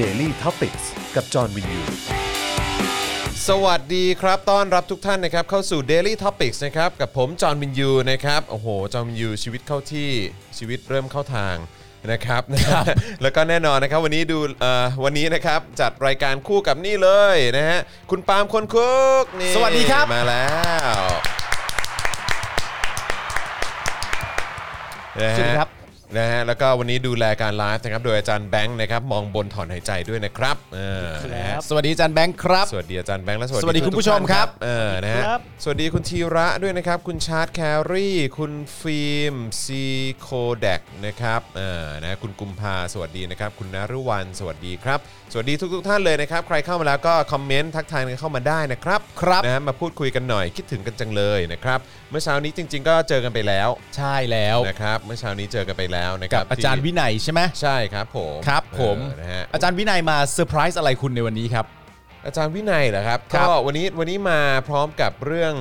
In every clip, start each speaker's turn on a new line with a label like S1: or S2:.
S1: Daily t o p i c กกับจอห์นวินยู
S2: สวัสดีครับ ต้อนรับทุกท่านนะครับเข้าสู่ Daily Topics นะครับกับผมจอห์นวินยูนะครับโอ้โหจอห์นวินยูชีวิตเข้าที่ชีวิตเริ่มเข้าทางนะครับ แล้วก็แน่นอนนะครับวันนี้ดูเอ่อวันนี้นะครับจัดรายการคู่กับนี่เลยนะฮะคุณปาล์มคนคุกนี่
S3: สวัสดีครับ
S2: มาแล้วนะฮะ
S3: สวัสดีครับ
S2: นะฮะแล้วก็วันนี้ดูแลการไลฟ์นะครับโดยอาจารย์แบงค์นะครับมองบนถอนหายใจด้วยนะครับเออนะฮะ
S3: สวัสดีอาจารย์แบงค์ครับ
S2: สวัสดีอาจารย์แบงค์และสวัสดี
S3: สวัสดีคุณ
S2: ทุกๆ
S3: ผู้ชมครับ
S2: ท่านเออนะฮะ
S4: ครับ
S2: สวัสดีคุณธีระด้วยนะครับ คุณชาร์ตแครี่ คุณฟิล์มซีโคแดกนะครับเออนะคุณกุมภาสวัสดีนะครับ คุณนรุวันสวัสดีครับ สวัสดีทุก ๆ ท่านเลยนะครับ ใครเข้ามาแล้วก็คอมเมนต์ทักทายกันเข้ามาได้นะครับ
S3: ครับ
S2: นะฮะมาพูดคุยกันหน่อยคิดถึงกันจังเลยนะครับเมื่อเช้านี้จริง ๆ ก็เจอกันไปแล้ว
S3: ใช่แล้ว
S2: นะครับเมื่อเช้านี้เจอกันไปแล้วนะค
S3: กั
S2: รั
S3: บบ อาจารย์วิ
S2: ที่
S3: นัยใช่ไหม
S2: ใช่ครับผม
S3: ครับผม
S2: เออนะฮะ
S3: อาจารย์วินัยมาเซอร์ไพรส์อะไรคุณในวันนี้ครับ
S2: อาจารย์วินัยเหรอครับ
S3: ครับ
S2: ก็วันนี้วันนี้มาพร้อมกับเรื่อง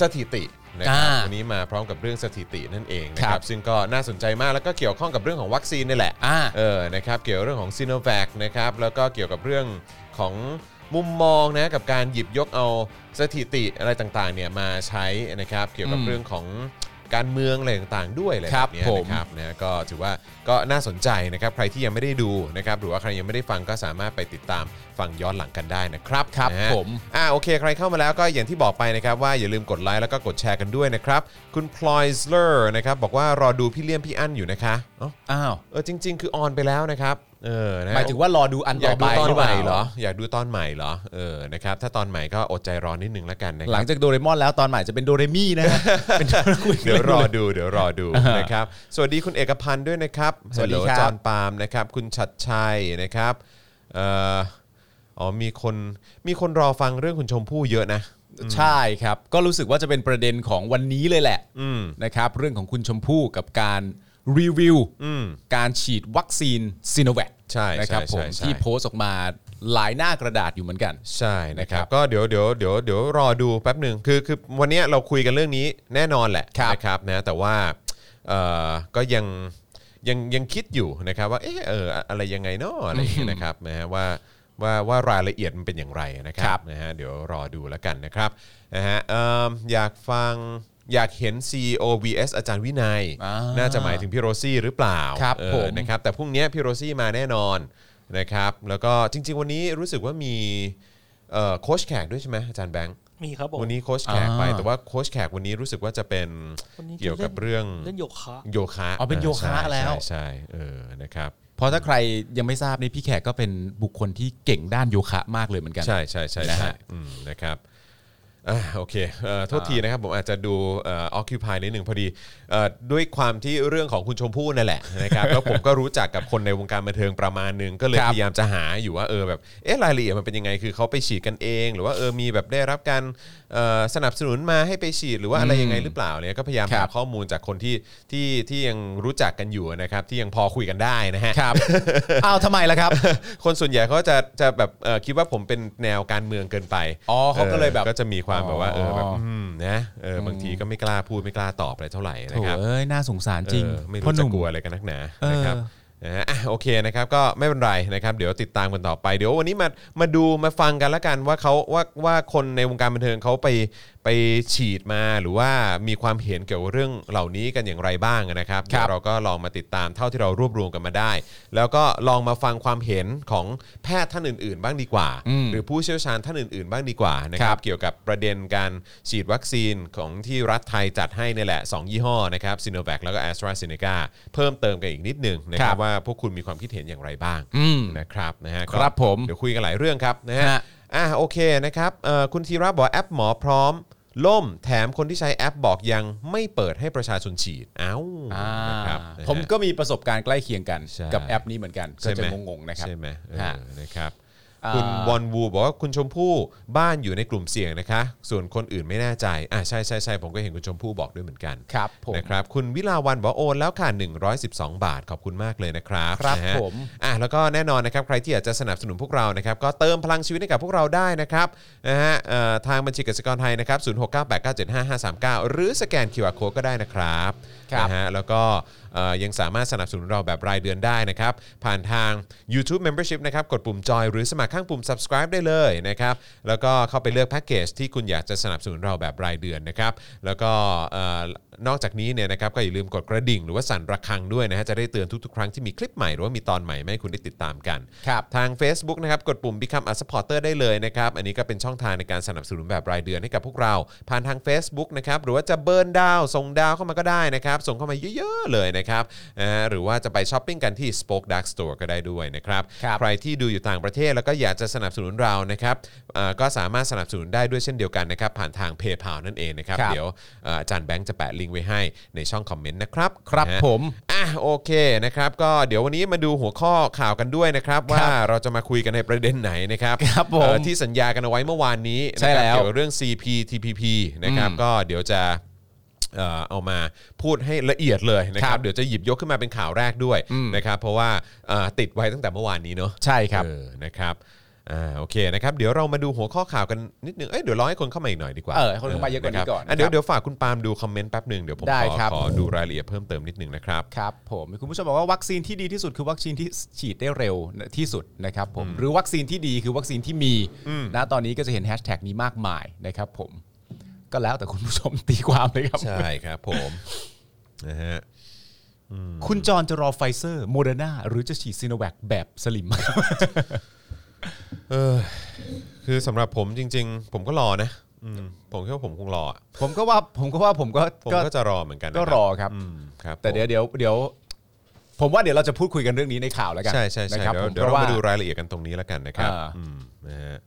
S2: สถิตินะครับ
S3: อ่า
S2: วันนี้มาพร้อมกับเรื่องสถิตินั่นเองนะค
S3: ครั
S2: รับบ ซึ่งก็น่าสนใจมากแล้วก็เกี่ยวข้องกับเรื่องของวัคซีนนี่แหละ
S3: อ่า
S2: เออนะครับเกี่ยวเรื่องของซีโนแวคนะครับแล้วก็เกี่ยวกับเรื่องของมุมมองนะกับการหยิบยกเอาสถิติอะไรต่างๆเนี่ยมาใช้นะครับเกี่ยวกับ
S3: อืม
S2: เรื่องของการเมืองอะไรต่างๆด้วยอะไรแบ
S3: ครับ
S2: บเนี้ย
S3: ผม
S2: นะครับ นะก็ถือว่าก็น่าสนใจนะครับใครที่ยังไม่ได้ดูนะครับหรือว่าใครยังไม่ได้ฟังก็สามารถไปติดตามฟังย้อนหลังกันได้นะครับ
S3: ครับ
S2: นะฮะ
S3: ผม
S2: อ่าโอเค ใครเข้ามาแล้วก็อย่างที่บอกไปนะครับว่าอย่าลืมกดไลค์แล้วก็กดแชร์กันด้วยนะครับ คุณพลอยสเลอร์นะครับบอกว่ารอดูพี่เลี่ยมพี่อั้นอยู่นะคะเอ้า
S3: อ้าว
S2: เออจริง ๆ คือออนไปแล้วนะครับเออนะฮะ
S3: หมายถึงว่ารอดูอัน
S2: อ
S3: ต่
S2: ยา
S3: อก ไป
S2: ดูตอนใหม่เหร
S3: ล่า
S2: ออยากดูตอนใหม่เหรอเออนะครับถ้าตอนใหม่ก็อดใจรอนิดนึงแล้วกันนะครับ
S3: หลังจากโดเรมอนแล้วตอนใหม่จะเป็นโดเรมี่ นะฮะ เป็นโดเรมี่
S2: เดี๋ยวรอดูเดี๋ยวรอดูนะครับสวัสดีคุณเอกพันธ์ด้วยนะครับ
S3: สวัสดีครั
S2: ฮัลโหล
S3: บ
S2: จอห์นปาล์มนะครับคุณชัดชัยนะครับเอ่ออ๋อมีคนมีคนรอฟังเรื่องคุณชมพู่เยอะนะ
S3: ใช่ครับ ก็รู้สึกว่าจะเป็นประเด็นของวันนี้เลยแหละนะครับเรื่องของคุณชมพู่กับการรีวิวการฉีดวัคซีนซีโนแวค
S2: ใช่ใช่
S3: นะครับ
S2: ใช่
S3: ผม
S2: ใช่
S3: ที่โพสต์ออกมาหลายหน้ากระดาษอยู่เหมือนกัน
S2: ใช่นะครับ
S3: นะครับ
S2: ก็เดี๋ยวเดี๋ยวเดี๋ยวเดี๋ยวรอดูแป๊บหนึ่งคือคือวันเนี้ยเราคุยกันเรื่องนี้แน่นอนแหละ
S3: ครับ
S2: นะครับนะแต่ว่าเอ่อก็ยังยังยังคิดอยู่นะครับว่าเออเอออะไรยังไงเนาะอะไรอย่างเงี้ยนะครับนะฮะว่าว่าว่ารายละเอียดมันเป็นอย่างไรนะค
S3: ค
S2: รั
S3: รั
S2: บบ นะฮะเดี๋ยวรอดูแล้วกันนะครับนะฮะเอิ่มอยากฟังอยากเห็น CEO vs อาจารย์วินัย น่าจะหมายถึงพี่โรซี่หรือเปล่า
S3: ครับ
S2: เออ
S3: ผม
S2: นะครับแต่พรุ่งเนี้ยพี่โรซี่มาแน่นอนนะครับ แล้วก็จริง ๆ วันนี้รู้สึกว่ามีเอ่อโค้ชแขกด้วยใช่ไหมอาจารย์แบงค์
S4: มีครับผม
S2: วันนี้โค้ชแขกไป
S3: อ่า
S2: แต่ว่าโค้ชแขกวันนี้รู้สึกว่าจะเป็น
S4: วันนี้จะ
S2: เกี่ยวกับเรื่อง
S4: เล่นโยคะ
S2: โยคะ
S3: อ๋อเป็นโยคะ
S2: ใช่
S3: แล้ว
S2: ใช่ใช่เออนะครับ
S3: เพราะถ้าใครยังไม่ทราบนี่พี่แขกก็เป็นบุคคลที่เก่งด้านโยคะมากเลยเหมือนกัน
S2: ใช่ใช่ใช่
S3: นะ
S2: ใช่
S3: ฮะ
S2: อืมนะครับอ่าโอเคเอ่อโทษทีนะครับ ผมอาจจะดูเอ่อ occupy นิดหนึ่งพอดีเอ่อด้วยความที่เรื่องของคุณชมพู่นั่นแหละนะครับ แล้วผมก็รู้จักกับคนในวงการบันเทิงประมาณหนึงก็เลย
S3: ครับ
S2: พยายามจะหาอยู่ว่าเออแบบเอ๊ะรายละเอียดมันเป็นยังไงคือเขาไปฉีดกันเอง หรือว่าเออมีแบบได้รับการเอ่อสนับสนุนมาให้ไปฉีดหรือว่าอะไรยังไงหรือเปล่าเนี่ยก็พยายามหาข้อมูลจากคนที่ที่ที่ยังรู้จักกันอยู่นะครับที่ยังพอคุยกันได้นะฮะ
S3: ครับ อ้าวทำไมล่ะครับ
S2: คนส่วนใหญ่เขาจะจะแบบเอ่อคิดว่าผมเป็นแนวการเมืองเกินไป
S3: อ๋อเขาก็เลยแบบ
S2: ออก็จะมีความแบบว่าเออแบบ
S3: อ๋ออื
S2: มนะเออบางทีก็ไม่กล้าพูดไม่กล้าตอบอะไรเท่าไหร่นะ
S3: โถ
S2: ครับ
S3: เอ้ยน่าสงสารจริง
S2: เออไม่
S3: พ่อ
S2: รู้
S3: ห
S2: จะ
S3: นุ่ม
S2: กลัวอะไรกันนักหนา
S3: เออ
S2: นะครับนะฮะอ่ะโอเคนะครับก็ไม่เป็นไรนะครับเดี๋ยวติดตามกันต่อไปเดี๋ยววันนี้มามาดูมาฟังกันละกันว่าเขาว่าว่าคนในวงการบันเทิงเขาไปไปฉีดมาหรือว่ามีความเห็นเกี่ยวกับเรื่องเหล่านี้กันอย่างไรบ้างนะครับเดี๋ยวเราก็ลองมาติดตามเท่าที่เรารวบรวมกันมาได้ แล้วก็ลองมาฟังความเห็นของแพทย์ท่านอื่น ๆ บ้างดีกว่า
S3: อืม
S2: หรือผู้เชี่ยวชาญท่านอื่น ๆ บ้างดีกว่านะครั
S3: ครับ บ
S2: เกี่ยวกับประเด็นการฉีดวัคซีนของที่รัฐไทยจัดให้เนี่ยแหละ 2 ยี่ห้อนะครับซีโนแวคแล้วก็แอสตราเซเนกาเพิ่มเติมกันอีกนิดหนึงนะครั
S3: ครับ บ
S2: ว่าพวกคุณมีความคิดเห็นอย่างไรบ้าง
S3: อืม
S2: นะครับนะฮะก็
S3: ครับผม
S2: เดี๋ยวคุยกันหลายเรื่องครับนะฮะ
S3: ฮะ
S2: อ่ะโอเคนะครับเอ่อคุณธีระบอกแอปหมอพร้อม ล่มแถมคนที่ใช้แอปบอกยังไม่เปิดให้ประชาชนฉีดเอ้า
S3: อ่า
S2: นะครับนะฮะ
S3: ผมก็มีประสบการณ์ใกล้เคียงกัน
S2: ใช่
S3: กับแอปนี้เหมือนกัน ก็
S2: ใช่ไห
S3: จะ
S2: ม
S3: งงๆนะครับ
S2: ใช่ไหมเออ
S3: ฮะ
S2: นะครับ
S3: อ่า
S2: คุณวอนวูบอกว่าคุณชมพู่บ้านอยู่ในกลุ่มเสี่ยงนะคะ ส่วนคนอื่นไม่แน่ใจอ่าใช่ใช่ใช่ผมก็เห็นคุณชมพู่บอกด้วยเหมือนกัน
S3: ครับผม
S2: นะครับคุณวิลาวันบอกว่าโอนแล้วค่ะ 112 บาท ขอบคุณมากเลยนะครับ
S3: ครับ
S2: นะฮะ
S3: ผม
S2: อ่ะแล้วก็แน่นอนนะครับใครที่อยากจะสนับสนุนพวกเรานะครับ ก็เติมพลังชีวิตให้กับพวกเราได้นะครับนะฮะเอ่อทางบัญชีกสิกรไทยนะครับ0698975539 หรือสแกน QR Code ก็ได้นะครับ
S3: ครับ
S2: นะฮะแล้วก็ เอ่อยังสามารถสนับสนุนเราแบบรายเดือนได้นะครับ ผ่านทาง YouTube Membership นะครับ กดปุ่มจอยหรือสมัครข้างปุ่ม subscribe ได้เลยนะครับ แล้วก็เข้าไปเลือกแพ็กเกจที่คุณอยากจะสนับสนุนเราแบบรายเดือนนะครับ แล้วก็เอ่อนอกจากนี้เนี่ยนะครับก็อย่าลืมกดกระดิ่งหรือว่าสั่นระฆังด้วยนะฮะจะได้เตือนทุกๆ ครั้งที่มีคลิปใหม่หรือว่ามีตอนใหม่ให้คุณได้ติดตามกัน
S3: ครับ
S2: ทาง Facebook นะครับกดปุ่ม Become a supporter ได้เลยนะครับ อันนี้ก็เป็นช่องทางในการสนับสนุนแบบรายเดือนให้กับพวกเรา ผ่านทาง Facebook นะครับ หรือว่าจะเบิร์นดาวส่งดาวเข้ามาก็ได้นะครับ ส่งเข้ามาเยอะๆเลยนะครับนะฮะหรือว่าจะไปช้อปปิ้งกันที่ Spoke Dark Store ก็ได้ด้วยนะครับ
S3: ครับ
S2: ใครที่ดูอยู่ต่างประเทศแล้วก็อยากจะสนับสนุนเรานะครับเอ่อก็สามารถสนับสนุนได้ด้วยเช่นเดียวกันนะครับ ผ่านทาง PayPal นั่นเองนะครับ
S3: ครับ
S2: เดี๋ยวเอ่ออาจารย์แบงค์จะแปะลิงก์ไว้ให้ในช่องคอมเมนต์นะครับ
S3: ครับ
S2: นะฮะ
S3: ผม
S2: อ่ะโอเคนะครับก็เดี๋ยววันนี้มาดูหัวข้อข่าวกันด้วยนะครับ ว่าเราจะมาคุยกันในประเด็นไหนนะครับ
S3: ครับผม
S2: เอ่อที่สัญญากันเอาไว้เมื่อวานนี้
S3: ใช่
S2: นะครับ
S3: แล้ว
S2: เกี่ยวกับเรื่อง CPTPP นะครับ
S3: อืม
S2: ก็เดี๋ยวจะเอ่อเอามาพูดให้ละเอียดเลยนะค
S3: ค
S2: รั
S3: รั
S2: บบ เดี๋ยวจะหยิบยกขึ้นมาเป็นข่าวแรกด้วย
S3: อืม
S2: นะครับเพราะว่าเอ่อติดไว้ตั้งแต่เมื่อวานนี้เนาะ
S3: ใช่ครับ
S2: เออนะครับอ่าโอเคนะครับเดี๋ยวเรามาดูหัวข้อข่าวกันนิดนึงเอ้ยเดี๋ยวรอให้คนเข้ามาอีกหน่อยดีกว่า
S3: เออให้คนเข้ามาเยอะกว่านี้ก่อน
S2: ครับะเดี๋ยว
S3: ครับ
S2: เดี๋ยวฝากคุณปาล์มดูคอมเมนต์แป๊บหนึ่งเดี๋ยวผม
S3: ได้
S2: ขอ
S3: ครับ
S2: ขอดูรายละเอียดเพิ่มเติมนิดนึงนะครับ
S3: ครับผมมีคุณผู้ชมบอกว่าวัคซีนที่ดีที่สุดคือวัคซีนที่ฉีดได้เร็วที่สุดนะครับผมหรือวัคซีนที่ดีคือวัคซีนที่มีณตอนนี้ก็จะเห็นแฮชแท็กนี้มากมายนะครับผมก็แล้วแต่คุณผู้ชมตีความเลยครับ
S2: ใช่ครับผม นะฮะ
S3: คุณจรจะรอไฟเซอร์โมเดอร์นาหรือจะฉีดซีโนแวคแบบสลิม
S2: เออคือสำหรับผมจริง ๆ ผมก็รอนะอืมผมคิดว่าผมคงรออะ
S3: ผมก็ว่าผมก็ว่าผมก็
S2: ผม
S3: ก็
S2: ก็จะรอเหมือนกันนะค
S3: ก็
S2: บ
S3: รอครับ
S2: อืมครับ
S3: แต่เดี๋ยวเดี๋ยวเดี๋ยว ผมว่าเดี๋ยวเราจะพูดคุยกันเรื่องนี้ในข่าวแล้วกัน
S2: ใช่ใช่
S3: นะ
S2: ใช่
S3: ครับ
S2: เดี๋ยวเดี๋
S3: ผม
S2: ย
S3: เพ
S2: วเรา
S3: ราะว่า
S2: มาดูรายละเอียดกันตรงนี้แล้วกันนะครับ
S3: อ่า
S2: อืมนะฮะ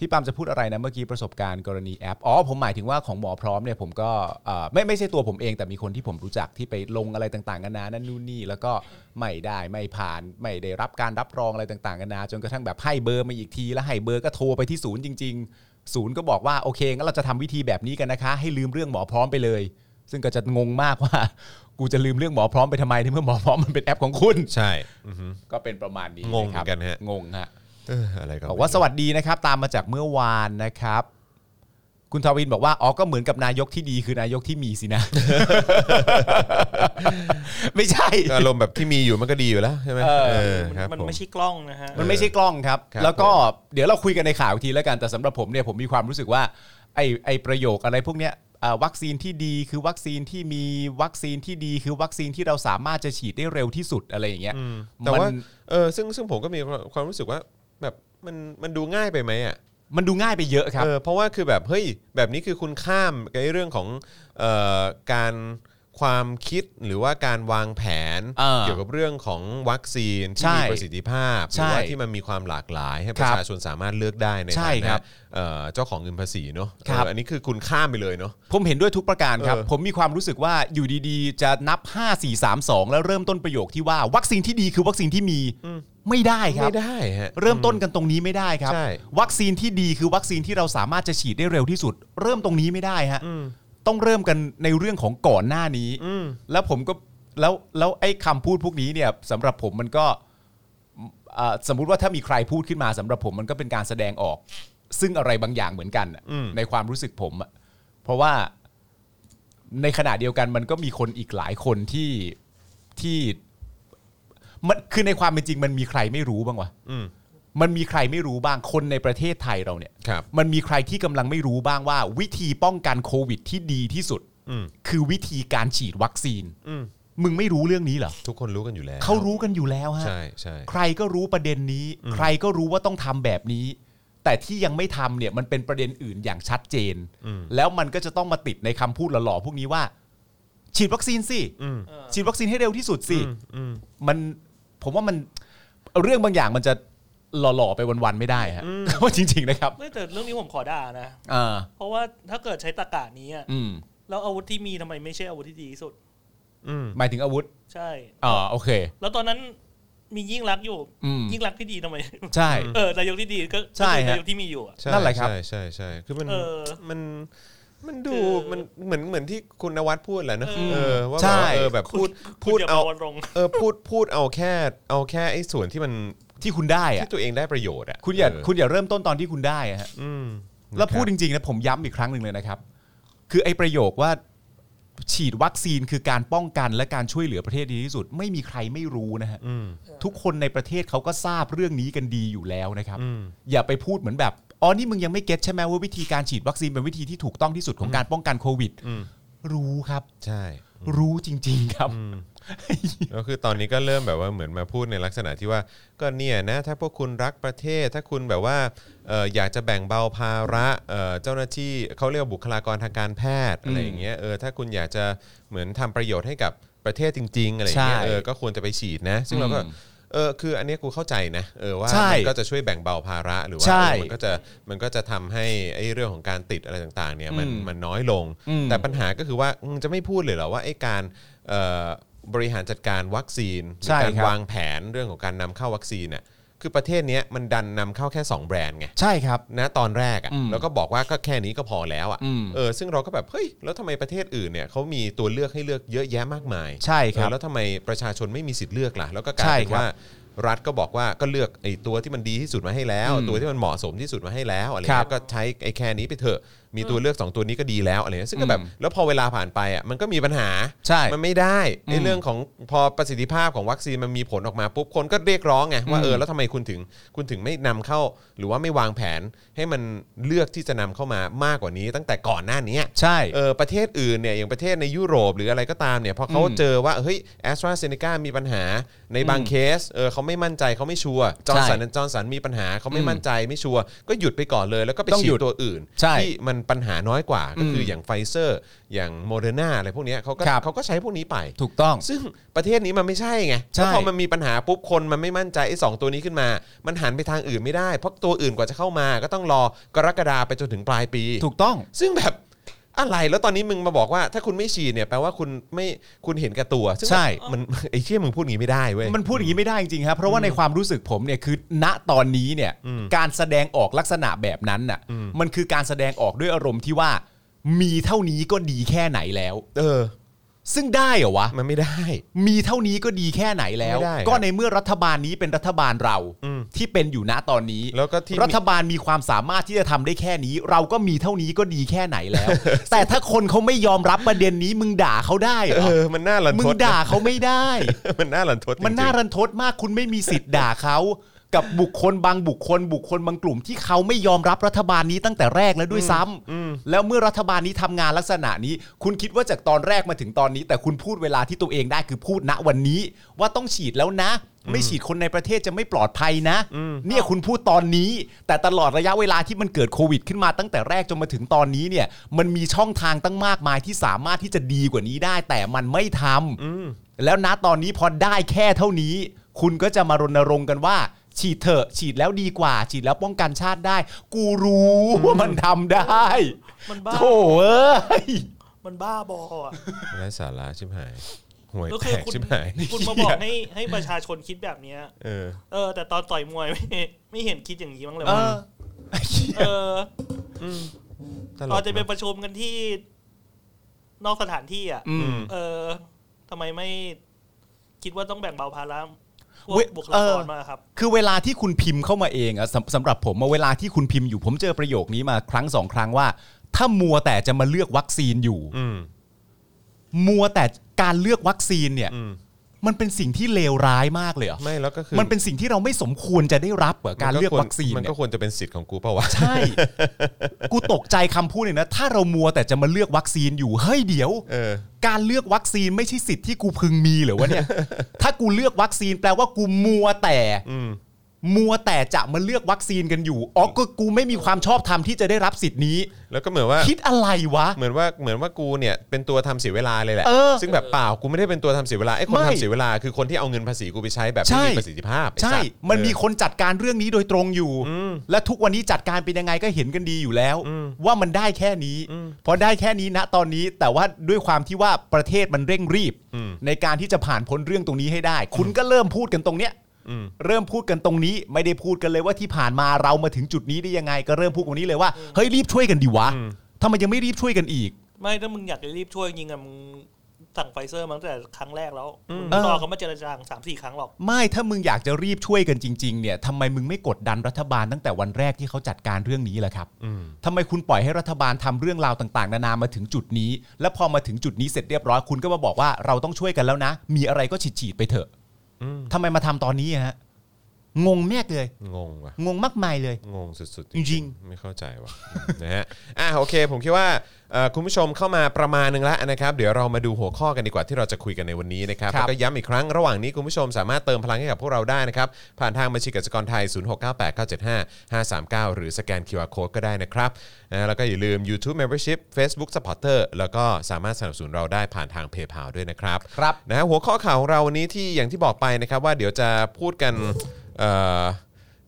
S3: พี่ปามจะพูดอะไรนะเมื่อกี้ประสบการณ์กรณีแอปอ๋อผมหมายถึงว่าของหมอพร้อมเนี่ยผมก็เอ่อไม่ไม่ใช่ตัวผมเอง แต่มีคนที่ผมรู้จักที่ไปลงอะไรต่างๆกันานานั่นนู่นนี่แล้วก็ไม่ได้ไม่ผ่านไม่ได้รับการรับรองอะไรต่างๆกันานาจนกระทั่งแบบให้เบอร์มาอีกที แล้วให้เบอร์ก็โทรไปที่ศูนย์จริง ๆ ศูนย์ก็บอกว่าโอเคงั้นเราจะทำวิธีแบบนี้กันนะคะ ให้ลืมเรื่องหมอพร้อมไปเลย ซึ่งก็จะงงมากว่า กูจะลืมเรื่องหมอพร้อมไปทำไมในเมื่อหมอพร้อมมันเป็นแอปของคุณ
S2: ใช่อือฮึ
S3: ก็เป็นประมาณนี้
S2: งงเหมือนกันฮะ
S3: งงฮะ
S2: เอออะไรก็
S3: บอกว่าสวัสดีนะครับ ตามมาจากเมื่อวานนะครับ คุณทวินบอกว่าอ๋อก็เหมือนกับนายกที่ดีคือนายกที่มีสินะ ไม่ใช่
S2: อารมณ์แบบที่มีอยู่มันก็ดีอยู่แล้วใช่ไหม
S3: เออ
S2: เออ
S4: มัน
S2: ครับ
S4: มัน
S2: ผ
S4: ไม่ใช่กล้องนะฮะ
S3: มันไม่ใช่กล้องครับ
S2: ครับ
S3: แล้วก็เดี๋ยวเราคุยกันในข่าวอีกทีแล้วกันแต่สำหรับผมเนี่ยผมมีความรู้สึกว่าไอไอประโยคอะไรพวกเนี้ยอ่าวัคซีนที่ดีคือวัคซีนที่มีวัคซีนที่ดีคือวัคซีนที่เราสามารถจะฉีดได้เร็วที่สุดอะไรอย่างเงี้ย
S2: แต่ว่า
S3: มัน
S2: เออซึ่งซึ่งผมก็มีความความรู้สึกว่าแบบมันมันดูง่ายไปไหมอ่ะ
S3: มันดูง่ายไปเยอะครับ
S2: เออเพราะว่าคือแบบเฮ้ยแบบนี้คือคุณข้ามไอ้เรื่องของเอ่อการความคิดหรือว่าการวางแผน
S3: เออ
S2: เกี่ยวกับเรื่องของวัคซีนที่
S3: ใช่
S2: มีประสิทธิภาพห
S3: ใช่
S2: รือว่าที่มันมีความหลากหลายให้ป
S3: ครั
S2: ระ
S3: บ
S2: ชาชนสามารถเลือกได้ใน
S3: ใช่
S2: ฐา
S3: ครั
S2: นะ
S3: บ
S2: เอ่อเจ้าของเงินภาษีเนอะ
S3: ครับ
S2: เอออันนี้คือคุณข้ามไปเลยเนอะ
S3: ผมเห็นด้วยทุกประการครับ
S2: เออ
S3: ผมมีความรู้สึกว่าอยู่ดีๆ จะนับ 5 4 3 2 แล้วเริ่มต้นประโยคที่ว่าวัคซีนที่ดีคือวัคซีนที่มีไม่ได้ครับ
S2: ไม่ได้ฮะ
S3: เริ่มต้นกันตรงนี้ไม่ได้ครับ
S2: ใช่
S3: วัคซีนที่ดีคือวัคซีนที่เราสามารถจะฉีดได้เร็วที่สุด เริ่มตรงนี้ไม่ได้ฮะต้องเริ่มกันในเรื่องของก่อนหน้านี้แล้วผมก็แล้วแล้วไอ้คำพูดพวกนี้เนี่ยสำหรับผมมันก็เอ่อสมมุติว่าถ้ามีใครพูดขึ้นมาสำหรับผมมันก็เป็นการแสดงออก ซึ่งอะไรบางอย่างเหมือนกันอะในความรู้สึกผมอะเพราะว่าในขณะเดียวกันมันก็มีคนอีกหลายคนที่ที่มันคือในความเป็นจริงมันมีใครไม่รู้บ้างวะ
S2: อืม
S3: มันมีใครไม่รู้บ้างคนในประเทศไทยเราเนี่ย
S2: ครับ
S3: มันมีใครที่กำลังไม่รู้บ้างว่า วิธีป้องกันโควิดที่ดีที่สุด
S2: อืม
S3: คือวิธีการฉีดวัคซีน
S2: อืม
S3: มึงไม่รู้เรื่องนี้เหรอ
S2: ทุกคนรู้กันอยู่แล้ว
S3: เขารู้กันอยู่แล้วฮะ
S2: ใช่ใช่
S3: ใครก็รู้ประเด็นนี้ ใครก็รู้ว่าต้องทำแบบนี้ แต่ที่ยังไม่ทำเนี่ยมันเป็นประเด็นอื่นอย่างชัดเจน แล้วมันก็จะต้องมาติดในคำพูดหล่อๆพวกนี้ว่า ฉีดวัคซีนสิ
S2: อืม
S3: ฉีดวัคซีนให้เร็วที่สุดสิ
S2: อืม
S3: มันผมว่ามันเรื่องบางอย่างมันจะหล่อๆไปวันๆไม่ได้ฮะว่าจริง ๆ นะครับ
S4: ไม่แต่เรื่องนี้ผมขอด่านะ
S3: อ่า
S4: เพราะว่าถ้าเกิดใช้ตะกานี้อะ
S3: อืม
S4: แล้วอาวุธที่มีทำไมไม่ใช่อาวุธที่ดีที่สุด
S2: อืม
S3: หมายถึงอาวุธ
S4: ใช่
S3: อ่าโอเค
S4: แล้วตอนนั้นมียิ่งรักษณ์อยู่
S3: อืม
S4: ยิ่งรักษณ์ที่ดีทำไม
S3: ใช่
S4: เออนายกที่ดีก็
S3: ใช่
S4: ก็คือ
S3: ฮะ
S4: นายกที่มีอยู่อะ
S2: ใช่
S3: นั่นแหละครับ
S2: ใช่ใช่ใช่คือมัน
S4: เออ
S2: มันมันดู
S4: คือ
S2: มันเหมือนเหมือนที่คุณนวัดพูดแหละเนอะเออว่า
S3: ใช่
S2: แบบว่าเออแบบพูด
S4: คุณ
S2: พูด
S4: ย่ม
S2: เอา
S4: วนลง
S2: เออพูดพูดเอาแค่เอาแค่ไอ้ส่วนที่มัน
S3: ที่คุณได้อะ
S2: ที่ตัวเองได้ประโยชน์อ่ะ
S3: คุณอย่า
S2: เ
S3: คุณอย่าเริ่มต้นตอนที่คุณได้อะฮะ
S2: อืม
S3: แล้วพูด
S2: นะค
S3: จ
S2: รับ
S3: ริงๆนะผมย้ำอีกครั้งหนึ่งเลยนะครับ คือไอ้ประโยคว่า ฉีดวัคซีนคือการป้องกันและการช่วยเหลือประเทศดีที่สุด ไม่มีใครไม่รู้นะฮะ
S2: อืม
S3: ทุกคนในประเทศเขาก็ทราบเรื่องนี้กันดีอยู่แล้วนะครับ
S2: อืม
S3: อย่าไปพูดเหมือนแบบอ๋อนี่มึงยังไม่เก็ตใช่ไหมว่าวิธีการฉีดวัคซีนเป็นวิธีที่ถูกต้องที่สุดของการป้องกันโควิด
S2: อืม
S3: รู้ครับ
S2: ใช่
S3: รู้จริง ๆ ครับ
S2: ก็คือตอนนี้ก็เริ่มแบบว่าเหมือนมาพูดในลักษณะที่ว่าก็เนี่ยนะถ้าพวกคุณรักประเทศ ถ้าคุณแบบว่าเอ่ออยากจะแบ่งเบาภาระเอ่อเจ้าหน้าที่เขาเรียกว่าบุคลากรทางการแพทย์อะไรอย่างเงี้ยเออถ้าคุณอยากจะเหมือนทำประโยชน์ให้กับประเทศจริง ๆ อะไรอย่างเงี้ย
S3: ใช่
S2: เออก็ควรจะไปฉีดนะ ซึ่งเราก็
S3: อืม
S2: เออคืออันเนี้ยกูเข้าใจนะเออว่า
S3: ใช่
S2: มันก็จะช่วยแบ่งเบาภาระหรือว่า
S3: ใช่
S2: เออมันก็จะมันก็จะทำให้ไอ้เรื่องของการติดอะไรต่างๆเนี่ยมัน
S3: อืม
S2: มันน้อยลง
S3: อืม
S2: แต่ปัญหาก็คือว่ามึงจะไม่พูดเลยเหรอว่าไอ้การเอ่อบริหารจัดการวัคซีน
S3: ใช่
S2: การ
S3: ครับ
S2: วางแผนเรื่องของการนำเข้าวัคซีนเนี่ยคือประเทศเนี้ยมันดันนำเข้าแค่ 2 แบรนด์ไง
S3: ใช่ครับ
S2: นะตอนแรก
S3: อืม
S2: อะ่ะแล้วก็บอกว่าก็แค่นี้ก็พอแล้ว
S3: อืม
S2: อะ่ะเออซึ่งเราก็แบบเฮ้ยแล้วทำไมประเทศอื่นเนี่ยเขามีตัวเลือกให้เลือกเยอะแยะมากมาย
S3: ใช่ครับ
S2: เออแล้วทำไมประชาชนไม่มีสิทธิ์เลือกล่ะ แล้วก็กลายเป็น
S3: ใช่ครับ
S2: ว่ารัฐก็บอกว่าก็เลือกไอ้ตัวที่มันดีที่สุดมาให้แล้ว
S3: อืม
S2: ตัวที่มันเหมาะสมที่สุดมาให้แล้วอะไร
S3: ครั
S2: เงี้
S3: บ
S2: ยก็ใช้ไอ้แค่นี้ไปเถอะมีตัวเลือกสองตัวนี้ก็ดีแล้วอะไรเงี้ยซึ่งก็แบบแล้วพอเวลาผ่านไปอ่ะมันก็มีปัญหา
S3: ใช่
S2: มันไม่ได้ใน
S3: อืม
S2: เรื่องของพอประสิทธิภาพของวัคซีนมันมีผลออกมาปุ๊บคนก็เรียกร้องไงว่า
S3: อืม
S2: เออแล้วทำไมคุณถึงคุณถึงไม่นำเข้า หรือว่าไม่วางแผนให้มันเลือกที่จะนำเข้ามามากกว่านี้ ตั้งแต่ก่อนหน้านี้
S3: ใช่
S2: เออประเทศอื่นเนี่ยอย่างประเทศในยุโรปหรืออะไรก็ตามเนี่ยพอเขา
S3: อืม
S2: เจอว่าเฮ้ยแอสตราเซเนกามีปัญหาในบาง
S3: อืม
S2: เคสเออเขาไม่มั่นใจเขาไม่ชัวร์จอร์สันจอร์สันมีปัญหาเขาไม่
S3: อืม
S2: มั่นใจไม่ชัวร์ก็หยุดไปก่อนเลยแล้วก็ไป
S3: ต้อง
S2: ฉี
S3: หยุ
S2: ด
S3: ด
S2: ตัวอื่น
S3: ใช่
S2: ที่มันปัญหาน้อยกว่าก็คืออ
S3: ม
S2: อย่างไฟเซอร์อย่างโมเดอร์นาอะไรพวกเนี้ยเขาก็
S3: ครับ
S2: เขาก็ใช้พวกนี้ไป
S3: ถูกต้อง
S2: ซึ่งประเทศนี้มันไม่ใช่ไง
S3: ใช่
S2: แล้วพอมันมีปัญหาปุ๊บคนมันไม่มั่นใจไอ้สองตัวนี้ขึ้นมา มันหันไปทางอื่นไม่ได้ เพราะตัวอื่นกว่าจะเข้ามา ก็ต้องรอกรกฎาไปจนถึงปลายปี
S3: ถูกต้อง
S2: ซึ่งแบบอะไรแล้วตอนนี้มึงมาบอกว่า ถ้าคุณไม่ฉีดเนี่ยแปลว่าคุณไม่คุณเห็นแก่ตัว ซึ่ง
S3: ใช่
S2: มันไอ้เชี่ยมึงพูดอย่างงี้ไม่ได้เว้ย
S3: มันพูดอย่างนี้ไม่ได้จริงๆครับ เพราะว่าในความรู้สึกผมเนี่ยคือณตอนนี้เนี่ย
S2: อืม
S3: การแสดงออกลักษณะแบบนั้นน่ะ
S2: อืม
S3: มันคือการแสดงออกด้วยอารมณ์ที่ว่า มีเท่านี้ก็ดีแค่ไหนแล้ว
S2: เออ
S3: ซึ่งได้เหรอวะ
S2: มันไม่ได้
S3: มีเท่านี้ก็ดีแค่ไหนแล้ว
S2: ไม่ได้ครับ
S3: ก็ในเมื่อรัฐบาลนี้เป็นรัฐบาลเรา
S2: อืม
S3: ที่เป็นอยู่ณตอนนี้
S2: แล้วก็ที่มี
S3: รัฐบาลมีความสามารถที่จะทำได้แค่นี้ เราก็มีเท่านี้ก็ดีแค่ไหนแล้ว แต่ถ้าคนเขาไม่ยอมรับประเด็นนี้มึงด่าเขาได้เหร
S2: เอ
S3: อ
S2: อมันน่ารัน
S3: มึ
S2: ท
S3: ง
S2: ด
S3: ด่าเขาไม่ได้
S2: มันน่ารันทดจริงๆ
S3: มันน่ารันทดมากคุณไม่มีสิทธิ์ด่าเขากับบุคคลบางบุคคล บุคคลบางกลุ่มที่เขาไม่ยอมรับรัฐบาลนี้ตั้งแต่แรกแล้วด้วยซ้ำแล้วเมื่อรัฐบาลนี้ทำงานลักษณะนี้ คุณคิดว่าจากตอนแรกมาถึงตอนนี้ แต่คุณพูดเวลาที่ตัวเองได้คือพูดณวันนี้ ว่าต้องฉีดแล้วนะ ไม่ฉีดคนในประเทศจะไม่ปลอดภัยนะ เนี่ยคุณพูดตอนนี้ แต่ตลอดระยะเวลาที่มันเกิดโควิดขึ้นมาตั้งแต่แรกจนมาถึงตอนนี้เนี่ย มันมีช่องทางตั้งมากมายที่สามารถที่จะดีกว่านี้ได้ แต่มันไม่ทำ แล้วนะตอนนี้พอได้แค่เท่านี้ คุณก็จะมารณรงค์กันว่า ฉีดเถอะฉีดแล้วดีกว่า ฉีดแล้วป้องกันชาติได้ กูรู้ว่ามันทำได้
S4: มันบ้า
S3: โถ่เอ้ย
S4: มันบ้าบออ่ะ
S2: ไร้สาระชิบหายห่วย
S4: ก็
S2: แต
S4: คือก คุณ
S2: ชิบหาย
S4: คุณมาบอกให้ ให้ประชาชนคิดแบบเนี้ย
S2: เออ
S4: เออ แต่ตอนต่อยมวยไม่ไม่เห็นคิดอย่างนี้บ้างเลย
S3: เอ
S4: วะ
S3: อ
S4: เออ
S2: ตลก
S4: ตอนจะไปป
S2: นะ
S4: ระชุมกันที่ นอกสถานที่อ่ะ
S3: อืม
S4: เออทำไมไม่คิดว่าต้องแบ่งเบาภาระพว
S3: เว้ย
S4: กบุคลา
S3: เอก อ
S4: รมาครับ
S3: คือเวลาที่คุณพิมพ์เข้ามาเองอะสำสำหรับผมมาเวลาที่คุณพิมพ์อยู่ผมเจอประโยคนี้มาครั้งสองครั้งว่า ถ้ามัวแต่จะมาเลือกวัคซีนอยู่
S2: อืม
S3: มัวแต่การเลือกวัคซีนเนี่ย
S2: อืม
S3: มันเป็นสิ่งที่เลวร้ายมากเลยเหรอ
S2: ไม่แล้วก็คือ
S3: มันเป็นสิ่งที่เราไม่สมควรจะได้รับเหรอการเลือกวัคซีน
S2: มัน
S3: เนี่ย
S2: ก็ควรจะเป็นสิทธิ์ของกูเปล่าวะ
S3: ใช่ กูตกใจคำพูดเลยนะ ถ้าเรามัวแต่จะมาเลือกวัคซีนอยู่ เฮ้ยเดี๋ยว
S2: เออ
S3: การเลือกวัคซีนไม่ใช่สิทธิ์ที่กูพึงมีเหรือ วะเนี่ย ถ้ากูเลือกวัคซีนแปลว่ากูมัวแต่
S2: อืม
S3: มัวแต่จะมาเลือกวัคซีนกันอยู่ อ๋อ ก็กูไม่มีความชอบธรรมที่จะได้รับสิทธิ์นี้
S2: แล้วก็เหมือนว่า
S3: คิดอะไรวะ
S2: เหมือนว่า เหมือนว่ากูเนี่ยเป็นตัวทำเสียเวลาเลยแหละ
S3: เออ
S2: ซึ่งแบบเปล่า กูไม่ได้เป็นตัวทำเสียเวลา ไอ้คน
S3: ไม่
S2: ทำเสียเวลาคือคนที่เอาเงินภาษีกูไปใช้แบบ
S3: ใช่
S2: ไม่มีประสิทธิภาพไอ้
S3: ใช่
S2: สัตว์
S3: มันมี
S2: เออ
S3: คนจัดการเรื่องนี้โดยตรงอยู่ และทุกวันนี้จัดการเป็นยังไงก็เห็นกันดีอยู่แล้ว ว่ามันได้แค่นี้ พอได้แค่นี้ณตอนนี้ แต่ว่าด้วยความที่ว่าประเทศมันเร่งรีบ
S2: อืม
S3: ในการที่จะผ่านพ้นเรื่องตรงนี้ให้ได้ คุณก็เริ่มพูดกันตรงเนี้ย
S2: อืม
S3: เริ่มพูดกันตรงนี้ ไม่ได้พูดกันเลยว่าที่ผ่านมาเรามาถึงจุดนี้ได้ยังไง ก็เริ่มพูดตรงนี้เลยว่าเฮ้ยรีบช่วยกันดีวะ
S2: อืม
S3: ทำไมยังไม่รีบช่วยกันอีก
S4: ไม่ถ้ามึงอยากจะรีบช่วยจริงอะมึง สั่งไฟเซอร์มาตั้งแต่ครั้งแรกแล้ว
S2: อืม
S4: มึงรอเขามาเจรจาสามสี่ครั้งหรอก
S3: ไม่ถ้ามึงอยากจะรีบช่วยกันจริงๆเนี่ยทำไมมึงไม่กดดันรัฐบาลตั้งแต่วันแรกที่เขาจัดการเรื่องนี้ล่ะครับ
S2: อืม
S3: ทำไมคุณปล่อยให้รัฐบาลทำเรื่องราวต่างๆ นานามาถึงจุดนี้ แล้วพอมาถึงจุดนี้เสร็จเรียบร้อยคุณก็มาบอกว่าเราต้องช่วยกันแล้วนะ มีอะไรก็ฉีดๆไปเถอะ
S2: อืม
S3: ทำไมมาทำตอนนี้อะฮะงงแมกเลย
S2: งงว่ะ
S3: งงมากมายเลย
S2: งงสุดๆ
S3: จริงๆ
S2: ไม่เข้าใจว่ะ นะฮะอ่ะโอเค ผมคิดว่าเอ่อคุณผู้ชมเข้ามาประมาณหนึงแล้วนะครับ เดี๋ยวเรามาดูหัวข้อกันดีกว่าที่เราจะคุยกันในวันนี้นะครับ
S3: ครับ
S2: แล้วก็ย้ำอีกครั้งระหว่างนี้คุณผู้ชมสามารถเติมพลังให้กับพวกเราได้นะครับ ผ่านทางบัญชีกสิกรไทย 0698975539 หรือสแกน QR Code ก็ได้นะครับนะแล้วก็อย่าลืม YouTube Membership Facebook Supporter แล้วก็สามารถสนับสนุนเราได้ผ่านทาง PayPal ด้วยนะครับ
S3: ครับ
S2: นะฮะหัวข้อข่าวของเราวันนี้ที่อย่างที่บอกไปนะครับว่าเดี๋ยวจะพูดกันเอ่อ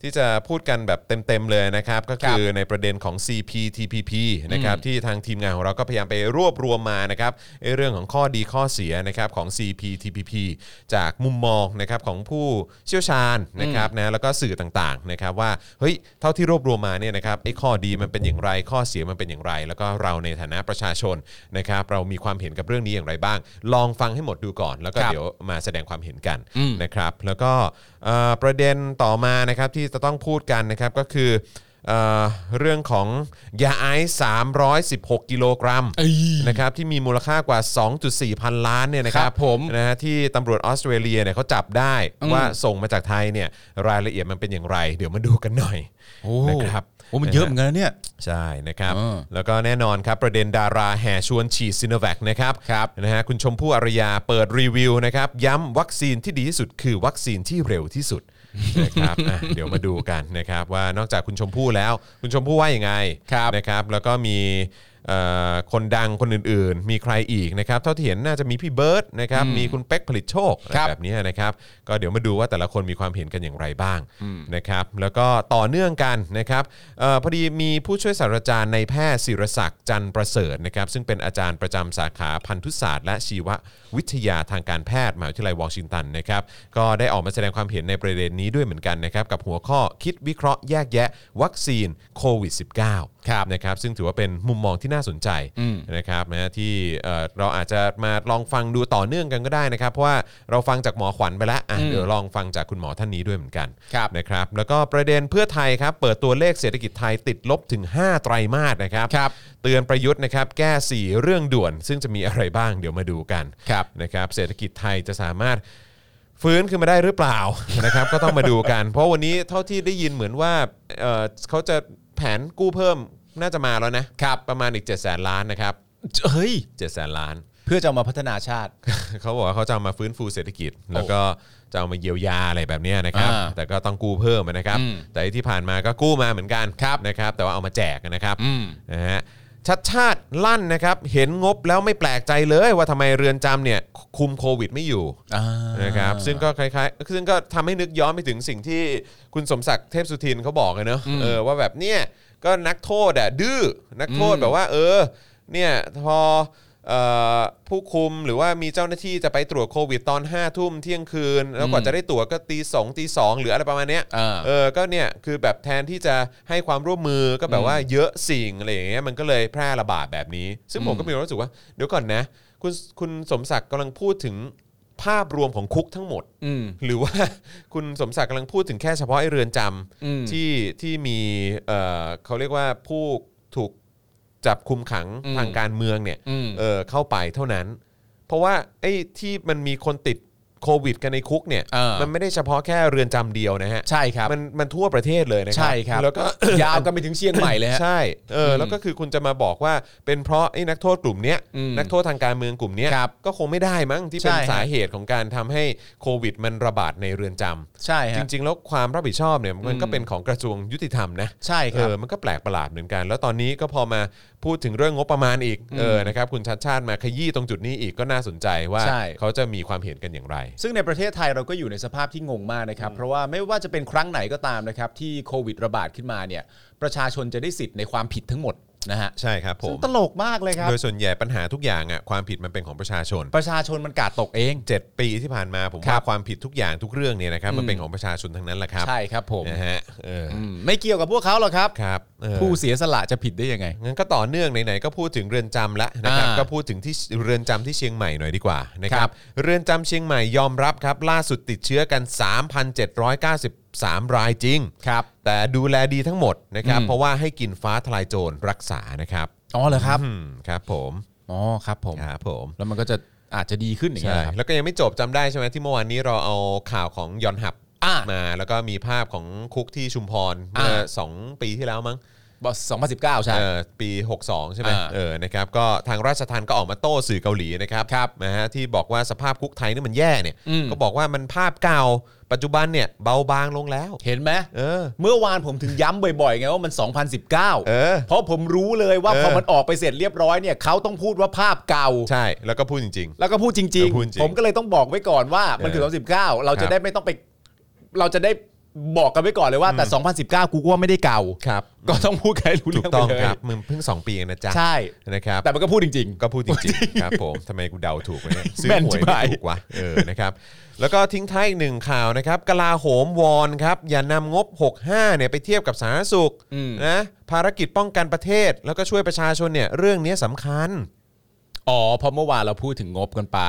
S2: ที่จะพูดกันแบบเต็มๆเลยนะครับ ก็คือในประเด็นของ CPTPP นะครับที่ทางทีมงานของเราก็พยายามไปรวบรวมมานะครับไอ้เรื่องของข้อดีข้อเสียนะครับของ CPTPP จากมุมมองนะครับของผู้เชี่ยวชาญนะครับนะแล้วก็สื่อต่างๆนะครับว่าเฮ้ยเท่าที่รวบรวมมาเนี่ยนะครับไอ้ข้อดีมันเป็นอย่างไรข้อเสียมันเป็นอย่างไร แล้วก็เราในฐานะประชาชนนะครับเรามีความเห็นกับเรื่องนี้อย่างไรบ้าง ลองฟังให้หมดดูก่อนแล้วก็
S3: ครับ
S2: เดี๋ยว เดี๋ยวมาแสดงความเห็นกันนะครับแล้วก็เอ่อประเด็นต่อมานะครับที่จะต้องพูดกันนะครับก็คือเอ่อเรื่องของยาไอซ์316 กิโลกรัมนะครับที่มีมูลค่ากว่า 2.4 พันล้านเนี่ยนะครั
S3: ค
S2: บ
S3: รับผม
S2: นะฮะที่ตำรวจออสเตรเลียเนี่ยเขาจับได้
S3: อืม
S2: ว่าส่งมาจากไทยเนี่ยรายละเอียดมันเป็นอย่างไร เดี๋ยวมาดูกันหน่อยนะครับ
S3: โอ้มันเยอะ
S2: ฮ
S3: เหมือนกันนะเนี่ย
S2: ใช่นะครับ
S3: อ่า
S2: แล้วก็แน่นอนครับประเด็นดาราแห่ชวนฉีดซิโนแวคนะครับ
S3: ครับ
S2: นะฮะคุณชมพู่อารยาเปิดรีวิวนะครับย้ำวัคซีนที่ดีที่สุดคือวัคซีนที่เร็วที่สุด นะครับอ่ะเดี๋ยวมาดูกันนะครับว่านอกจากคุณชมพู่แล้ว คุณชมพู่ว่ายังไง
S3: ครับ
S2: นะครับแล้วก็มีเอ่อคนดังคนอื่นๆ มีใครอีกนะครับเท่าที่เห็นน่าจะมีพี่เบิร์ดนะครับมีคุณเป๊กผลิตโชคอะไร
S3: ครับ
S2: แบบ แบบนี้นะครับก็เดี๋ยวมาดูว่าแต่ละคนมีความเห็นกันอย่างไรบ้างนะครับแล้วก็ต่อเนื่องกันนะครับเออพอดีมีผู้ช่วยศาสตราจารย์ในายแพทย์ศิรศักดิ์จันทร์ประเสริฐนะครับซึ่งเป็นอาจารย์ประจำสาขาพันธุศาสตร์และชีววิทยาทางการแพทย์มหาวิทยาลัยวอชิงตันนะครับก็ได้ออกมาแสดงความเห็นในประเด็นนี้ด้วยเหมือนกันนะครับกับหัวข้อคิดวิเคราะห์แยกแยะ วัคซีนโควิด -19
S3: ครับ
S2: นะครับซึ่งถือว่าเป็นมุมมองที่น่าสนใจนะครับนะที่เอ่อเราอาจจะมาลองฟังดูต่อเนื่องกันก็ได้นะครับ เพราะว่าเราฟังจากหมอขวัญไปแล้วอ่ะเดี๋ยวลองฟังจากคุณหมอท่านนี้ด้วยเหมือนกัน
S3: ครับ
S2: นะครับแล้วก็ประเด็นเพื่อไทยครับเปิดตัวเลขเศรษฐกิจไทยติดลบถึง 5 ไตรมาสนะครับ
S3: ครับ
S2: เตือนประยุทธ์นะครับแก้ 4 เรื่องด่วน ซึ่งจะมีอะไรบ้างเดี๋ยวมาดูกัน
S3: ครับ
S2: นะครับเศรษฐกิจไทยจะสามารถฟื้นขึ้นมาได้หรือเปล่า นะครับก็ต้องมาดูกัน เพราะวันนี้เท่าที่ได้ยินเหมือนว่าเอ่อเขาจะแผนกู้เพิ่มน่าจะมาแล้วนะครับประมาณอีก 7 0 0 0 0ล้านนะครับ
S3: เฮ้ย
S2: 7 0 0 0 0ล้าน
S3: เพื่อจะเอามาพัฒนาชาติ
S2: เขาบอกว่าเขาจะเอามาฟื้นฟูเศรษฐกิจ แล้วก็จะเอามาเยียวยาอะไรแบบเนี้ยนะครับ
S3: อ่า
S2: แต่ก็ต้องกู้เพิ่มนะครับ
S3: อืม
S2: แต่ที่ผ่านมาก็กู้มาเหมือนกันนะครับ แต่ว่าเอามาแจกนะครับ
S3: อืม
S2: นะฮะชัดชาติลั่นนะครับ เห็นงบแล้วไม่แปลกใจเลยว่าทำไมเรือนจำเนี่ยคุมโควิดไม่อยู่
S3: อ่า
S2: นะครับซึ่งก็คล้ายๆซึ่งก็ทำให้นึกย้อนไปถึงสิ่งที่คุณสมศักดิ์เทพสุทินเขาบอกเลยเนอะเออว่าแบบเนี่ยก็นักโทษอะดื้อนักโทษแบบว่า เออเนี่ยพอเอ่อผู้คุมหรือว่ามีเจ้าหน้าที่จะไปตรวจโควิดตอน5้าทุ่มเที่ยงคืน แล้วกว่าจะได้ตรวจก็ตีสองตีสองหรืออะไรประมาณเนี้ย
S3: อ่า
S2: เออ ก็เนี่ย คือแบบแทนที่จะให้ความร่วมมือก็แบบว่าเยอะสิ่งอะไรอย่างเงี้ย มันก็เลยแพร่ระบาดแบบนี้ ซึ่งผมก็มีความรู้สึกว่า เดี๋ยวก่อนนะ คุณคุณสมศักดิ์กำลังพูดถึงภาพรวมของคุกทั้งหมด
S3: อืม
S2: หรือว่า คุณสมศักดิ์กำลังพูดถึงแค่เฉพาะไอ้เรือนจ
S3: อืม
S2: ำที่ที่มีเออเขาเรียกว่าผู้ถูกจับคุมขัง
S3: อืม
S2: ทางการเมืองเนี่ย
S3: อืม
S2: เออเข้าไปเท่านั้น เพราะว่าไอ้ที่มันมีคนติดโควิด กันในคุกเนี่ย
S3: เออ
S2: มันไม่ได้เฉพาะแค่เรือนจำเดียวนะฮะ
S3: ใช่ครับ
S2: มันมันทั่วประเทศเลยนะครั
S3: ใช่ครับ
S2: แล้วก็
S3: ยาวกันไปถึงเชียงใหม่เลยฮะ
S2: ใช่เอออ
S3: ม
S2: แล้วก็คือคุณจะมาบอกว่าเป็นเพราะไอ้นักโทษกลุ่มเนี้ย
S3: อืม
S2: นักโทษทางการเมืองกลุ่มเนี้ย
S3: ครับ
S2: ก็คงไม่ได้มั้งที่เป็น
S3: ใช่ฮะ
S2: สาเหตุของการทำให้โควิด มันระบาดในเรือนจำ
S3: ใช่
S2: จ
S3: ฮะ
S2: ริง ๆ แล้วความรับผิดชอบเนี่ยมันก็
S3: อืม
S2: เป็นของกระทรวงยุติธรรมนะ
S3: ใช่ค
S2: เอ
S3: รับ
S2: อ มันก็แปลกประหลาดเหมือนกัน แล้วตอนนี้ก็พอมาพูดถึงเรื่องงบประมาณอีก เออ นะครับ คุณชัดชาติมาขยี้ตรงจุดนี้อีกก็น่าสนใจว่า
S3: ใช่
S2: เขาจะมีความเห็นกันอย่างไร
S3: ซึ่งในประเทศไทยเราก็อยู่ในสภาพที่งงมากนะครับ เพราะว่าไม่ว่าจะเป็นครั้งไหนก็ตามนะครับ ที่โควิดระบาดขึ้นมาเนี่ย ประชาชนจะได้สิทธิ์ในความผิดทั้งหมด นะฮะ
S2: ใช่ครับผ
S3: ซึ่
S2: ม
S3: งตลกมากเลยครับ
S2: โดยส่วนใหญ่ปัญหาทุกอย่างอ่ะความผิดมันเป็นของประชาชน
S3: ประชาชนมันกาดตกเอง
S2: 7 ปีที่ผ่านมาผม
S3: ครั
S2: ว่า
S3: บ
S2: ความผิดทุกอย่างทุกเรื่องเนี่ยนะครับมัน
S3: อืม
S2: เป็นของประชาชนทั้งนั้นแหละครับ
S3: ใช่ครับผม
S2: นะฮะเอออ
S3: อืมไม่เกี่ยวกับพวกเขาหรอกครับ
S2: ครับเออ
S3: ผู้เสียสละจะผิดได้ยังไง
S2: งั้นก็ต่อเนื่องไหนๆก็พูดถึงเรือนจำแล้วนะครับ
S3: อ่า
S2: ก็พูดถึงที่เรือนจำที่เชียงใหม่หน่อยดีกว่านะค
S3: ค
S2: รั
S3: รั
S2: บบ เรือนจำเชียงใหม่ยอมรับครับ ล่าสุดติดเชื้อกัน 3,793 รายจริง
S3: ครับ
S2: แต่ดูแลดีทั้งหมดนะครับ
S3: อืม
S2: เพราะว่าให้กินฟ้าทลายโจรรักษานะครับ
S3: อ๋อเหรอครับ
S2: อืมครับผม
S3: อ๋อครับผม
S2: ครับผม
S3: แล้วมันก็จะอาจจะดีขึ้นอย่างเงี้
S2: ใช่
S3: ยครับ
S2: แล้วก็ยังไม่จบจำได้ใช่ไหมที่เมื่อวานนี้เราเอาข่าวของยอนหับ
S3: อ่า
S2: มา แล้วก็มีภาพของคุกที่ชุมพรเมื่ออา สองปีที่แล้วมั้ง
S3: บอส2019 ใช่
S2: เออปี 62 ใช่ไหม
S3: อ่า
S2: เออนะครับก็ทางราชทันก็ออกมาโต้สื่อเกาหลีนะครับ
S3: ครับ
S2: นะฮะที่บอกว่าสภาพคุกไทยนี่มันแย่เนี่ย
S3: อืม
S2: ก็บอกว่ามันภาพเก่าปัจจุบันเนี่ยเบาบางลงแล้ว
S3: เห็นไหม
S2: เออ
S3: เมื่อวานผมถึงย้ำบ่อยๆไงว่ามัน 2019 เ
S2: เออ
S3: พราะผมรู้เลยว่า
S2: เออ
S3: พอมันออกไปเสร็จเรียบร้อยเนี่ยเขาต้องพูดว่าภาพเก่า
S2: ใช่แล้วก็พูดจริง
S3: แล้วก็พูดจ
S2: เอ
S3: ริง
S2: อพูดจริง
S3: ผมก็เลยต้องบอกไว้ก่อนว่ามันถึง
S2: เออ
S3: 2019 เรา
S2: ครั
S3: จะ
S2: บ
S3: ได้ไม่ต้องไป เราจะได้บอกกันไว้ก่อนเลยว่าแต่ 2019 กูก็ว่าไม่ได้เก่า
S2: ๆ ครับ
S3: ก็ต้องพูดกันให้รู้
S2: ถู
S3: เรื่อก งไป
S2: ต้อง
S3: เลย
S2: ครับมึงเพิ่ง 2 ปีเองนะจ๊ะ
S3: ใช่
S2: นะครับ
S3: แต่มันก็พูดจริง
S2: ก็พูดจริงๆครับผมทำไมกูเดาถูกวะเนี่ยซื้อ
S3: แม่น
S2: หวย
S3: ชิบหาย
S2: ไม่ถูกวะเออนะครับแล้วก็ทิ้งท้ายอีกหนึ่งข่าวนะครับกลาโหมวอนครับ อย่านำงบ 65เนี่ยไปเทียบกับสาธารณสุขนะภารกิจป้องกันประเทศ แล้วก็ช่วยประชาชนเนี่ยเรื่องนี้สำคัญ
S3: ๆ อ๋อเพราะเมื่อวานเราพูดถึงงบกันไป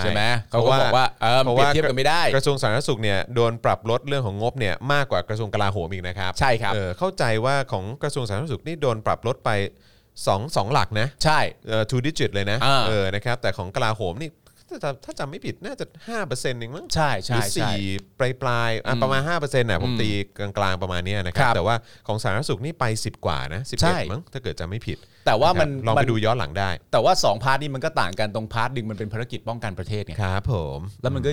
S2: ใช่
S3: ไหมเขาก็บอกว่าเออมัน
S2: พราะ
S3: เปรียบเทียบกันไม่ได้
S2: กระทรวงสาธารณสุขเนี่ยโดนปรับลดเรื่องของงบเนี่ยมากกว่ากระทรวงกลาโหมอีกนะครับ
S3: ใช่ครับ
S2: เออเข้าใจว่าของกระทรวงสาธารณสุขนี่โดนปรับลดไปสองสองหลักนะ
S3: ใช่
S2: เอ่อ two digit เลยนะ
S3: อ่า
S2: เออนะครับแต่ของกลาโหมนี่ถ้าจำถ้าจำไม่ผิดน่าจะ5%เองมั้ง
S3: ใช่
S2: หรื
S3: ใช่
S2: อ
S3: ใช่
S2: สี่ปลายปลายๆอ่ะประมาณ5%น่ะผม
S3: อืม
S2: ตีกลางๆประมาณเนี้ยนะครับ
S3: ครับ
S2: แต่ว่าของสาธารณสุขนี่ไป 10 กว่านะ
S3: ใช่
S2: 11มั้งถ้าเกิดจำไม่ผิด
S3: แต่ว่ามัน
S2: นะครับลอง
S3: มั
S2: ไป
S3: น
S2: ดูย้อนหลังได้
S3: แต่ว่าสองพาร์ทนี่มันก็ต่างกันตรงพาร์ทหนึ่งมันเป็นภารกิจป้องกันประเทศไง
S2: ครับผม
S3: แล้วมันก็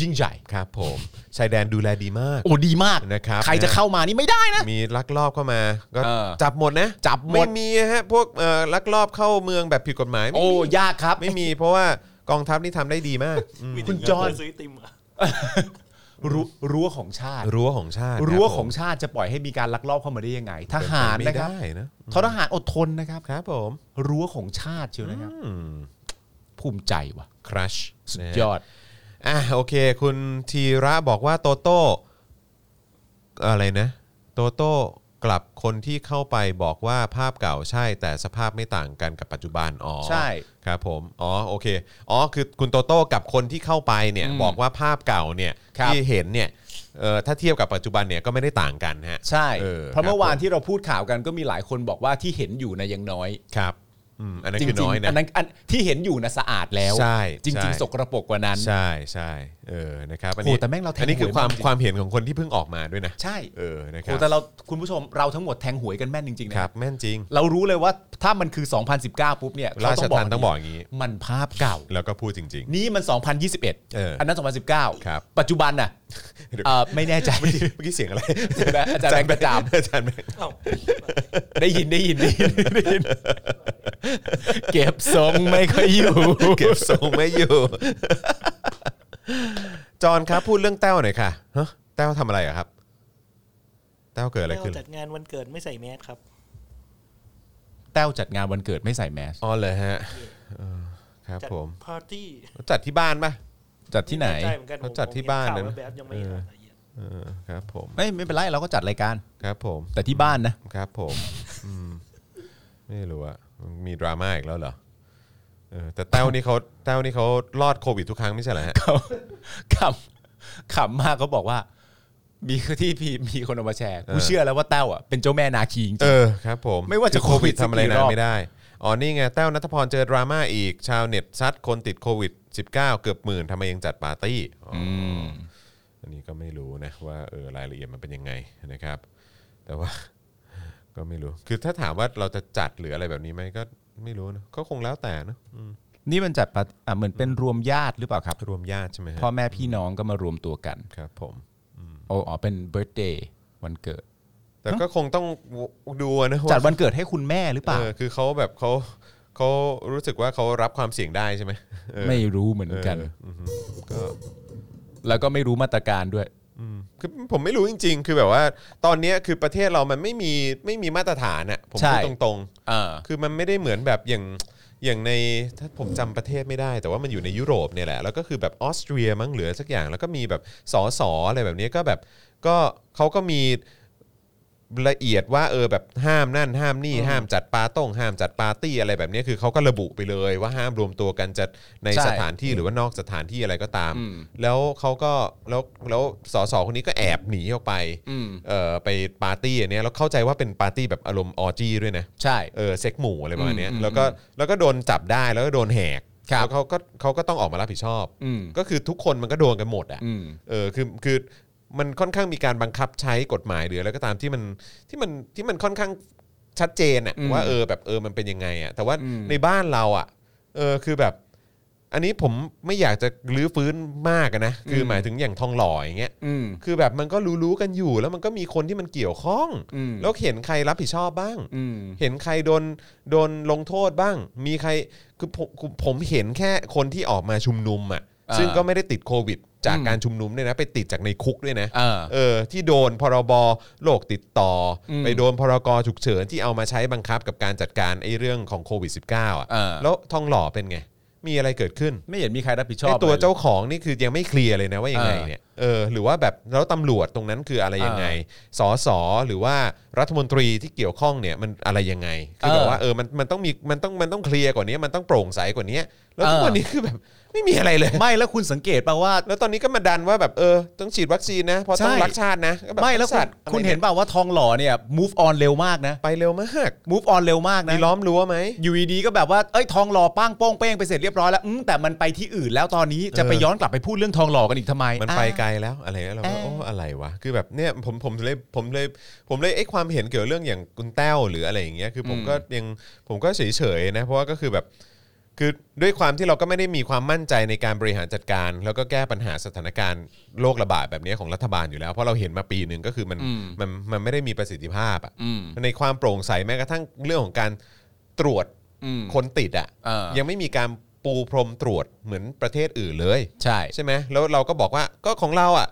S3: ยิ่งใหญ่
S2: ครับผมชายแดนดูแลดีมาก
S3: โอ้ดีมาก
S2: นะครับ
S3: ใครจะเข้ามานี่ไม่ได้นะ
S2: มีลักลอบเข้ามาก็
S3: เออ
S2: จับหมดนะ
S3: จับหมด
S2: ไม่มีฮะพวกเอ่อลักลอบเข้าเมืองแบบผิดกฎหมายไม่
S3: โอ้
S2: มี
S3: ยากครับ
S2: ไม่มีเพราะว่ากองทัพนี่ทำได้ดีมากอืม
S4: มีแต่
S3: คุณ
S4: เงิน
S3: จอห์น
S4: ซื้อไติมเหรอ่ะ
S3: รั้วรั้วของชาติ
S2: รั้วของชาติคบ
S3: รั้ว
S2: ผม
S3: ของชาติจะปล่อยให้มีการลักลอบเข้ามาได้ยังไง ทหารนะครับ
S2: ไม่ได้นะ
S3: ทหารอดทนนะครับ
S2: ครับผม
S3: รั้วของชาติเชียวนะครับ ภูมิใจว่ะ
S2: ครัช
S3: สุดยอด
S2: อ่ะโอเค คุณธีระบอกว่าโตโต้อะไรนะ โตโต้กลับคนที่เข้าไปบอกว่าภาพเก่าใช่ แต่สภาพไม่ต่างกันกับปัจจุบันอ๋อ
S3: ใช่
S2: ครับผมอ๋อโอเคอ๋อคือคุณโตโต้กับคนที่เข้าไปเนี่ย
S3: อืม
S2: บอกว่าภาพเก่าเนี่ย
S3: ครับ
S2: ที่เห็นเนี่ยเอ่อถ้าเทียบกับปัจจุบันเนี่ยก็ไม่ได้ต่างกันฮะ
S3: ใช่
S2: เออ
S3: เพราะเมื่อวาน
S2: ครับผม
S3: ที่เราพูดข่าวกันก็มีหลายคนบอกว่าที่เห็นอยู่นะยังน้อย
S2: ครับอืมอันนั้น
S3: จ
S2: คือ
S3: ริง
S2: น้อย
S3: ๆ
S2: นะ
S3: อันนั้นอันที่เห็นอยู่นะสะอาดแล้ว
S2: ใช่
S3: จริง
S2: ใช่
S3: ๆ สกรปรกกว่านั้น
S2: ใช่ใช่เออนะครับอัน
S3: โห
S2: นี้
S3: แต่แม่งเราแทง
S2: อันนี้คือ
S3: หวย
S2: ความ
S3: มากจริง
S2: ความเห็นของคนที่เพิ่งออกมาด้วยนะ
S3: ใช่
S2: เออนะค
S3: โห
S2: รับ
S3: แต่เราคุณผู้ชมเราทั้งหมดแทงหวยกันแม่นจริงๆ
S2: ค
S3: นะ
S2: รับแม่นจริง
S3: เรารู้เลยว่าถ้ามันคือ 2019 ปุ๊บเนี่ย
S2: รา
S3: เข
S2: ชทันต้องบอกอย่างนี้
S3: มันภาพเก่า
S2: แล้วก็พูดจริง
S3: นี่มัน 2021
S2: เอออั
S3: นนั้น 2019
S2: ครับ
S3: ปัจจุบันน่ะเอ่อไม่ แน่ใจ
S2: ๆเมื่อกี้เสียง อะไร
S3: อาจารย์แบงค์กระจาม
S2: อาจารย์แบงค์
S4: เอ้า
S3: ได้ยินได้ยินได้ยินได้ยิน เก็บทรงไม่ค่อยอยู่
S2: เก็บทรงไม่อยู่ จอนครับพูดเรื่องแต้วหน่อยค่ะฮะแต้วทำอะไรอะครับ แต้วเกิดอะไร
S4: แต้ว
S2: ขึ้น
S4: จัดงานวันเกิดไม่ใส่แมสครับ
S3: แต้วจัดงานวันเกิดไม่ใส่แมส
S2: อ๋อเลยฮะเออครับ
S4: จัด
S2: ผม
S4: ปาร์ตี้
S2: จัดที่บ้านป่ะ
S3: จัดที่ไหน
S4: ม่แใจเมือนกัน
S2: เขาจัดที่บ้าน
S4: เล
S2: นะ
S4: แบบยังไม่เห็นรายละเอียด
S2: เออครับผม
S3: ไม่ไม่เป็นไรเราก็จัดรายการ
S2: ครับผม
S3: แต่ที่บ้านนะครับ
S2: ผมอืมไม่รู้อะมีดราม่าอีกแล้วเหรอเออแต่แต้วนี่เขาแต้วนี่เขารอดโควิดทุกครั้งไม่ใช่เหรอฮะ
S3: เขาขำข ำมากเขาบอกว่า มี ที่พีมีคนเอามาแชร์กูเชื่อแล้วว่าแต้วอ่ะเป็นเจ้าแม่นาคีจริง
S2: เออครับผม
S3: ไม่ว่าจะ
S2: คือโควิด
S3: โควิด
S2: ทำอะไร
S3: สัก
S2: นาร
S3: กี่
S2: น
S3: อบ
S2: ไม่ได้ อ๋อนี่ไงแต้วนัทพรเจอดราม่าอีกชาวเน็ตซัดคนติดโควิด -19 เกือบหมื่นทำไมยังจัดปาร์ตี้อ๋อออันนี้ก็ไม่รู้นะว่าเออรายละเอียดมันเป็นยังไงนะครับ แต่ว่า ก็ไม่รู้ คือถ้าถามว่าเราจะจัดหรืออะไรแบบนี้ไหมก็ไม่รู้นะก็คงแล้วแต่เนอะอืม
S3: ๆนี่มันจัดปาร์ตี้อ่ะเหมือนเป็นรวมญาติหรือเปล่าครับ
S2: รวมญาติใช่ไหมฮะ
S3: พ่อแม่พี่น้องก็มารวมตัวกัน
S2: ครับผม
S3: โอ้อ๋อเป็นเบิร์ตเดย์วันเกิด
S2: แต่ก็คงต้องดูนะว่า
S3: จัดวันเกิดให้คุณแม่หรือเปล่า
S2: เออคือเขาแบบเขาเขารู้สึกว่าเขารับความเสี่ยงได้ใช่ไหมเออ
S3: ไม่รู้เหมือนกัน
S2: เอออือฮึก็
S3: แล้วก็ไม่รู้มาตรการด้วย
S2: คือผมไม่รู้จริง ๆ คือแบบว่าตอนเนี้ยคือประเทศเรามันไม่มีไม่มีมาตรฐานอะผม
S3: ใช่
S2: พูดตรง
S3: เออ
S2: ๆ คือมันไม่ได้เหมือนแบบอย่างอย่างในถ้าผมจำประเทศไม่ได้ แต่ว่ามันอยู่ในยุโรปเนี่ยแหละแล้วก็คือแบบออสเตรียมั้งเหลือสักอย่าง แล้วก็มีแบบสอสออะไรแบบเนี้ยก็แบบก็เขาก็มีละเอียดว่าเออแบบห้ามนั่นห้ามนี่ห้ามจัดปาต้งห้ามจัดปาร์ตี้อะไรแบบเนี้ยคือเขาก็ระบุไปเลยว่าห้ามรวมตัวกันจัดใน
S3: ใช่
S2: สถานที่หรือว่านอกสถานที่อะไรก็ตาม
S3: อืม
S2: แล้วเขาก็แล้วแล้วสสคนนี้ก็แอบหนีออกไป
S3: อืม
S2: เอ่อไปปาร์ตี้อันเนี้ยแล้วเข้าใจว่าเป็นปาร์ตี้แบบอารมณ์ออร์จี้ด้วยนะ
S3: ใช่
S2: เออเซ็กหมู่อะไรประมาณเนี้ย
S3: อืม
S2: แล้วก็แล้วก็โดนจับได้แล้วก็โดนแหก
S3: ครับ
S2: แล้วเขาก็เขาก็ต้องออกมารับผิดชอบ
S3: อืม
S2: ก็คือทุกคนมันก็โดนกันหมดอ่ะ
S3: อืม
S2: เออคือคือมันค่อนข้างมีการบังคับใช้กฎหมายหรืออะไรก็ตามที่มันที่มันที่มันค่อนข้างชัดเจนอ่ะ
S3: อืม
S2: ว่าเออแบบเออมันเป็นยังไงอ่ะแต่ว่า
S3: อืม
S2: ในบ้านเราอ่ะเออคือแบบ อันนี้ผมไม่อยากจะรื้อฟื้นมากอะนะคือหมายถึงอย่างทองหล่ออย่างเงี้ย
S3: อืม
S2: คือแบบมันก็รู้ๆกันอยู่ แล้วมันก็มีคนที่มันเกี่ยวข้อง
S3: อืม
S2: แล้วเห็นใครรับผิดชอบบ้าง
S3: อืม
S2: เห็นใครโดนโดนลงโทษบ้าง มีใครคือผมผมผมเห็นแค่คนที่ออกมาชุมนุมอ่ะ
S3: อ่า
S2: ซึ่งก็ไม่ได้ติดโควิด จาก
S3: อืม
S2: การชุมนุมเนี่ยนะไปติดจากในคุกด้วยนะ
S3: เออ
S2: เออที่โดนพรบโรคติดต่ออ
S3: ม
S2: ไปโดนพรกฉุกเฉินที่เอามาใช้บังคับกับการจัดการไอ้เรื่องของโควิด -19 อ่ะ
S3: เออ
S2: แล้วทองหล่อเป็นไง มีอะไรเกิดขึ้น
S3: ไม่เห็นมีใครรับผิดชอ
S2: ไอบ ตัว
S3: ลย
S2: เจ้าของนี่คือยังไม่เคลียร์เลยนะว่ายังไง
S3: เออ
S2: เนี่ยเออหรือว่าแบบแล้วตำรวจตรงนั้นคืออะไรยังไงสอสอหรือว่ารัฐมนตรีที่เกี่ยวข้องเนี่ยมันอะไรยังไงคือ
S3: เออ
S2: แบบว่าเออมันมันต้องมีมันต้องมันต้องเคลียร์กว่านี้มันต้องโปร่งใสกว่านี้แล้วทุก
S3: เออ
S2: วันนี้คือแบบไม่มีอะไรเลย
S3: ไม่แล้วคุณสังเกตป่าว่า
S2: แล้วตอนนี้ก็มาดันว่าแบบเออต้องฉีดวัคซีนนะเพราะต้อง
S3: ใช่
S2: รักชาตินะก็บบ
S3: ไม่แล้วคุณ
S2: สัตว์
S3: คุณ
S2: อะไร
S3: เห็นเปล่าว่าทองหล่อเนี่ย move on เร็วมากนะ
S2: ไปเร็วมาก
S3: move on เร็วมากนะ
S2: มีล้อมรั้วไหม
S3: อยู่ดีๆก็แบบว่าเอ้ยทองหล่อป้างโป้งเป้งไปเสร็จเรียบร้อยแล้วอืมแต่มันไปที่อื่นแล้วตอนนี้จะไป
S2: เออ
S3: ย้อนกลับไปพูดเรื่องทองหล่อกันอีกทำไม
S2: มันไป
S3: อ่า
S2: ไกลแล้วอะไรแล้วเราก็
S3: อ่า
S2: โอ้อะไรวะคือแบบเนี่ยผมผมเลยผมเลยผมเลยไอ้ความเห็นเกี่ยวเรื่องอย่างคุณแต้วหรืออะไรอย่างเงี้ยคือผม
S3: อืม
S2: ก็ยังผมก็เฉยๆนะเพราะว่าก็คือแบบคือด้วยความที่เราก็ไม่ได้มีความมั่นใจในการบริหารจัดการ แล้วก็แก้ปัญหาสถานการณ์โรคระบาดแบบเนี้ยของรัฐบาลอยู่แล้วเพราะเราเห็นมาปีหนึ่งก็คือมัน
S3: อืม
S2: มันมันไม่ได้มีประสิทธิภาพอะ
S3: อืม
S2: ในความโปร่งใสแม้กระทั่งเรื่องของการตรวจ
S3: อืม
S2: คนติดอ่ะ
S3: อ่ายั
S2: ยังไม่มีการปูพรมตรวจเหมือนประเทศอื่นเลย
S3: ใช่
S2: ใช่ไหมแล้วเราก็บอกว่าก็ของเราอ่ะ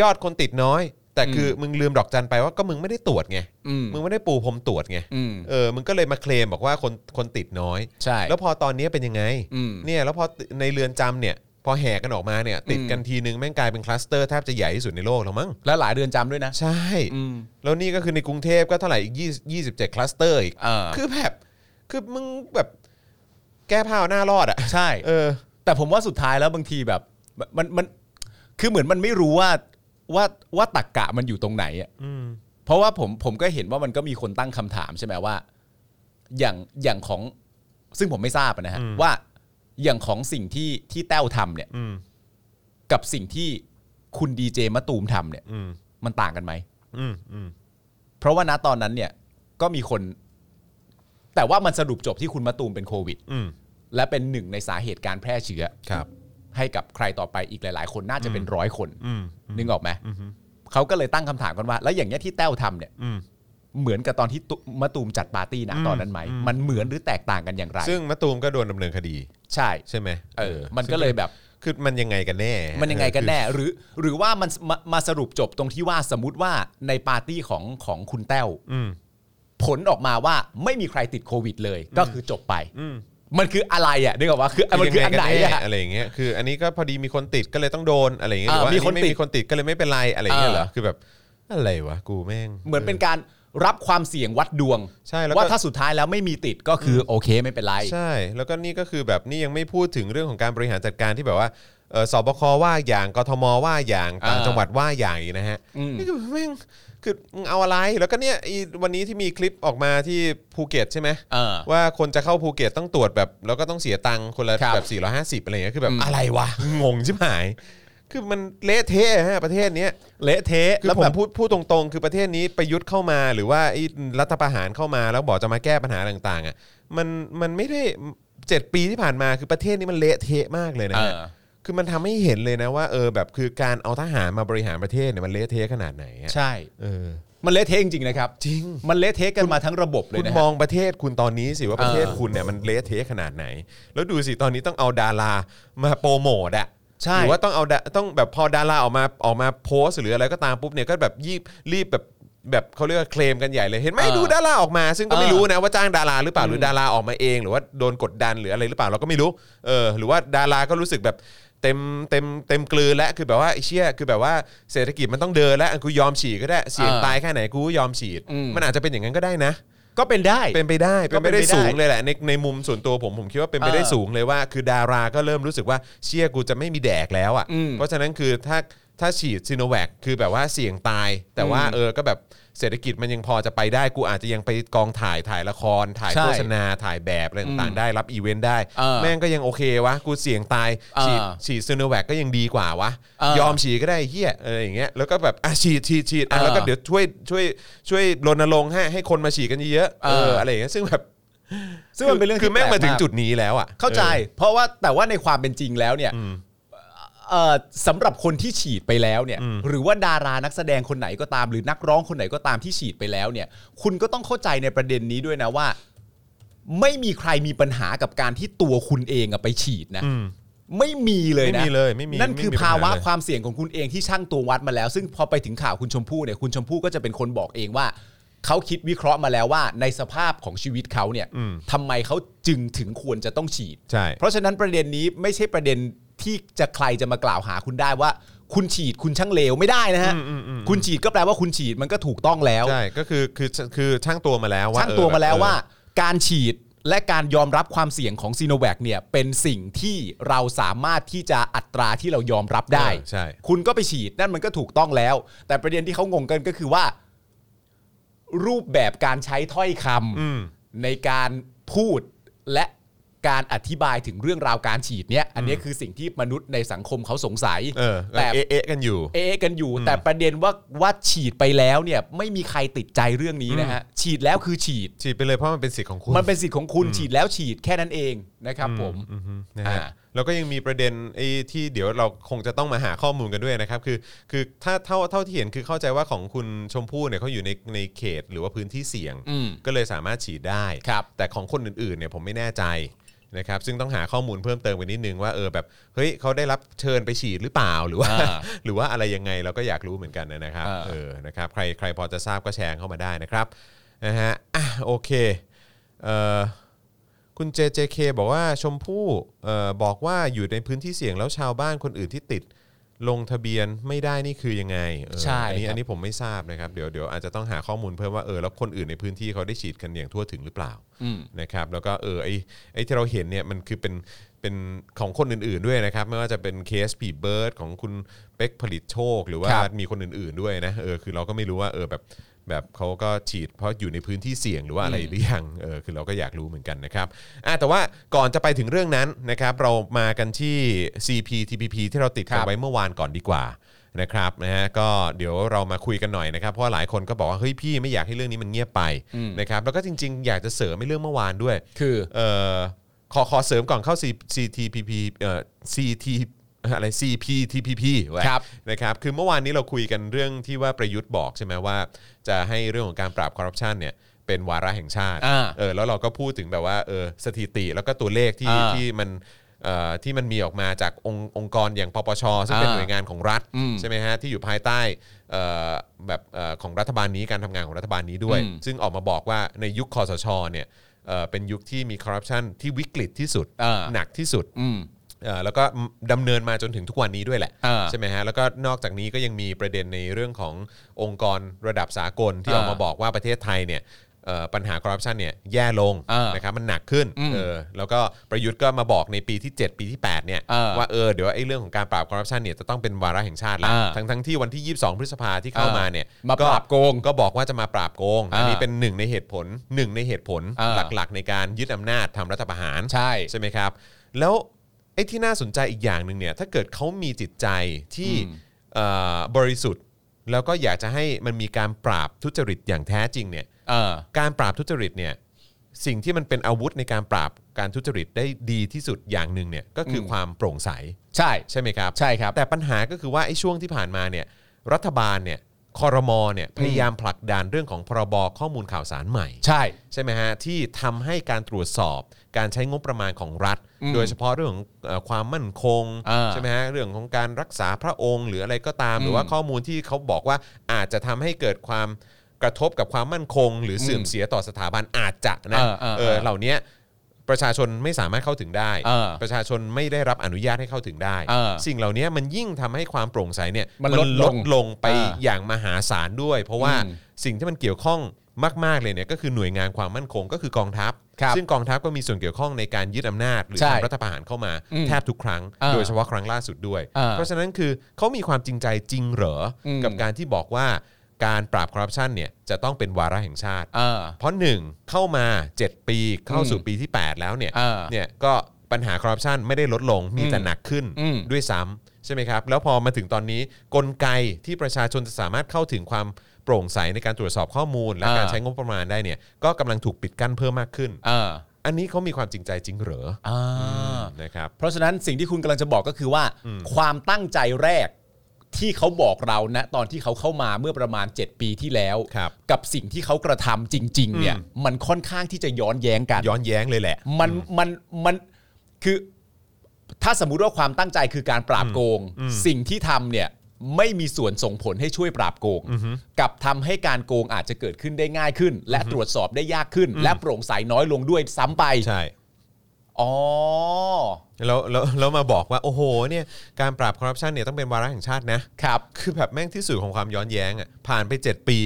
S2: ยอดคนติดน้อย แต่คืออมึงลืมดอกจันไปว่าก็มึงไม่ได้ตรวจไง
S3: อืม
S2: มึงไม่ได้ปูพรมตรวจไง
S3: อืม
S2: เออมึงก็เลยมาเคลมบอกว่าคนคนติดน้อย
S3: ใช่
S2: แล้วพอตอนนี้เป็นยังไง
S3: อืม
S2: เนี่ยแล้วพอในเรือนจำเนี่ย พอแห่กันออกมาเนี่ยติดกันทีนึงแม่งกลายเป็นคลัสเตอร์แทบจะใหญ่ที่สุดในโลกแล้วมั้ง
S3: แล้วหลายเดือนจำด้วยนะ
S2: ใช่
S3: อืม
S2: แล้วนี่ก็คือในกรุงเทพก็เท่าไหร่อีก20 27คลัสเตอร์อีก
S3: เออ
S2: คือแบบคือมึงแบบแก้ผ้าเอาหน้ารอดอ่ะ
S3: ใช่
S2: เออ
S3: แต่ผมว่าสุดท้ายแล้วบางทีแบบมันมันคือเหมือนมันไม่รู้ว่าว่าว่าตักกะมันอยู่ตรงไหนอ่ะเพราะว่าผมผมก็เห็นว่ามันก็มีคนตั้งคำถามใช่ไหมว่า อย่างอย่างของซึ่งผมไม่ทราบอะนะฮะว่าอย่างของสิ่งที่ที่แต้วทำเนี่ย
S2: อืม
S3: กับสิ่งที่คุณดีเจมะตูมทำเนี่ย
S2: อืม
S3: มันต่างกันไหม
S2: อืมอืม
S3: เพราะว่าณตอนนั้นเนี่ยก็มีคน แต่ว่ามันสรุปจบที่คุณมะตูมเป็นโควิด
S2: อืม
S3: และเป็นหนึ่งในสาเหตุการแพร่เชื้อ
S2: ครับ
S3: ให้กับใครต่อไปอีกหลาย ๆ คนน่าจะเป็นร้อยคน
S2: อืม
S3: นึกออกไหมเขาก็เลยตั้งคำถามกันว่า แล้วอย่างเงี้ยที่แต้วทำเนี่ย
S2: อืม
S3: เหมือนกับตอนที่ตุมะตูมจัดปาร์ตี้นะ
S2: อืม
S3: ตอนนั้นไหม
S2: อืม
S3: มันเหมือนหรือแตกต่างกันอย่างไร
S2: ซึ่งมะตูมก็โดนดำเนินคดี
S3: ใช่
S2: ใช่ไหม
S3: เออ มัน
S2: ซึ่ง
S3: ก็เลยแบบ
S2: คือมันยังไงกันแน่
S3: มันยังไงกันแน่
S2: เออ
S3: หรือ หรือว่ามันมามาสรุปจบตรงที่ว่าสมมติว่าในปาร์ตี้ของของคุณแต้ว
S2: คืออืม
S3: ผลออกมาว่าไม่มีใครติดโควิดเลย ก็คือจบไป
S2: อืม
S3: มันคืออะไรอ่ะนึกออกว่าคือมันคืออันไหน
S2: ยังงกั
S3: อ่ะ
S2: แอะไรอย่างเงี้ยคือ อันนี้ก็พอดีมีคนติดก็เลยต้องโดนอะไรอย่างเงี้ย
S3: เอ
S2: ห
S3: อ
S2: รือว่า
S3: มี
S2: มี
S3: ค
S2: คน น
S3: ติ
S2: ติด
S3: ด
S2: มีคนติดก็เลยไม่เป็นไรอะไรอย่างเงี้ยเหรอ
S3: เออ
S2: คือแบบอะไรวะกูแม่ง
S3: เหมือนเป็นการรับความเสี่ยงวัดดวง
S2: ใช่แล้วก็
S3: ว่าถ้าสุดท้ายแล้วไม่มีติดก็คืออโอเคไม่เป็นไร
S2: ใช่ แล้วก็นี่ก็คือแบบนี่ยังไม่พูดถึงเรื่องของการบริหารจัดการที่แบบว่าเอ่อสบคว่าอย่างกทมว่าอย่างต่าง
S3: เออ
S2: จังหวัดว่าอย่างอีกนะฮะ
S3: อืม
S2: นี่คือแม่งคือมึงเอาอะไรแล้วก็เนี่ยอีวันนี้ที่มีคลิปออกมาที่ภูเก็ตใช่ไหม
S3: เออ
S2: ว่าคนจะเข้าภูเก็ตต้องตรวจแบบ แล้วก็ต้องเสียตังค์คนละ
S3: ครับ
S2: แบบ 450 อะไรเงี้ยคือแบบ
S3: อืม
S2: อะไรวะ งงชิบหาย คือมันเละเทะฮะประเทศเนี้ย
S3: เละเทะ
S2: คือ
S3: แล้ว
S2: ผ
S3: แบ
S2: ม
S3: บ
S2: พูดพูดตรงๆ คือประเทศนี้ประยุทธ์เข้ามาหรือว่าไอ้รัฐประหารเข้ามาแล้วบอกจะมาแก้ปัญหาต่างๆอ่ะมันมันไม่ได้เจ็ดปีที่ผ่านมาคือประเทศนี้มันเละเทะมากเลยนะฮะ
S3: เออ
S2: คือมันทำให้เห็นเลยนะว่าเออแบบคือการเอาทหารมาบริหารประเทศเนี่ยมันเละเทะขนาดไหนอะ
S3: ใช่
S2: เออ
S3: มันเละเทะจริงๆนะครับ
S2: จริง
S3: มันเละเทะกันมาทั้งระบบเลย
S2: คุณ
S3: นะ
S2: ม
S3: ฮะ
S2: องประเทศคุณตอนนี้สิว่าประเทศ
S3: เออ
S2: คุณเนี่ยมันเละเทะขนาดไหน แล้วดูสิตอนนี้ต้องเอาดารามาโปรโมทอะ
S3: ใช่
S2: หรือว่าต้องเอาดาต้องแบบพอดาราออกมาออกมาโพสต์หรืออะไรก็ตามปุ๊บเนี่ยก็แบบยีบรีบแบบแบบเขาเรียกว่าเคลมกันใหญ่เลยเห็นไหม
S3: เออ
S2: ดูดาราออกมา ซึ่งก็ไม่
S3: เออ
S2: รู้นะว่าจ้างดาราหรือเปล่าหรือดาราออกมาเอง หรือว่าโดนกดดันหรืออะไรหรือเปล่าเราก็ไม่รู้เออหรือว่าดาราก็รู้สึกแบบเต็มเต็มเต็มกลืนและคือแบบว่าไอ้เชี่ยคือแบบว่าเศรษฐกิจมันต้องเดินแล้วกูยอมฉีดก็ได้เสี่ยง
S3: เออ
S2: ตายแค่ไหนกูก็ยอมฉีด
S3: อืม
S2: มันอาจจะเป็นอย่างนั้นก็ได้นะ
S3: ก็เป็นได้
S2: เป็นไปได้
S3: ก็
S2: เป็น
S3: เป็
S2: ไป
S3: นไป
S2: ได้สูงเล
S3: ได้
S2: ยแหละในในมุมส่วนตัวผมผมคิดว่าเป็นไปได้
S3: เออ
S2: สูงเลยว่า คือดาราก็เริ่มรู้สึกว่าเชี่ยกูจะไม่มีแดกแล้วอ่ะ
S3: อืม
S2: เพราะฉะนั้นคือถ้าถ้าฉีดซีโนแวคคือแบบว่าเสี่ยงตาย แต่ว่า
S3: อืม
S2: เออก็แบบเศรษฐกิจมันยังพอจะไปได้กูอาจจะยังไปกองถ่ายถ่ายละคร ถ่าย
S3: ใช่
S2: โฆษณาถ่ายแบบอะไรต่างๆได้รับอีเวนต์ได้
S3: เออ
S2: แม่งก็ยังโอเควะกูเสี่ยงตาย
S3: เออ
S2: ฉีดฉีดซีโนแวคก็ยังดีกว่าวะ
S3: เออย
S2: อมฉีดก็ได้เฮียอะไรอย่างเงี้ยแล้วก็แบบอ่ะฉีดฉีดฉีดอ่ะ
S3: เออ
S2: แล้วก็เดี๋ยวช่วยช่วยช่วยรณรงค์ให้ให้คนมาฉีดกันเยอะๆเอ
S3: เอ
S2: อ
S3: ออ
S2: อะไรอย่างเงี้ยซึ่งแบบ
S3: ซึ่งมันเป็นเรื่อง
S2: คือแม่ง
S3: ที่ปล
S2: มาก ถึงจุดนี้แล้วอ่ะ
S3: เข้าใจ
S2: ออ
S3: เพราะว่าแต่ว่าในความเป็นจริงแล้วเนี่ยเอ่อสำหรับคนที่ฉีดไปแล้วเนี่ย หรือว่าดารานักแสดงคนไหนก็ตาม หรือนักร้องคนไหนก็ตามที่ฉีดไปแล้วเนี่ย คุณก็ต้องเข้าใจในประเด็นนี้ด้วยนะว่า ไม่มีใครมีปัญหากับการที่ตัวคุณเองอะไปฉีดนะ
S2: อืม
S3: ไม่มีเลยนะ
S2: ไม่มีเลยไม่มี
S3: นั่นคือ
S2: ไม่มีปัญหา
S3: ภาวะ
S2: เลย
S3: ความเสี่ยงของคุณเองที่ช่างตัววัดมาแล้ว ซึ่งพอไปถึงข่าวคุณชมพู่เนี่ยคุณชมพู่ก็จะเป็นคนบอกเองว่า เขาคิดวิเคราะห์มาแล้วว่า ในสภาพของชีวิตเขาเนี่ยทำไมเขาจึงถึงควรจะต้องฉีด
S2: ใช่
S3: เพราะฉะนั้นประเด็นนี้ไม่ใช่ประเด็นที่จะใครจะมากล่าวหาคุณได้ว่า คุณฉีดคุณช่างเลวไม่ได้นะฮะ
S2: อืมอืมอืม
S3: คุณฉีดก็แปลว่าคุณฉีดมันก็ถูกต้องแล้ว
S2: ใช่ก็คือคือคือช่างตัวมาแล้วว่า
S3: ช่างตัวมาแล้วว่า
S2: เออ
S3: การฉีดและการยอมรับความเสี่ยงของซีโนแวคเนี่ยเป็นสิ่งที่เราสามารถที่จะอัตราที่เรายอมรับได้
S2: เออใช่
S3: คุณก็ไปฉีดนั่นมันก็ถูกต้องแล้ว แต่ประเด็นที่เขางงกันก็คือว่า รูปแบบการใช้ถ้อยค
S2: อืม
S3: ำในการพูดและการอธิบายถึงเรื่องราวการฉีดเนี่ยอันนี้คือสิ่งที่มนุษย์ในสังคมเขาสงสัย
S2: เออ
S3: แต่
S2: แต่เอ๊ะๆกันอยู่
S3: เอะกันอยู่ แต่ประเด็นว่าว่าฉีดไปแล้วเนี่ยไม่มีใครติดใจเรื่องนี้นะฮะฉีดแล้วคือฉีด
S2: ฉีดไปเลยเพราะมันเป็นสิทธิ์ของคุณ
S3: มันเป็นสิทธิ์ของคุณฉีดแล้วฉีดแค่นั้นเองนะครับผม
S2: อือฮึนะฮะ
S3: อ่า
S2: แล้วก็ยังมีประเด็นไอ้ที่เดี๋ยวเราคงจะต้องมาหาข้อมูลกันด้วยนะครับ คือคือถ้าเท่าเท่าที่เห็นคือเข้าใจว่าของคุณชมพู่เนี่ยเขาอยู่ในในเขตหรือว่าพื้นที่เสี่ยง
S3: อืม
S2: ก็เลยสามารถฉีดได้
S3: ครับ
S2: แต่ของคนอื่นๆเนี่ยผมไม่แน่ใจนะครับซึ่งต้องหาข้อมูลเพิ่มเติมไปนิดนึงว่าเออแบบเฮ้ยเขาได้รับเชิญไปฉีดหรือเปล่าหรือว่า
S3: อ่า
S2: หรือว่าอะไรยังไงเราก็อยากรู้เหมือนกันนะครับ
S3: อ่า
S2: เออนะครับใครใครพอจะทราบก็แชร์เข้ามาได้นะครับนะฮะอ่ะโอเคเอ่อ คุณ JJK บอกว่าชมพู่เอ่อบอกว่าอยู่ในพื้นที่เสี่ยงแล้วชาวบ้านคนอื่นที่ติดลงทะเบียนไม่ได้นี่คือยังไงเออ
S3: ใช่
S2: อันี้
S3: ครับ
S2: อันนี้ผมไม่ทราบนะครับเดี๋ยวเดี๋ยวอาจจะต้องหาข้อมูลเพิ่มว่าเออแล้วคนอื่นในพื้นที่เขาได้ฉีดกันอย่างทั่วถึงหรือเปล่านะครับแล้วก็เออไอ้ไอ้ที่เราเห็นเนี่ยมันคือเป็นเป็นของคนอื่นๆด้วยนะครับไม่ว่าจะเป็นเคสผีเบิร์ดของคุณเป๊กผลิตโชค หรือว่า
S3: ครับ
S2: มีคนอื่นๆด้วยนะเออคือเราก็ไม่รู้ว่าเออแบบแบบเขาก็ฉีดเพราะอยู่ในพื้นที่เสี่ยงหรือว่าอะไร หรือยังเออคือเราก็อยากรู้เหมือนกันนะครับอ่ะแต่ว่าก่อนจะไปถึงเรื่องนั้นนะครับ เรามากันที่ CPTPP ที่เราติดกั
S3: คน รับ
S2: ไว้เมื่อวานก่อนดีกว่านะครับนะฮะก็เดี๋ยวเรามาคุยกันหน่อยนะครับ เพราะว่าหลายคนก็บอกว่าเฮ้ยพี่ไม่อยากให้เรื่องนี้มันเงียบไปนะครับแล้วก็จริง ๆ อยากจะเสริมให้เรื่องเมื่อวานด้วย
S3: คือ
S2: เออขอขอเสริมก่อนเข้า C- CTPP เอ่อ CT อะไร CPTPP ไว้
S3: ครับ
S2: นะครับคือเมื่อวานนี้เราคุยกันเรื่องที่ว่าประยุทธ์บอกใช่ไหมว่า จะให้เรื่องของการปราบคอร์รัปชันเนี่ยเป็นวาระแห่งชาติ
S3: อ่า
S2: เออแล้วเราก็พูดถึงแบบว่าเออสถิติแล้วก็ตัวเลขที่
S3: อ่า
S2: ที่มันเอ่อที่มันมีออกมาจากองค์องค์กรอย่างปปชซึ่งเป็น
S3: อ่า
S2: หน่วยงานของรัฐ
S3: อืม
S2: ใช่ไหมฮะที่อยู่ภายใต้เอ่อแบบเอ่อของรัฐบาลนี้การทำงานของรัฐบาลนี้ด้วย
S3: อืม
S2: ซึ่งออกมาบอกว่าในยุคคอสชเนี่ยเอ่อเป็นยุคที่มีคอร์รัปชันที่วิกฤตที่สุด
S3: อ่า
S2: หนักที่สุด
S3: อืม
S2: เอ่อแล้วก็ดำเนินมาจนถึงทุกวันนี้ด้วยแหละ
S3: อ่า
S2: ใช่ไหมฮะแล้วก็นอกจากนี้ก็ยังมีประเด็นในเรื่องขององค์กรระดับสากลที่อ
S3: อ่า
S2: อกมาบอกว่าประเทศไทยเนี่ยเอ่อปัญหาคอร์รัปชันเนี่ยแย่ลง
S3: อ่าน
S2: นะครับมันหนักขึ้น
S3: อืม
S2: เออแล้วก็ประยุทธ์ก็มาบอกในปีที่ 7 ปีที่ 8เนี่ย
S3: อ่า
S2: ว่าเออเดี๋ยวไอ้เรื่องของการปราบคอร์รัปชันเนี่ยจะต้องเป็นวาระแห่งชาติแล้ว
S3: อ่า
S2: ทั้งทั้งที่วันที่ 22 พฤษภาที่เข้ามาเนี่ย
S3: มาปราบโกง
S2: ก็บอกว่าจะมาปราบโกงอันนี้
S3: อ่า
S2: เป็นหนึ่งในเหตุผลหนึ่งในเหตุผล
S3: อ่า
S2: หลักๆ ในการยึดอำนาจทำรัฐประหาร
S3: ใช่
S2: ใช่ไหมครับ แล้วไอ้ที่น่าสนใจอีกอย่างหนึ่งเนี่ยถ้าเกิดเขามีจิตใจที่
S3: อืม
S2: เอ่อบริสุทธิ์ แล้วก็อยากจะให้มันมีการปราบทุจริตอย่างแท้จริงเนี่ยการปราบทุจริตเนี่ยสิ่งที่มันเป็นอาวุธในการปราบการทุจริตได้ดีที่สุดอย่างหนึ่งเนี่ยก็คืออ
S3: ม
S2: ความโปร่งใส
S3: ใช่
S2: ใช่ไหมครับ
S3: ใช่ครับ
S2: แต่ปัญหาก็คือว่าไอ้ช่วงที่ผ่านมาเนี่ยรัฐบาลเนี่ย คอรมอเนี่ยพยายามผลักดันเรื่องของพรบข้อมูลข่าวสารใหม่
S3: ใช่
S2: ใช่ไหมฮะที่ทำให้การตรวจสอบการใช้งบประมาณของรัฐ
S3: อืม
S2: โดยเฉพาะเรื่องของเอ่อความมั่นคง
S3: อ่า
S2: ใช่ไหมฮะเรื่องของการรักษาพระองค์หรืออะไรก็ตาม หรือว่า
S3: อืม
S2: ข้อมูลที่เขาบอกว่าอาจจะทำให้เกิดความกระทบกับความมั่นคง หรือเสื่อม
S3: อืม
S2: เสียต่อสถาบันอาจจะนะ
S3: เออเออ
S2: เออเหล่านี้ประชาชนไม่สามารถเข้าถึงได้
S3: เออ
S2: ประชาชนไม่ได้รับอนุญาตให้เข้าถึงได้
S3: เออ
S2: สิ่งเหล่านี้มันยิ่งทำให้ความโปร่งใสเนี่ย
S3: มันลดลง
S2: ลงไป
S3: เออ
S2: อ
S3: อย่าง
S2: มหาศาลด้วย เพราะว่า
S3: อืม
S2: สิ่งที่มันเกี่ยวข้องมากๆเลยเนี่ยก็คือหน่วยงานความมั่นคงก็คือกองทัพ
S3: ครับ
S2: ซึ่งกองทัพก็มีส่วนเกี่ยวข้องในการยึดอำนาจ หรือ
S3: ใช่
S2: ทำรัฐประหารเข้ามา
S3: อืม
S2: แทบทุกครั้ง
S3: อ่า
S2: โดยเฉพาะครั้งล่าสุดด้วย
S3: อ่า
S2: เพราะฉะนั้นคือเขามีความจริงใจจริงเหรออ
S3: ม
S2: กับการที่บอกว่าการปราบคอร์รัปชันเนี่ยจะต้องเป็นวาระแห่งชาติ
S3: เออ
S2: เพราะหนึ่งเข้ามา 7 ปีเข้าสู่
S3: อืม
S2: ปีที่ 8 แล้วเนี่ย
S3: อ่า
S2: เนี่ยก็ปัญหาคอร์รัปชันไม่ได้ลดลงมีแต่
S3: อืม
S2: หนักขึ้น
S3: อืม
S2: ด้วยซ้ำใช่ไหมครับ แล้วพอมาถึงตอนนี้กลไกที่ประชาชนจะสามารถเข้าถึงความโปร่งใสในการตรวจสอบข้อมูล และ
S3: อ่า
S2: การใช้งบประมาณได้เนี่ยก็กำลังถูกปิดกั้นเพิ่มมากขึ้น
S3: เออ
S2: อันนี้เขามีความจริงใจจริงเหรอ
S3: อ่า
S2: นะครับ
S3: เพราะฉะนั้นสิ่งที่คุณกำลังจะบอกก็คือว่า ความตั้งใจแรกที่เขาบอกเรานะตอนที่เขาเข้ามาเมื่อประมาณ 7 ปีที่แล้ว
S2: ครับ
S3: กับสิ่งที่เขากระทำจริง ๆ เนี่ย
S2: อืม
S3: มันค่อนข้างที่จะย้อนแย้งกัน
S2: ย้อนแย้งเลยแหละ
S3: มันมันมันคือถ้าสมมุติว่าความตั้งใจคือการปราบโกง สิ่งที่ทำเนี่ยไม่มีส่วนส่งผลให้ช่วยปราบโกง กับทำให้การโกงอาจจะเกิดขึ้นได้ง่ายขึ้น และตรวจสอบได้ยากขึ้น และโปร่งใสน้อยลงด้วยซ้ำไป
S2: ใช่
S3: อ๋อ
S2: แล้วแล้วแล้วมาบอกว่าโอ้โหเนี่ยการปราบคอร์รัปชันเนี่ยต้องเป็นวาระแห่งชาตินะ
S3: ครับ
S2: คือแบบแม่งที่สุดของความย้อนแย้งอ่ะผ่านไป 7 ปี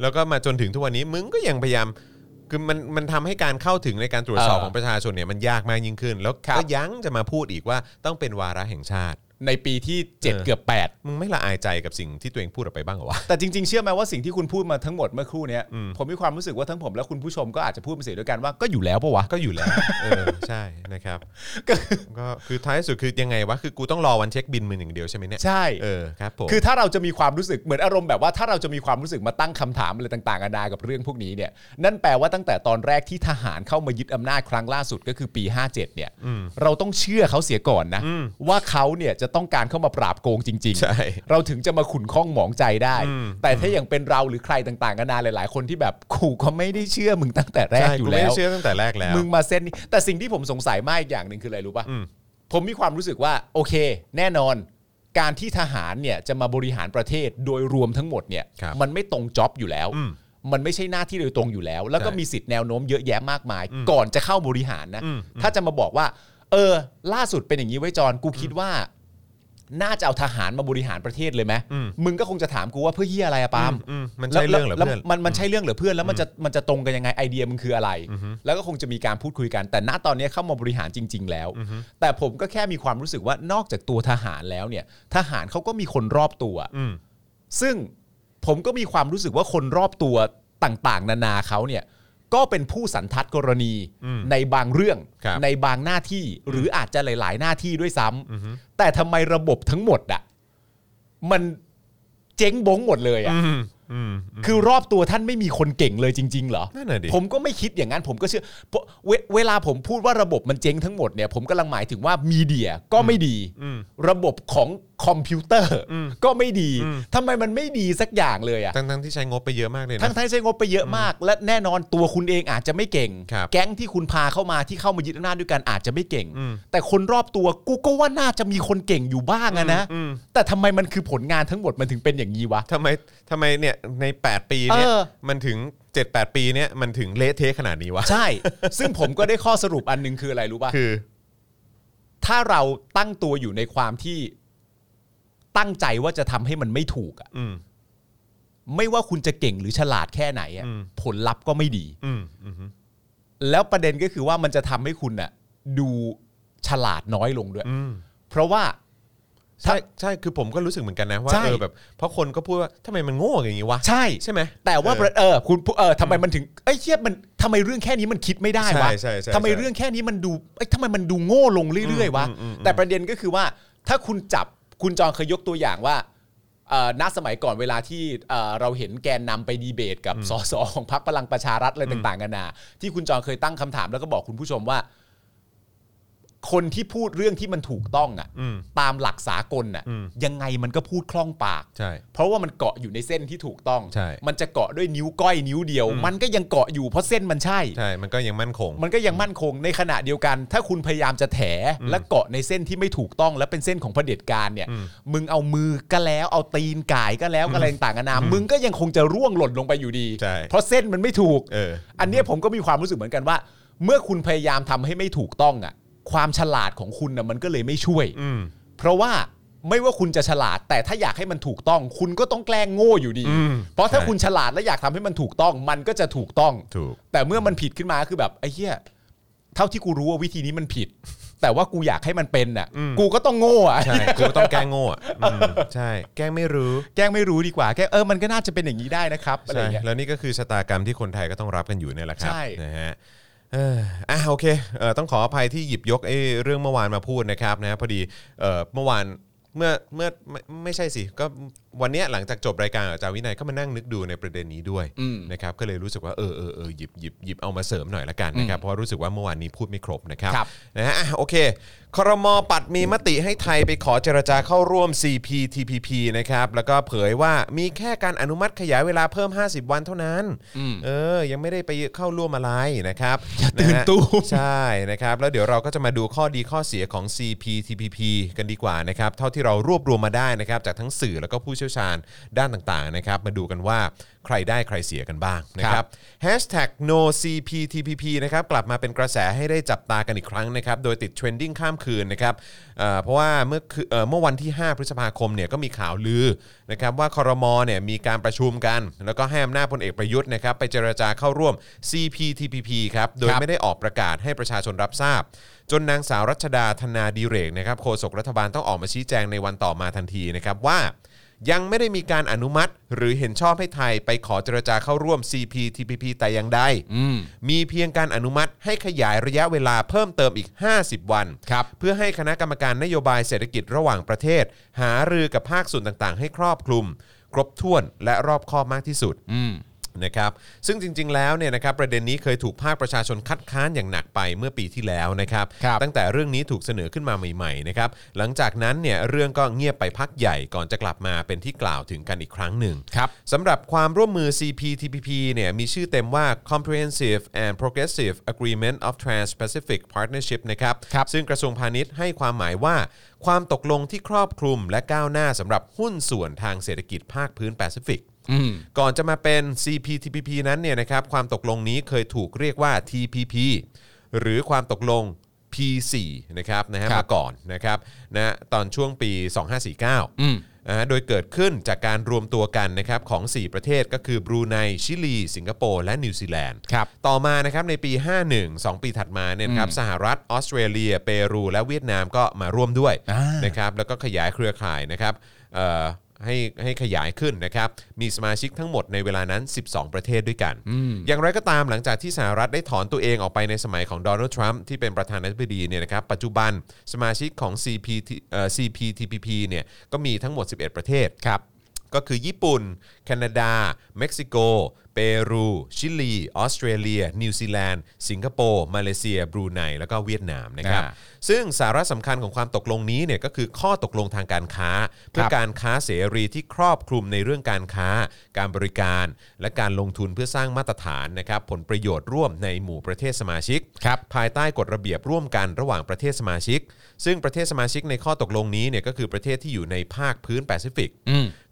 S2: แล้วก็มาจนถึงทุกวันนี้มึงก็ยังพยายามคือมันมันทำให้การเข้าถึงในการตรวจสอบ
S3: เออ
S2: ของประชาชนเนี่ยมันยากมากยิ่งขึ้น แล้ว
S3: ครับ
S2: ก็ยังจะมาพูดอีกว่าต้องเป็นวาระแห่งชาติ
S3: ในปีที่
S2: เออ
S3: 7 เกือบ 8
S2: มึงไม่ละอายใจกับสิ่งที่ตัวเองพูดออกไปบ้างเหร อวะ
S3: แต่จริง ๆ เชื่อไหมว่าสิ่งที่คุณพูดมาทั้งหมดเมื่อครู่เนี้ย
S2: อืม
S3: ผมมีความรู้สึกว่าทั้งผมและคุณผู้ชมก็อาจจะพูดเป็นเสียงเด้วยวกันว่าก็อยู่แล้วปะวะ
S2: ก็อยู่แล้วเออใช่นะครับก็คือท้ายสุดคือยังไงวะคือกูต้องรอวันเช็คบินมึงอย่างเดียวใช่ไหมเนี่ย
S3: ใช่
S2: เออครับผม
S3: คือถ้าเราจะมีความรู้สึกเหมือนอารมณ์แบบว่าถ้าเราจะมีความรู้สึกมาตั้งคำถามอะไรต่างๆนานากับเรื่องพวกนี้เนี่ยนั่นแปลว่าตั้งแต่ตอนแรกที่ทหารเข้ามายึดอำนาจครั้งล่าสุดก็คือปี 57 เนี่ย เราต้องเชื่อเขาเสียก่อนนะ ว่าเขาเนี่ยจะต้องการเข้ามาปราบโกงจริง ๆ
S2: ใช่
S3: เราถึงจะมาขุนข้องหมองใจได้
S2: อืม
S3: แต่ถ้าอย่างเป็นเราหรือใครต่างๆกันานาหลาย ๆ คนที่แบบขู่ก็ไม่ได้เชื่อมึงตั้งแต่แรก
S2: ใช่
S3: อ
S2: กู
S3: ยู่
S2: ไม่
S3: แล้
S2: ได้
S3: ว
S2: เชื่อตั้งแต่แรกแล้ว
S3: มึงมาเส้นนี้แต่สิ่งที่ผมสงสัยมากอีกอย่างหนึ่งคืออะไรรู้
S2: อืม
S3: ปะ่ะผมมีความรู้สึกว่าโอเค แน่นอน การที่ทหารเนี่ยจะมาบริหารประเทศโดยรวมทั้งหมดเนี่ย
S2: ครับ
S3: มันไม่ตรงจ็อบอยู่แล้ว
S2: อืม
S3: มันไม่ใช่หน้าที่โดยตรงอยู่แล้ว แล้วก็
S2: ใช่
S3: มีสิทธิ์แนวโน้มเยอะแยะมากมาย ก่อนจะเข้าบริหารนะ
S2: อืม
S3: ถ้าจะมาบอกว่า เออ ล่าสุดเป็นอย่างนี้ไว้ยจอนกูคิดว่า น่าจะเอาทหารมาบริหารประเทศเลยไหมมึงก็คงจะถามกูว่าเพื่อเฮียอะไรอะปาล์ม
S2: อืมมันใช่เรื่องเหรอ
S3: แล้ว
S2: เพื่อน
S3: มันมันใช่เรื่องเหรอเพื่อนแล้วมันจะมันจะตรงกันยังไงไอเดียมันคืออะไร แล้วก็คงจะมีการพูดคุยกัน แต่ณตอนนี้เข้ามาบริหารจริง ๆ แล้ว แต่ผมก็แค่มีความรู้สึกว่านอกจากตัวทหารแล้วเนี่ย ทหารเขาก็มีคนรอบตัว
S2: อืม
S3: ซึ่งผมก็มีความรู้สึกว่าคนรอบตัวต่างๆ นานาเขาเนี่ยก็เป็นผู้สันทัดกรณีในบางเรื่อง
S2: ครับ
S3: ในบางหน้าที่หรืออาจจะหลาย ๆ หน้าที่ด้วยซ้ำแต่ทำไมระบบทั้งหมดอะมันเจ๊งบงหมดเลยอะ
S2: อืมอืมอืม
S3: คือรอบตัวท่านไม่มีคนเก่งเลยจริง ๆ เหรอ
S2: นั่นน่ะดิ
S3: ผมก็ไม่คิดอย่างนั้น ผมก็เชื่อเพราะเวเวลาผมพูดว่าระบบมันเจ๊งทั้งหมดเนี่ยผมกำลังหมายถึงว่ามีเดียก็ไม่ดี
S2: อืม
S3: ระบบของคอมพิวเตอร์
S2: อืม
S3: ก็ไม่ดี
S2: อืม
S3: ทำไมมันไม่ดีสักอย่างเลยอะ
S2: ทั้งทั้งที่ใช้งบไปเยอะมากเลยนะ
S3: ทั้งทั้งใช้งบไปเยอะมาก และแน่นอนตัวคุณเองอาจจะไม่เก่ง
S2: ครับ
S3: แก๊งที่คุณพาเข้ามาที่เข้ามายึดอำนาจด้วยกันอาจจะไม่เก่ง
S2: อืม
S3: แต่คนรอบตัวกูก็ว่าน่าจะมีคนเก่งอยู่บ้างอะนะ
S2: อืม
S3: แต่ทำไมมันคือผลงานทั้งหมดมันถึงเป็นอย่างนี้วะ
S2: ทำไมทำไมเนี่ยใน 8 ปีเนี่ย
S3: เออ
S2: มันถึง 7-8 ปีเนี่ยมันถึงเละเทะขนาดนี้วะ
S3: ใช่ ซึ่งผมก็ได้ข้อสรุปอันหนึ่งคืออะไรรู้ป่ะ
S2: คือ
S3: ถ้าเราตั้งตัวอยู่ในความที่ตั้งใจว่าจะทำให้มันไม่ถูกอะ
S2: อืม
S3: ไม่ว่าคุณจะเก่งหรือฉลาดแค่ไหนอะ
S2: อืม
S3: ผลลัพธ์ก็ไม่ดี
S2: อืมอืม
S3: แล้วประเด็นก็คือว่ามันจะทำให้คุณน่ะดูฉลาดน้อยลงด้วย
S2: อืม
S3: เพราะว่า
S2: ใช่ใช่คือผมก็รู้สึกเหมือนกันนะว่า
S3: ใช่
S2: เออแบบเพราะคนก็พูดว่าทำไมมันโง่อย่างงี้วะ
S3: ใช่
S2: ใช่ไหม
S3: แต่ว่าประเออคุณเออทำไมมันถึงเอ้ยเทียบมันทำไมเรื่องแค่นี้มันคิดไม่ได้วะ
S2: ใช่ใช่ใช่
S3: ทำไมเรื่องแค่นี้มันดูเอ้ยทำไมมันดูโง่ลงเรื่อยๆวะ
S2: อืมอืมอืม
S3: แต่ประเด็นก็คือว่า ถ้าคุณจับคุณจองเคยยกตัวอย่างว่าเอ่อณสมัยก่อนเวลาที่เอ่อเราเห็นแกนนำไปดีเบต กับสสของพรรคพลังประชารัฐอะไรต่างๆกันานาที่คุณจองเคยตั้งคำถามแล้วก็บอกคุณผู้ชมว่า คนที่พูดเรื่องที่มันถูกต้องอ่ะ
S2: อืม
S3: ตามหลักสากลอ่ะ
S2: อืม
S3: ยังไงมันก็พูดคล่องปาก
S2: ใช่
S3: เพราะว่ามันเกาะอยู่ในเส้นที่ถูกต้อง
S2: ใช่
S3: มันจะเกาะด้วยนิ้วก้อยนิ้วเดียว
S2: อืม
S3: มันก็ยังเกาะอยู่เพราะเส้นมันใช่
S2: ใช่ มันก็ยังมั่นคง
S3: มันก็ยังมั่นคงในขณะเดียวกัน ถ้าคุณพยายามจะแถและเกาะในเส้นที่ไม่ถูกต้อง และเป็นเส้นของเผด็จการเนี่ย
S2: อืม
S3: มึงเอามือก็แล้วเอาตีนก่ายก็แล้วอะไรต่างกันานามึงก็ยังคงจะร่วงหล่นลงไปอยู่ดี
S2: ใช่
S3: เพราะเส้นมันไม่ถูก
S2: เออ
S3: อันเนี้ยผมก็มีความรู้สึกเหมือนกันว่า เมื่อคุณพยายามทำให้ไม่ถูกต้องอ่ะ ความฉลาดของคุณน่ะมันก็เลยไม่ช่วย
S2: อืม
S3: เพราะว่าไม่ว่าคุณจะฉลาด แต่ถ้าอยากให้มันถูกต้อง คุณก็ต้องแกล้งโง่อยู่ดี
S2: อืม
S3: เพราะถ้า
S2: ใช่
S3: คุณฉลาดและอยากทำให้มันถูกต้อง มันก็จะถูกต้อง
S2: ถูก
S3: แต่เมื่อมันผิดขึ้นมาคือแบบไอ้เหี้ยเท่าที่กูรู้ว่าวิธีนี้มัน ผิด แต่ว่ากูอยากให้มันเป็นน่ะ
S2: อืม
S3: กูก็ต้องโง่อะ
S2: ใช่กูต้องแกล้งโง่อะอืมใช่ แกล้งไม่รู้
S3: แกล้งไม่รู้ดีกว่าแกล้งเออมันก็น่าจะเป็นอย่างนี้ได้นะครับอะไร
S2: ใช่
S3: เงี้ย
S2: แล้วนี่ก็คือชะตากรรมที่คนไทยก็ต้องรับกันอยู่เนี่ยแหละครับ
S3: ใช่
S2: นะฮะเอ่ออ่ะโอเคเอ่อต้องขออภัยที่หยิบยกไอ้เรื่องเมื่อวานมาพูดนะครับนะฮะพอดีเอ่อเมื่อวานเมื่อเมื่อไม่ไม่ใช่สิก็วันเนี้ยหลังจากจบรายการอาจารย์วินัยก็มานั่งนึกดูในประเด็นนี้ด้วยนะครับก็เลยรู้สึกว่าเออเออเออหยิบหยิบหยิบเอามาเสริมหน่อยละกันนะครับเพราะรู้สึกว่าเมื่อวานนี้พูดไม่ครบนะครับ
S3: ครับ
S2: นะฮะอ่ะโอเคครมปัดมีมติให้ไทยไปขอเจรจาเข้าร่วม CPTPP นะครับแล้วก็เผยว่ามีแค่การอนุมัติขยายเวลาเพิ่ม 50 วันเท่านั้นเออ ยังไม่ได้ไปเข้าร่วมอะไรนะครับอย่าตื่นตูมใช่นะครับแล้วเดี๋ยวเราก็จะมาดูข้อดีข้อเสียของ CPTPP กันดีกว่านะครับเท่าที่เรารวบรวมมาได้นะครับจากทั้งสื่อแล้วก็ผู้เชี่ยวชาญด้านต่างๆนะครับมาดูกันว่าใครได้ใครเสียกันบ้างนะครับ Hashtag no CPTPP นะครับกลับมาเป็นกระแสให้ได้จับตากันอีกครั้งนะครับโดยติดเทรนดิ้งข้ามคืนนะครับเอ่อเพราะว่าเมื่อคืเอ่อเมื่อวันที่ 5 พฤษภาคมเนี่ยก็มีข่าวลือนะครับว่าคอรมอเนี่ยมีการประชุมกัน แล้วก็ให้อำนาจพลเอกประยุทธ์นะครับไปเจรจาเข้าร่วม CPTPP ครับโดย
S3: ครับ
S2: ไม่ได้ออกประกาศให้ประชาชนรับทราบ จนนางสาวรัชดาธนาดีเรกนะครับโฆษกรัฐบาลต้องออกมาชี้แจงในวันต่อมาทันทีนะครับว่า ยังไม่ได้มีการอนุมัติหรือเห็นชอบให้ไทยไปขอเจรจาเข้าร่วม CPTPP แต่อย่างใด มีเพียงการอนุมัติให้ขยายระยะเวลาเพิ่มเติมอีก 50 วัน
S3: ครับ
S2: เพื่อให้คณะกรรมการนโยบายเศรษฐกิจระหว่างประเทศ หารือกับภาคส่วนต่างๆ ให้ครอบคลุม ครบถ้วนและรอบคอบมากที่สุด นะครับซึ่งจริงๆแล้วเนี่ยนะครับประเด็นนี้เคยถูกภาคประชาชนคัดค้านอย่างหนักไปเมื่อปีที่แล้วนะครับ
S3: ครับ
S2: ตั้งแต่เรื่องนี้ถูกเสนอขึ้นมาใหม่ๆนะครับหลังจากนั้นเนี่ยเรื่องก็เงียบไปพักใหญ่ก่อนจะกลับมาเป็นที่กล่าวถึงกันอีกครั้งหนึ่ง
S3: ครับ
S2: สำหรับความร่วมมือ CPTPP เนี่ยมีชื่อเต็มว่า Comprehensive and Progressive Agreement of Trans-Pacific Partnership นะครับ
S3: ครับ
S2: ซึ่งกระทรวงพาณิชย์ให้ความหมายว่า ความตกลงที่ครอบคลุมและก้าวหน้าสำหรับหุ้นส่วนทางเศรษฐกิจภาคพื้นแปซิฟิก ก่อนจะมาเป็น CPTPP นั้นเนี่ยนะครับความตกลงนี้เคยถูกเรียกว่า TPP หรือความตกลง P4 นะครับนะฮะ
S3: ครับ
S2: มาก่อนนะครับนะตอนช่วงปี 2549
S3: อืม
S2: นะฮะโดยเกิดขึ้นจากการรวมตัวกันนะครับของ 4 ประเทศก็คือบรูไนชิลี สิงคโปร์และนิวซีแลนด์
S3: ครับ
S2: ต่อมานะครับในปี 51 2 ปีถัดมาเนี่ยนะครับสหรัฐออสเตรเลีย เปรู และเวียดนามก็มาร่วมด้วย
S3: อ่าน
S2: นะครับแล้วก็ขยายเครือข่ายนะครับเอ่อให้ให้ขยายขึ้นนะครับมีสมาชิกทั้งหมดในเวลานั้น 12 ประเทศด้วยกัน อย่างไรก็ตามหลังจากที่สหรัฐได้ถอนตัวเองออกไปในสมัยของโดนัลด์ทรัมป์ที่เป็นประธานาธิบดีเนี่ยนะครับปัจจุบันสมาชิกของ CP เอ่อ CPTPP เนี่ยก็มีทั้งหมด 11 ประเทศ
S3: ครับ
S2: ก็คือญี่ปุ่น แคนาดา เม็กซิโก เปรู ชิลี ออสเตรเลีย นิวซีแลนด์ สิงคโปร์ มาเลเซีย บรูไน แล้วก็เวียดนามนะครับ
S3: อ่า
S2: ซึ่งสาระสำคัญของความตกลงนี้เนี่ยก็คือข้อตกลงทางการค้า เพื่อการค้าเสรีที่ครอบคลุมในเรื่องการค้า การบริการ และการลงทุนเพื่อสร้างมาตรฐานนะครับผลประโยชน์ร่วมในหมู่ประเทศสมาชิก
S3: ครับ
S2: ภายใต้กฎระเบียบร่วมกันระหว่างประเทศสมาชิก ซึ่งประเทศสมาชิกในข้อตกลงนี้เนี่ยก็คือประเทศที่อยู่ในภาคพื้นแปซิฟิก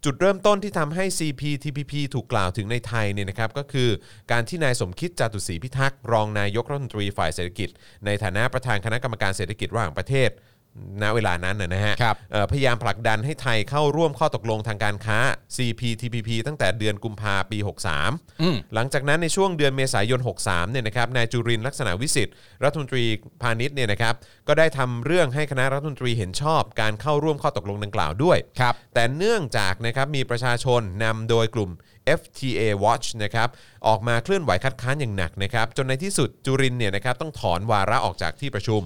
S2: จุดเริ่มต้นที่ทำให้ CPTPP ถูกกล่าวถึงในไทยเนี่ยนะครับก็คือการที่นายสมคิดจาตุศรีพิทักษ์รองนายกรัฐมนตรีฝ่ายเศรษฐกิจ ในฐานะประธานคณะกรรมการเศรษฐกิจระหว่างประเทศณเวลานั้นนะนะฮะ
S3: ครับ
S2: เอ่อพยายามผลักดันให้ไทยเข้าร่วมข้อตกลงทางการค้า CPTPP ตั้งแต่เดือนกุมภาปี
S3: อืม
S2: 63 หลังจากนั้นในช่วงเดือนเมษายน 63 เนี่ยนะครับ นายจุรินทร์ลักษณะวิสิทธิ์รัฐมนตรีพาณิชย์เนี่ยนะครับ ก็ได้ทำเรื่องให้คณะรัฐมนตรีเห็นชอบการเข้าร่วมข้อตกลงดังกล่าวด้วย
S3: ครับ
S2: แต่เนื่องจากนะครับมีประชาชนนำโดยกลุ่ม FTA Watch นะครับออกมาเคลื่อนไหวคัดค้านอย่างหนักนะครับจนในที่สุดจุรินทร์เนี่ยนะครับต้องถอนวาระออกจากที่ประชุม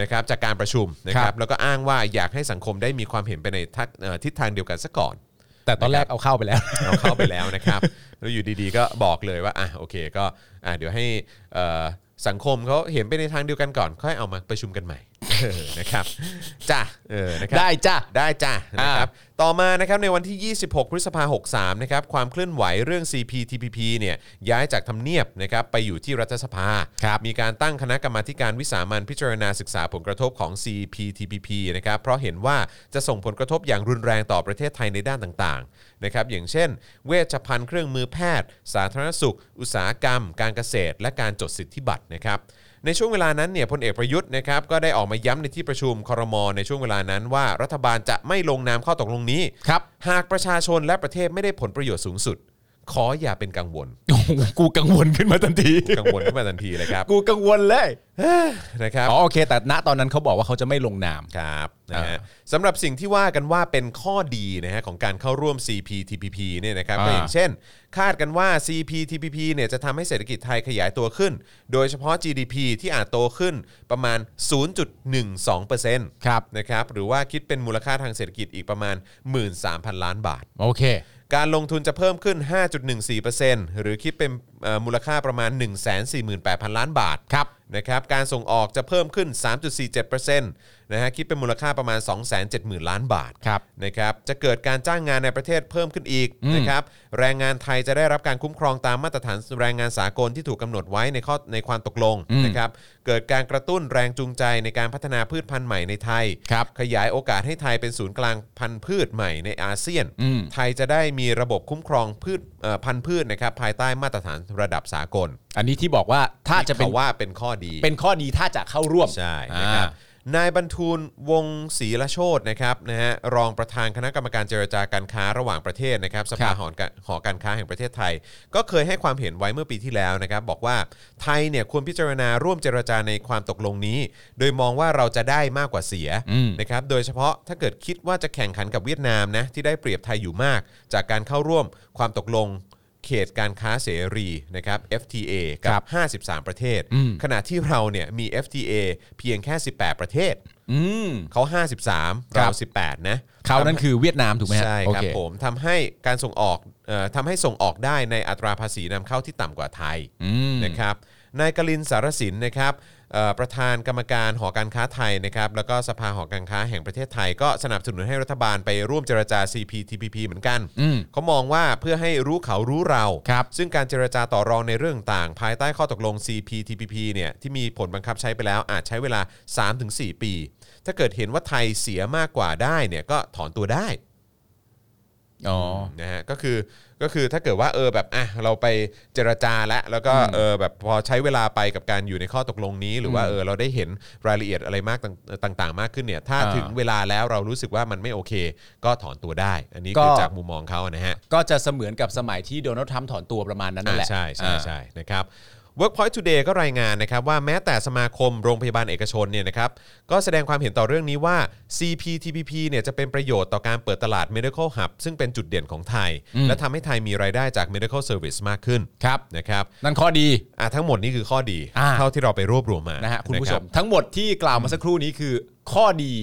S2: นะครับจากการประชุมนะค
S3: ค
S2: รั
S3: รั
S2: บบ แล้วก็อ้างว่าอยากให้สังคมได้มีความเห็นไปในทักเอ่อทิศทางเดียวกันซะก่อน
S3: แต่ตอนแรกเอาเข้าไปแล้ว
S2: เอาเข้าไปแล้วนะครับ แล้วอยู่ดีๆก็บอกเลยว่าอ่ะโอเคก็อ่ะเดี๋ยวให้เอ่อสังคมเขาเห็นไปในทางเดียวกันก่อน ค่อยเอามาประชุมกันใหม่ เออนะครับจ้ะเออนะครับ
S3: ได้จ้ะ
S2: ได้จ้ะ
S3: อ่า
S2: นะครับต่อมานะครับในวันที่ 26 พฤษภาคม63นะครับความเคลื่อนไหวเรื่อง CPTPP เนี่ยย้ายจากทำเนียบนะครับไปอยู่ที่รัฐสภา
S3: ครับ
S2: มีการตั้งคณะกรรมาธิการวิสามันพิจารณาศึกษาผลกระทบของ CPTPP นะครับเพราะเห็นว่าจะส่งผลกระทบอย่างรุนแรงต่อประเทศไทยในด้านต่างๆนะครับอย่างเช่น เวชภัณฑ์เครื่องมือแพทย์ สาธารณสุข อุตสาหกรรม การเกษตร และการจดสิทธิบัตรนะครับ ในช่วงเวลานั้นเนี่ยพลเอกประยุทธ์นะครับก็ได้ออกมาย้ำในที่ประชุมครม ในช่วงเวลานั้นว่ารัฐบาลจะไม่ลงนามข้อตกลงนี้
S3: ครับ
S2: หากประชาชนและประเทศไม่ได้ผลประโยชน์สูงสุด ขออย่าเป็นกังวล
S3: โอ้โหกูกังวลขึ้นมาทันที
S2: กังวลขึ้นมาทันทีเลยครับ
S3: กูกังวลเลย
S2: นะครับ
S3: อ๋อโอเค แต่ณตอนนั้นเขาบอกว่าเขาจะไม่ลงนาม
S2: ครับนะฮะ
S3: อ่า
S2: สำหรับสิ่งที่ว่ากันว่าเป็นข้อดีนะฮะของการเข้าร่วม CPTPP เนี่ยนะครับ
S3: อ่า
S2: ก็อย่างเช่น คาดกันว่า CPTPP เนี่ยจะทำให้เศรษฐกิจไทยขยายตัวขึ้น โดยเฉพาะ GDP ที่อาจโตขึ้นประมาณ 0.12%
S3: ครับ
S2: นะครับหรือว่าคิดเป็นมูลค่าทางเศรษฐกิจอีกประมาณ 13,000 ล้านบาท
S3: โอเค
S2: การลงทุนจะเพิ่มขึ้น 5.14%หรือคิดเป็นเอ่อมูลค่าประมาณ 148,000 ล้านบาท
S3: ครับ
S2: นะครับ การส่งออกจะเพิ่มขึ้น 3.47%นะฮะ คิดเป็นมูลค่าประมาณ 270,000 ล้านบาท
S3: ครับ
S2: นะครับ จะเกิดการจ้างงานในประเทศเพิ่มขึ้นอีกนะครับ แรงงานไทยจะได้รับการคุ้มครองตามมาตรฐานแรงงานสากลที่ถูกกำหนดไว้ในข้อในความตกลง
S3: อืม
S2: นะครับ เกิดการกระตุ้นแรงจูงใจในการพัฒนาพืชพันธุ์ใหม่ในไทย
S3: ครับ
S2: ขยายโอกาสให้ไทยเป็นศูนย์กลางพันธุ์พืชใหม่ในอาเซียน
S3: อืม
S2: ไทยจะได้มีระบบคุ้มครองพืชเอ่อพันธุ์พืชนะครับภายใต้มาตรฐานระดับสากล
S3: อันนี้ที่บอกว่าถ้าจะเป็น
S2: ที่ขว่าเป็นข้อดี
S3: เป็นข้อดีถ้าจะเข้าร่วม
S2: ใช่
S3: อ่า
S2: นะครับนายบรรทูลวงศ์ศรีละโชตนะครับนะฮะรองประธานคณะกรรมการเจรจาการค้าระหว่างประเทศนะครับส
S3: ครั
S2: ภา
S3: บ
S2: หอการหอการค้าแห่งประเทศไทย ก็เคยให้ความเห็นไว้เมื่อปีที่แล้วนะครับบอกว่าไทยเนี่ยควรพิจารณาร่วมเจรจาในความตกลงนี้ โดยมองว่าเราจะได้มากกว่าเสีย
S3: อืม
S2: นะครับโดยเฉพาะถ้าเกิดคิดว่าจะแข่งขันกับเวียดนามนะที่ได้เปรียบไทยอยู่มาก จากการเข้าร่วมความตกลงเขตการค้าเสรีนะครับ FTA กั
S3: ครับ บ
S2: 53 ประเทศ
S3: อืม
S2: ขณะที่เราเนี่ยมี FTA เพียงแค่ 18 ประเทศ
S3: อืม
S2: เขา 53
S3: ครั
S2: เรา
S3: บ
S2: 18 นะ
S3: เขานั้นคือเวียดนามถูกไหมฮะ
S2: ใช่ครับ
S3: โอเ
S2: ผมทำให้การส่งออกเอ่อทำให้ส่งออกได้ในอัตราภาษีนำเข้าที่ต่ำกว่าไทย
S3: อืม
S2: นะครับนายกลินสารสินนะครับเอ่อประธานกรรมการหอการค้าไทยนะครับแล้วก็สภาหอการค้าแห่งประเทศไทย ก็สนับสนุนให้รัฐบาลไปร่วมเจรจา CPTPP เหมือนกัน
S3: อืม
S2: เขามองว่าเพื่อให้รู้เขารู้เรา
S3: ครับ
S2: ซึ่งการเจรจาต่อรองในเรื่องต่าง ภายใต้ข้อตกลง CPTPP เนี่ยที่มีผลบังคับใช้ไปแล้วอาจใช้เวลา 3-4 ปี ถ้าเกิดเห็นว่าไทยเสียมากกว่าได้เนี่ยก็ถอนตัวได้
S3: อ๋อ
S2: นะฮะก็คือก็คือถ้าเกิดว่าเออแบบอ่ะเราไปเจรจาแล้วแล้วก็เออแบบพอใช้เวลาไปกับการอยู่ในข้อตกลงนี้ หรือว่า
S3: อืม
S2: เออเราได้เห็นรายละเอียดอะไรมากต่างต่าง ๆ มากขึ้นเนี่ยถ้า
S3: อ่า
S2: ถึงเวลาแล้วเรารู้สึกว่ามันไม่โอเค ก็ถอนตัวได้ อันนี้คือ
S3: ก็
S2: จากมุมมองเขานะฮะ
S3: ก็จะเสมือนกับสมัยที่โดนัลด์ทรัมป์ถอนตัวประมาณนั้นนั่นแหละ
S2: อ่าใช่ใช่
S3: อ่า
S2: ใช่นะครับ Workpoint Today ก็รายงานนะครับว่าแม้แต่สมาคมโรงพยาบาลเอกชนเนี่ยนะครับก็แสดงความเห็นต่อเรื่องนี้ว่า CPTPP เนี่ยจะเป็นประโยชน์ต่อการเปิดตลาด Medical Hub ซึ่งเป็นจุดเด่นของไทย
S3: อืม
S2: และทำให้ไทยมีรายได้จาก Medical Service มากขึ้น
S3: ครับ
S2: นะครับ
S3: นั่นข้อดี
S2: อ่ะทั้งหมดนี่คือข้อดี
S3: อ่า
S2: เท่าที่เราไปรวบรวมมา
S3: นะฮะคุณผู้ช
S2: รั
S3: ม
S2: บ
S3: ทั้งหมดที่กล่าวมาสักครู่นี้คือ ข้อดี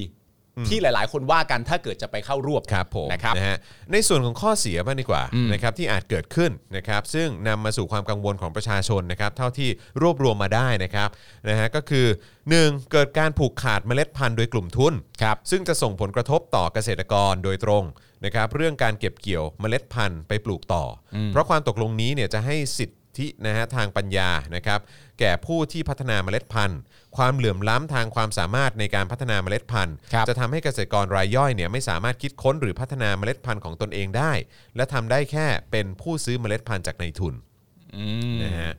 S3: ที่หลาย ๆ คนว่ากันถ้าเกิดจะไปเข้าร่วม
S2: ครับผม
S3: นะครับ
S2: นะฮะในส่วนของข้อเสียบ้างดีกว่านะครับที่อาจเกิดขึ้นนะครับซึ่งนำมาสู่ความกังวลของประชาชนนะครับเท่าที่รวบรวมมาได้นะครับนะฮะก็คือ 1. เกิดการผูกขาดเมล็ดพันธุ์โดยกลุ่มทุนครับซึ่งจะส่งผลกระทบต่อเกษตรกรโดยตรงนะครับเรื่องการเก็บเกี่ยวเมล็ดพันธุ์ไปปลูกต่ออเพราะความตกลงนี้เนี่ยจะให้สิทธิ ที่นะฮะทางปัญญานะครับแก่ผู้ที่พัฒนาเมล็ดพันธุ์ ความเหลื่อมล้ำทางความสามารถในการพัฒนาเมล็ดพันธุ์
S3: ครับ
S2: จะทำให้เกษตรกรรายย่อยเนี่ยไม่สามารถคิดค้นหรือพัฒนาเมล็ดพันธุ์ของตนเองได้ และทำได้แค่เป็นผู้ซื้อเมล็ดพันธุ์จากในทุนนะฮะ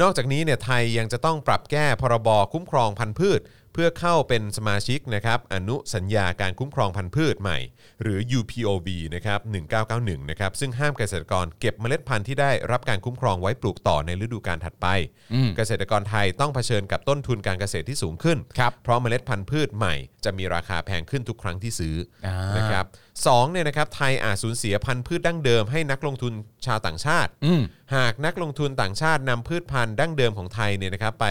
S2: นอกจากนี้เนี่ยไทยยังจะต้องปรับแก้พรบคุ้มครองพันธุ์พืช เพื่อเข้าเป็นสมาชิกนะครับอนุสัญญาการคุ้มครองพันธุ์พืชใหม่ หรือ UPOV นะครับ1991นะครับซึ่งห้ามเกษตรกรเก็บเมล็ดพันธุ์ที่ได้รับการคุ้มครองไว้ปลูกต่อในฤดูกาลถัดไป
S3: อืม
S2: เกษตรกรไทยต้องเผชิญกับต้นทุนการเกษตรที่สูงขึ้น
S3: ครับ
S2: เพราะเมล็ดพันธุ์พืชใหม่จะมีราคาแพงขึ้นทุกครั้งที่ซื้ออา นะครับสองเนี่ยนะครับไทยอาจสูญเสียพันธุ์พืชดั้งเดิมให้นักลงทุนชาวต่างชาติ
S3: อืม
S2: หากนักลงทุนต่างชาตินำพืชพันธุ์ดั้งเดิมของไทยเนี่ยนะครับไป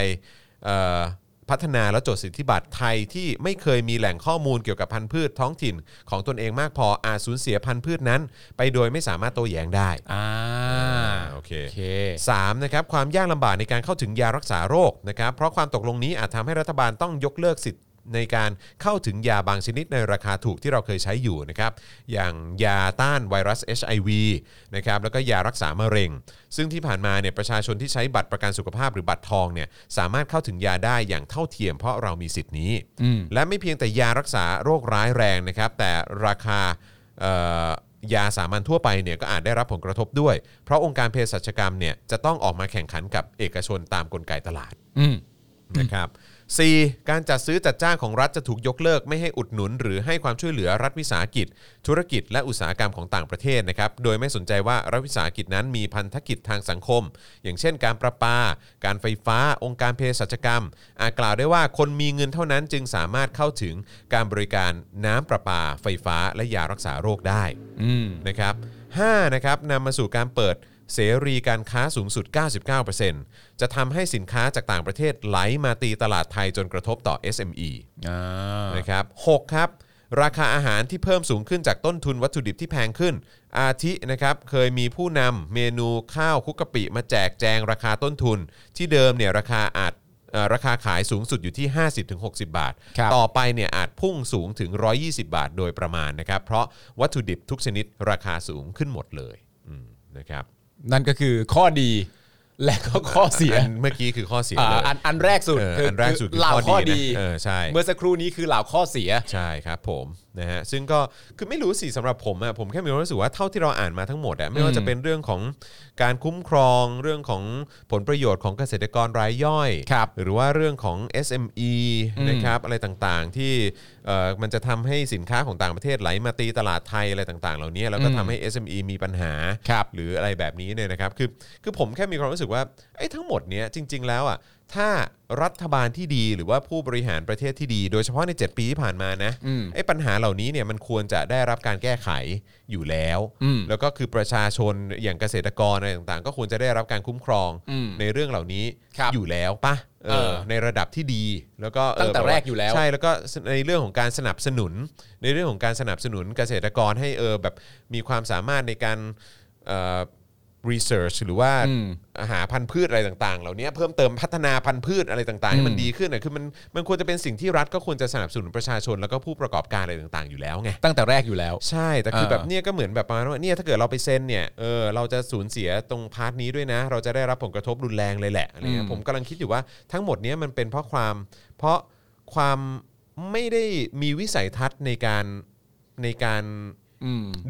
S2: เอ่อพัฒนาและจดสิทธิบัตรไทยที่ไม่เคยมีแหล่งข้อมูลเกี่ยวกับพันธุ์พืชท้องถิ่นของตนเองมากพออาจสูญเสียพันธุ์พืชนั้น ไปโดยไม่สามารถโต้แย้งได้
S3: อ่า
S2: โอเค
S3: โอเค
S2: สามนะครับความยากลำบากในการเข้าถึงยารักษาโรคนะครับเพราะความตกลงนี้อาจทำให้รัฐบาลต้องยกเลิกสิทธิ์ ในการเข้าถึงยาบางชนิดในราคาถูกที่เราเคยใช้อยู่นะครับ อย่างยาต้านไวรัส HIV นะครับแล้วก็ยารักษามะเร็ง ซึ่งที่ผ่านมาเนี่ยประชาชนที่ใช้บัตรประกันสุขภาพหรือบัตรทองเนี่ยสามารถเข้าถึงยาได้อย่างเท่าเทียมเพราะเรามีสิทธิ์นี้ และไม่เพียงแต่ยารักษาโรคร้ายแรงนะครับ แต่ราคา เอ่อยาสามัญทั่วไปเนี่ยก็อาจได้รับผลกระทบด้วย เพราะองค์การเภสัชกรรมเนี่ยจะต้องออกมาแข่งขันกับเอกชนตามกลไกตลาด
S3: อืม
S2: นะครับ 4. การจัดซื้อจัดจ้างของรัฐจะถูกยกเลิกไม่ให้อุดหนุน หรือให้ความช่วยเหลือรัฐวิสาหกิจ ธุรกิจและอุตสาหกรรมของต่างประเทศนะครับโดยไม่สนใจว่ารัฐวิสาหกิจนั้นมีพันธกิจทางสังคม อย่างเช่น การประปา การไฟฟ้า องค์การเภสัชกรรมอาจกล่าวได้ว่าคนมีเงินเท่านั้นจึงสามารถเข้าถึงการบริการน้ำประปา ไฟฟ้า และยารักษาโรคได้
S3: อืม
S2: นะครับ5นะครับนำมาสู่การเปิดเสรีการค้าสูงสุด 99%จะทำให้สินค้าจากต่างประเทศไหลมาตีตลาดไทยจนกระทบต่อ SME
S3: อ่า
S2: นะครับ6ครับ ราคาอาหารที่เพิ่มสูงขึ้นจากต้นทุนวัตถุดิบที่แพงขึ้น อาทินะครับเคยมีผู้นำเมนูข้าวคุกกะปิ มาแจกแจงราคาต้นทุน ที่เดิมเนี่ยราคาอาจเอ่อราคาขายสูงสุดอยู่ที่ 50-60 บาท
S3: ครับ
S2: ต่อไปเนี่ยอาจพุ่งสูงถึง 120 บาทโดยประมาณนะครับ เพราะวัตถุดิบทุกชนิดราคาสูงขึ้นหมดเลยอืมนะครับ
S3: นั่นก็คือข้อดี และก็ข้อเสีย
S2: อันเมื่อกี้คือข้อเสีย
S3: อ่า
S2: เลย
S3: อันอันแรกสุด
S2: เออ
S3: คือ
S2: อันแรกสุดคือ
S3: เหล่าข้อ
S2: นะ
S3: ดี
S2: เออใช่
S3: เมื่อสักครู่นี้คือเหล่าข้อเสีย
S2: ใช่ครับผมนะฮะซึ่งก็คือไม่รู้สิสำหรับผมอะผมแค่มีความรู้สึกว่าเท่าที่เราอ่านมาทั้งหมดอะไม่ว่าจะเป็นเรื่องของการคุ้มครองเรื่องของผลประโยชน์ของเกษตรกรรายย่อย
S3: ครับ
S2: หรือว่าเรื่องของ SME
S3: อืม
S2: นะครับอะไรต่างๆที่เอ่อมันจะทำให้สินค้าของต่างประเทศไหลมาตีตลาดไทยอะไรต่างๆ เหล่านี้แล้วก็ทำให้ SME มีปัญหา
S3: ครับ
S2: หรืออะไรแบบนี้เนี่ยนะครับคือคือผมแค่มีความรู้สึกว่าไอ้ยทั้งหมดเนี้ยจริง ๆ แล้วอ่ะถ้ารัฐบาลที่ดีหรือว่าผู้บริหารประเทศที่ดี โดยเฉพาะใน 7 ปีที่ผ่านมานะ
S3: อืม
S2: ไอ้ปัญหาเหล่านี้เนี่ยมันควรจะได้รับการแก้ไขอยู่แล้ว
S3: อืม
S2: แล้วก็คือประชาชนอย่างเกษตรกรอะไรต่างๆ ก็ควรจะได้รับการคุ้มครอง
S3: อืม
S2: ในเรื่องเหล่านี้
S3: ครับ
S2: อยู่แล้วปะเอ
S3: เอ
S2: อ
S3: อ
S2: ในระดับที่ดีแล้วก็เ
S3: ตั้งแต่
S2: บบา
S3: แรกอยู่แล้ว
S2: ใช่ ใช่แล้วก็ในเรื่องของการสนับสนุนในเรื่องของการสนับสนุนเกษตรกรให้เออแบบมีความสามารถในการเอ่อ research หรือว่า
S3: อืม
S2: หาพันธุ์พืชอะไรต่างๆ เหล่านี้เพิ่มเติมพัฒนาพันธุ์พืชอะไรต่างๆให้มัน
S3: อืม
S2: ดีขึ้นนะคือมันมันควรจะเป็นสิ่งที่รัฐก็ควรจะสนับสนุนประชาชนแล้วก็ผู้ประกอบการอะไรต่างๆ อยู่แล้วไง
S3: ตั้งแต่แรกอยู่แล้ว
S2: ใช่ แต่คือ
S3: เออ
S2: แบบเนี่ยก็เหมือนแบบประมาณว่าเนี่ยถ้าเกิดเราไปเซ็นเนี่ยเออเราจะสูญเสียตรงพาร์ทนี้ด้วยนะ เราจะได้รับผลกระทบรุนแรงเลยแหละอะไรเงี้ย
S3: อืม
S2: ผมกำลังคิดอยู่ว่าทั้งหมดเนี้ยมันเป็นเพราะความ เพราะความไม่ได้มีวิสัยทัศน์ในการในการ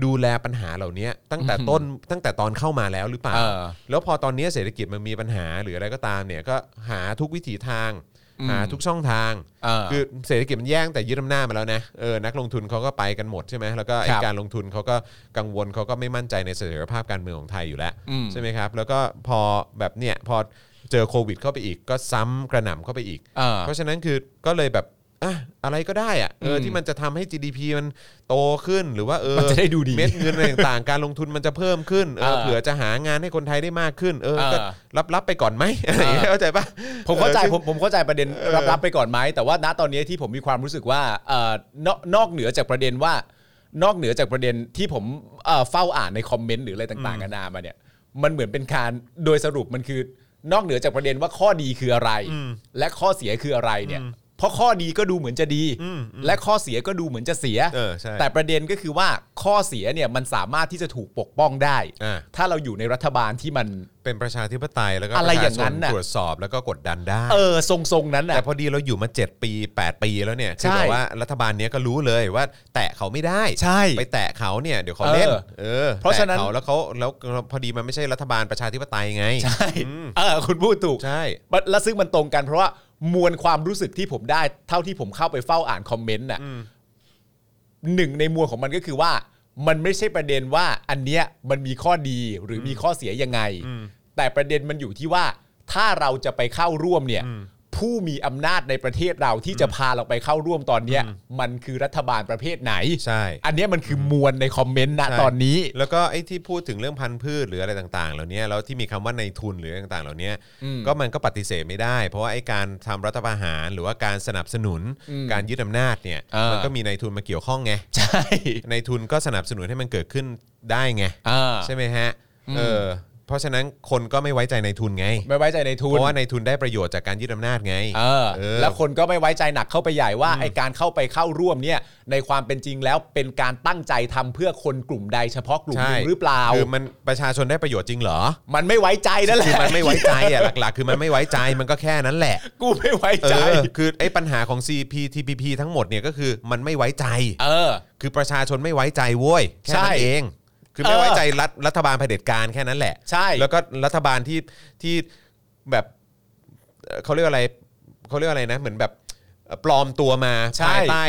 S2: ดูแลปัญหาเหล่านี้ตั้งแต่ต้นตั้งแต่ตอนเข้ามาแล้วหรือเปล่า
S3: เออ
S2: แล้วพอตอนนี้เศรษฐกิจมันมีปัญหาหรืออะไรก็ตามเนี่ยก็หาทุกวิถีทาง
S3: อืม
S2: หาทุกช่องทาง
S3: เออ
S2: คือเศรษฐกิจมันแย่งแต่ยึดอำนาจมาแล้วนะเออนักลงทุนเขาก็ไปกันหมดใช่ไหมแล้วก็ไอ้
S3: ครับ
S2: การลงทุนเขาก็กังวลเขาก็ไม่มั่นใจในเสถียรภาพการเมืองของไทยอยู่แล้ว
S3: อืม
S2: ใช่ไหมครับ แล้วก็พอแบบเนี่ยพอเจอโควิดเข้าไปอีก ก็ซ้ำกระหน่ำเข้าไปอีก
S3: เออ
S2: เพราะฉะนั้นคือก็เลยแบบอ่ะอะไรก็ได้อะเอออ
S3: ม
S2: ที่มันจะทำให้ GDP มันโตขึ้นหรือว่าเออ
S3: มันจะได้ดูดี
S2: เม็ดเงินอะไรต่างๆ การลงทุนมันจะเพิ่มขึ้นเอ
S3: เอ
S2: อ
S3: อ
S2: เผื่อจะหางานให้คนไทยได้มากขึ้น เออก็
S3: เอ
S2: รับรับๆไปก่อนไหมอะไรอย่างเงี้ยเข้าใจปะ
S3: ผมเข้าใจ
S2: ออ
S3: ผมผมเข้าใจประเด็น
S2: เออ
S3: รับรับไปก่อนไหมแต่ว่าณตอนนี้ที่ผมมีความรู้สึกว่าเอ่อนอกนอกเหนือจากประเด็นว่า นอกเหนือจากประเด็นที่ผมเอ่อเฝ้าอ่านในคอมเมนต์หรืออะไรต่างๆกันานามาเนี่ย มันเหมือนเป็นการโดยสรุปมันคือนอกเหนือจากประเด็นว่าข้อดีคืออะไร และข้อเสียคืออะไรเนี่ยเพราะข้อดีก็ดูเหมือนจะดี และข้อเสียก็ดูเหมือนจะเสีย
S2: เออใช่
S3: แต่ประเด็นก็คือว่าข้อเสียเนี่ยมันสามารถที่จะถูกปกป้องได้
S2: อ่า
S3: ถ้าเราอยู่ในรัฐบาลที่มัน
S2: เป็นประชาธิปไตยแล้วก็
S3: อะไรอย่างนั้น
S2: ปะชช
S3: น่ะ
S2: ตรวจสอบแล้วก็กดดันได้
S3: เออทรงๆนั้นน่ะ
S2: แต่พอดีเราอยู่มา 7 ปี 8 ปีแล้วเนี่ยคือ
S3: ใช่
S2: แบบว่ารัฐบาลเนี้ยก็รู้เลยว่า แตะเขาไม่ได้
S3: ใช่
S2: ไปแตะเขาเนี่ยเดี๋ยวเขาเล่น
S3: เออ
S2: เออ
S3: เพราะฉะนั้น
S2: แตเขาแล้วเขาแล้วพอดีมันไม่ใช่รัฐบาลประชาธิปไตยไง
S3: ใช่
S2: อืม
S3: เออคุณพูดถูก
S2: ใช่
S3: มันและซึ่งมันตรงกันเพราะว่ามวลความรู้สึกที่ผมได้ เท่าที่ผมเข้าไปเฝ้าอ่านคอมเมนต์น่ะหนึ่งในมวลของมันก็คือว่า มันไม่ใช่ประเด็นว่าอันเนี้ยมันมีข้อดีหรือมีข้อเสียยังไง แต่ประเด็นมันอยู่ที่ว่า ถ้าเราจะไปเข้าร่วมเนี่ย ผู้มีอำนาจในประเทศเราที่จะพาเราไปเข้าร่วมตอนเนี้ย มันคือรัฐบาลประเภทไหน
S2: ใช่
S3: อันเนี้ยมันคืออมวลในคอมเมนต์นะ
S2: ใช่
S3: ตอนนี้
S2: แล้วก็ไอ้ที่พูดถึงเรื่องพันธุ์พืชหรืออะไรต่างๆ เหล่านี้แล้วที่มีคำว่าในทุนหรืออะไรต่างๆ เหล่านี้
S3: อืม
S2: ก็มันก็ปฏิเสธไม่ได้ เพราะว่าไอ้การทำรัฐประหารหรือว่าการสนับสนุน
S3: อืม
S2: การยึดอำนาจเนี่ย
S3: เออ
S2: มันก็มีในทุนมาเกี่ยวข้องไง
S3: ใช่
S2: ในทุนก็สนับสนุนให้มันเกิดขึ้นได้ไง
S3: อ่า
S2: ใช่ไหมฮะ
S3: อืม
S2: เออ เพ ราะฉะนั้นคนก็ไม่ไว้ใจในายทุนไง
S3: ไม่ไว้ใจในทุ
S2: เพ
S3: น
S2: ราะว่าในายทุนได้ประโยชน์จากการยึดอำนาจไง
S3: เออ
S2: เออ
S3: แล้วคนก็ไม่ไว้ใจหนักเข้าไปใหญ่ว่าไอการเข้าไปเข้าร่วมเนี่ยในความเป็นจริงแล้วเป็นการตั้งใจทำเพื่อคนกลุ่มใดเฉพาะกลุ่มหนึงหรือเปล่า
S2: คือมันประชาชนได้ประโยชน์จริงเหรอ
S3: มันไม่ไว้ใจนั่นแห
S2: คือ
S3: ละ
S2: มันไม่ไว้ใจอ่ะ หลักๆ คือมันไม่ไว้ใจมันก็แค่นั้นแหละ
S3: กูไม่ไว้
S2: เอ
S3: ใจ
S2: อ คือไอ้ปัญหาของ CPTPP ทั้งหมดเนี่ยก็คือมันไม่ไว้ใจ
S3: เออ
S2: คือประชาชนไม่ไว้ใจโว้ยแค่
S3: ใช่
S2: นั้นเอง คือไม่
S3: เออ
S2: ไว้ใจรัฐรัฐบาลเผด็จการแค่นั้นแหละ
S3: ใช่
S2: แล้วก็รัฐบาลที่ที่แบบเอ่อเขาเรียกอะไรเขาเรียกอะไรนะ เหมือนแบบเอ่อปลอมตัวมา
S3: ใช่
S2: ภายใต้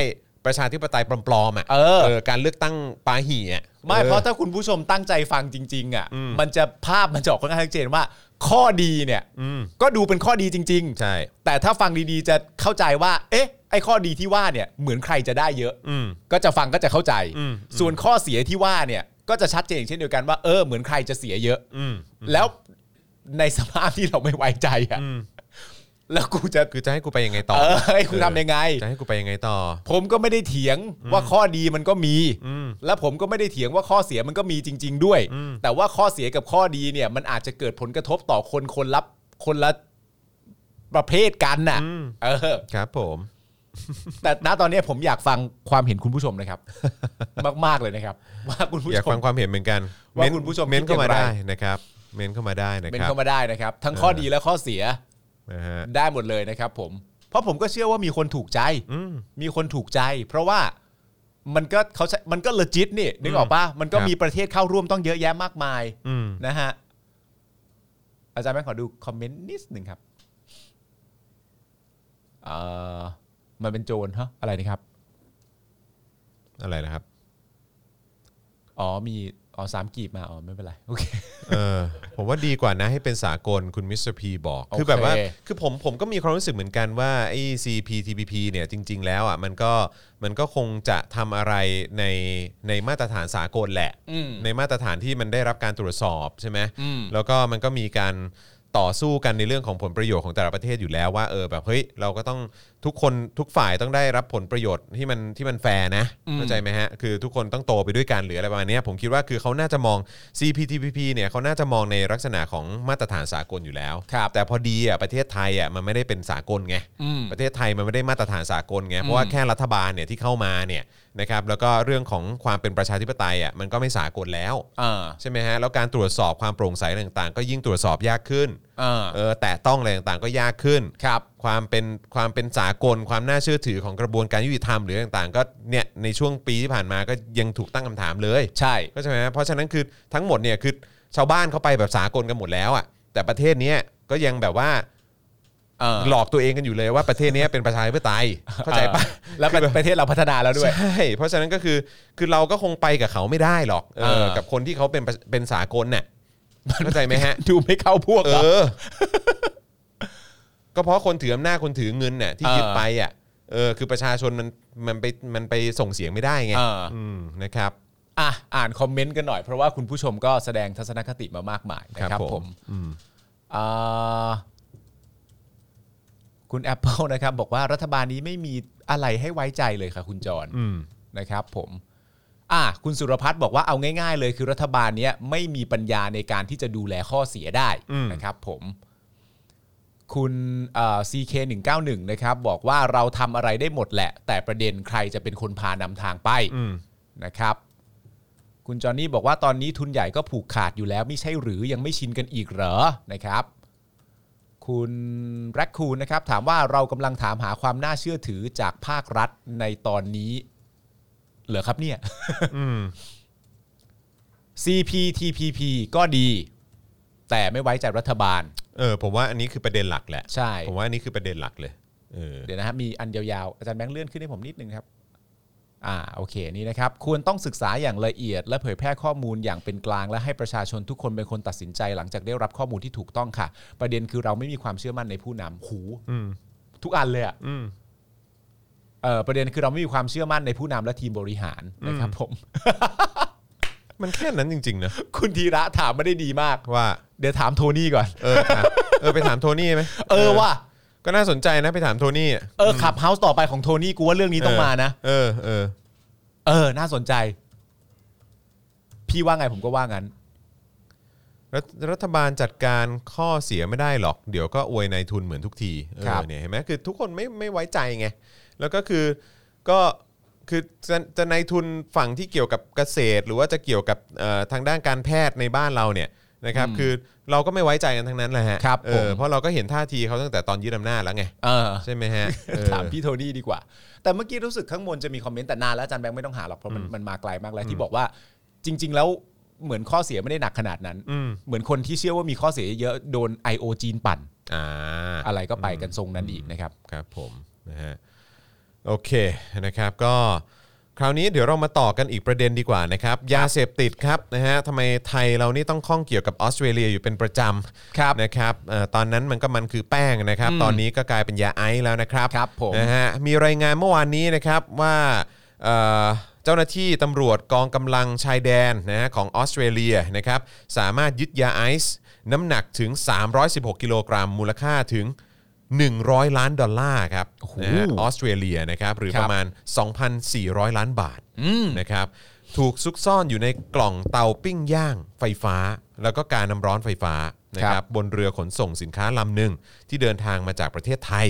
S2: ประชาธิปไตยปลอมๆอ่ะ
S3: เออ
S2: การเลือกตั้งปาหี่อ่ะ
S3: ไม่เพราะ
S2: ออ
S3: ถ้าคุณผู้ชมตั้งใจฟังจริง ๆ อ่ะ
S2: อืม
S3: มันจะภาพมันจะออกค่อนข้างชัดเจนว่า ข้อดีเนี่ย
S2: อืม
S3: ก็ดูเป็นข้อดีจริง ๆ
S2: ใช่
S3: แต่ถ้าฟังดีๆ จะเข้าใจว่า เอ๊ะ ไอ้ข้อดีที่ว่าเนี่ย เหมือนใครจะได้เยอะ
S2: อืม
S3: ก็จะฟังก็จะเข้าใจ
S2: อืม
S3: ส่วนข้อเสียที่ว่าเนี่ย ก็จะชัดเจนเช่นเดียวกันว่า เออ เหมือนใครจะเสียเยอะ
S2: อืม
S3: แล้วในสภาพที่เราไม่ไว้ใจอ่ะ
S2: อืม
S3: แล้วกูจะ
S2: คือจะให้กูไปยังไงต่อ
S3: เออให้กูทำยังไง
S2: จะให้กูไปยังไงต่อ
S3: ผมก็ไม่ได้เถียงว่าข้อดีมันก็มี
S2: อืม
S3: และผมก็ไม่ได้เถียงว่าข้อเสียมันก็มีจริง ๆ ด้วย
S2: อืม
S3: แต่ว่าข้อเสียกับข้อดีเนี่ย มันอาจจะเกิดผลกระทบต่อคนคนรับคนละประเภทกันน่ะ
S2: อืม
S3: เออ
S2: ครับผม
S3: แต่ณตอนนี้ผมอยากฟังความเห็นคุณผู้ชมนะครับ มาก ๆ เลยนะครับ ว่าคุณผู้
S2: อยาก
S3: ช
S2: ฟั
S3: ม
S2: งความเห็นเหมือนกัน
S3: ว่า
S2: เน
S3: คุณผู้ชม
S2: เม้น
S3: คิด
S2: เข้ามา
S3: อย่างไร
S2: ได้นะครับ เม้นเข้ามาได้นะ
S3: เป็
S2: ค
S3: น
S2: รับ
S3: เข้ามาได้นะครับ ทั้งข้อดีและข้อเสีย
S2: นะฮะ
S3: ได้หมดเลยนะครับ ผม เพราะผมก็เชื่อว่ามีคนถูกใจ
S2: อืม
S3: มีคนถูกใจ เพราะว่ามันก็เขาใช้มันก็เลจิตนี่นึกออกปะมันก็
S2: ครับ
S3: มีประเทศเข้าร่วมต้องเยอะแยะมากมาย
S2: อืม
S3: นะฮะ อาจารย์แม่ขอดูคอมเมนต์นิดหนึ่งครับเอ่อมันเป็นโจรฮะอะไรนะครับ
S2: อะไรนะครับ
S3: อ๋อมีอ๋อสามกีบมาอ๋อไม่เป็นไรโอเค
S2: เออ ผมว่าดีกว่านะให้เป็นสากลคุณมิสเตอร์พีบอก
S3: โอเค
S2: คือแบบว่า คือผมผมก็มีความรู้สึกเหมือนกันว่าไอ้ CPTPP เนี่ยจริง ๆ แล้วอ่ะมันก็มันก็คงจะทำอะไรในในมาตรฐานสากลแหละ
S3: อืม
S2: ในมาตรฐานที่มันได้รับการตรวจสอบใช่ไหม
S3: อืม
S2: แล้วก็มันก็มีการต่อสู้กันในเรื่องของผลประโยชน์ของแต่ละประเทศอยู่แล้วว่าเออแบบเฮ้ยเราก็ต้องทุกคนทุกฝ่ายต้องได้รับผลประโยชน์ที่มันที่มันแฟร์นะ
S3: อืม
S2: เข้าใจไหมฮะคือทุกคนต้องโตไปด้วยกันหรืออะไรประมาณเนี้ยผมคิดว่าคือเขาน่าจะมอง CPTPP เนี่ยเขาน่าจะมองในลักษณะของมาตรฐานสากลอยู่แล้ว แต่พอดีอ่ะประเทศไทยอ่ะมันไม่ได้เป็นสากลไง
S3: อืม
S2: ประเทศไทยมันไม่ได้มาตรฐานสากลไงเพราะว่าแค่รัฐบาลเนี่ยที่เข้ามาเนี่ยนะครับแล้วก็เรื่องของความเป็นประชาธิปไตยอ่ะมันก็ไม่สากลแล้ว
S3: อ่า
S2: ใช่ไหมฮะแล้วการตรวจสอบความโปร่งใสต่างๆ ก็ยิ่งตรวจสอบยากขึ้น
S3: อ่า
S2: เออแต่ต้องอะไรต่างๆก็ยากขึ้น
S3: ครับ
S2: ความเป็นความเป็นสากล ความน่าเชื่อถือของกระบวนการยุติธรรมหรือต่างๆ ก็เนี่ยในช่วงปีที่ผ่านมาก็ยังถูกตั้งคำถามเลย
S3: ใช่
S2: ก็ใช่ไหมฮะเพราะฉะนั้นคือทั้งหมดเนี่ยคือชาวบ้านเขาไปแบบสากลกันหมดแล้วอ่ะแต่ประเทศเนี้ยก็ยังแบบว่า
S3: เออ
S2: หลอกตัวเองกันอยู่เลยว่าประเทศเนี้ยเป็นประชาธิปไตยเข้าใจปะ
S3: เออแล้วประประเทศเราพัฒนาแล้วด้วย
S2: ใช่ เพราะฉะนั้นก็คือคือเราก็คงไปกับเขาไม่ได้หรอกเออ
S3: เออ
S2: กับคนที่เขาเป็นประเป็นสากล เนี่ยเข้าใจไหมฮะ
S3: ดูไม่เข้าพวก
S2: เอ
S3: เหรอ
S2: อ ก็เพราะคนถืออำนาจคนถือเงินเนี่ยที่
S3: เออ
S2: ยึดไปอ่ะเออคือประชาชนมันมันไปมันไปส่งเสียงไม่ได้ไง
S3: เอออื
S2: มนะครับ
S3: อ่ะอ่านคอมเมนต์กันหน่อย เพราะว่าคุณผู้ชมก็แสดงทัศนคติมามากมายนะค
S2: ครั
S3: รับบผ
S2: ผม ม
S3: อ่าคุณ Apple นะครับ บอกว่ารัฐบาลนี้ไม่มีอะไรให้ไว้ใจเลยค่ะ คุณจร
S2: อืม
S3: นะครับผมอ่ะคุณสุรพัฒน์บอกว่าเอาง่าย ๆ เลยคือรัฐบาลเนี้ยไม่มีปัญญาในการที่จะดูแลข้อเสียได้
S2: อืม
S3: นะครับผม คุณเอ่อ CK191 นะครับบอกว่าเราทำอะไรได้หมดแหละ แต่ประเด็นใครจะเป็นคนพานำทางไป
S2: อืม
S3: นะครับ คุณจอห์นนี่บอกว่าตอนนี้ทุนใหญ่ก็ผูกขาดอยู่แล้วไม่ใช่หรือยังไม่ชินกันอีกเหรอนะครับ คุณแบล็กคูนนะครับถามว่าเรากำลังถามหาความน่าเชื่อถือจากภาครัฐในตอนนี้ เหรอครับเนี่ย
S2: อืม
S3: CPTPP ก็ดี แต่ไม่ไว้ใจรัฐบาล
S2: เออ ผมว่าอันนี้คือประเด็นหลักแหละ
S3: ใช่
S2: ผมว่าอันนี้คือประเด็นหลักเลย เออ
S3: เดี๋ยวนะครับมีอันยาวๆ อาจารย์แบงค์เลื่อนขึ้นให้ผมนิดนึงครับ อ่าโอเคนี่นะครับ ควรต้องศึกษาอย่างละเอียด และเผยแพร่ข้อมูลอย่างเป็นกลาง และให้ประชาชนทุกคนเป็นคนตัดสินใจหลังจากได้รับข้อมูลที่ถูกต้องค่ะ ประเด็นคือเราไม่มีความเชื่อมั่นในผู้นำหู
S2: อืม
S3: ทุกอันเลยอะ
S2: อืม
S3: เอ่อประเด็นคือเราไม่มีความเชื่อมั่นในผู้นำและทีมบริหารนะครับผม
S2: มันแค่นั้นจริง ๆ นะ
S3: คุณธีระถามไม่ได้ดีมาก
S2: ว่า
S3: เดี๋ยวถามโทนี่ก่อน
S2: เออถามเออไปถามโทนี่ไหม
S3: เออว่ะ
S2: ก็น่าสนใจนะไปถามโทนี่อะ
S3: เออขับเฮาส์ต่อไปของโทนี่กูว่าเรื่องนี้ต้องมานะ
S2: เออเออ
S3: เออ น่าสนใจ พี่ว่าไงผมก็ว่างั้น
S2: รัฐรัฐบาลจัดการข้อเสียไม่ได้หรอก เดี๋ยวก็อวยนายทุนเหมือนทุกทีเอ
S3: ครั
S2: อบ เนี่ยเห็นไหมคือทุกคนไม่ไม่ไว้ใจไง แล้วก็คือก็คือจะจะนายทุนฝั่งที่เกี่ยวกับเกษตร หรือว่าจะเกี่ยวกับเอ่อทางด้านการแพทย์ในบ้านเราเนี่ยนะครับคือเราก็ไม่ไว้ใจกันทั้งนั้นแหละฮะ
S3: ครับ
S2: เอ
S3: ผ
S2: อ
S3: ม
S2: เพราะเราก็เห็นท่าทีเขาตั้งแต่ตอนยึดอำนาจแล้วไง
S3: เออ
S2: ใช่ไหมฮะเออ
S3: ถามพี่โทนี่ดีกว่า แต่เมื่อกี้รู้สึกข้างบนจะมีคอมเมนต์แต่นานแล้วอาจารย์แบงค์ไม่ต้องหาหรอกเพราะมันมันมาไกลมากแล้วที่บอกว่าจริง ๆ แล้วเหมือนข้อเสียไม่ได้หนักขนาดนั้น
S2: อืม
S3: เหมือนคนที่เชื่อว่ามีข้อเสียเยอะโดน I.O. จีนปั่น
S2: อ่า
S3: อะไรก็ไปกันทรงนั้นอีกนะครับ
S2: ครับผมนะฮะโอเคนะครับก็คราวนี้เดี๋ยวเรามาต่อกันอีกประเด็นดีกว่านะครับยาเสพติดครับนะฮะทำไมไทยเรานี่ต้องข้องเกี่ยวกับออสเตรเลียอยู่เป็นประจำ
S3: ครับ
S2: นะครับเอ่อตอนนั้นมันก็มันคือแป้งนะครับ ตอนนี้ก็กลายเป็นยาไอซ์แล้วนะครับ
S3: ครับผม
S2: นะฮะมีรายงานเมื่อวานนี้นะครับว่าเอ่อเจ้าหน้าที่ตำรวจกองกำลังชายแดนนะฮะของออสเตรเลียนะครับสามารถยึดยาไอซ์น้ำหนักถึง 316 กิโลกรัมมูลค่าถึง 100 ล้านดอลลาร์ครับนะฮะออสเตรเลียนะครับหรือ
S3: ค
S2: ป
S3: รับ
S2: ระมาณ 2,400 ล้านบาทนะครับถูกซุกซ่อนอยู่ในกล่องเตาปิ้งย่างไฟฟ้า แล้วก็การน้ำร้อนไฟฟ้านะครับบนเรือขนส่งสินค้าลำหนึ่งที่เดินทางมาจากประเทศไทย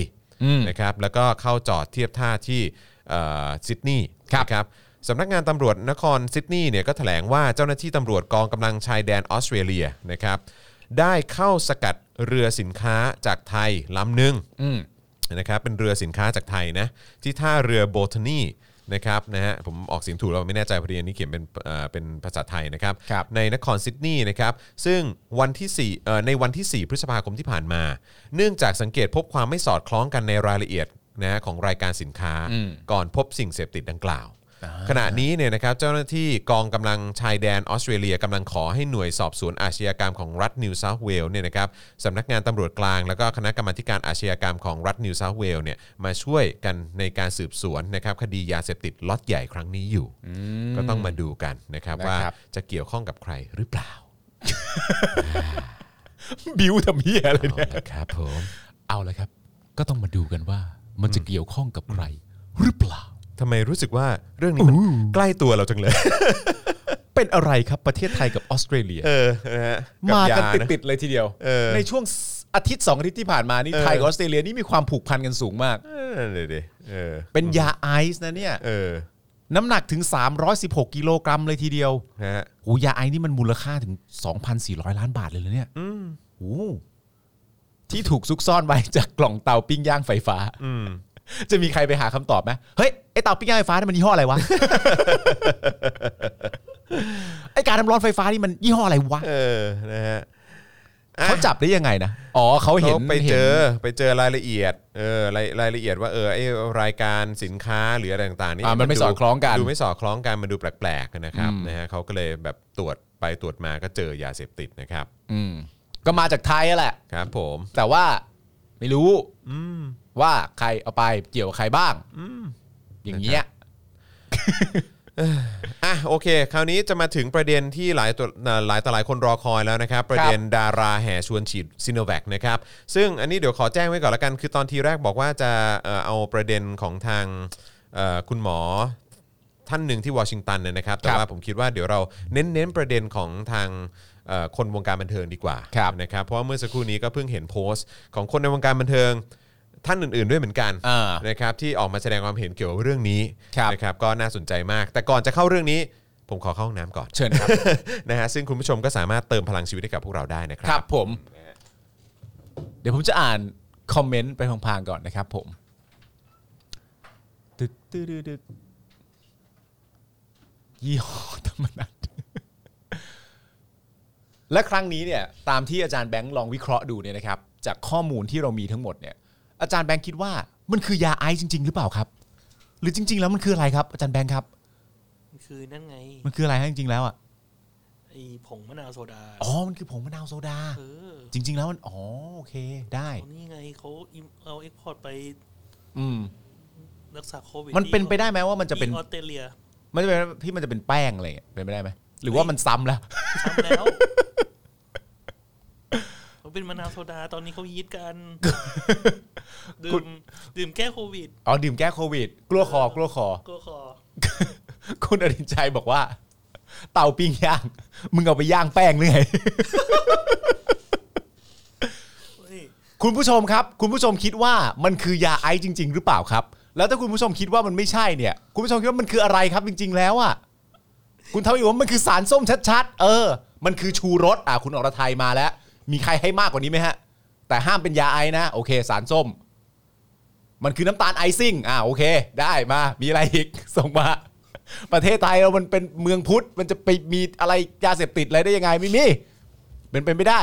S2: นะครับแล้วก็เข้าจอดเทียบท่าที่เอ่อซิดนีย์นะครับสำนักงานตำรวจนครซิดนีย์เนี่ยก็แถลงว่าเจ้าหน้าที่ตำรวจกองกำลังชายแดนออสเตรเลียนะครับได้เข้าสกัดเรือสินค้าจากไทยลำหนึ่ง นะครับเป็นเรือสินค้าจากไทยนะที่ท่าเรือโบทานีนะครับนะฮะผมออกเสียงถูกเราไม่แน่ใจพอดีอันนี้เขียนเป็นเอ่อเป็นภาษาไทยนะครับ
S3: ครับ
S2: ในนครซิดนีย์นะครับซึ่งวันที่สี่เอ่อในวันที่ 4 พฤษภาคมที่ผ่านมา เนื่องจากสังเกตพบความไม่สอดคล้องกันในรายละเอียดนะฮะของรายการสินค้าก่อนพบสิ่งเสพติดดังกล่าว ขณะนี้เนี่ยนะครับเจ้าหน้าที่กองกำลังชายแดนออสเตรเลียกำลังขอให้หน่วยสอบสวนอาชญากรรมของรัฐนิวเซาท์เวลเนี่ยนะครับสำนักงานตำรวจกลาง แล้วก็คณะกรรมาธิการอาชญากรรมของรัฐนิวเซาท์เวลเนี่ยมาช่วยกันในการสืบสวนนะครับคดียาเสพติดล็อตใหญ่ครั้งนี้อยู่ ก็ต้องมาดูกันนะครับ
S3: นะครับ
S2: ว่าจะเกี่ยวข้องกับใครหรือเปล่า
S3: บิวทำเฮียอะไรเนี่ย
S2: เอาละครับผม
S3: เอาละครับ ก็ต้องมาดูกันว่ามันจะเกี่ยวข้องกับใคร หรือเปล่า
S2: ทำไมรู้สึกว่าเรื่องนี้มันใกล้ตัวเราจังเลย
S3: เป็นอะไรครับประเทศไทยกับออสเตรเลีย
S2: เออนะฮะบ
S3: มากัน
S2: ยะ
S3: ติดๆเลยทีเดียว
S2: เออ
S3: ในช่วงอาทิตย์สองอาทิตย์ที่ผ่านมานี่
S2: เออ
S3: ไทยกับออสเตรเลียนี่มีความผูกพันกันสูงมาก
S2: เออเดี๋ยวดิเออ
S3: เป็นยาไอซ์นะเนี่ย
S2: เออ
S3: น้ำหนักถึง 316 กิโลกรัมเลยทีเดียว
S2: นะฮะ
S3: โหยาไอซ์นี่มันมูลค่าถึง 2,400 ล้านบาทเลยเลยเนี่ยโอ้ที่ถูกซุกซ่อนไว้จากกล่องเตาปิ้งย่างไฟฟ้า จะมีใครไปหาคำตอบไหมเฮ้ย ไอเตาปิ้งย่างไฟฟ้านี่มันยี่ห้ออะไร วะ ไอการทำร้อนไฟฟ้านี่มันยี่ห้ออะไรวะ
S2: เออ นะฮะอ่ะ
S3: เขาจับได้ยังไงนะ อ๋อเขาเห็น
S2: เขาไปเจอ
S3: ห็น
S2: ไปเจอรายละเอียด เออ รายรายละเอียดว่า เออ ไอรายการสินค้าหรืออะไรต่างๆนี่
S3: อ่ะมันไม่สอดคล้องกัน
S2: ดูไม่สอดคล้องกัน มันดูแปลกๆนะครับ นะฮะเขาก็เลยแบบตรวจไปตรวจมาก็เจอยาเสพติดนะครับ
S3: ืมก็มาจากไทยอะแหละ
S2: ครับผม
S3: แต่ว่าไม่รู้ว่าใครเอาไปเกี่ยวกับใครบ้างอย่างเงี้ย
S2: อ่ะโอเค คราวนี้จะมาถึงประเด็นที่หลายตัวเอ่อหลายต่อหลายคนรอคอยแล้วนะครับ ประเด็นดาราแห่ชวนฉีดซิโนแวคนะครับ ซึ่งอันนี้เดี๋ยวขอแจ้งไว้ก่อนละกัน คือตอนทีแรกบอกว่าจะเอ่อเอาประเด็นของทางเอ่อคุณหมอท่านหนึ่งที่วอชิงตันเนี่ยนะครับ แต่
S3: ครับ
S2: ว่าผมคิดว่าเดี๋ยวเราเน้นเน้นๆประเด็นของทางเอ่อคนวงการบันเทิงดีกว่า
S3: ครับ
S2: นะครับ เพราะว่าเมื่อสักครู่นี้ก็เพิ่งเห็นโพสต์ของคนในวงการบันเทิงท่านอื่น ๆ ด้วยเหมือนกัน
S3: อ่า
S2: นะครับที่ออกมาแสดงความเห็นเกี่ยวกับเรื่องนี้
S3: ครับ
S2: นะครับก็น่าสนใจมาก แต่ก่อนจะเข้าเรื่องนี้ ผมขอเข้าห้องน้ำก่ อน
S3: เชิญครับ
S2: นะฮะซึ่งคุณผู้ชมก็สามารถเติมพลังชีวิตให้กับพวกเราได้นะค
S3: ค
S2: รั
S3: รับผม เดี๋ยวผมจะอ่านคอมเมนต์ไปพลางๆก่อนนะครับผมตึกตึกตึกตึกยี่ห้อธรรมนัต และครั้งนี้เนี่ยตามที่อาจารย์แบงค์ลองวิเคราะห์ดูเนี่ยนะครับ จากข้อมูลที่เรามีทั้งหมดเนี่ย อาจารย์แบงค์คิดว่ามันคือยาไอซ์จริง ๆ หรือเปล่าครับ หรือจริง ๆ แล้วมันคืออะไรครับอาจารย์แบงค์ครับ
S4: คือนั่นไง
S3: มันคืออะไรฮะจริงๆแล้วอ่ะ
S4: ไอผงมะนาวโซดา
S3: อ๋อมันคือผงมะนาวโซดา
S4: เออ
S3: จริง ๆ แล้วมันอ๋อโอเคได้
S4: เอานี่ไงเขาอิมเอาเอ็กพอร์ตไป
S3: อืม
S4: รักษาโควิด
S3: มันเป็นไปได้ไหมว่ามันจะเป็น
S4: ที่ออสเตรเลีย
S3: มันจะเป็นที่มันจะเป็นแป้งอะไรอย่างเงี้ยเป็นไปได้ไหมหรือว่ามันซ้ำแล้ว
S4: ทำแล้วมันเป็นมะนาวโซดาตอนนี้เขาฮิตกันดื่
S3: คุณ
S4: มดื่มแก้โควิด
S3: อ๋อดื่มแก้โควิด กลัวคอกลัวคอ
S4: ก็ขอ
S3: คุณอรินชัยบอกว่า เต่าปิ้งย่าง มึงเอาไปย่างแป้งหรือไง
S4: เฮ้ย
S3: คุณผู้ชมครับ คุณผู้ชมคิดว่ามันคือยาไอซ์จริง ๆ หรือเปล่าครับ แล้วถ้าคุณผู้ชมคิดว่ามันไม่ใช่เนี่ย คุณผู้ชมคิดว่ามันคืออะไรครับจริง ๆ แล้วอ่ะคุณทำอยู่ว่ามันคือสารส้มชัดๆ เออ มันคือชูรสอ่ะคุณอรทัยมาแล้ว มีใครให้มากกว่านี้ไหมฮะ แต่ห้ามเป็นยาไอซ์นะ โอเค สารส้ม มันคือน้ำตาลไอซิ่งอ่าโอเค ได้มามีอะไรอีก ส่งมา ประเทศไทยเรามันเป็นเมืองพุทธมันจะไปมีอะไรยาเสพติดอะไรได้ยังไงไม่มีเป็นไปไม่ได้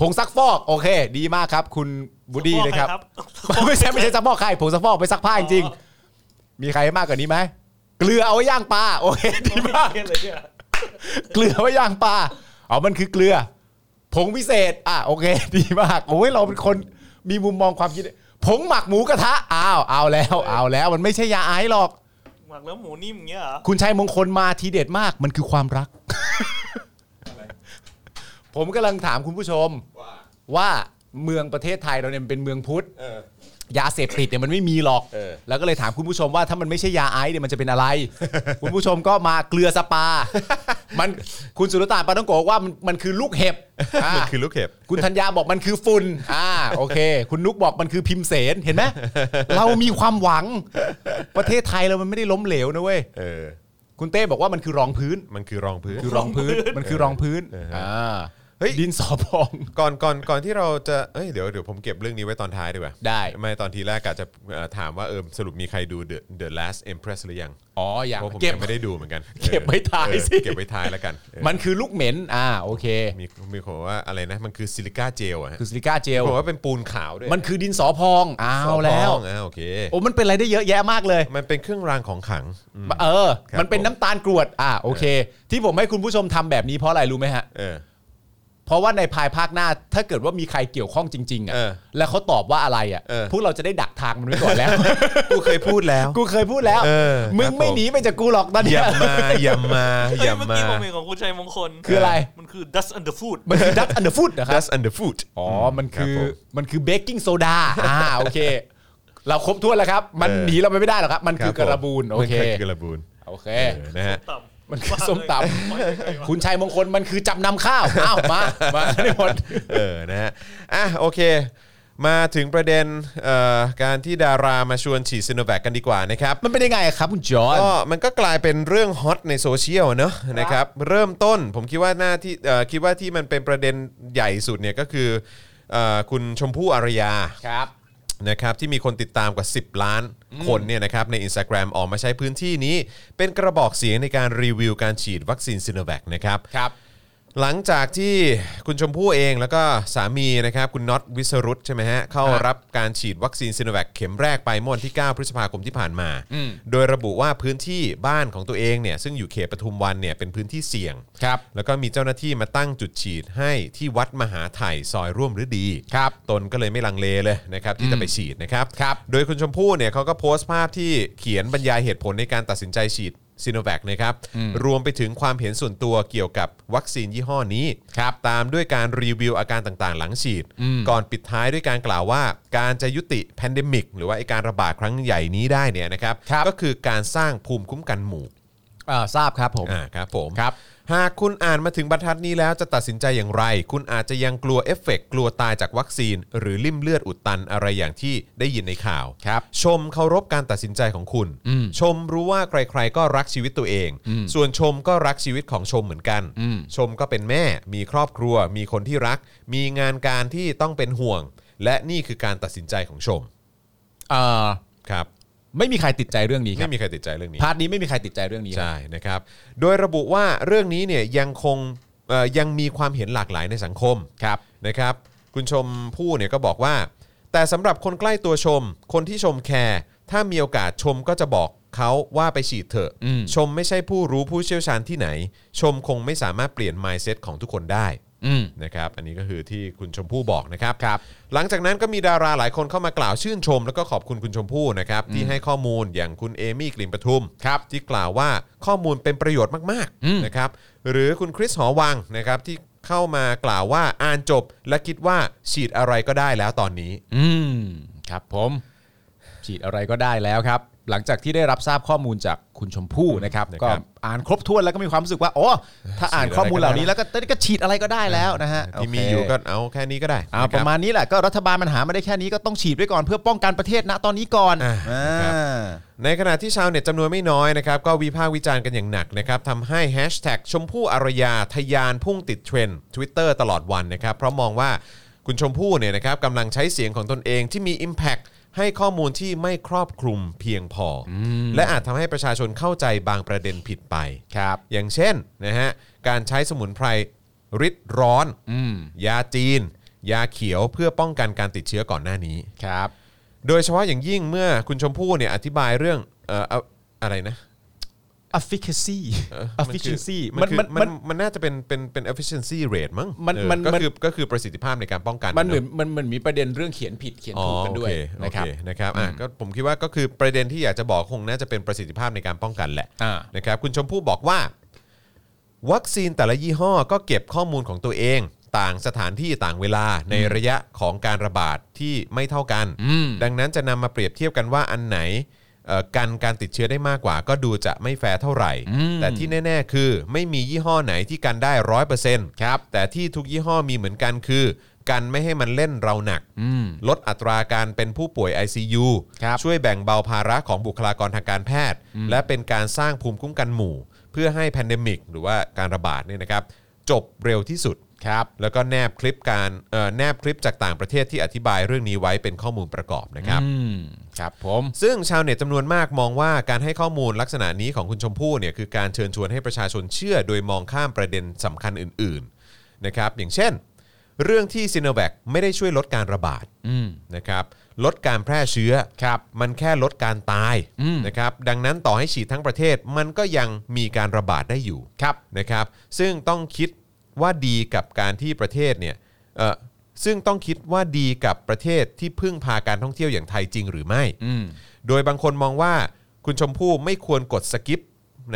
S3: ผงซักฟอกโอเค ดีมากครับ คุณบูดดี้นะครับ ไม่ใช่ไม่ใช่ซักฟอกใครผงซักฟอกไปซักผ้าจริงๆมีใครให้มากกว่านี้ไหมเกลือเอาไว้ย่างปลาโอเคดี
S4: ไม่
S3: มาก
S4: เก็ตเลยเนี่ย
S3: เกลือไว้ย่างปลาอ๋อมันคือเกลือ ผงพิเศษ อ่ะโอเค ดีมากโอ้ยเราเป็นคนมีมุมมองความคิด ผงหมักหมูกระทะอ้าวเอาแล้วเอาแล้วมันไม่ใช่ยาไอซ์หรอก
S4: หมักแล้วหมูนิ่มอย่างเงี้ยเหรอ
S3: คุณชัยมงคลมาทีเด็ดมากมันคือความรัก ผมกำลังถามคุณผู้ชม
S2: ว่า
S3: ว่าเมืองประเทศไทยเราเนี่ยมันเป็นเมืองพุทธ
S2: เออ
S3: ยาเสพติดเนี่ยมันไม่มีหรอก
S2: เออ
S3: แล้วก็เลยถามคุณผู้ชมว่าถ้ามันไม่ใช่ยาไอซ์เนี่ยมันจะเป็นอะไร คุณผู้ชมก็มาเกลือสปา มันคุณสุรตานปาต้องโกะบอกว่ามันมันคือลูกเห็บอ่า
S2: มันคือลูกเห็บ
S3: คุณธัญญาบอกมันคือฝุ่นอ่าโอเค คุณนุกบอกมันคือพิมเสนเห็นไหม เรามีความหวัง ประเทศไทยเรามันไม่ได้ล้มเหลวนะเว้ย
S2: เออ
S3: คุณเต้บอกว่ามันคือรองพื้น
S2: มันคือรองพื้น
S3: คือรอง พื้น มันคือรองพื้นอ่า
S2: เฮ้ย
S3: ดินสอพอง
S2: ก่อนก่อนก่อนที่เราจะเอ้ยเดี๋ยวเดี๋ยวผมเก็บเรื่องนี้ไว้ตอนท้ายดีกว่า
S3: ได้
S2: ไม่ตอนทีแรกกะจะเอ่อถามว่าเออสรุปมีใครดู The The Last Empress หรือยัง
S3: อ๋ออยาก
S2: เพราะผม
S3: เก็บ
S2: ยังไม่ได้ดูเหมือนกัน
S3: เก็บไว้ท้าย
S2: เออ
S3: สิ
S2: เก็บไว้ท้ายแล้วกันเออ
S3: มันคือลูกเหม็นอ่าโอเค
S2: มีมีคนบอกว่าอะไรนะ มันคือซิลิก้าเจลอะฮะ
S3: คือสลิก้าเจล
S2: ผมว่าเป็นปูนขาวด้วย
S3: มันคือดินสอพองอ้า
S2: ส
S3: ว
S2: อง
S3: แล้ว
S2: ห้องอ่ะโอเค
S3: โอ้มันเป็นอะไรได้เยอะแยะมากเลย
S2: มันเป็นเครื่องรางของขลัง
S3: เออ
S2: ครับ
S3: มันเป็นน้ำตาลกรวด อ่าโอเค ที่ผมให้คุณผู้ชมทำแบบนี้เพราะอะไรรู้ไหมฮะ
S2: เออ
S3: เพราะว่าในภายภาคหน้าถ้าเกิดว่ามีใครเกี่ยวข้องจริง ๆ
S2: เออ
S3: อ่ะแล้วเขาตอบว่าอะไรอ่ะ
S2: เออ
S3: พวกเราจะได้ดักทางมันไว้ก่อนแล้ว
S2: กูเคยพูดแล้ว
S3: กูเคยพูดแล้ว
S2: เออ
S3: มึง
S2: ครับผม
S3: ไม่หนีไปจากกูหรอกตอ
S2: อ
S3: นเนี้ย
S2: ย่ามาอย่ามา
S4: เฮ้ย
S2: อย่า
S4: เมื่อ
S2: มา
S4: กี้ผมเห็นของคุณชัยมงคล
S3: คืออะไร
S4: มันคือ dust under food
S3: มันคือดักอันเดอร์ฟุตนะครับ
S2: Dust under foot
S3: อ๋อ มันคือ
S2: รับผม
S3: มันคือเบกกิ้งโซดาอ่าโอเค เราครบถ้วนแล้วครับ มัน
S2: เออ
S3: หนีเราไปไม่ได้หรอกครับ มัน
S2: ค
S3: คื
S2: รั
S3: อบ
S2: ผม
S3: การะบูนโอเค
S2: มันอกระบูน
S3: โอเค
S2: เออนะฮะ
S4: ต่ำ
S3: มันคือ
S4: ว่า
S3: ส้มตำ
S4: เลยว่ายังไงวะ
S3: คุณชัยมงคลมันคือจำนำ ข้าว อ้าวมามาได้หมด
S2: เออ นะฮะ อ่ะ โอเค มาถึงประเด็นเอ่อการที่ดารามาชวนฉีดซิโนแวคกันดีกว่านะครับ
S3: มันเป็นยังไงครับคุณจอห์น
S2: ก็มันก็กลายเป็นเรื่องฮอตในโซเชียลเนอะนะครับ เริ่มต้นผมคิดว่าหน้าที่เอ่อคิดว่าที่มันเป็นประเด็นใหญ่สุดเนี่ยก็คือเอ่อคุณชมพู่อารยา
S3: ครับ
S2: นะครับที่มีคนติดตามกว่า 10 ล้านคนเนี่ยนะครับใน Instagram ออกมาใช้พื้นที่นี้ เป็นกระบอกเสียงในการรีวิวการฉีดวัคซีนซิโนแวคนะครับ
S3: ครับ
S2: หลังจากที่คุณชมพู่เองแล้วก็สามีนะครับคุณน็อตวิสรุตใช่ไหมฮะเข้ารับการฉีดวัคซีนซิโนแวคเข็มแรกไปเมื่อวันที่ 9 พฤษภาคมที่ผ่านมา โดยระบุว่าพื้นที่บ้านของตัวเองเนี่ยซึ่งอยู่เขตปทุมวันเนี่ยเป็นพื้นที่เสี่ยง
S3: ครับ
S2: แล้วก็มีเจ้าหน้าที่มาตั้งจุดฉีดให้ที่วัดมหาไถ่ซอยร่วมฤดี
S3: ครับ
S2: ตนก็เลยไม่ลังเลเลยนะครับที่จะไปฉีดนะครับ
S3: ครับ
S2: โดยคุณชมพู่เนี่ยเขาก็โพสต์ภาพที่เขียนบรรยายเหตุผลในการตัดสินใจฉีดซีโนแวคนะครับ รวมไปถึงความเห็นส่วนตัวเกี่ยวกับวัคซีนยี่ห้อนี้
S3: ครับ
S2: ตามด้วยการรีวิวอาการต่างๆ หลังฉีด ก่อนปิดท้ายด้วยการกล่าวว่า การจะยุติแพนเดมิกหรือว่าไอ้การระบาดครั้งใหญ่นี้ได้เนี่ยนะครับ
S3: ครับ
S2: ก็คือการสร้างภูมิคุ้มกันหมู่
S3: เอ่อทราบครับผม
S2: อ่าครับผม
S3: ครับ
S2: หากคุณอ่านมาถึงบรรทัดนี้แล้วจะตัดสินใจอย่างไร คุณอาจจะยังกลัวเอฟเฟกต์กลัวตายจากวัคซีน หรือลิ่มเลือดอุดตันอะไรอย่างที่ได้ยินในข่าว
S3: ครับ
S2: ชมเคารพการตัดสินใจของคุณ ชมรู้ว่าใครๆก็รักชีวิตตัวเอง ส่วนชมก็รักชีวิตของชมเหมือนกัน ชมก็เป็นแม่ มีครอบครัว มีคนที่รัก มีงานการที่ต้องเป็นห่วง และนี่คือการตัดสินใจของชม
S3: เอ่อ
S2: ครับ
S3: ไม่มีใครติดใจเรื่องนี้ครั
S2: ไม่
S3: บ
S2: มีใครติดใจเรื่องนี้
S3: พาร์ทนี้ไม่มีใครติดใจเรื่องนี้ครับ
S2: ใช่นะครับ โดยระบุว่าเรื่องนี้เนี่ยยังคงเอ่อยังมีความเห็นหลากหลายในสังคม
S3: ครับ
S2: นะครับ คุณชมผู้เนี่ยก็บอกว่า แต่สำหรับคนใกล้ตัวชม คนที่ชมแคร์ถ้ามีโอกาสชมก็จะบอกเขาว่าไปฉีดเถอะ
S3: อืม
S2: ชมไม่ใช่ผู้รู้ผู้เชี่ยวชาญที่ไหน ชมคงไม่สามารถเปลี่ยน mindset ของทุกคนได้
S3: อืม
S2: นะครับอันนี้ก็คือที่คุณชมพู่บอกนะครับ
S3: ครับ
S2: หลังจากนั้นก็มีดาราหลายคนเข้ามากล่าวชื่นชม แล้วก็ขอบคุณคุณชมพู่นะครับที่ให้ข้อมูลอย่างคุณเอมี่กลิ่นประทุมครับที่กล่าวว่าข้อมูลเป็นประโยชน์มาก
S3: อืม
S2: ๆนะครับหรือคุณคริสหอวังนะครับที่เข้ามากล่าวว่าอ่านจบ และคิดว่าฉีดอะไรก็ได้แล้วตอนนี้
S3: อืม ครับผม ฉีดอะไรก็ได้แล้วครับ หลังจากที่ได้รับทราบข้อมูลจากคุณชมพู่นะครับ
S2: นะครับ
S3: ก็อ่านครบถ้วนแล้วก็มีความรู้สึกว่าอ๋อถ้าอ่านข้อมูลเหล่านี้แล้วก็ก็ฉีดอะไรก็ได้แล้วนะฮะ
S2: ที่มี
S3: โเค
S2: อยู่ก็เอาแค่นี้ก็ได้
S3: อ่า
S2: คบ
S3: ประมาณนี้แหละก็รัฐบาลมันหาไม่ได้แค่นี้ก็ต้องฉีดไว้ก่อนเพื่อป้องกันประเทศณตอนนี้ก่อน
S2: อ่า
S3: อ่า
S2: ในขณะที่ชาวเน็ตจำนวนไม่น้อยนะครับก็วิพากษ์วิจารณ์กันอย่างหนักนะครับทำให้แฮชแท็กชมพู่อารยาทะยานพุ่งติดเทรนด์ Twitter ตลอดวันนะครับ เพราะมองว่าคุณชมพู่เนี่ยนะครับกำลังใช้เสียงของตนเองที่มี Impact ให้ข้อมูลที่ไม่ครอบคลุมเพียงพออและอาจทำให้ประชาชนเข้าใจบางประเด็นผิดไป
S3: ครับ
S2: อย่างเช่นนะฮะการใช้สมุนไพรริดร้อน
S3: อืม
S2: ยาจีน ยาเขียวเพื่อป้องกันการติดเชื้อก่อนหน้านี้
S3: ครับ
S2: โดยเฉพาะอย่างยิ่งเมื่อคุณชมพู่เนี่ยอธิบายเรื่องเอ่อเอาอะไรนะ
S3: efficacy
S2: เอ่อมันคือ
S3: efficiency
S2: มั
S3: มัน น
S2: คือ
S3: มัน
S2: มั
S3: มัน น
S2: มันน่าจะเป็นเป็นเป็น efficiency rate มั้ง
S3: มัน
S2: เออ
S3: มัน
S2: ก็
S3: มัน
S2: คือก็คือประสิทธิภาพในการป้องกัน
S3: มันเหมือนะ มันเหมือนมีประเด็นเรื่องเขียนผิดเขียน
S2: อ๋อ
S3: ถูกกันด้วย
S2: โอเคโอ
S3: นะครับ
S2: เคนะครับอ่ะก็ผมคิดว่าก็คือประเด็นที่อยากจะบอกคงน่าจะเป็นประสิทธิภาพในการป้องกันแหละ
S3: อ่า
S2: นะครับคุณชมพู่บอกว่า วัคซีนแต่ละยี่ห้อก็เก็บข้อมูลของตัวเอง ต่างสถานที่ต่างเวลาในระยะของการระบาดที่ไม่เท่ากัน
S3: อืม
S2: ดังนั้นจะนำมาเปรียบเทียบกันว่าอันไหนเอ่อกันการติดเชื้อได้มากกว่า ก็ดูจะไม่แฟร์เท่าไหร่ แต่ที่แน่ ๆ คือไม่มียี่ห้อไหนที่กันได้ร้อยเปอร์เซ็นต์ครับแต่ที่ทุกยี่ห้อมีเหมือนกันคือ กันไม่ให้มันเล่นเราหนัก
S3: อืม
S2: ลดอัตราการเป็นผู้ป่วย ICU
S3: ครับ
S2: ช่วยแบ่งเบาภาระของบุคลากรทางการแพทย์ และเป็นการสร้างภูมิคุ้มกันหมู่ เพื่อให้แพนเดมิกหรือว่าการระบาดเนี่ยนะครับ จบเร็วที่สุด
S3: ครับ
S2: แล้วก็แนบคลิปการเอ่อแนบคลิปจากต่างประเทศที่อธิบายเรื่องนี้ไว้เป็นข้อมูลประกอบนะครับ
S3: อืมครับผม
S2: ซึ่งชาวเน็ตจำนวนมากมองว่าการให้ข้อมูลลักษณะนี้ของคุณชมพู่เนี่ยคือการเชิญชวนให้ประชาชนเชื่อ โดยมองข้ามประเด็นสำคัญอื่นๆนะครับอย่างเช่น เรื่องที่ซีโนแวคไม่ได้ช่วยลดการระบาด
S3: อืม
S2: นะครับลดการแพร่เชื้อ
S3: ครับ
S2: มันแค่ลดการตาย
S3: อืม
S2: นะครับดังนั้นต่อให้ฉีดทั้งประเทศมันก็ยังมีการระบาดได้อยู่
S3: ครับ
S2: นะครับซึ่งต้องคิดว่าดีกับการที่ประเทศเนี่ยเอ่อซึ่งต้องคิดว่าดีกับประเทศที่พึ่งพาการท่องเที่ยวอย่างไทยจริงหรือไม่
S3: อืม
S2: โดยบางคนมองว่าคุณชมพู่ไม่ควรกดสกิป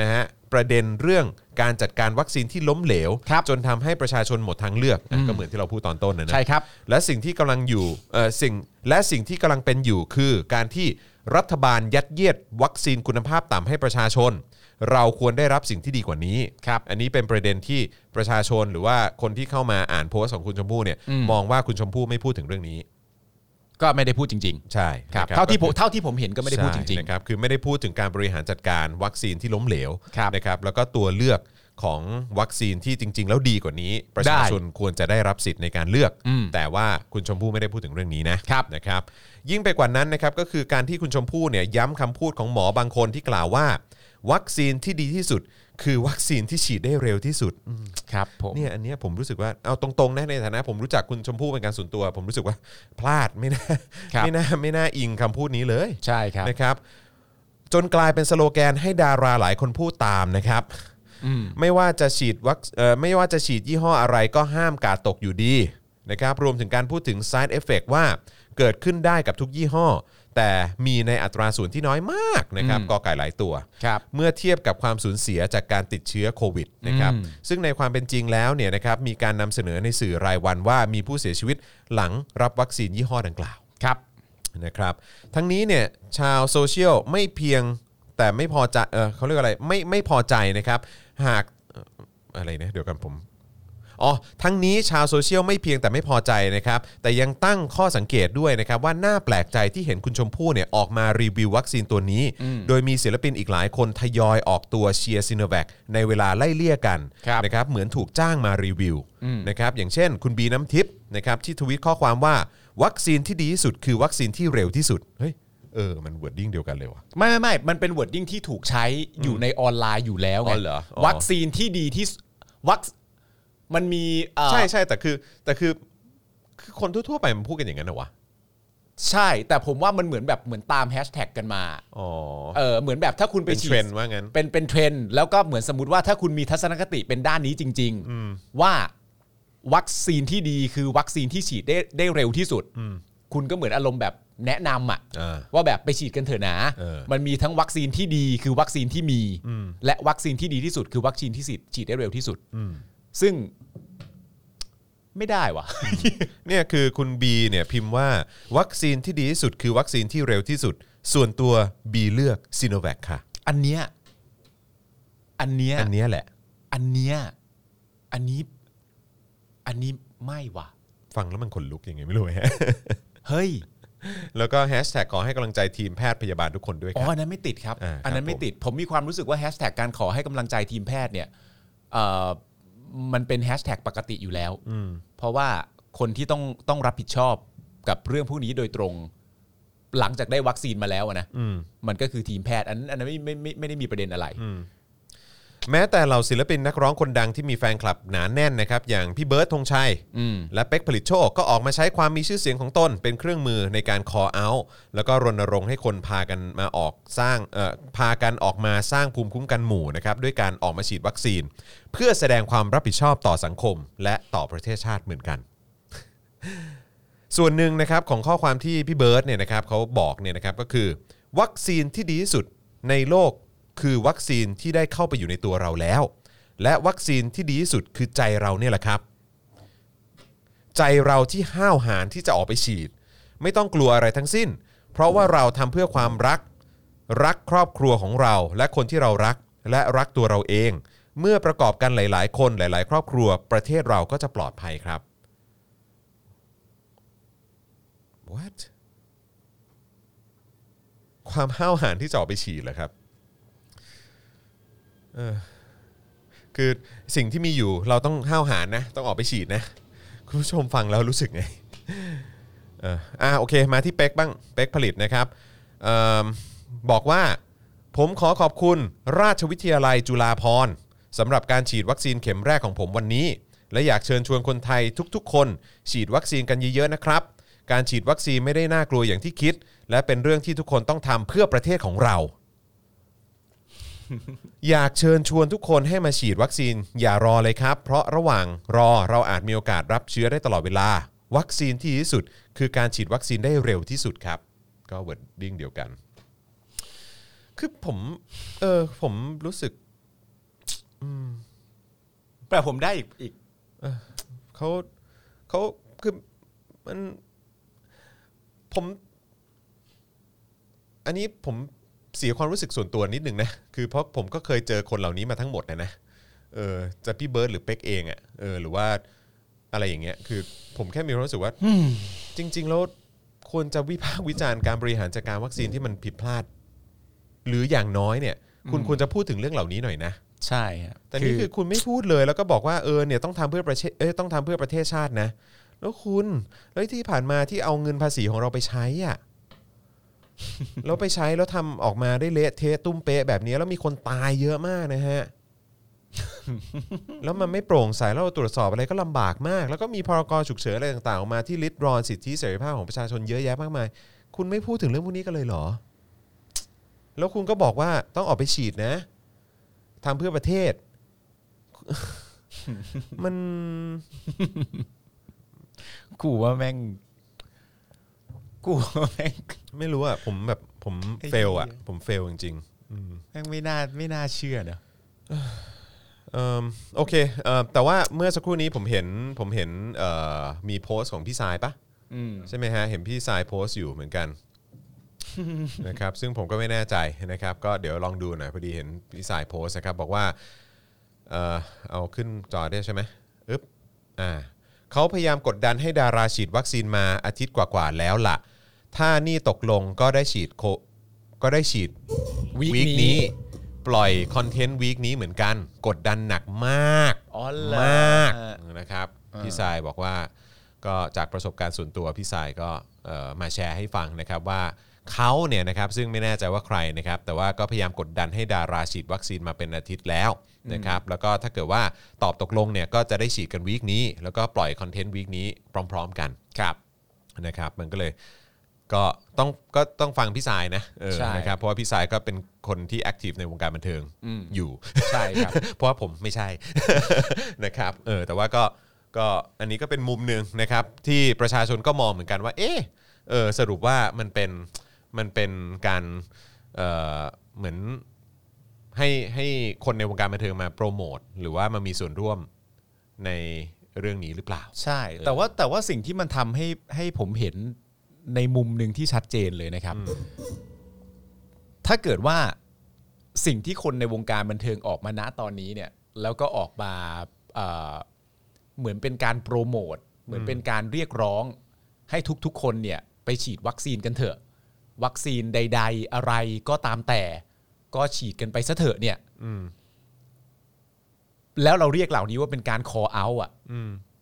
S2: นะฮะประเด็นเรื่องการจัดการวัคซีนที่ล้มเหลว
S3: ครับ
S2: จนทำให้ประชาชนหมดทางเลือกนะก็เหมือนที่เราพูดตอนต้นนะนะ
S3: ใช่ครับ
S2: และสิ่งที่กำลังอยู่เอ่อสิ่งและสิ่งที่กำลังเป็นอยู่คือ การที่รัฐบาลยัดเยียด วัคซีนคุณภาพต่ำให้ประชาชน เราควรได้รับสิ่งที่ดีกว่านี้
S3: ครับ
S2: อันนี้เป็นประเด็นที่ประชาชนหรือว่าคนที่เข้ามาอ่านโพสต์ของคุณชมพู่เนี่ย
S3: อืม
S2: มองว่าคุณชมพู่ไม่พูดถึงเรื่องนี้
S3: ก็ไม่ได้พูดจริง
S2: ใช่
S3: ๆ ครับ
S2: นะครับ
S3: เท่าที่ผ
S2: ก็
S3: ม
S2: คือ
S3: เท่าที่ผมเห็นก็ไม่ได้พูดจริง
S2: ใช่นะครับคือไม่ได้พูดถึงการบริหารจัดการวัคซีนที่ล้มเหลว
S3: ครับ
S2: นะครับแล้วก็ตัวเลือกของวัคซีนที่จริง ๆ แล้วดีกว่านี้ ประชาชนควรจะได้รับสิทธิ์ในการเลือก
S3: อืม
S2: แต่ว่าคุณชมพู่ไม่ได้พูดถึงเรื่องนี้นะครับ นะครับ ยิ่งไปกว่านั้นนะครับก็คือการที่คุณชมพู่เนี่ยย้ำคำพูดของหมอบางคนที่กล่าวว่า วัคซีนที่ดีที่สุด คือวัคซีนที่ฉีดได้เร็วที่สุดอืม
S3: ๆ ครับผม
S2: เนี่ยอันเนี้ยผมรู้สึกว่าเอาตรงๆนะในฐานะ ผมรู้จักคุณชมพู่เป็นการส่วนตัว ผมรู้สึกว่าพลาดไม่น่า
S3: ครับ
S2: ไม่น่าไม่น่าอิงคำพูดนี้เลย
S3: ใช่ครับ
S2: นะครับจนกลายเป็นสโลแกนให้ดาราหลายคนพูดตามนะครับ
S3: อืม
S2: ไม่ว่าจะฉีดวัคเอ่อไม่ว่าจะฉีดยี่ห้ออะไรก็ห้ามกาดตกอยู่ดีนะครับรวมถึงการพูดถึง side effect ว่าเกิดขึ้นได้กับทุกยี่ห้อ แต่มีในอัตราส่วนที่น้อยมากนะครับ
S3: อืม
S2: กอไก่หลายตัว
S3: ครับ
S2: เมื่อเทียบกับความสูญเสียจากการติดเชื้อโควิดนะครับ
S3: อืม
S2: ซึ่งในความเป็นจริงแล้วเนี่ยนะครับมีการนำเสนอในสื่อรายวันว่ามีผู้เสียชีวิตหลังรับวัคซีนยี่ห้อดังกล่าว
S3: ครับ
S2: นะครับทั้งนี้เนี่ยชาวโซเชียลไม่เพียงแต่ไม่พอใจเออเขาเรียกอะไรไม่ไม่พอใจนะครับ หากเอ่ออะไรนะเดี๋ยวกันผมอ๋อทั้งนี้ชาวโซเชียลไม่เพียงแต่ไม่พอใจนะครับ แต่ยังตั้งข้อสังเกตด้วยนะครับ ว่าน่าแปลกใจที่เห็นคุณชมพู่เนี่ยออกมารีวิววัคซีนตัวนี้ โดยมีศิลปินอีกหลายคนทยอยออกตัวเชียร์ซีโนแวคในเวลาไล่เลี่ยกัน
S3: ครับ
S2: นะครับเหมือนถูกจ้างมารีวิวนะครับอย่างเช่น คุณบีน้ำทิพย์นะครับที่ทวิตข้อความว่าวัคซีนที่ดีที่สุดคือวัคซีนที่เร็วที่สุดเฮ้ยเออมันวอร์ดดิ้งเดียวกันเลยว่ะ
S3: ไม่ไม่ไม่ มันเป็น wording ที่ถูกใช้อยู่ในออนไลน์อยู่แล้วไง
S2: อ๋อเหรออ๋อ
S3: วัคซีนที่ดีที่สุดวัคมันมีเอ่อ
S2: ใช่ใช่แต่คือแต่คือคือคนทั่วๆไปมันพูดกันอย่างนั้นเหรอวะ
S3: ใช่ แต่ผมว่ามันเหมือนแบบเหมือนตามแฮชแท็กกันมา
S2: อ๋อ
S3: เออเหมือนแบบถ้าคุณไป
S2: เป็น
S3: ฉี
S2: เท
S3: ด
S2: รนด์ว่างั้น
S3: เป็นเป็นเทรนด์แล้วก็เหมือนสมมติว่าถ้าคุณมีทัศนคติเป็นด้านนี้จริง ๆ ว่าวัคซีนที่ดีคือวัคซีนที่ฉีดได้ได้เร็วที่สุดคุณก็เหมือนอารมณ์แบบแนะนำอ่ะ
S2: อ่า
S3: ว่าแบบไปฉีดกันเถอะนะ
S2: เออ
S3: มันมีทั้งวัคซีนที่ดีคือวัคซีนที่มี และวัคซีนที่ดีที่สุด คือวัคซีนที่ฉีดฉีดได้เร็วที่สุด ซึ่งไม่ได้วะ
S2: เนี่ยคือคุณบีเนี่ยพิมพ์ว่าวัคซีนที่ดีที่สุดคือวัคซีนที่เร็วที่สุด ส่วนตัวบีเลือกซีโนแวคค่ะ
S3: อันเนี้ยอันเนี้ย
S2: อันเนี้ยแหละ
S3: อันเนี้ยอันนี้ อันนี้ไม่ว่ะ
S2: ฟังแล้วมันขนลุกยังไงไม่รู้ ฮะ
S3: เฮ้ย
S2: แล้วก็แฮชแท็กขอให้กำลังใจทีมแพทย์พยาบาลทุกคนด้วยค
S3: อ๋อ
S2: รับ
S3: อันนั้นไม่ติดครับ
S2: อ่าครับ
S3: นนั้นไม่ติด ผมมีความรู้สึกว่าแฮชแท็กการขอให้กำลังใจทีมแพทย์เนี่ยเอ่อมันเป็นแฮชแท็กปกติอยู่แล้ว
S2: อืม
S3: เพราะว่าคนที่ต้องต้องรับผิดชอบกับเรื่องพวกนี้โดยตรง หลังจากได้วัคซีนมาแล้วอะนะ
S2: อืม
S3: มันก็คือทีมแพทย์อันนั้นอันนั้นไม่ไม่ไม่ไม่ได้มีประเด็นอะไร
S2: แม้แต่เหล่าศิลปินนักร้องคนดังที่มีแฟนคลับหนานแน่นนะครับ อย่างพี่เบิร์ดธงชัย
S3: อืม
S2: และเป็กผลิตโชคก็ออกมาใช้ความมีชื่อเสียงของตน เป็นเครื่องมือในการ call out แล้วก็รณรงค์ให้คนพากันมาออกสร้างเอ่อพากันออกมาสร้างภูมิคุ้มกันหมู่นะครับด้วยการออกมาฉีดวัคซีน เพื่อแสดงความรับผิดชอบต่อสังคม และต่อประเทศชาติเหมือนกัน ส่วนหนึ่งนะครับของข้อความที่พี่เบิร์ดเนี่ยนะครับเขาบอกเนี่ยนะครับก็คือ วัคซีนที่ดีที่สุดในโลกคือวัคซีนที่ได้เข้าไปอยู่ในตัวเราแล้ว และวัคซีนที่ดีที่สุดคือใจเราเนี่ยแหละครับ ใจเราที่ห้าวหาญที่จะออกไปฉีด ไม่ต้องกลัวอะไรทั้งสิ้น เพราะว่าเราทำเพื่อความรัก รักครอบครัวของเรา และคนที่เรารักและรักตัวเราเอง เมื่อประกอบกันหลาย ๆ คนหลาย ๆ ครอบครัว ประเทศเราก็จะปลอดภัยครับ what ความห้าวหาญที่จะออกไปฉีดเหรอครับเออคือสิ่งที่มีอยู่เราต้องห้าวหาญนะ ต้องออกไปฉีดนะ คุณผู้ชมฟังแล้วรู้สึกไงเอออ่าโอเค มาที่เป็กบ้างเป็กผลิตนะครับเอิ่มบอกว่า ผมขอขอบคุณราชวิทยาลัยจุฬาภรณ์สำหรับการฉีดวัคซีนเข็มแรกของผมวันนี้ และอยากเชิญชวนคนไทยทุกๆ คน ฉีดวัคซีนกันเยอะๆนะครับ การฉีดวัคซีนไม่ได้น่ากลัวอย่างที่คิด และเป็นเรื่องที่ทุกคนต้องทำเพื่อประเทศของเรา อยากเชิญชวนทุกคนให้มาฉีดวัคซีนอย่ารอเลยครับ เพราะระหว่างรอเราอาจมีโอกาสรับเชื้อได้ตลอดเวลา วัคซีนที่ดีที่สุด คือการฉีดวัคซีนได้เร็วที่สุดครับ ก็เวิร์ดดิ้งเดียวกัน คือผมเออผมรู้สึก
S3: แต่ผมได้อีกอีก
S2: เขาเขาคือมันผม อันนี้ผมเสียความรู้สึกส่วนตัวนิดหนึ่งนะ คือเพราะผมก็เคยเจอคนเหล่านี้มาทั้งหมดนะนะ เออจะพี่เบิร์ดหรือเป็กเองอะ่ะเออหรือว่าอะไรอย่างเงี้ยคือผมแค่มีความรู้สึกว่า จริง ๆ แล้วควรจะวิพากษ์วิจารณ์การบริหารจัดการวัคซีนที่มันผิดพลาด หรืออย่างน้อยเนี่ย คุณ
S3: อืม
S2: ควรจะพูดถึงเรื่องเหล่านี้หน่อยนะ
S3: ใช่ครับ
S2: แต่นี่คือคุณไม่พูดเลยแล้วก็บอกว่าเออเนี่ยต้องทำเพื่อประเทศเอ้ยต้องทำเพื่อประเทศชาตินะ แล้วคุณแล้วที่ผ่านมาที่เอาเงินภาษีของเราไปใช้อ่ะ แล้วไปใช้แล้วทำออกมาได้เละเทะตุ้มเป๊ะแบบนี้แล้วมีคนตายเยอะมากนะฮ ะ แล้วมันไม่โปร่งใสแล้วเราตรวจสอบอะไรก็ลำบากมาก แล้วก็มีพรกฉุกเฉินอะไรต่างๆออกมาที่ริดรอนสิทธิเสรีภาพของประชาชนเยอะแยะมากมาย คุณไม่พูดถึงเรื่องพวกนี้กันเลยเหรอ แล้วคุณก็บอกว่าต้องออกไปฉีดนะทำเพื่อประเทศ มัน
S3: กูว่าแม่งกูว่าแม่ง
S2: ไม่รู้อ่ะผมแบบผมเฟลอ่ะ ผมเฟลจริงๆอืม
S3: แม่งไม่น่าไม่น่าเชื่อเนอะ
S2: เอิ่มโอเคเอ่อแต่ว่าเมื่อสักครู่นี้ผมเห็นผมเห็นเอ่อมีโพสต์ของพี่สายปะ
S3: อืม
S2: ใช่ไหมฮะ เห็นพี่สายโพสต์อยู่เหมือนกัน นะครับ ซึ่งผมก็ไม่แน่ใจนะครับ ก็เดี๋ยวลองดูหน่อยพอดีเห็นพี่สายโพสต์นะครับ บอกว่า เอ่อเอาขึ้นจอได้ใช่ไหมอึ๊บอ่าเขาพยายามกดดันให้ดาราฉีดวัคซีนมาอาทิตย์กว่าๆแล้วล่ะ ถ้านี่ตกลงก็ได้ฉีดโคก็ได้ฉีด
S3: วีค
S2: วีค
S3: นี้
S2: นี้ปล่อยคอนเทนต์วีคนี้เหมือนกัน กดดันหนักมาก
S3: อ๋อเหรอ
S2: มากนะครับ พี่สายบอกว่าก็จากประสบการณ์ส่วนตัวพี่สายก็เอ่อมาแชร์ให้ฟังนะครับว่าเขาเนี่ยนะครับซึ่งไม่แน่ใจว่าใครนะครับ แต่ว่าก็พยายามกดดันให้ดาราฉีดวัคซีนมาเป็นอาทิตย์แล้วนะครับแล้วก็ถ้าเกิดว่าตอบตกลงเนี่ยก็จะได้ฉีดกันวีคนี้ แล้วก็ปล่อยคอนเทนต์วีคนี้พร้อม ๆ กันครับนะครับ มันก็เลยก็ต้องก็ต้องฟังพี่สายนะเออ
S3: ใช่
S2: นะครับเพราะว่าพี่สายก็เป็นคนที่แอคทีฟในวงการบันเทิงอยู่
S3: ใช่ครับ
S2: เพราะว่าผมไม่ใช่ นะครับเออแต่ว่าก็ก็อันนี้ก็เป็นมุมหนึ่งนะครับที่ประชาชนก็มองเหมือนกันว่า เอะเออสรุปว่ามันเป็นมันเป็นการเอ่อเหมือนให้ให้คนในวงการบันเทิงมาโปรโมทหรือว่ามามีส่วนร่วมในเรื่องนี้หรือเปล่า
S3: ใช่ แต่ว่าแต่ว่าสิ่งที่มันทำให้ให้ผมเห็นในมุมหนึ่งที่ชัดเจนเลยนะครับ ถ้าเกิดว่าสิ่งที่คนในวงการบันเทิงออกมาณตอนนี้เนี่ย แล้วก็ออกมาเอ่อเหมือนเป็นการโปรโมทเหมือนเป็นการเรียกร้องให้ทุกๆ คนเนี่ยไปฉีดวัคซีนกันเถอะ วัคซีนใด ๆ อะไรก็ตามแต่ก็ฉีดกันไปซะเถอะเนี่ยแล้วเราเรียกเหล่านี้ว่าเป็นการ call out อ่ะ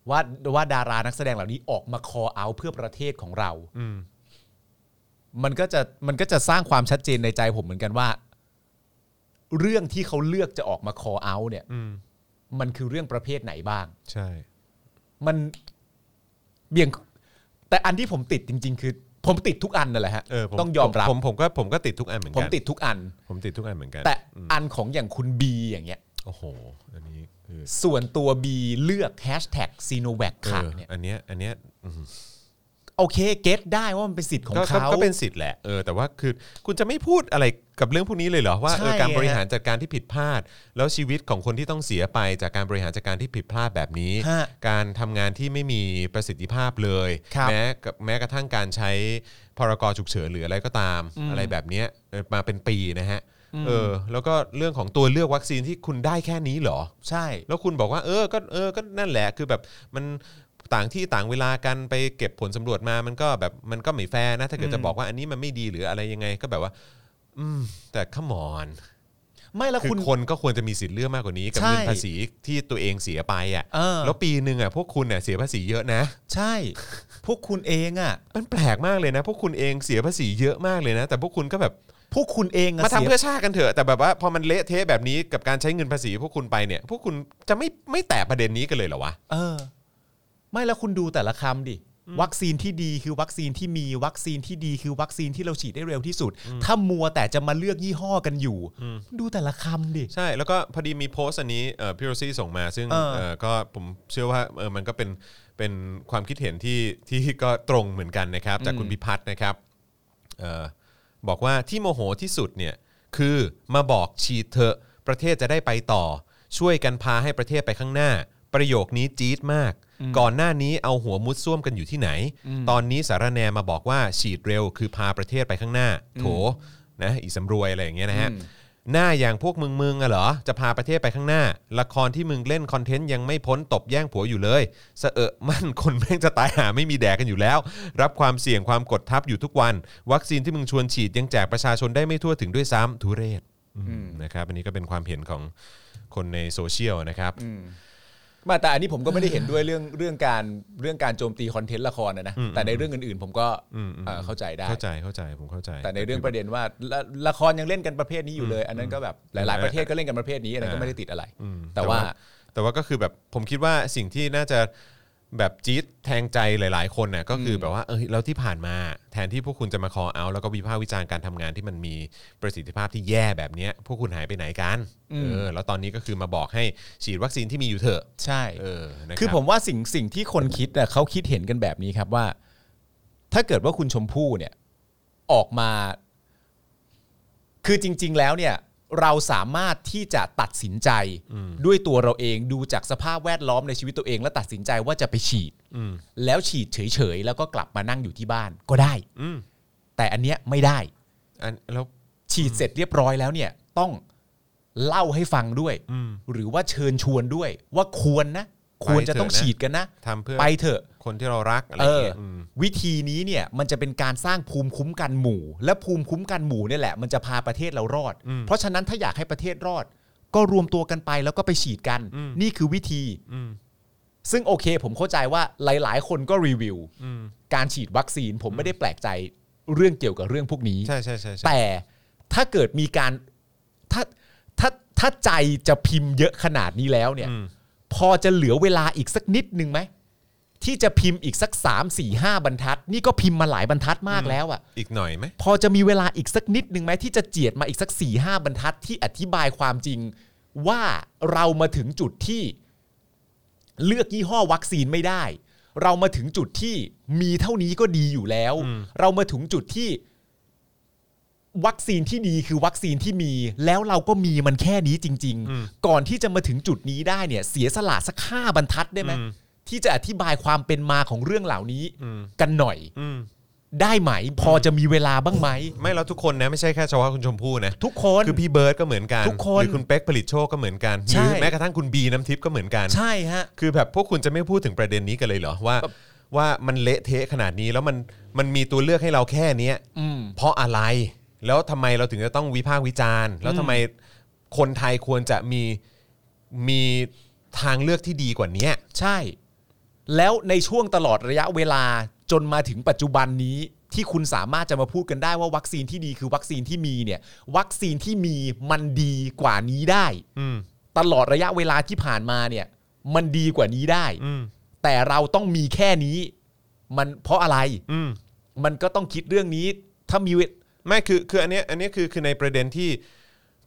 S3: ว่าว่าดารานักแสดงเหล่านี้ออกมา call out เพื่อประเทศของเรา มันก็จะมันก็จะสร้างความชัดเจนในใจผมเหมือนกันว่า เรื่องที่เขาเลือกจะออกมา call out เนี่ย มันคือเรื่องประเภทไหนบ้าง
S2: ใช่
S3: มันเบี่ยง แต่อันที่ผมติดจริง ๆ คือ ผมติดทุกอันนั่นแหละฮะ
S2: เออผ
S3: ต้องยอมรับ
S2: ผมผมก็ผมก็ติดทุกอันเหมือน
S3: ผ
S2: กั
S3: มติดทุกอัน
S2: ผมติดทุกอันเหมือนกัน
S3: แต่อันของอย่างคุณบีอย่างเงี้ย
S2: โอ้โห อันนี้คือ
S3: ส่วนตัวบีเลือกแฮชแท็กซีโนแวค
S2: เอ
S3: ค่ะ
S2: อ
S3: เนี่ย
S2: อันเนี้ยอันเนี้ยอืม
S3: โอเคเก็ตได้ว่ามันเป็นสิทธิ์ของ
S2: ก็ก็
S3: เขา
S2: ก็เป็นสิทธิ์แหละเออแต่ว่าคือคุณจะไม่พูดอะไรกับเรื่องพวกนี้เลยเหรอว่า
S3: ใช่
S2: เออการ
S3: ฮะ
S2: บริหารจัดการที่ผิดพลาด แล้วชีวิตของคนที่ต้องเสียไปจากการบริหารจัดการที่ผิดพลาดแบบนี้
S3: ฮะ
S2: การทำงานที่ไม่มีประสิทธิภาพเลย
S3: ครับ
S2: แม้กับแม้กระทั่งการใช้พรกฉุกเฉินหรืออะไรก็ตาม อะไรแบบเนี้ยเออมาเป็นปีนะฮะเออแล้วก็เรื่องของตัวเลือกวัคซีนที่คุณได้แค่นี้เหรอ
S3: ใช่
S2: แล้วคุณบอกว่าเออก็เออก็นั่นแหละคือแบบมันต่างที่ต่างเวลากันไปเก็บผลสำรวจมามันก็แบบมันก็ไม่แฟร์นะ ถ้าเกิดจะบอกว่าอันนี้มันไม่ดีหรืออะไรยังไงก็แบบว่า อืม แต่ขมอน
S3: ไม่แล้ว
S2: คือ
S3: คุณ
S2: คนก็ควรจะมีสิทธิ์เลือกมากกว่านี้กับ
S3: ใช่
S2: เงินภาษีที่ตัวเองเสียไปอ่ะ
S3: เออ
S2: แล้วปีหนึ่งอ่ะพวกคุณเนี่ยเสียภาษีเยอะนะ
S3: ใช่ พวกคุณเองอ่ะ
S2: มันแปลกมากเลยนะ พวกคุณเองเสียภาษีเยอะมากเลยนะ แต่พวกคุณก็แบบ
S3: พวกคุณเองะ
S2: มาทำ
S3: สีย
S2: เพื่อชาติกันเถอะแต่แบบว่าพอมันเละเทะแบบนี้กับการใช้เงินภาษีพวกคุณไปเนี่ย พวกคุณจะไม่ไม่แตะประเด็นนี้กันเลยเหรอวะ
S3: เออ ไม่แล้วคุณดูแต่ละคำดิ วัคซีนที่ดีคือวัคซีนที่มีวัคซีนที่ดีคือวัคซีนที่เราฉีดได้เร็วที่สุด ถ้ามัวแต่จะมาเลือกยี่ห้อกันอยู่ ดูแต่ละคำดิ
S2: ใช่แล้วก็พอดีมีโพสต์อันนี้เอ่อพี่โรซี่ส่งมาซึ่ง
S3: เออ
S2: เอ่อก็ผมเชื่อว่าเออมันก็เป็นเป็นความคิดเห็นที่ที่ก็ตรงเหมือนกันนะครับ จากคุณพิพัฒน์นะครับเอ่อบอกว่าที่โมโหที่สุดเนี่ยคือมาบอกฉีดเถอะประเทศจะได้ไปต่อ ช่วยกันพาให้ประเทศไปข้างหน้า ประโยคนี้จี๊ดมาก ก่อนหน้านี้เอาหัวมุดซ่วมกันอยู่ที่ไหน ตอนนี้สารแนมาบอกว่าฉีดเร็วคือพาประเทศไปข้างหน้า โถนะอีสำรวยอะไรอย่างเงี้ยนะฮะ
S3: อืม
S2: หน้าอย่างพวกมึงมึงอะเหรอ จะพาประเทศไปข้างหน้า ละครที่มึงเล่นคอนเทนต์ยังไม่พ้นตบแย่งผัวอยู่เลยสะเอะมั่นคนแม่งจะตายหาไม่มีแดกกันอยู่แล้ว รับความเสี่ยงความกดทับอยู่ทุกวัน วัคซีนที่มึงชวนฉีดยังแจกประชาชนได้ไม่ทั่วถึงด้วยซ้ำทุเรศอืมนะครับอันนี้ก็เป็นความเห็นของคนในโซเชียลนะครับ
S3: มาแต่อันนี้ผมก็ไม่ได้เห็นด้วยเรื่องเรื่องการเรื่องการโจมตีคอนเทนต์ละครนะนะ แต่ในเรื่องอื่นๆ ผมก็เอ่อเข้าใจได้
S2: เข้าใจเข้าใจผมเข้าใจ
S3: แต่ในเรื่องประเด็นว่าละละครยังเล่นกันประเภทนี้อยู่เลย อันนั้นก็แบบหลาย ๆประเทศก็เล่นกันประเภทนี้อันนั้นก็ไม่ได้ติดอะไร
S2: อืม
S3: แต่ว่า
S2: แต่ว่าก็คือแบบผมคิดว่าสิ่งที่น่าจะแบบจี๊ดแทงใจหลาย ๆ คนน่ะก็คือแบบว่าเออแล้วที่ผ่านมาแทนที่พวกคุณจะมาคอเอาแล้วก็วิพากษ์วิจารณ์การทำงานที่มันมีประสิทธิภาพที่แย่แบบเนี้ยพวกคุณหายไปไหนกัน
S3: อืม
S2: เออแล้วตอนนี้ก็คือมาบอกให้ฉีดวัคซีนที่มีอยู่เถอะ
S3: ใช่
S2: เออนะรับ
S3: คือผมว่าสิ่งสิ่งที่คนคิดน่ะเขาคิดเห็นกันแบบนี้ครับว่า ถ้าเกิดว่าคุณชมพู่เนี่ยออกมา คือจริง ๆ แล้วเนี่ย เราสามารถที่จะตัดสินใจด้วยตัวเราเองดูจากสภาพแวดล้อมในชีวิตตัวเอง และตัดสินใจว่าจะไปฉีดแล้วฉีดเฉยๆแล้วก็กลับมานั่งอยู่ที่บ้านก็ได้
S2: อืม
S3: แต่อันเนี้ยไม่ได้
S2: อันแล้ว
S3: ฉีดเสร็จเรียบร้อยแล้วเนี่ย ต้องเล่าให้ฟังด้วย
S2: อืม
S3: หรือว่าเชิญชวนด้วย ว่าควรนะ ควรจะต้อง
S2: ไปเถอะนะ
S3: ฉีดกันนะ
S2: ทำเพื่อ
S3: ไปเถอะ
S2: คนที่เรารักอะไร
S3: เออ
S2: เงี้ย
S3: อ
S2: ม
S3: วิธีนี้เนี่ยมันจะเป็นการสร้างภูมิคุ้มกันหมู่ และภูมิคุ้มกันหมู่เนี่ยแหละ มันจะพาประเทศเรารอด เพราะฉะนั้นถ้าอยากให้ประเทศรอด ก็รวมตัวกันไปแล้วก็ไปฉีดกัน นี่คือวิธี ซึ่งโอเค ผมเข้าใจว่าหลาย ๆ คนก็รีวิว การฉีดวัคซีนผมไม่ได้แปลกใจเรื่องเกี่ยวกับเรื่องพวกนี้
S2: ใช่ใช่ใช่ใช่
S3: แต่ถ้าเกิดมีการถ้าถ้าถ้าใจจะพิมพ์เยอะขนาดนี้แล้วเนี่ย
S2: อืม
S3: พอจะเหลือเวลาอีกสักนิดหนึ่งไหม ที่จะพิมพ์อีกสัก 3 4 5 บรรทัด นี่ก็พิมพ์มาหลายบรรทัดมากแล้วอะ่ะ
S2: อีกหน่อยไหม
S3: พอจะมีเวลาอีกสักนิดหนึ่งไหมที่จะเจียดมาอีกสัก4ี่ห้าบรรทัดที่อธิบายความจริง ว่าเรามาถึงจุดที่เลือกยี่ห้อวัคซีนไม่ได้ เรามาถึงจุดที่มีเท่านี้ก็ดีอยู่แล้ว เรามาถึงจุดที่ วัคซีนที่ดีคือวัคซีนที่มี แล้วเราก็มีมันแค่นี้จริง ๆ ก่อนที่จะมาถึงจุดนี้ได้เนี่ย เสียสละสักห้าบรรทัดได้ไหมที่จะอธิบายความเป็นมาของเรื่องเหล่านี้ กันหน่อย ได้ไหม พอจะมีเวลาบ้างไหม
S2: ไม่แล้วทุกคนนะไม่ใช่แค่เฉพาะคุณชมพู่นะ
S3: ทุกคน
S2: คือพี่เบิร์ดก็เหมือนกัน
S3: ทุกคน
S2: หรือคุณเป๊กผลิตโชคก็เหมือนกันห
S3: ใช่
S2: รือแม้กระทั่งคุณบีน้ำทิพย์ก็เหมือนกัน
S3: ใช่ฮะ
S2: คือแบบพวกคุณจะไม่พูดถึงประเด็นนี้กันเลยเหรอว่า ว่ามันเละเทะขนาดนี้แล้วมันมันมีตัวเลือกให้เราแค่เนี้ย
S3: อืม
S2: เพราะอะไร แล้วทำไมเราถึงจะต้องวิพากษ์วิจารณ์ แล้วทำไมคนไทยควรจะมีมีทางเลือกที่ดีกว่าเนี้ย
S3: ใช่ แล้วในช่วงตลอดระยะเวลาจนมาถึงปัจจุบันนี้ที่คุณสามารถจะมาพูดกันได้ว่าวัคซีนที่ดีคือวัคซีนที่มีเนี่ย วัคซีนที่มีมันดีกว่านี้ได้
S2: อืม
S3: ตลอดระยะเวลาที่ผ่านมาเนี่ย มันดีกว่านี้ได้
S2: อืม
S3: แต่เราต้องมีแค่นี้ มันเพราะอะไร
S2: อืม
S3: มันก็ต้องคิดเรื่องนี้ ถ้ามีเว
S2: ไม่คือคืออันเนี้ยอันเนี้ยคือคือในประเด็นที่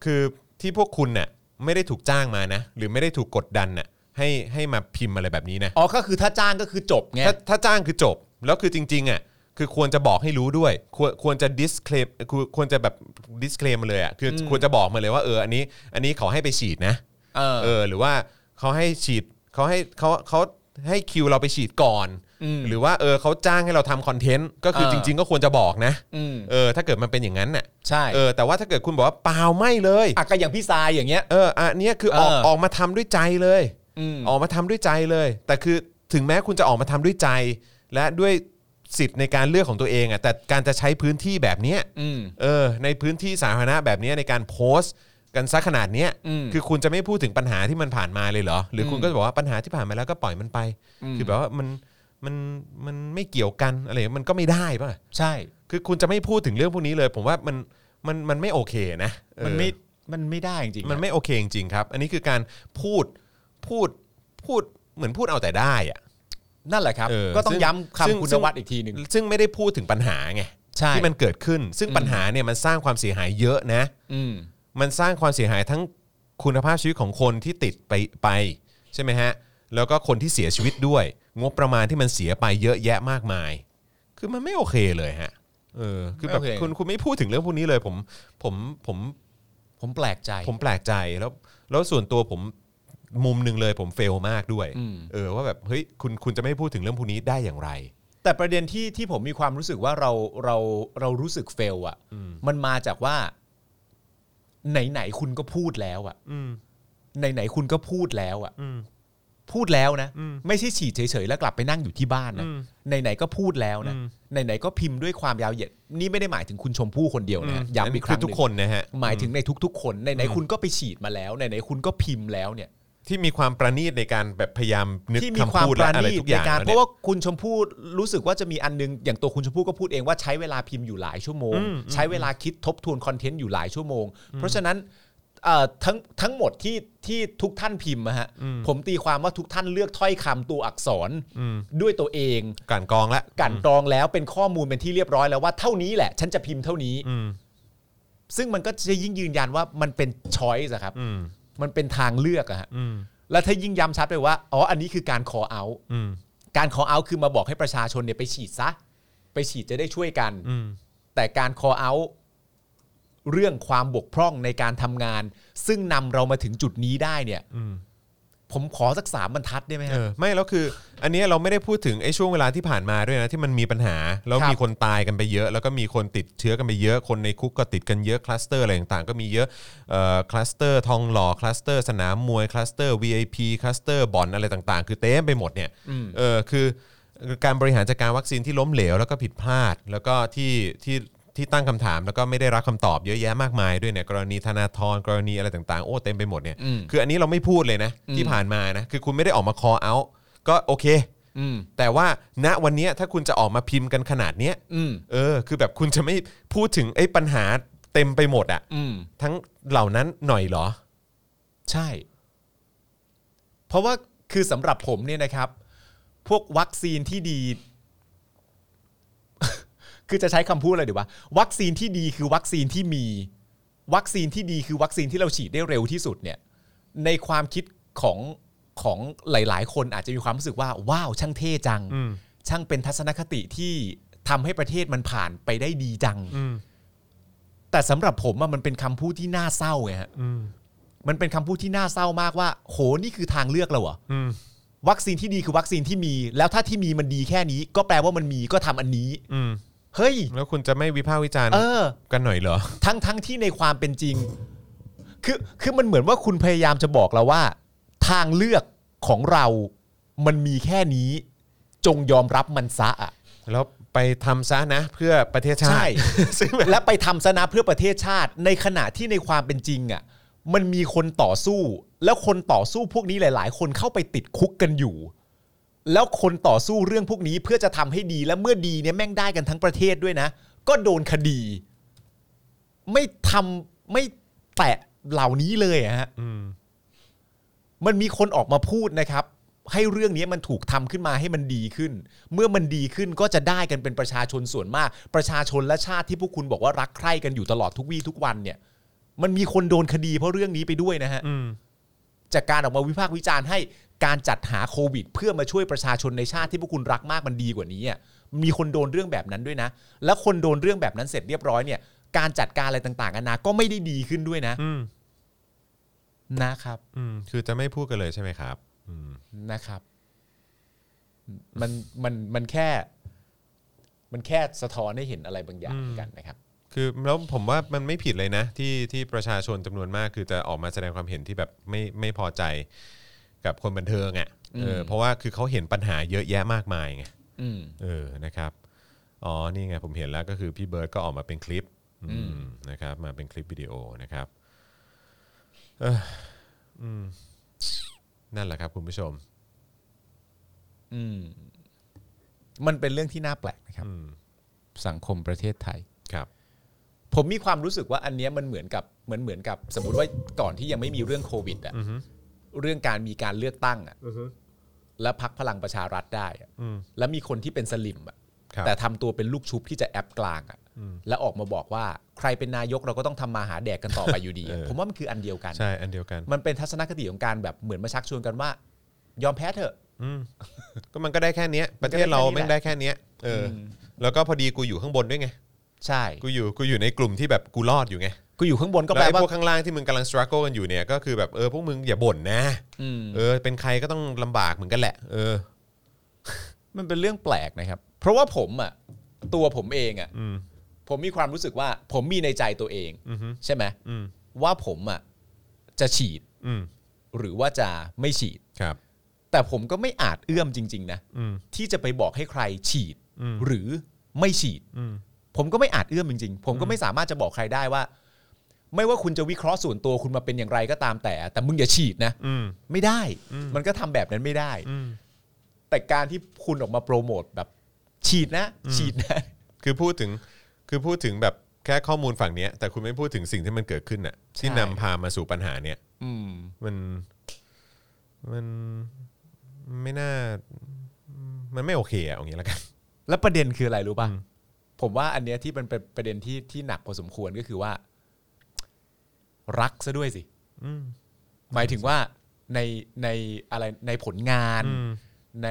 S2: คือที่พวกคุณน่ะไม่ได้ถูกจ้างมานะ หรือไม่ได้ถูกกดดันน่ะให้ให้มาพิมพ์อะไรแบบนี้นะ
S3: อ๋อก็คือถ้าจ้างก็คือจบไง
S2: ถ้าถ้าจ้างคือจบ แล้วคือจริงๆอ่ะคือควรจะบอกให้รู้ด้วย ควรควรจะ disclaim ควรควรจะแบบ disclaim มาเลยอ่ะคืออควรจะบอกมาเลยว่าเอออันนี้อันนี้เขาให้ไปฉีดนะ
S3: เออ
S2: เออหรือว่าเขาให้ฉีดเขาให้เขาเขาให้คิวเราไปฉีดก่อน
S3: อืม
S2: หรือว่าเออเขาจ้างให้เราทำคอนเทนต์ก็คือ
S3: เออ
S2: จริง ๆ ก็ควรจะบอกนะ
S3: อืม
S2: เออถ้าเกิดมันเป็นอย่างนั้นน่ะ
S3: ใช่
S2: เออแต่ว่าถ้าเกิดคุณบอกว่าเปล่าไม่เลย
S3: อ่ะก็อย่างพี่ทรายอย่างเงี้ย
S2: เอออันเนี้ยคือออก
S3: เออ
S2: ออกมาทำด้วยใจเลย
S3: อืม
S2: ออกมาทำด้วยใจเลย แต่คือถึงแม้คุณจะออกมาทำด้วยใจ และด้วยสิทธิ์ในการเลือกของตัวเองอ่ะแต่การจะใช้พื้นที่แบบเนี้ย
S3: อืม
S2: เออในพื้นที่สาธารณะแบบเนี้ยในการโพสต์กันซะขนาดเนี้ย
S3: อืม
S2: คือคุณจะไม่พูดถึงปัญหาที่มันผ่านมาเลยเหรอ หรือคุณก็จะบอกว่าปัญหาที่ผ่านมาแล้วก็ปล่อยมันไป
S3: อืม
S2: คือแบบว่ามันมันมันไม่เกี่ยวกันอะไรอย่างเงี้ยมันก็ไม่ได้ป่ะ
S3: ใช่
S2: คือคุณจะไม่พูดถึงเรื่องพวกนี้เลย ผมว่ามันมันมันไม่โอเคนะเออ
S3: มันไม่มันไม่ได้จริงๆ
S2: มันไม่โอเคจริงๆครับ อันนี้คือการพูดพูดพูดเหมือนพูดเอาแต่ได้อะ
S3: นั่นแหละครับ
S2: เออ
S3: ก็ต้อ
S2: ซึ่
S3: ง
S2: ง
S3: ย้ำคำ
S2: ซึ่ง
S3: คุณนวัดอีกทีหนึ่ง
S2: ซึ่งไม่ได้พูดถึงปัญหาไง
S3: ใช่
S2: ที่มันเกิดขึ้น ซึ่งปัญหาเนี่ยมันสร้างความเสียหายเยอะนะ
S3: อืม
S2: มันสร้างความเสียหายทั้งคุณภาพชีวิตของคนที่ติดไปไปใช่ไหมฮะ แล้วก็คนที่เสียชีวิตด้วย งบประมาณที่มันเสียไปเยอะแยะมากมาย คือมันไม่โอเคเลยฮะ เออ คือแบบ
S3: ไม่โอเค
S2: คุณคุณไม่พูดถึงเรื่องพวกนี้เลยผมผมผม
S3: ผมแปลกใจ
S2: ผมแปลกใจแล้วแล้วส่วนตัวผมมุมหนึ่งเลยผมเฟลมากด้วย
S3: อืม
S2: เออว่าแบบเฮ้ยคุณคุณจะไม่พูดถึงเรื่องพวกนี้ได้อย่างไร
S3: แต่ประเด็นที่ที่ผมมีความรู้สึกว่าเราเราเรารู้สึกเฟลอะ
S2: อืม
S3: มันมาจากว่า ไหนๆคุณก็พูดแล้วอะ
S2: อืม
S3: ไหนๆคุณก็พูดแล้วอะ
S2: อืม
S3: พูดแล้วนะ
S2: อืม
S3: ไม่ใช่ฉีดเฉยๆแล้วกลับไปนั่งอยู่ที่บ้านนะ
S2: อืม
S3: ไหนๆก็พูดแล้วนะ
S2: อืม
S3: ไหนๆก็พิมพ์ด้วยความยาวเหยียดนี่ไม่ได้หมายถึงคุณชมพู่คนเดียวนะย้ำอีกครั้งห
S2: ทุ
S3: นึ่
S2: ก
S3: ง
S2: คนนะฮะ
S3: หมายถึงในทุก ๆ คนไหนๆคุณก็ไปฉีดมาแล้วไหนๆคุณก็พิมพ์แล้วเนี่ย
S2: ที่มีความประณีตในการแบบพยายามนึก
S3: ที่มีควา
S2: คำ
S3: ม
S2: พูด
S3: ป
S2: และ
S3: รา
S2: อะไร
S3: ณีต
S2: ทุกอ
S3: ใน
S2: ย่าง
S3: การ
S2: แล้ว
S3: เพ
S2: นี่ย
S3: ราะว่าคุณชมพู่รู้สึกว่าจะมีอันนึง อย่างตัวคุณชมพู่ก็พูดเองว่าใช้เวลาพิมพ์อยู่หลายชั่วโมง
S2: อืมอืม
S3: ใช้เวลาคิดทบทวนคอนเทนต์อยู่หลายชั่วโมง เพราะฉะนั้นเอ่อทั้งทั้งหมดที่ที่ทุกท่านพิมพ์นะฮะผมตีความว่าทุกท่านเลือกถ้อยคำตัวอักษรด้วยตัวเอง
S2: กลั่นกรองละ
S3: กลันกรองแล้วเป็นข้อมูลเป็นที่เรียบร้อยแล้วว่าเท่านี้แหละ ฉันจะพิมพ์เท่านี้
S2: อืม
S3: ซึ่งมันก็จะยิ่งยืนยันว่ามันเป็นช้อยส์ครับ
S2: อืม
S3: มันเป็นทางเลือกอะฮะ
S2: อืม
S3: และถ้ายิ่งย้ำชัดไปว่าอ๋ออันนี้คือการ call out
S2: อืม
S3: การ call out คือมาบอกให้ประชาชนเนี่ยไปฉีดซะ ไปฉีดจะได้ช่วยกัน
S2: อืม
S3: แต่การ call out เรื่องความบกพร่องในการทำงาน ซึ่งนำเรามาถึงจุดนี้ได้เนี่ย
S2: อืม
S3: ผมขอสักสามบรรทัดได้ไหม
S2: เออ
S3: ฮะ
S2: ไม่แล้วคืออันเนี้ยเราไม่ได้พูดถึงไอ้ช่วงเวลาที่ผ่านมาด้วยนะที่มันมีปัญหาแล้ว
S3: ครับ
S2: มีคนตายกันไปเยอะ แล้วก็มีคนติดเชื้อกันไปเยอะ คนในคุกก็ติดกันเยอะคลัสเตอร์อะไรต่างๆก็มีเยอะเอ่อคลัสเตอร์ทองหล่อคลัสเตอร์สนามมวยคลัสเตอร์ VIP คลัสเตอร์บ่อนอะไรต่างๆ คือเต็มไปหมดเนี่ย
S3: อืม
S2: เออคือการบริหารจัดการวัคซีนที่ล้มเหลวแล้วก็ผิดพลาด แล้วก็ที่ที่ที่ตั้งคำถาม แล้วก็ไม่ได้รับคำตอบเยอะแยะมากมายด้วยเนี่ยกรณีธนาธรกรณีอะไรต่างๆโอ้เต็มไปหมดเนี่ย
S3: อืม
S2: คืออันนี้เราไม่พูดเลยนะ
S3: อืม
S2: ที่ผ่านมานะ คือคุณไม่ได้ออกมา call out ก็โอเค
S3: อืม
S2: แต่ว่าณวันเนี้ยถ้าคุณจะออกมาพิมพ์กันขนาดเนี้ย
S3: อืม
S2: เออ คือแบบคุณจะไม่พูดถึงไอ้ปัญหาเต็มไปหมดอะ
S3: อืม
S2: ทั้งเหล่านั้นหน่อยเหรอ
S3: ใช่ เพราะว่าคือสำหรับผมเนี่ยนะครับ พวกวัคซีนที่ดี คือจะใช้คำพูดอะไรดีวะวัคซีนที่ดีคือวัคซีนที่มี วัคซีนที่ดีคือวัคซีนที่เราฉีดได้เร็วที่สุดเนี่ย ในความคิดของของหลาย ๆ คนอาจจะมีความรู้สึกว่า ว้าวช่างเท่จัง
S2: อืม
S3: ช่างเป็นทัศนคติที่ทำให้ประเทศมันผ่านไปได้ดีจัง
S2: อืม
S3: แต่สำหรับผมอะมันเป็นคำพูดที่น่าเศร้าไงฮะ
S2: อืม
S3: มันเป็นคำพูดที่น่าเศร้ามากว่า โหนี่คือทางเลือกเราเหรอ
S2: อืม
S3: วัคซีนที่ดีคือวัคซีนที่มี แล้วถ้าที่มีมันดีแค่นี้ ก็แปลว่ามันมีก็ทำอันนี้
S2: อืม
S3: เฮ้ย
S2: แล้วคุณจะไม่วิพากษ์วิจารณ์
S3: เออ
S2: กันหน่อยเหรอ
S3: ทั้งทั้งที่ในความเป็นจริง คือคือมันเหมือนว่าคุณพยายามจะบอกเราว่า ทางเลือกของเรามันมีแค่นี้ จงยอมรับมันซะอะ
S2: แล้วไปทำซะนะเพื่อประเทศชาติ ซึ่งแบบ
S3: และไปทำซะนะเพื่อประเทศชาติ ในขณะที่ในความเป็นจริงอ่ะ มันมีคนต่อสู้ แล้วคนต่อสู้พวกนี้หลาย ๆ คนเข้าไปติดคุกกันอยู่ แล้วคนต่อสู้เรื่องพวกนี้เพื่อจะทำให้ดีและเมื่อดีเนี่ยแม่งได้กันทั้งประเทศด้วยนะ ก็โดนคดี ไม่ทำไม่แตะเหล่านี้เลยอะฮะ
S2: อืม
S3: มันมีคนออกมาพูดนะครับ ให้เรื่องนี้มันถูกทำขึ้นมาให้มันดีขึ้น เมื่อมันดีขึ้นก็จะได้กันเป็นประชาชนส่วนมาก ประชาชนและชาติที่พวกคุณบอกว่ารักใคร่กันอยู่ตลอดทุกวี่ทุกวันเนี่ย มันมีคนโดนคดีเพราะเรื่องนี้ไปด้วยนะฮะ
S2: อืม
S3: จากการออกมาวิพากษ์วิจารณ์ให้การจัดหาโควิด เพื่อมาช่วยประชาชนในชาติที่พวกคุณรักมากมันดีกว่านี้อ่ะมีคนโดนเรื่องแบบนั้นด้วยนะ และคนโดนเรื่องแบบนั้นเสร็จเรียบร้อยเนี่ย การจัดการอะไรต่างๆนานาก็ไม่ได้ดีขึ้นด้วยนะ
S2: อืม
S3: นะครับ
S2: อืมคือจะไม่พูดกันเลยใช่ไหมครับ อืม
S3: นะครับ มันมันมันแค่ มันแค่สะท้อนให้เห็นอะไรบางอย่างเหมือนกันนะครับ
S2: คือแล้วผมว่ามันไม่ผิดเลยนะ ที่ที่ประชาชนจำนวนมากคือจะออกมาแสดงความเห็นที่แบบไม่ไม่พอใจกับคนบันเทิงอ่ะเอออ
S3: ม
S2: เพราะว่าคือเขาเห็นปัญหาเยอะแยะมากมายไง
S3: อืม
S2: เออ นะครับ อ๋อ นี่ไงผมเห็นแล้วก็คือพี่เบิร์ดก็ออกมาเป็นคลิป อืม นะครับ มาเป็นคลิปวิดีโอนะครับ เอ้ออืม นั่นแหละครับคุณผู้ชม
S3: อืม มันเป็นเรื่องที่น่าแปลกนะครับ
S2: อืม
S3: สังคมประเทศไทย
S2: ครับ
S3: ผมมีความรู้สึกว่าอันเนี้ยมันเหมือนกับเหมือนเหมือนกับ สมมติว่าก่อนที่ยังไม่มีเรื่องโควิดอะ
S2: อือฮึ
S3: เรื่องการมีการเลือกตั้งอะและพักพลังประชารัฐได้อะ
S2: อืม
S3: แล้วมีคนที่เป็นสลิมอะ
S2: ครับ
S3: แต่ทำตัวเป็นลูกชุบที่จะแอปกลางอะแล้วออกมาบอกว่าใครเป็นนายกเราก็ต้องทำมาหาแดกกันต่อไปอยู่ดีอะ
S2: เออ
S3: ผมว่ามันคืออันเดียวกัน
S2: ใช่ อันเดียวกัน
S3: มันเป็นทัศนคติของการแบบเหมือนมาชักชวนกันว่า ยอมแพ้เถอะ
S2: อืม ก็มันก็ได้แค่เนี้ย ประเทศเราไม่งได้แค่เนี้ย เอออ
S3: ม
S2: แล้วก็พอดีกูอยู่ข้างบนด้วยไง
S3: ใช่
S2: กูอยู่ กูอยู่ในกลุ่มที่แบบกูรอดอยู่ไง
S3: กูอยู่ข้างบนก็
S2: แล้
S3: แป
S2: ว
S3: ล
S2: ไอ้
S3: ว่า
S2: พวกข้างล่างที่มึงกำลังสครัลกันอยู่เนี่ย ก็คือแบบเออพวกมึงอย่าบ่นนะ
S3: อืม
S2: เออ เป็นใครก็ต้องลำบากเหมือนกันแหละ เออ
S3: มันเป็นเรื่องแปลกนะครับ เพราะว่าผมอ่ะตัวผมเองอ่ะ
S2: อืม
S3: ผมมีความรู้สึกว่า ผมมีในใจตัวเอง
S2: อือฮึ
S3: ใช่ไหม
S2: อืม
S3: ว่าผมอ่ะจะฉีด
S2: อืม
S3: หรือว่าจะไม่ฉีด
S2: ครับ
S3: แต่ผมก็ไม่อาจเอื้อมจริง ๆ นะ
S2: อืม
S3: ที่จะไปบอกให้ใครฉีด
S2: อืม
S3: หรือไม่ฉีด
S2: อืม
S3: ผมก็ไม่อาจเอื้อมจริงๆ ผมก็ไม่สามารถจะบอกใครได้ว่า ไม่ว่าคุณจะวิเคราะห์ส่วนตัวคุณมาเป็นอย่างไรก็ตามแต่ แต่มึงอย่าฉีดนะ
S2: อืม
S3: ไม่ได้
S2: อืม
S3: มันก็ทำแบบนั้นไม่ได้
S2: อืม
S3: แต่การที่คุณออกมาโปรโมทแบบฉีดนะ ฉีดนะ
S2: คือพูดถึงคือพูดถึงแบบแค่ข้อมูลฝั่งเนี้ย แต่คุณไม่พูดถึงสิ่งที่มันเกิดขึ้นน่ะ ที่
S3: ใช่
S2: นำพามาสู่ปัญหาเนี้ย
S3: อืม
S2: มันมันไม่น่า มันไม่โอเคอะเอางี้แล้วกัน
S3: แล้วประเด็นคืออะไรรู้ป่ะ
S2: อืม
S3: ผมว่าอันเนี้ยที่มันเป็นประเด็นที่ที่หนักพอสมควรก็คือว่า รักซะด้วยสิ
S2: อืม
S3: หมายถึงว่าในในอะไรในผลงาน
S2: อืม
S3: ใน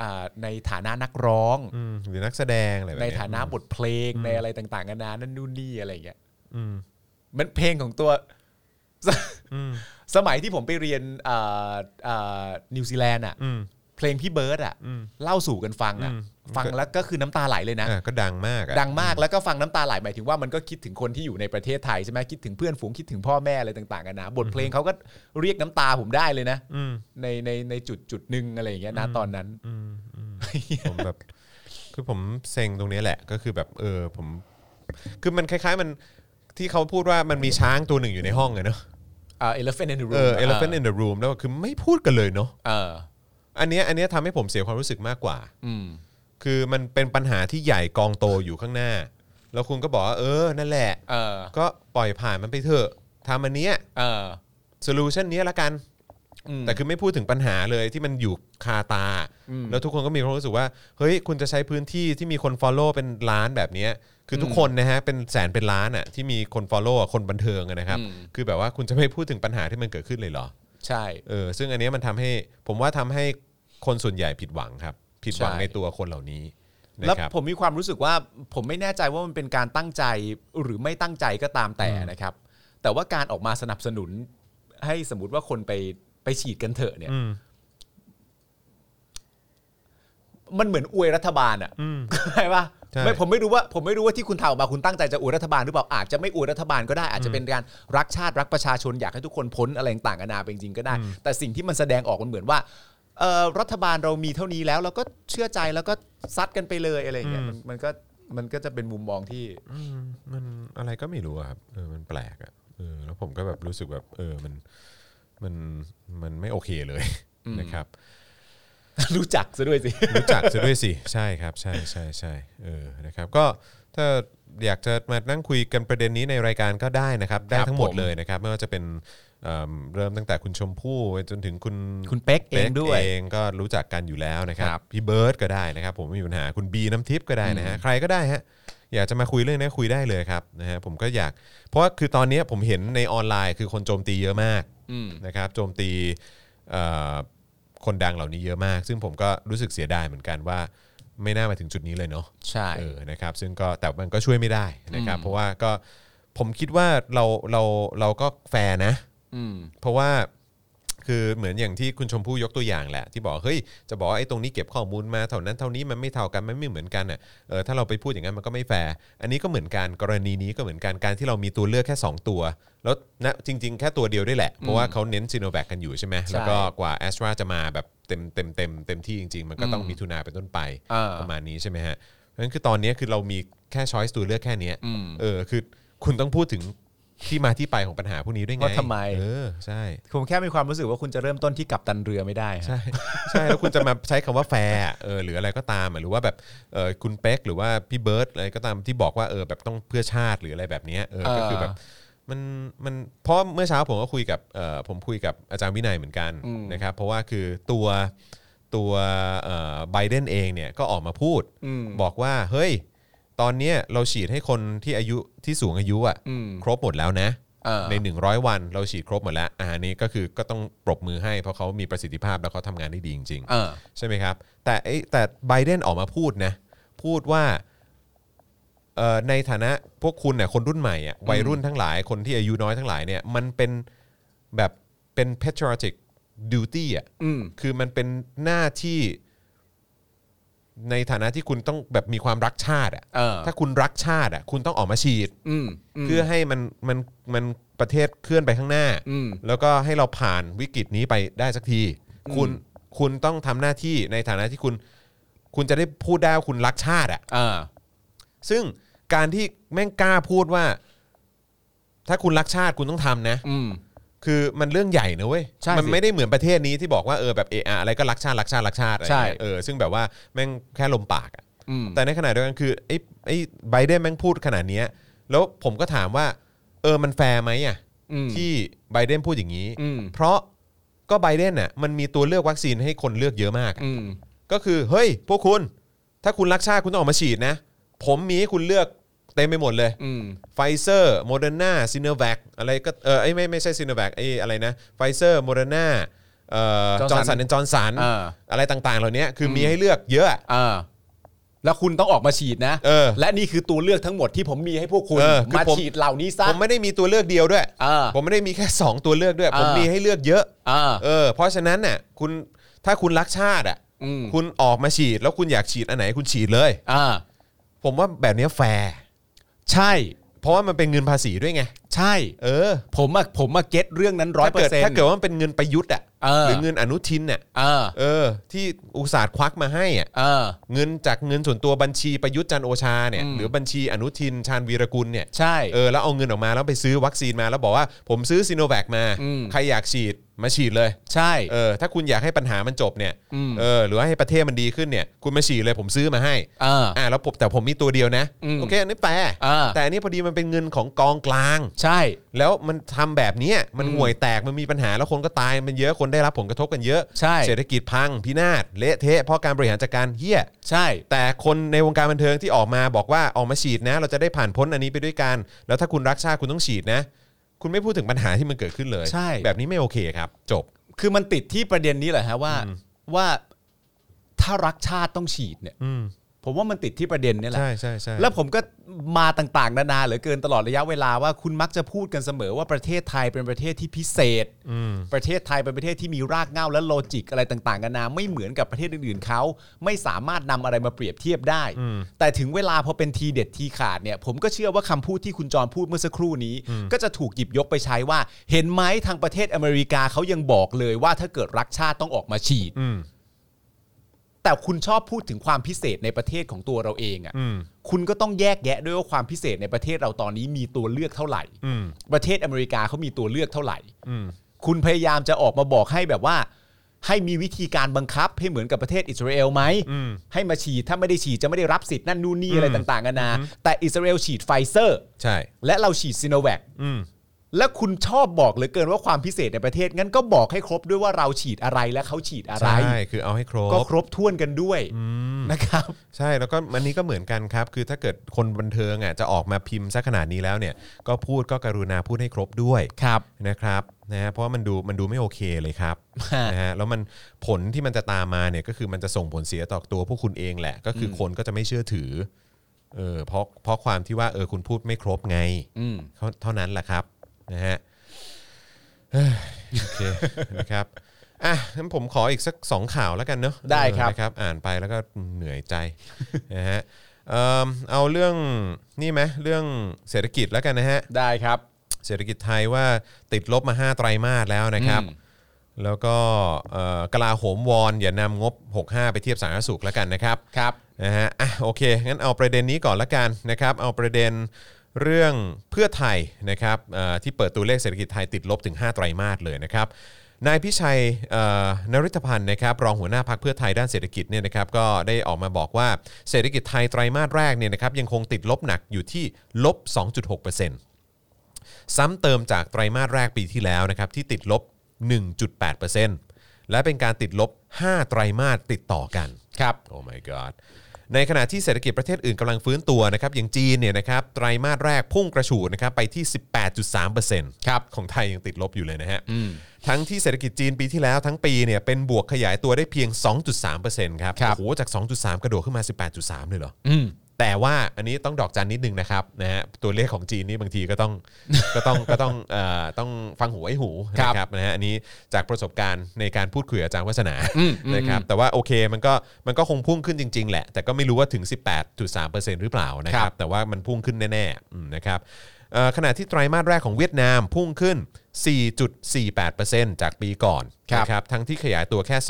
S3: อ่าในฐานะนักร้อง
S2: อืมหรือนักแสดงอะไรแบบ
S3: ใน
S2: เย
S3: ฐานะบทเพลงในอะไรต่างๆกันานานั่นนู่นนี่อะไรอย่างเงี้ย
S2: อืม
S3: มันเพลงของตัว
S2: อืม
S3: สมัยที่ผมไปเรียนอ่าอ่านิวซีแลนด์อ่ะ
S2: อืม
S3: เพลงพี่เบิร์ดอ่ะ
S2: อืม
S3: เล่าสู่กันฟังอ่ะ
S2: อืม
S3: ฟังแล้วก็คือน้ำตาไหลเลยนะ
S2: อ่ะก็ดังมากอะ
S3: ดังมากแล้วก็ฟังน้ำตาไหลหมายถึงว่ามันก็คิดถึงคนที่อยู่ในประเทศไทยใช่ไหมคิดถึงเพื่อนฝูงคิดถึงพ่อแม่อะไรต่างๆกันนะบทเพลงเขาก็เรียกน้ำตาผมได้เลยนะ
S2: อืม
S3: ในในในจุดจุดหนึ่งอะไรอย่างเงี้ยนะตอนนั้น
S2: อืมอืมผมแบบคือผมเซ็งตรงนี้แหละ ก็คือแบบเออผม คือมันคล้าย ๆ มันที่เขาพูดว่ามันมีช้างตัวหนึ่งอยู่ในห้องไงเนอะ
S3: เออ elephant in the room
S2: เออ elephant in the room แล้วคือไม่พูดกันเลยเนาะ
S3: เออ
S2: อันเนี้ยอันเนี้ยทำให้ผมเสียความรู้สึกมากกว่า
S3: อืม
S2: คือมันเป็นปัญหาที่ใหญ่กองโตอยู่ข้างหน้า แล้วคุณก็บอกว่าเออ นั่นแหละ
S3: เออ
S2: ก็ปล่อยผ่านมันไปเถอะทำอันเนี้ย
S3: เออ
S2: โซลูชันนี้ยละกัน
S3: อืม
S2: แต่คือไม่พูดถึงปัญหาเลยที่มันอยู่คาตา
S3: อืม
S2: แล้วทุกคนก็มีความรู้สึกว่า เฮ้ย คุณจะใช้พื้นที่ที่มีคน Follow เป็นล้านแบบเนี้ยคือทุกคนนะฮะ เป็นแสนเป็นล้านอ่ะที่มีคน Follow อะคนบันเทิงอะนะครับ
S3: อืม
S2: คือแบบว่าคุณจะไม่พูดถึงปัญหาที่มันเกิดขึ้นเลยเหรอ
S3: ใช่
S2: เออซึ่งอันเนี้ยมันทำให้ผมว่าทำให้คนส่วนใหญ่ผิดหวังครับ ผิดหวัง
S3: ใช่
S2: ในตัวคนเหล่านี้นะ
S3: แล้ว
S2: ครับ
S3: ผมมีความรู้สึกว่าผมไม่แน่ใจว่ามันเป็นการตั้งใจหรือไม่ตั้งใจก็ตามแต่นะครับ แต่ว่าการออกมาสนับสนุน ให้สมมติว่าคนไปไปฉีดกันเถอะเนี่ย
S2: อืม
S3: มันเหมือนอวยรัฐบาลอะ
S2: อืม
S3: เข้าใช่ปะ
S2: ใช่
S3: ไม่ผมไม่รู้ว่าผมไม่รู้ว่าที่คุณถ่ายออกมาคุณตั้งใจจะอวยรัฐบาลหรือเปล่าอาจจะไม่อวยรัฐบาลก็ได้อาจจะเป็นการรักชาติรักประชาชนอยากให้ทุกคนพ้นอะไรต่างกันานาไปจริงๆก็ได้ แต่สิ่งที่มันแสดงออกมันเหมือนว่าเอ่อรัฐบาลเรามีเท่านี้แล้วเราก็เชื่อใจแล้วก็ซัดกันไปเลยอะไรอย่างเงี้ยมันมันก็มันก็จะเป็นมุมมองที่
S2: อืมมันอะไรก็ไม่รู้อะครับเออมันแปลกอะเออแล้วผมก็แบบรู้สึกแบบเออมันมันมันไม่โอเคเลย
S3: อืม
S2: นะครับ
S3: รู้จักซะด้วยสิ
S2: รู้จักซะด้วยสิใช่ครับใช่ใช่ใช่เออนะครับก็ถ้าอยากจะมานั่งคุยกันประเด็นนี้ในรายการก็ได้นะครับ ได้ทั้งหมด
S3: ผม
S2: เลยนะครับ ไม่ว่าจะเป็นเอิ่มเริ่มตั้งแต่คุณชมพู่ไปจนถึงคุณ
S3: คุณเป๊กเองด้วย
S2: เองก็รู้จักกันอยู่แล้วนะครับ
S3: ครับ
S2: พี่เบิร์ดก็ได้นะครับ ผมไม่มีปัญหาคุณบีน้ำทิพย์ก็ได้นะฮะใครก็ได้ฮะอยากจะมาคุยเรื่องนี้คุยได้เลยครับนะฮะผมก็อยาก เพราะว่าคือตอนนี้ผมเห็นในออนไลน์คือคนโจมตีเยอะมาก
S3: อืม
S2: นะครับโจมตีเอ่อคนดังเหล่านี้เยอะมาก ซึ่งผมก็รู้สึกเสียดายเหมือนกันว่าไม่น่ามาถึงจุดนี้เลยเนาะ
S3: ใช่
S2: เออ นะครับ ซึ่งก็แต่มันก็ช่วยไม่ได้นะครับ
S3: อืม
S2: เพราะว่าก็ผมคิดว่าเราเราเราก็แฟร์นะ
S3: ม
S2: เพราะว่าคือเหมือนอย่างที่คุณชมพู่ยกตัวอย่างแหละ ที่บอกว่าเฮ้ยจะบอกว่าไอ้ตรงนี้เก็บข้อมูลมาเท่านั้นเท่านี้มันไม่เท่ากันมันไม่เหมือนกันอ่ะเออถ้าเราไปพูดอย่างนั้นมันก็ไม่แฟร์อันนี้ก็เหมือนกันกรณีนี้ก็เหมือนกันการที่เรามีตัวเลือกแค่ 2 ตัว แล้วนะจริง ๆ แค่ตัวเดียวด้วยแหละ เพราะว่าเขาเน้นซีโนแวคกันอยู่ใช่ไหม
S3: ใช่
S2: แล้วก็กว่าแอสตราจะมาแบบเต็มเต็มเต็มเต็มที่จริง ๆ มันก็ต้อง
S3: อืม
S2: มีทุนาเป็นต้นไป
S3: อ่า
S2: ประมาณนี้ใช่ไหมฮะเพราะฉะนั้นคือตอนนี้คือเรามีแค่ช้อยส์ตัวเลือกแค่เนี้ย
S3: อืม
S2: เออคือคุณต้องพูดถึงที่มาที่ไปของปัญหาพวกนี้ด้วยไง
S3: ว่าทำไม
S2: เออใช่
S3: ผมแค่มีความรู้สึกว่าคุณจะเริ่มต้นที่กับตันเรือไม่ได้ฮะ
S2: ใช่ ใช่แล้วคุณจะมาใช้คำว่าแฟร์เออหรืออะไรก็ตามอะหรือว่าแบบเออคุณเป๊กหรือว่าพี่เบิร์ตอะไรก็ตามที่บอกว่าเออแบบต้องเพื่อชาติหรืออะไรแบบเนี้ยเออก็คือ
S3: เออ
S2: แบบมันมันเพราะเมื่อเช้าผมก็คุยกับเออผมคุยกับอาจารย์วินัยเหมือนกัน
S3: อืม
S2: นะครับเพราะว่าคือตัวตัวไบเดนเองเนี่ยก็ออกมาพูด
S3: อืม
S2: บอกว่าเฮ้ยตอนเนี้ยเราฉีดให้คนที่อายุที่สูงอายุอ่ะ
S3: อืม
S2: ครบหมดแล้วนะ
S3: อ่า
S2: ใน 100 วันเราฉีดครบหมดแล้วอ่าอันนี้ก็คือก็ต้องปรบมือให้เพราะเขามีประสิทธิภาพแล้วเขาทำงานได้ดีจริง
S3: เออ
S2: ๆ ใช่ไหมครับ แต่ไอ้แต่ไบเดนออกมาพูดนะ พูดว่าเอ่อในฐานะพวกคุณเนี่ยคนรุ่นใหม่อ่ะวัยรุ่นทั้งหลายคนที่อายุน้อยทั้งหลายเนี่ยมันเป็นแบบเป็น patriotic duty อ่ะ
S3: อืม
S2: คือมันเป็นหน้าที่ในฐานะที่คุณต้องแบบมีความรักชาติอ่ะ
S3: เออ
S2: ถ้าคุณรักชาติอ่ะคุณต้องออกมาฉีด
S3: อืมม
S2: เพื่อให้มันมันมันประเทศเคลื่อนไปข้างหน้า
S3: อืม
S2: แล้วก็ให้เราผ่านวิกฤตนี้ไปได้สักที คุณคุณต้องทำหน้าที่ในฐานะที่คุณ คุณจะได้พูดได้ว่าคุณรักชาติอ่ะ
S3: เออ
S2: ซึ่งการที่แม่งกล้าพูดว่า ถ้าคุณรักชาติคุณต้องทำนะ
S3: อืม
S2: คือมันเรื่องใหญ่นะเว้ย
S3: ใช่
S2: มั
S3: สิ
S2: ไม่ได้เหมือนประเทศนี้ที่บอกว่าเออแบบเอออะไรก็รักชาติรักชาติรักชาติอะไร
S3: ใช่
S2: เงี้ยเออซึ่งแบบว่าแม่งแค่ลมปากอะ
S3: อืม
S2: แต่ในขณะเดียวกันคือไอ้ไอ้ไบเดนแม่งพูดขนาดเนี้ยแล้วผมก็ถามว่า เออมันแฟร์ไหมอ่ะ
S3: อืม
S2: ที่ไบเดนพูดอย่างนี้
S3: อืม
S2: เพราะก็ไบเดนน่ะมันมีตัวเลือกวัคซีนให้คนเลือกเยอะมากอะ
S3: อืม
S2: ก็คือเฮ้ยพวกคุณ ถ้าคุณรักชาติคุณต้องออกมาฉีดนะ ผมมีให้คุณเลือกเต็มไปหมดเลย
S3: อืม
S2: ไฟเซอร์โมเดอร์นาซีโนแวคอะไรก็เออไอ้ไม่ไม่ใช่ซีโนแวคไอ้อะไรนะไฟเซอร์โมเดอร์นาเอ่อจอร์
S3: Johnson
S2: นสันแอนจอร์นสัน
S3: เออ
S2: อะไรต่างๆ เหล่านี้คือมีให้เลือกเยอะ
S3: เออ แล้วคุณต้องออกมาฉีดนะ
S2: เออ
S3: และนี่คือตัวเลือกทั้งหมดที่ผมมีให้พวกคุณ
S2: เออคือ
S3: มา
S2: ผม
S3: ฉีดเหล่านี้ซะ
S2: ผมไม่ได้มีตัวเลือกเดียวด้วย
S3: เออ
S2: ผมไม่ได้มีแค่ 2 ตัวเลือกด้วย ผม
S3: เออ
S2: มีให้เลือกเยอะ
S3: เออ
S2: เออเพราะฉะนั้นน่ะคุณถ้าคุณรักชาติอ่ะ
S3: อืม
S2: คุณออกมาฉีด แล้วคุณอยากฉีดอันไหนคุณฉีดเลย
S3: เออ
S2: ผมว่าแบบเนี้ยแฟร์
S3: ใช่
S2: เพราะว่ามันเป็นเงินภาษีด้วยไง
S3: ใช่
S2: เออ
S3: ผมอะผมอะเก็ตเรื่องนั้นร้อย
S2: ถ้า
S3: เปอ
S2: เกิด
S3: ร์เซ็นต์
S2: ถ้าเกิดว่ามันเป็นเงินประยุทธ์อ่ะ
S3: เออ
S2: หรือเงินอนุทินน่ะ
S3: เออ
S2: เออที่อุตสาห์ควักมาให้อ่ะ
S3: เออ
S2: เงินจากเงินส่วนตัวบัญชีประยุทธ์จันทร์โอชาเนี่ย
S3: อืม
S2: หรือบัญชีอนุทินชาญวีรกุลเนี่ย
S3: ใช่
S2: เออแล้วเอาเงินออกมาแล้วไปซื้อวัคซีนมาแล้วบอกว่าผมซื้อซีโนแวคมา
S3: อืม
S2: ใครอยากฉีดมาฉีดเลย
S3: ใช่
S2: เออถ้าคุณอยากให้ปัญหามันจบเนี่ย
S3: อืม
S2: เออหรือว่าให้ประเทศมันดีขึ้นเนี่ยคุณมาฉีดเลยผมซื้อมาให้
S3: เออ
S2: อ่าแล้วผมแต่ผมมีตัวเดียวนะ
S3: อืม
S2: โอเคอันนี้แปล
S3: อ่า
S2: แต่อันนี้พอดีมันเป็นเงินของกองกลาง
S3: ใช่
S2: แล้วมันทำแบบเนี้ยมัน
S3: อืม
S2: ห่วยแตกมันมีปัญหาแล้วคนก็ตายมันเยอะคนได้รับผลกระทบกันเยอะ
S3: ใช่
S2: เศรษฐกิจพังพินาศเละเทะเพราะการบริหารจัดการเฮี้ย
S3: ใช่
S2: แต่คนในวงการบันเทิงที่ออกมาบอกว่าออกมาฉีดนะ เราจะได้ผ่านพ้นอันนี้ไปด้วยกัน แล้วถ้าคุณรักชาติคุณต้องฉีดนะ คุณไม่พูดถึงปัญหาที่มันเกิดขึ้นเลย
S3: ใช่
S2: แบบนี้ไม่โอเคครับ จบ
S3: คือมันติดที่ประเด็นนี้แหละฮะว่าว่าถ้ารักชาติต้องฉีดเนี่ย ผมว่ามันติดที่ประเด็นเนี่ยแหละ
S2: ใช่ใช่ใช่
S3: แล้วผมก็มาต่างๆ นานาเหลือเกินตลอดระยะเวลาว่าคุณมักจะพูดกันเสมอว่าประเทศไทยเป็นประเทศที่พิเศษ
S2: อืม
S3: ประเทศไทยเป็นประเทศที่มีรากเหง้าและโลจิกอะไรต่างๆกันานาไม่เหมือนกับประเทศอื่นๆเขาไม่สามารถนำอะไรมาเปรียบเทียบได้
S2: อืม
S3: แต่ถึงเวลาพอเป็นทีเด็ดทีขาดเนี่ย ผมก็เชื่อว่าคำพูดที่คุณจรพูดเมื่อสักครู่นี้ ก็จะถูกหยิบยกไปใช้ว่า เห็นไหมทางประเทศอเมริกาเขายังบอกเลยว่าถ้าเกิดรักชาติต้องออกมาฉีด
S2: อืม
S3: แต่คุณชอบพูดถึงความพิเศษในประเทศของตัวเราเองอะ
S2: อืม
S3: คุณก็ต้องแยกแยะด้วยว่าความพิเศษในประเทศเราตอนนี้มีตัวเลือกเท่าไหร่
S2: อืม
S3: ประเทศอเมริกาเขามีตัวเลือกเท่าไหร่
S2: อืม
S3: คุณพยายามจะออกมาบอกให้แบบว่า ให้มีวิธีการบังคับให้เหมือนกับประเทศอิสราเอลไหม
S2: อืม
S3: ให้มาฉีดถ้าไม่ได้ฉีดจะไม่ได้รับสิทธิ์นั่นนู่นนี่อะไร
S2: อืม
S3: ต่างๆกันานาแต่อิสราเอลฉีดไฟเซอร์
S2: ใช่
S3: และเราฉีดซีโนแวค
S2: อืม
S3: และคุณชอบบอกเหลือเกินว่าความพิเศษในประเทศงั้นก็บอกให้ครบด้วยว่าเราฉีดอะไรและเขาฉีดอะไร
S2: ใช่คือเอาให้ครบ
S3: ก็ครบถ้วนกันด้วยนะครับ
S2: ใช่แล้วก็อันนี้ก็เหมือนกันครับ คือถ้าเกิดคนบันเทิงอ่ะจะออกมาพิมพ์ซะขนาดนี้แล้วเนี่ย ก็พูดก็กรุณาพูดให้ครบด้วย
S3: ครับ
S2: นะครับนะฮะเพราะว่ามันดูมันดูไม่โอเคเลยครับ
S3: ฮะ
S2: นะฮะแล้วมันผลที่มันจะตามมาเนี่ยก็คือมันจะส่งผลเสียต่อตัวพวกคุณเองแหละ ก็คืออคนก็จะไม่เชื่อถือเออเพราะเพราะความที่ว่าเออคุณพูดไม่ครบไง
S3: อืม
S2: เท่าเท่านั้นแหละครับนะฮะเอ้ยโอเค นะครับอ่ะงั้นผมขออีกสักสองข่าวแล้วกันเนาะ
S3: ได้ครับ
S2: เออนะครับ อ่านไปแล้วก็เหนื่อยใจ นะฮะเอิ่มเอาเรื่องนี่ไหมเรื่องเศรษฐกิจแล้วกันนะฮะ
S3: ได้ครับ
S2: เศรษฐกิจไทยว่าติดลบมา 5 ไตรมาสแล้วนะครับ
S3: อืม
S2: แล้วก็เอ่อกลาโหมวอนอย่านำงบ 65 ไปเทียบสาธารณสุขแล้วกันนะครับ
S3: ครับ
S2: นะฮะอ่ะโอเค งั้นเอาประเด็นนี้ก่อนละกันนะครับ เอาประเด็นเรื่องเพื่อไทยนะครับเอ่อที่เปิดตัวเลขเศรษฐกิจไทยติดลบถึง 5 ไตรมาสเลยนะครับ นายพิชัยเอ่อนริธพันธ์นะครับรองหัวหน้าพักเพื่อไทยด้านเศรษฐกิจเนี่ยนะครับก็ได้ออกมาบอกว่าเศรษฐกิจไทยไตรมาสแรกเนี่ยนะครับยังคงติดลบหนักอยู่ที่ลบ 2.6% ซ้ำเติมจากไตรมาสแรกปีที่แล้วนะครับที่ติดลบ 1.8%และเป็นการติดลบ 5 ไตรมาสติดต่อกัน ครับ โอ้ my god ในขณะที่เศรษฐกิจประเทศอื่นกำลังฟื้นตัวนะครับอย่างจีนเนี่ยนะครับไตรมาสแรกพุ่งกระฉูดนะครับไปที่ 18.3%ครับของไทยยังติดลบอยู่เลยนะฮะ ทั้งที่เศรษฐกิจจีนปีที่แล้วทั้งปีเนี่ยเป็นบวกขยายตัวได้เพียง 2.3%ครับ
S3: ครับ
S2: โอ้โหจาก 2.3 กระโดดขึ้นมา 18.3 เลยเหรอ แต่ว่าอันนี้ต้องดอกจันนิดนึงนะครับนะฮะตัวเลขของจีนนี่บางทีก็ต้อง ก็ต้องก็ต้องเอ่อต้องฟังหูไว้หู
S3: ครับ
S2: นะครับนะฮะอันนี้จากประสบการณ์ในการพูดคุยกับอาจารย์วัฒนานะครับแต่ว่าโอเคมันก็มันก็คงพุ่งขึ้นจริง ๆ แหละ แต่ก็ไม่รู้ว่าถึง 18.3%หรือเปล่านะค
S3: ครั
S2: รับ
S3: บ
S2: แต่ว่ามันพุ่งขึ้นแน่ๆอืมนะครับเอ่อขณะที่ไตรมาสแรกของเวียดนามพุ่งขึ้น 4.48%จากปีก่อนนะครับทั้งที่ขยายตัวแค่ 2.91%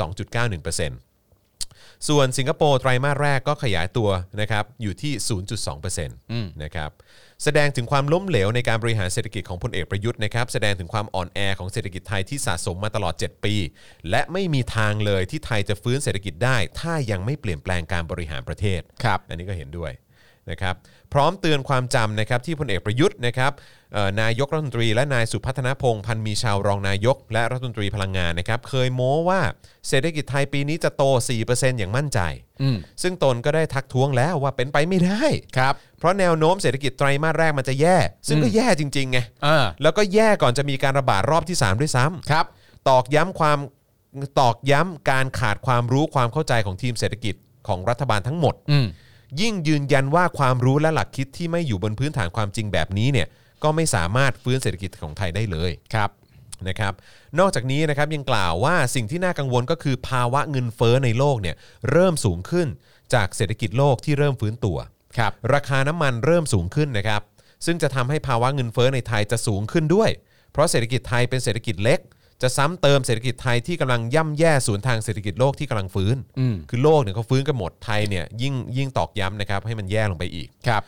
S2: ส่วนสิงคโปร์ไตรมาสแรกก็ขยายตัวนะครับอยู่ที่ 0.2%นะครับแสดงถึงความล้มเหลวในการบริหารเศรษฐกิจของพลเอกประยุทธ์นะครับแสดงถึงความอ่อนแอของเศรษฐกิจไทยที่สะสมมาตลอด 7 ปี และไม่มีทางเลยที่ไทยจะฟื้นเศรษฐกิจได้ ถ้ายังไม่เปลี่ยนแปลงการบริหารประเทศ
S3: ครับ
S2: อันนี้ก็เห็นด้วยนะครับพร้อมเตือนความจำนะครับที่พลเอกประยุทธ์นะครับเอ่อนายกรัฐมนตรีและนายสุพัฒนพงษ์พันธ์มีชาวรองนายก และรัฐมนตรีพลังงานนะครับเคยโม้ว่าเศรษฐกิจไทยปีนี้จะโต 4%อย่างมั่นใจ ซึ่งตนก็ได้ทักท้วงแล้วว่าเป็นไปไม่ได้
S3: ครับ
S2: เพราะแนวโน้มเศรษฐกิจไตรมาสแรกมันจะแย่ ซึ่งก็แย่จริงๆไง
S3: อ่า
S2: แล้วก็แย่ก่อนจะมีการระบาดรอบที่ 3 ด้วยซ้ำ
S3: ครับ
S2: ตอกย้ำความตอกย้ำการขาดความรู้ความเข้าใจของทีมเศรษฐกิจของรัฐบาลทั้งหมด
S3: อืม
S2: ยิ่งยืนยันว่าความรู้และหลักคิดที่ไม่อยู่บนพื้นฐานความจริงแบบนี้เนี่ยก็ไม่สามารถฟื้นเศรษฐกิจของไทยได้เลย
S3: ครับ
S2: นะครับ นอกจากนี้นะครับยังกล่าวว่าสิ่งที่น่ากังวลก็คือภาวะเงินเฟ้อในโลกเนี่ยเริ่มสูงขึ้นจากเศรษฐกิจโลกที่เริ่มฟื้นตัว
S3: ครับ
S2: ราคาน้ำมันเริ่มสูงขึ้นนะครับ ซึ่งจะทำให้ภาวะเงินเฟ้อในไทยจะสูงขึ้นด้วย เพราะเศรษฐกิจไทยเป็นเศรษฐกิจเล็ก จะซ้ำเติมเศรษฐกิจไทยที่กำลังย่ำแย่สวนทางเศรษฐกิจโลกที่กำลังฟื้น
S3: อืม
S2: คือโลกเนี่ยเขาฟื้นกันหมดไทยเนี่ยยิ่งยิ่งตอกย้ำนะครับให้มันแย่ลงไปอีก
S3: ครับ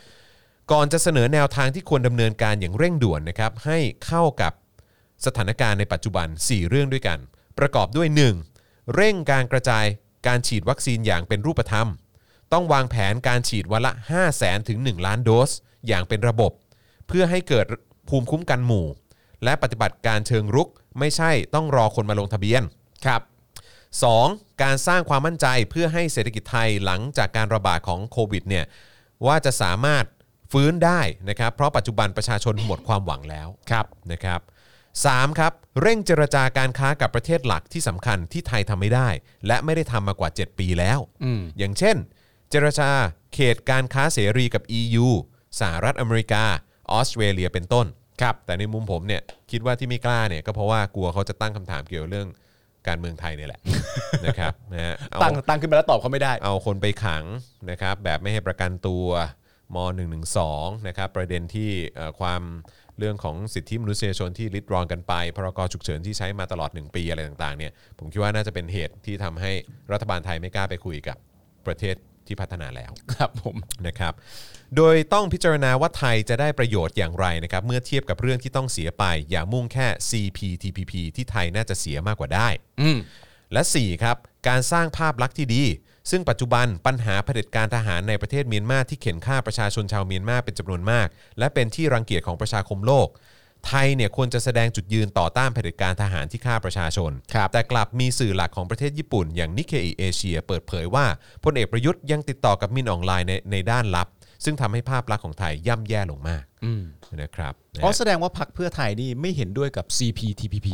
S2: ก่อนจะเสนอแนวทางที่ควรดำเนินการอย่างเร่งด่วนนะครับให้เข้ากับสถานการณ์ในปัจจุบัน 4 เรื่องด้วยกัน ประกอบด้วย 1. เร่งการกระจายการฉีดวัคซีนอย่างเป็นรูปธรรม ต้องวางแผนการฉีดวันละ 5 0 0แสนถึง 1 ล้านโดส อย่างเป็นระบบ เพื่อให้เกิดภูมิคุ้มกันหมู่ และปฏิบัติการเชิงรุก ไม่ใช่ต้องรอคนมาลงทะเบียน
S3: ครับ
S2: 2. การสร้างความมั่นใจเพื่อให้เศรษฐกิจไทยหลังจากการระบาดของโควิดเนี่ยว่าจะสามารถฟื้นได้นะครับ เพราะปัจจุบันประชาชนหมดความหวังแล้วครับนะครับสามครับ เร่งเจรจาการค้ากับประเทศหลักที่สำคัญที่ไทยทำไม่ได้ และไม่ได้ทำมากว่า 7 ปีแล้ว อย่างเช่น เจรจาเขตการค้าเสรีกับ EU สหรัฐอเมริกา ออสเตรเลียเป็นต้นครับแต่ในมุมผมเนี่ยคิดว่าที่ไม่กล้าเนี่ยก็เพราะว่ากลัวเขาจะตั้งคำถามเกี่ยวเรื่องการเมืองไทยเนี่ยแหละ นะครับนะฮะเอา
S3: ตั้งตั้งขึ้นมาแล้วตอบเขาไม่ได้
S2: เอาคนไปขังนะครับแบบไม่ให้ประกันตัวม .112 นะครับประเด็นที่เอ่อความเรื่องของสิทธิมนุษยชนที่ริดรอนกันไปพรกฉุกเฉินที่ใช้มาตลอด 1 ปีอะไรต่างๆเนี่ยผมคิดว่าน่าจะเป็นเหตุที่ทำให้รัฐบาลไทยไม่กล้าไปคุยกับประเทศที่พัฒนาแล้ว
S3: ครับผม
S2: นะครับโดยต้องพิจารณาว่าไทยจะได้ประโยชน์อย่างไรนะครับเมื่อเทียบกับเรื่องที่ต้องเสียไป อย่ามุ่งแค่ CPTPP ที่ไทยน่าจะเสียมากกว่าได้
S3: อืม
S2: และ 4 ครับ การสร้างภาพลักษณ์ที่ดี ซึ่งปัจจุบันปัญหาเผด็จการทหารในประเทศเมียนมาที่เข็นฆ่าประชาชนชาวเมียนมาเป็นจำนวนมาก และเป็นที่รังเกียจของประชาคมโลก ไทยเนี่ยควรจะแสดงจุดยืนต่อต้านเผด็จการทหารที่ฆ่าประชาชน
S3: ครับ
S2: แต่กลับมีสื่อหลักของประเทศญี่ปุ่น อย่างนิเคอิเอเชียเปิดเผยว่าพลเอกประยุทธ์ยังติดต่อกับมินออนไลน์ในในด้านลับ ซึ่งทำให้ภาพลักษณ์ของไทยย่ำแย่ลงมากนะครับนะ
S3: อ๋อ
S2: ฮะ
S3: แสดงว่าพักเพื่อไทยนี่ไม่เห็นด้วยกับ CPTPP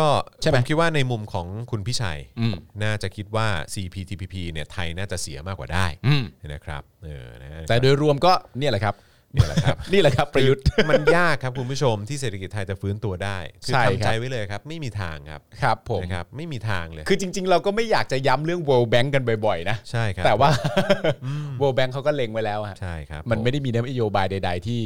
S2: ก็
S3: ใช่ไหม
S2: ผมคิดว่าในมุมของคุณพิชัย
S3: อืม
S2: น่าจะคิดว่า CPTPP เนี่ยไทยน่าจะเสียมากกว่าได้
S3: อืม
S2: นะครับเออนะฮะ
S3: แต่โดยรวมก็เนี่ยแหละครับ
S2: เนี่ยแหละครับ
S3: นี่แหละครับประยุทธ์
S2: คือมันยากครับคุณผู้ชมที่เศรษฐกิจไทยจะฟื้นตัวได้คือ
S3: ใช่ครับ
S2: ทำใจไว้เลยครับ ไม่มีทางครับ
S3: ครับผม
S2: นะครับไม่มีทางเลย
S3: คือจริง ๆ เราก็ไม่อยากจะย้ำเรื่อง World Bank กันบ่อย ๆ นะ
S2: ใช่ครับ
S3: แต่ว่า World Bank เขาก็เล็งไว้แล้วฮะ
S2: ใช่ครับ
S3: มันไม่ได้มีนโยบายใด ๆ ที่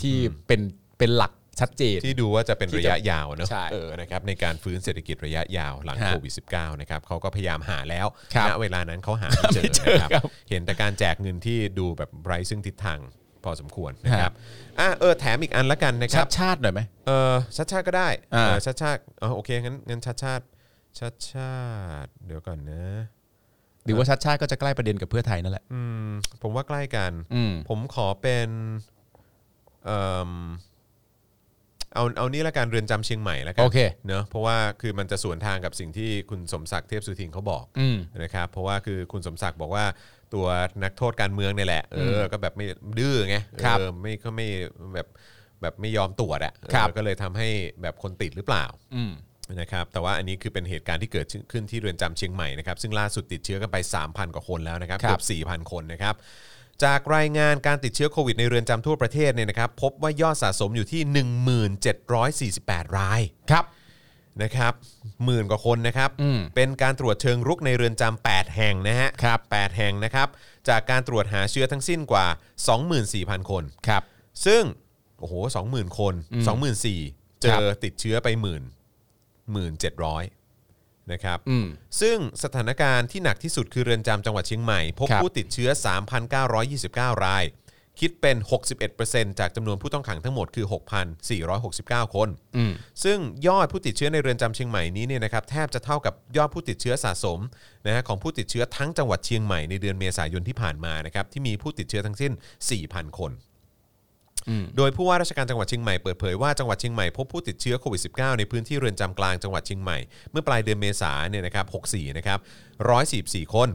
S3: ที่เป็นเป็นหลักชัดเจน
S2: ที่ดูว่าจะเป็น
S3: ที่
S2: ระ
S3: จะ
S2: ยะยาวเนอะ
S3: ใช่
S2: เออนะครับในการฟื้นเศรษฐกิจระยะยาวหลัง
S3: ฮะ
S2: โควิด -19 นะครับเขาก็พยายามหาแล้ว
S3: ครับ
S2: ณเวลานั้นเขาหาไม่เจอนะครับ
S3: ครับ
S2: เห็นแต่การแจกเงินที่ดูแบบไร้ซึ่งทิศทางพอสมควรนะครับอ่ะเออแถมอีกอันละกันนะค
S3: ชั
S2: รับ
S3: ดชาติหน่อยไหม
S2: เออชัดชาติก็ได้
S3: อ่า
S2: เชัดชาติเออโอเคงั้นงั้นชัดชาติชัดชาติเดี๋ยวก่อนนะ
S3: หรือว่าชัดชาติก็จะใกล้ประเด็นกับเพื่อไทยนั่นแหละ
S2: อืมผมว่าใกล้กัน
S3: อืม
S2: ผมขอเป็นเอมเอาเอานี่ละกันเรือนจำเชียงใหม่ละกั
S3: โอเค
S2: เนอะเพราะว่าคือมันจะสวนทางกับสิ่งที่คุณสมศักดิ์เทพสุทินเขาบอก
S3: อืม
S2: นะครับเพราะว่าคือคุณสมศักดิ์บอกว่าตัวนักโทษการเมืองเนี่ยแหละเออก็แบบไม่ดื้อไง
S3: ครับ
S2: เออไม่ก็ไม่แบบแบบไม่ยอมตรวจอะเออ
S3: ครับ
S2: ก็เลยทำให้แบบคนติดหรือเปล่า
S3: อืม
S2: นะครับแต่ว่าอันนี้คือเป็นเหตุการณ์ที่เกิดขึ้นที่เรือนจำเชียงใหม่นะครับซึ่งล่าสุดติดเชื้อกันไป 3,000 กว่าคนแล้วนะครับ
S3: ครับ
S2: เกือบ4,000 คนนะครับ จากรายงานการติดเชื้อโควิดในเรือนจำทั่วประเทศเนี่ยนะครับพบว่ายอดสะสมอยู่ที่ 1748 ราย
S3: ครับ
S2: นะครับหมื่นกว่าคนนะครับ
S3: อืม
S2: เป็นการตรวจเชิงรุกในเรือนจำ8 แห่งนะฮะ
S3: ครับ
S2: 8แห่งนะครับ จากการตรวจหาเชื้อทั้งสิ้นกว่า 24,000 คน
S3: ครับ
S2: ซึ่ง โอ้โห 20,000 คน 24,000 เจ
S3: ครั
S2: อบ ติดเชื้อไปหมื่นหมื่นเจ็ดร้อยนะครับ
S3: อืม
S2: ซึ่งสถานการณ์ที่หนักที่สุดคือเรือนจำจังหวัดเชียงใหม่ พบ
S3: ครับ
S2: ผู้ติดเชื้อ 3,929 ราย คิดเป็น 61%จากจำนวนผู้ต้องขังทั้งหมดคือ 6,469 คน
S3: อืม
S2: ซึ่งยอดผู้ติดเชื้อในเรือนจำเชียงใหม่นี้เนี่ยนะครับแทบจะเท่ากับยอดผู้ติดเชื้อสะสมนะฮะของผู้ติดเชื้อทั้งจังหวัดเชียงใหม่ในเดือนเมษายนที่ผ่านมานะครับที่มีผู้ติดเชื้อทั้งสิ้น 4,000 คน
S3: อืม
S2: โดยผู้ว่าราชการจังหวัดเชียงใหม่เปิดเผยว่าจังหวัดเชียงใหม่พบผู้ติดเชื้อโควิด -19 ในพื้นที่เรือนจำกลางจังหวัดเชียงใหม่เมื่อปลายเดือนเมษาเนี่ยนะครับ64นะครับ144 คน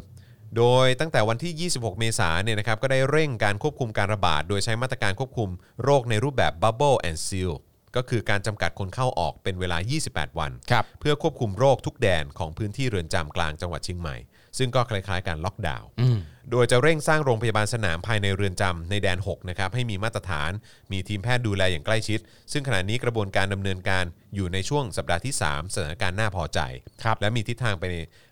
S2: โดยตั้งแต่วันที่ 26 เมษายนเนี่ยนะครับก็ได้เร่งการควบคุมการระบาด โดยใช้มาตรการควบคุมโรคในรูปแบบ Bubble and Seal ก็คือการจำกัดคนเข้าออกเป็นเวลา 28 วัน
S3: ครับ
S2: เพื่อควบคุมโรคทุกแดนของพื้นที่เรือนจำกลางจังหวัดเชียงใหม่ ซึ่งก็คล้ายๆการล็อกดาวน์
S3: อืม
S2: โดยจะเร่งสร้างโรงพยาบาลสนามภายในเรือนจำในแดน 6 นะครับ ให้มีมาตรฐาน มีทีมแพทย์ดูแลอย่างใกล้ชิด ซึ่งขณะนี้กระบวนการดำเนินการอยู่ในช่วงสัปดาห์ที่ 3 สถานการณ์น่าพอใจ
S3: ครับ
S2: และมีทิศทางไป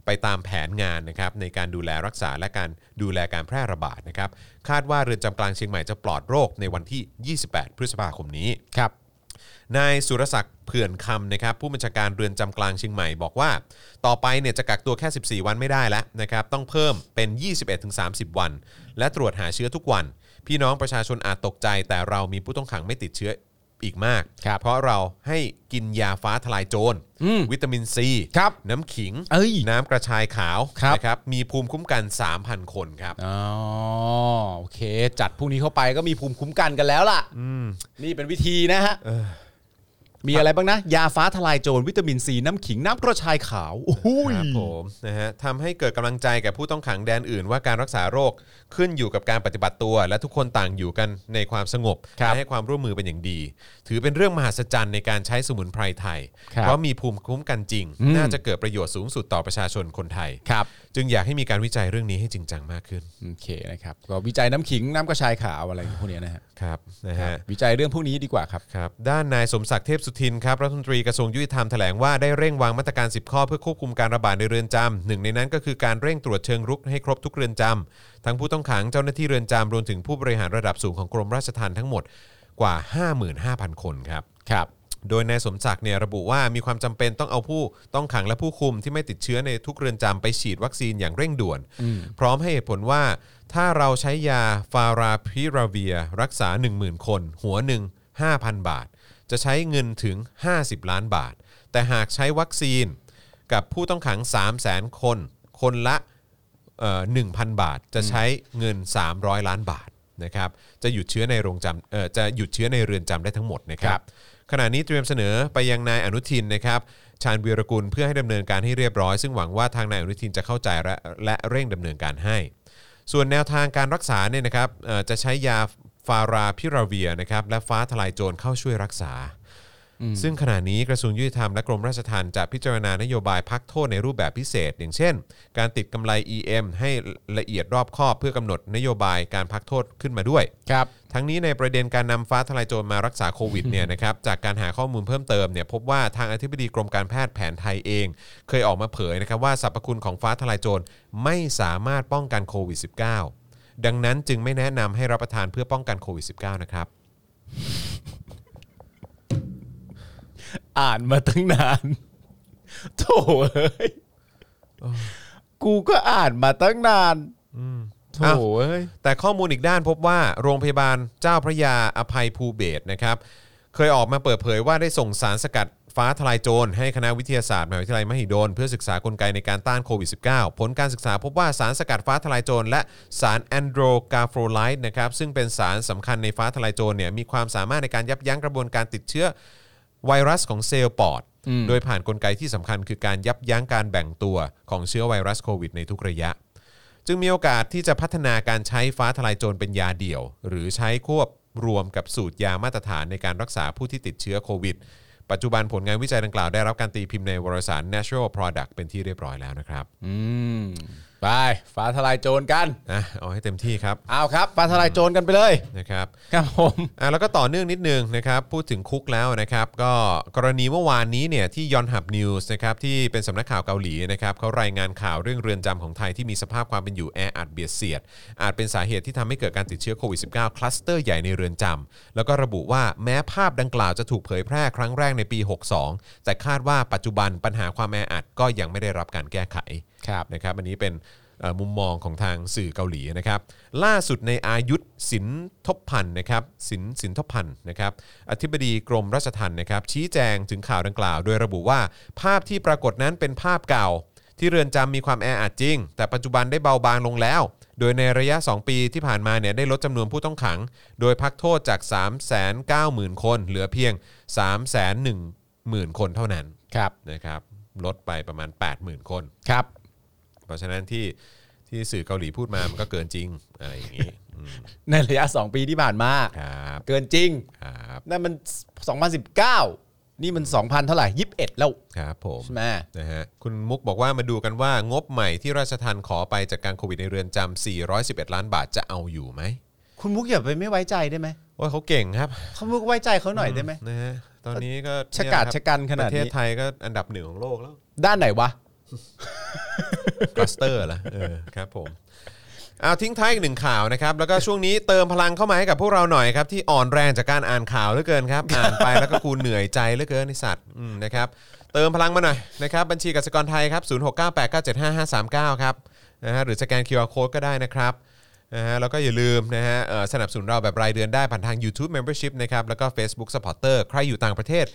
S2: ไปตามแผนงานนะครับในการดูแลรักษาและการดูแลการแพร่ระบาดนะครับ คาดว่าเรือนจำกลางเชียงใหม่จะปลอดโรคในวันที่ 28 พฤษภาคมนี้
S3: ครับ
S2: นายสุรศักดิ์เผื่อนคำนะครับผู้บัญชาการเรือนจำกลางเชียงใหม่บอกว่า ต่อไปเนี่ยจะกักตัวแค่ 14 วันไม่ได้แล้วนะครับต้องเพิ่มเป็น 21-30 วัน และตรวจหาเชื้อทุกวัน พี่น้องประชาชนอาจตกใจ แต่เรามีผู้ต้องขังไม่ติดเชื้ออีกมาก
S3: ครับ
S2: เพราะเราให้กินยาฟ้าทลายโจร
S3: อืม
S2: วิตามินซี
S3: ครับ
S2: น้ำขิง
S3: เอ้ย
S2: น้ำกระชายขาว
S3: ครับ
S2: นะครับมีภูมิคุ้มกัน 3,000 คนครับ
S3: อ๋อโอเค จัดพวกนี้เข้าไปก็มีภูมิคุ้มกันกันแล้วล่ะนี่เป็นวิธีนะฮะมีอะไรบ้างนะ ยาฟ้าทลายโจรวิตามินซีน้ำขิงน้ำกระชายขาวโอ้ย
S2: ครับผมนะฮะทำให้เกิดกำลังใจแก่ผู้ต้องขังแดนอื่นว่าการรักษาโรคขึ้นอยู่กับการปฏิบัติตัว และทุกคนต่างอยู่กันในความสงบ
S3: ครับ
S2: และให้ความร่วมมือเป็นอย่างดี ถือเป็นเรื่องมหัศจรรย์ในการใช้สมุนไพรไทย
S3: ครับ
S2: เพราะมีภูมิคุ้มกันจริง
S3: อืม
S2: น่าจะเกิดประโยชน์สูงสุดต่อประชาชนคนไทย
S3: ครับ
S2: เจ จึงอยากให้มีการวิจัยเรื่องนี้ให้จริงจังมากขึ้น
S3: โอเคนะครับก็วิจัยน้ำขิงน้ำกระชายขาวอะไรพวกเนี้ยนะฮะ
S2: ครับนะฮะ
S3: วิจัยเรื่องพวกนี้ดีกว่าครับ
S2: ครับด้านนายสมศักดิ์เทพสุทินครับรัฐมนตรีกระทรวงยุติธรรมแถลงว่าได้เร่งวางมาตรการ 10 ข้อเพื่อควบคุมการระบาดในเรือนจำหนึ่งในนั้นก็คือการเร่งตรวจเชิงรุกให้ครบทุกเรือนจำทั้งผู้ต้องขังเจ้าหน้าที่เรือนจำรวมถึงผู้บริหารระดับสูงของกรมราชทัณฑ์ทั้งหมดกว่า 55,000 คนครับ
S3: ครับ
S2: โดยนายสมศักดิ์เนี่ยระบุว่ามีความจำเป็นต้องเอาผู้ต้องขังและผู้คุมที่ไม่ติดเชื้อในทุกเรือนจำไปฉีดวัคซีนอย่างเร่งด่วน พร้อมให้เหตุผลว่า ถ้าเราใช้ยาฟาราพิราเวีย รักษา 10,000 คน หัวหนึ่ง5,000 บาท จะใช้เงินถึง 50 ล้านบาท แต่หากใช้วัคซีนกับผู้ต้องขัง 3 0 0 0 0 0 คน คนละ เอ่อ1,000 บาทจะใช้เงิน 300 ล้านบาทนะครับจะหยุดเชื้อในโรงจำเอ่อจะหยุดเชื้อในเรือนจำได้ทั้งหมดนะค
S3: ค
S2: รั
S3: รับ บ
S2: ขณะนี้เตรียมเสนอไปยังนายอนุทินนะครับชาญวีรกุลเพื่อให้ดำเนินการให้เรียบร้อย ซึ่งหวังว่าทางนายอนุทินจะเข้าใจและและเร่งดำเนินการให้ ส่วนแนวทางการรักษาเนี่ยนะครับเอ่อจะใช้ยาฟาราพิราเวียนะครับและฟ้าทลายโจรเข้าช่วยรักษา ซึ่งขณะนี้กระทรวงยุติธรรมและกรมราชทัณฑ์จะพิจารณานโยบายพักโทษในรูปแบบพิเศษ อย่างเช่น การติดกำไร EM ให้ละเอียดรอบคอบเพื่อกำหนดนโยบายการพักโทษขึ้นมาด้วย
S3: ครับ
S2: ทั้งนี้ในประเด็นการนำฟ้าทลายโจรมารักษาโควิดเนี่ยนะครับจากการหาข้อมูลเพิ่มเติมเนี่ยพบว่าทางอธิบดีกรมการแพทย์แผนไทยเอง เคยออกมาเผยนะครับว่าสรรพคุณของฟ้าทลายโจรไม่สามารถป้องกันโควิด -19 ดังนั้นจึงไม่แนะนำให้รับประทานเพื่อป้องกันโควิด -19 นะครับ
S3: อ่านมาตั้งนาน โถเอ้ยกูก็อ่านมาตั้งนานโถ
S2: อ้าว
S3: เอ้ย
S2: แต่ข้อมูลอีกด้านพบว่าโรงพยาบาลเจ้าพระยาอภัยภูเบศรนะครับ เคยออกมาเปิดเผยว่าได้ส่งสารสกัดฟ้าทลายโจรให้คณะวิทยาศาสตร์มหาวิทยาลัยมหิดลเพื่อศึกษากลไกในการต้านโควิด -19 ผลการศึกษาพบว่าสารสกัดฟ้าทลายโจรและสารแอนโดรกาโฟไลท์นะครับซึ่งเป็นสารสำคัญในฟ้าทลายโจรเนี่ยมีความสามารถในการยับยั้งกระบวนการติดเชื้อ ไวรัสของเซลล์ปอด โดยผ่านนกลไกที่สำคัญคือการยับยั้งการแบ่งตัวของเชื้อไวรัสโควิดในทุกระยะ จึงมีโอกาสที่จะพัฒนาการใช้ฟ้าทลายโจรเป็นยาเดี่ยว หรือใช้ควบรวมกับสูตรยามาตรฐานในการรักษาผู้ที่ติดเชื้อโควิด ปัจจุบันผลงานวิจัยดังกล่าวได้รับการตีพิมพ์ในวารสาร Natural Product เป็นที่เรียบร้อยแล้วนะครับ
S3: อืม ไป ฟ้าทลายโจรกัน
S2: อ่ะเอาให้เต็มที่ครับ
S3: เอาครับ ฟ้าทลายโจรกันไปเลย
S2: นะครับ
S3: ครับผม
S2: อ่ะแล้วก็ต่อเนื่องนิดนึงนะครับพูดถึงคุกแล้วนะครับ ก็กรณีเมื่อวานนี้เนี่ยที่ยอนหับนิวส์นะครับที่เป็นสำนักข่าวเกาหลีนะครับเขารายงานข่าวเรื่องเรือนจำของไทยที่มีสภาพความเป็นอยู่แออัดเบียดเสียด อาจเป็นสาเหตุที่ทำให้เกิดการติดเชื้อโควิด -19 คลัสเตอร์ใหญ่ในเรือนจำแล้วก็ระบุว่าแม้ภาพดังกล่าวจะถูกเผยแพร่ครั้งแรกในปี 62 แต่คาดว่าปัจจุบันปัญหาความแออัดก็ยังไม่ได้รับการแก้ไข
S3: ครับ
S2: นะครับอันนี้เป็นเอ่อมุมมองของทางสื่อเกาหลีนะครับล่าสุดในอายุธสินทบพันธ์นะครับสินสินทบพันธ์นะครับอธิบดีกรมราชทัณฑ์นะครับชี้แจงถึงข่าวดังกล่าว โดยระบุว่าภาพที่ปรากฏนั้นเป็นภาพเก่า ที่เรือนจำมีความแออัดจริง แต่ปัจจุบันได้เบาบางลงแล้ว โดยในระยะ 2 ปีที่ผ่านมาเนี่ยได้ลดจำนวนผู้ต้องขัง โดยพักโทษจาก 390,000 คน เหลือเพียง 310,000 คนเท่านั้น
S3: ครับ
S2: นะครับลดไปประมาณ 80,000 คน
S3: ครับ
S2: เพราะฉะนั้นที่ที่สื่อเกาหลีพูดมามันก็เกินจริง อะไรอย่างนี้อืม
S3: ในระยะ 2 ปีที่ผ่านมา
S2: ครับ
S3: เกินจริง
S2: ครับ
S3: นั่นมัน 2019 นี่มัน 2,000 เท่าไหร่ 21 แล้ว
S2: ครับผม
S3: ใช่ไหม
S2: นะฮะคุณมุกบอกว่ามาดูกันว่างบใหม่ที่ราชทันขอไปจากการโควิดในเรือนจำ411 ล้านบาทจะเอาอยู่ไหม
S3: คุณมุกอย่าไปไม่ไว้ใจได้ไหม
S2: ว่าเขาเก่งครับ
S3: เขามุกไว้ใจเขาหน่อยได้ไหม
S2: นะฮะตอนนี้ก็
S3: ชะกาจ
S2: เนี่ยครับ
S3: ชะกันขนาดนี้
S2: ประเทศไทยก็อันดับหนึ่งของโลกแล้ว
S3: ด้านไหนวะ
S2: คลัสเตอร์ละเออครับผมเอาทิ้งท้ายอีกหนึ่งข่าวนะครับ แล้วก็ช่วงนี้เติมพลังเข้ามาให้กับพวกเราหน่อยครับที่อ่อนแรงจากการอ่านข่าวเหลือเกินครับ อ่านไปแล้วก็กูเหนื่อยใจเหลือเกินไอสัตว์อืมนะครับ เติมพลังมาหน่อยนะครับบัญชีกสิกรไทยครับ0 6 9 8 9 7 5 5 3 9ครับนะฮะหรือสแกน QR Code ก็ได้นะครับนะฮะแล้วก็อย่าลืมนะฮะเอ่อสนับสนุนเราแบบรายเดือนได้ผ่านทาง YouTube Membership นะครับแล้วก็ Facebook Supporter ใครอยู่ต่างประเทศ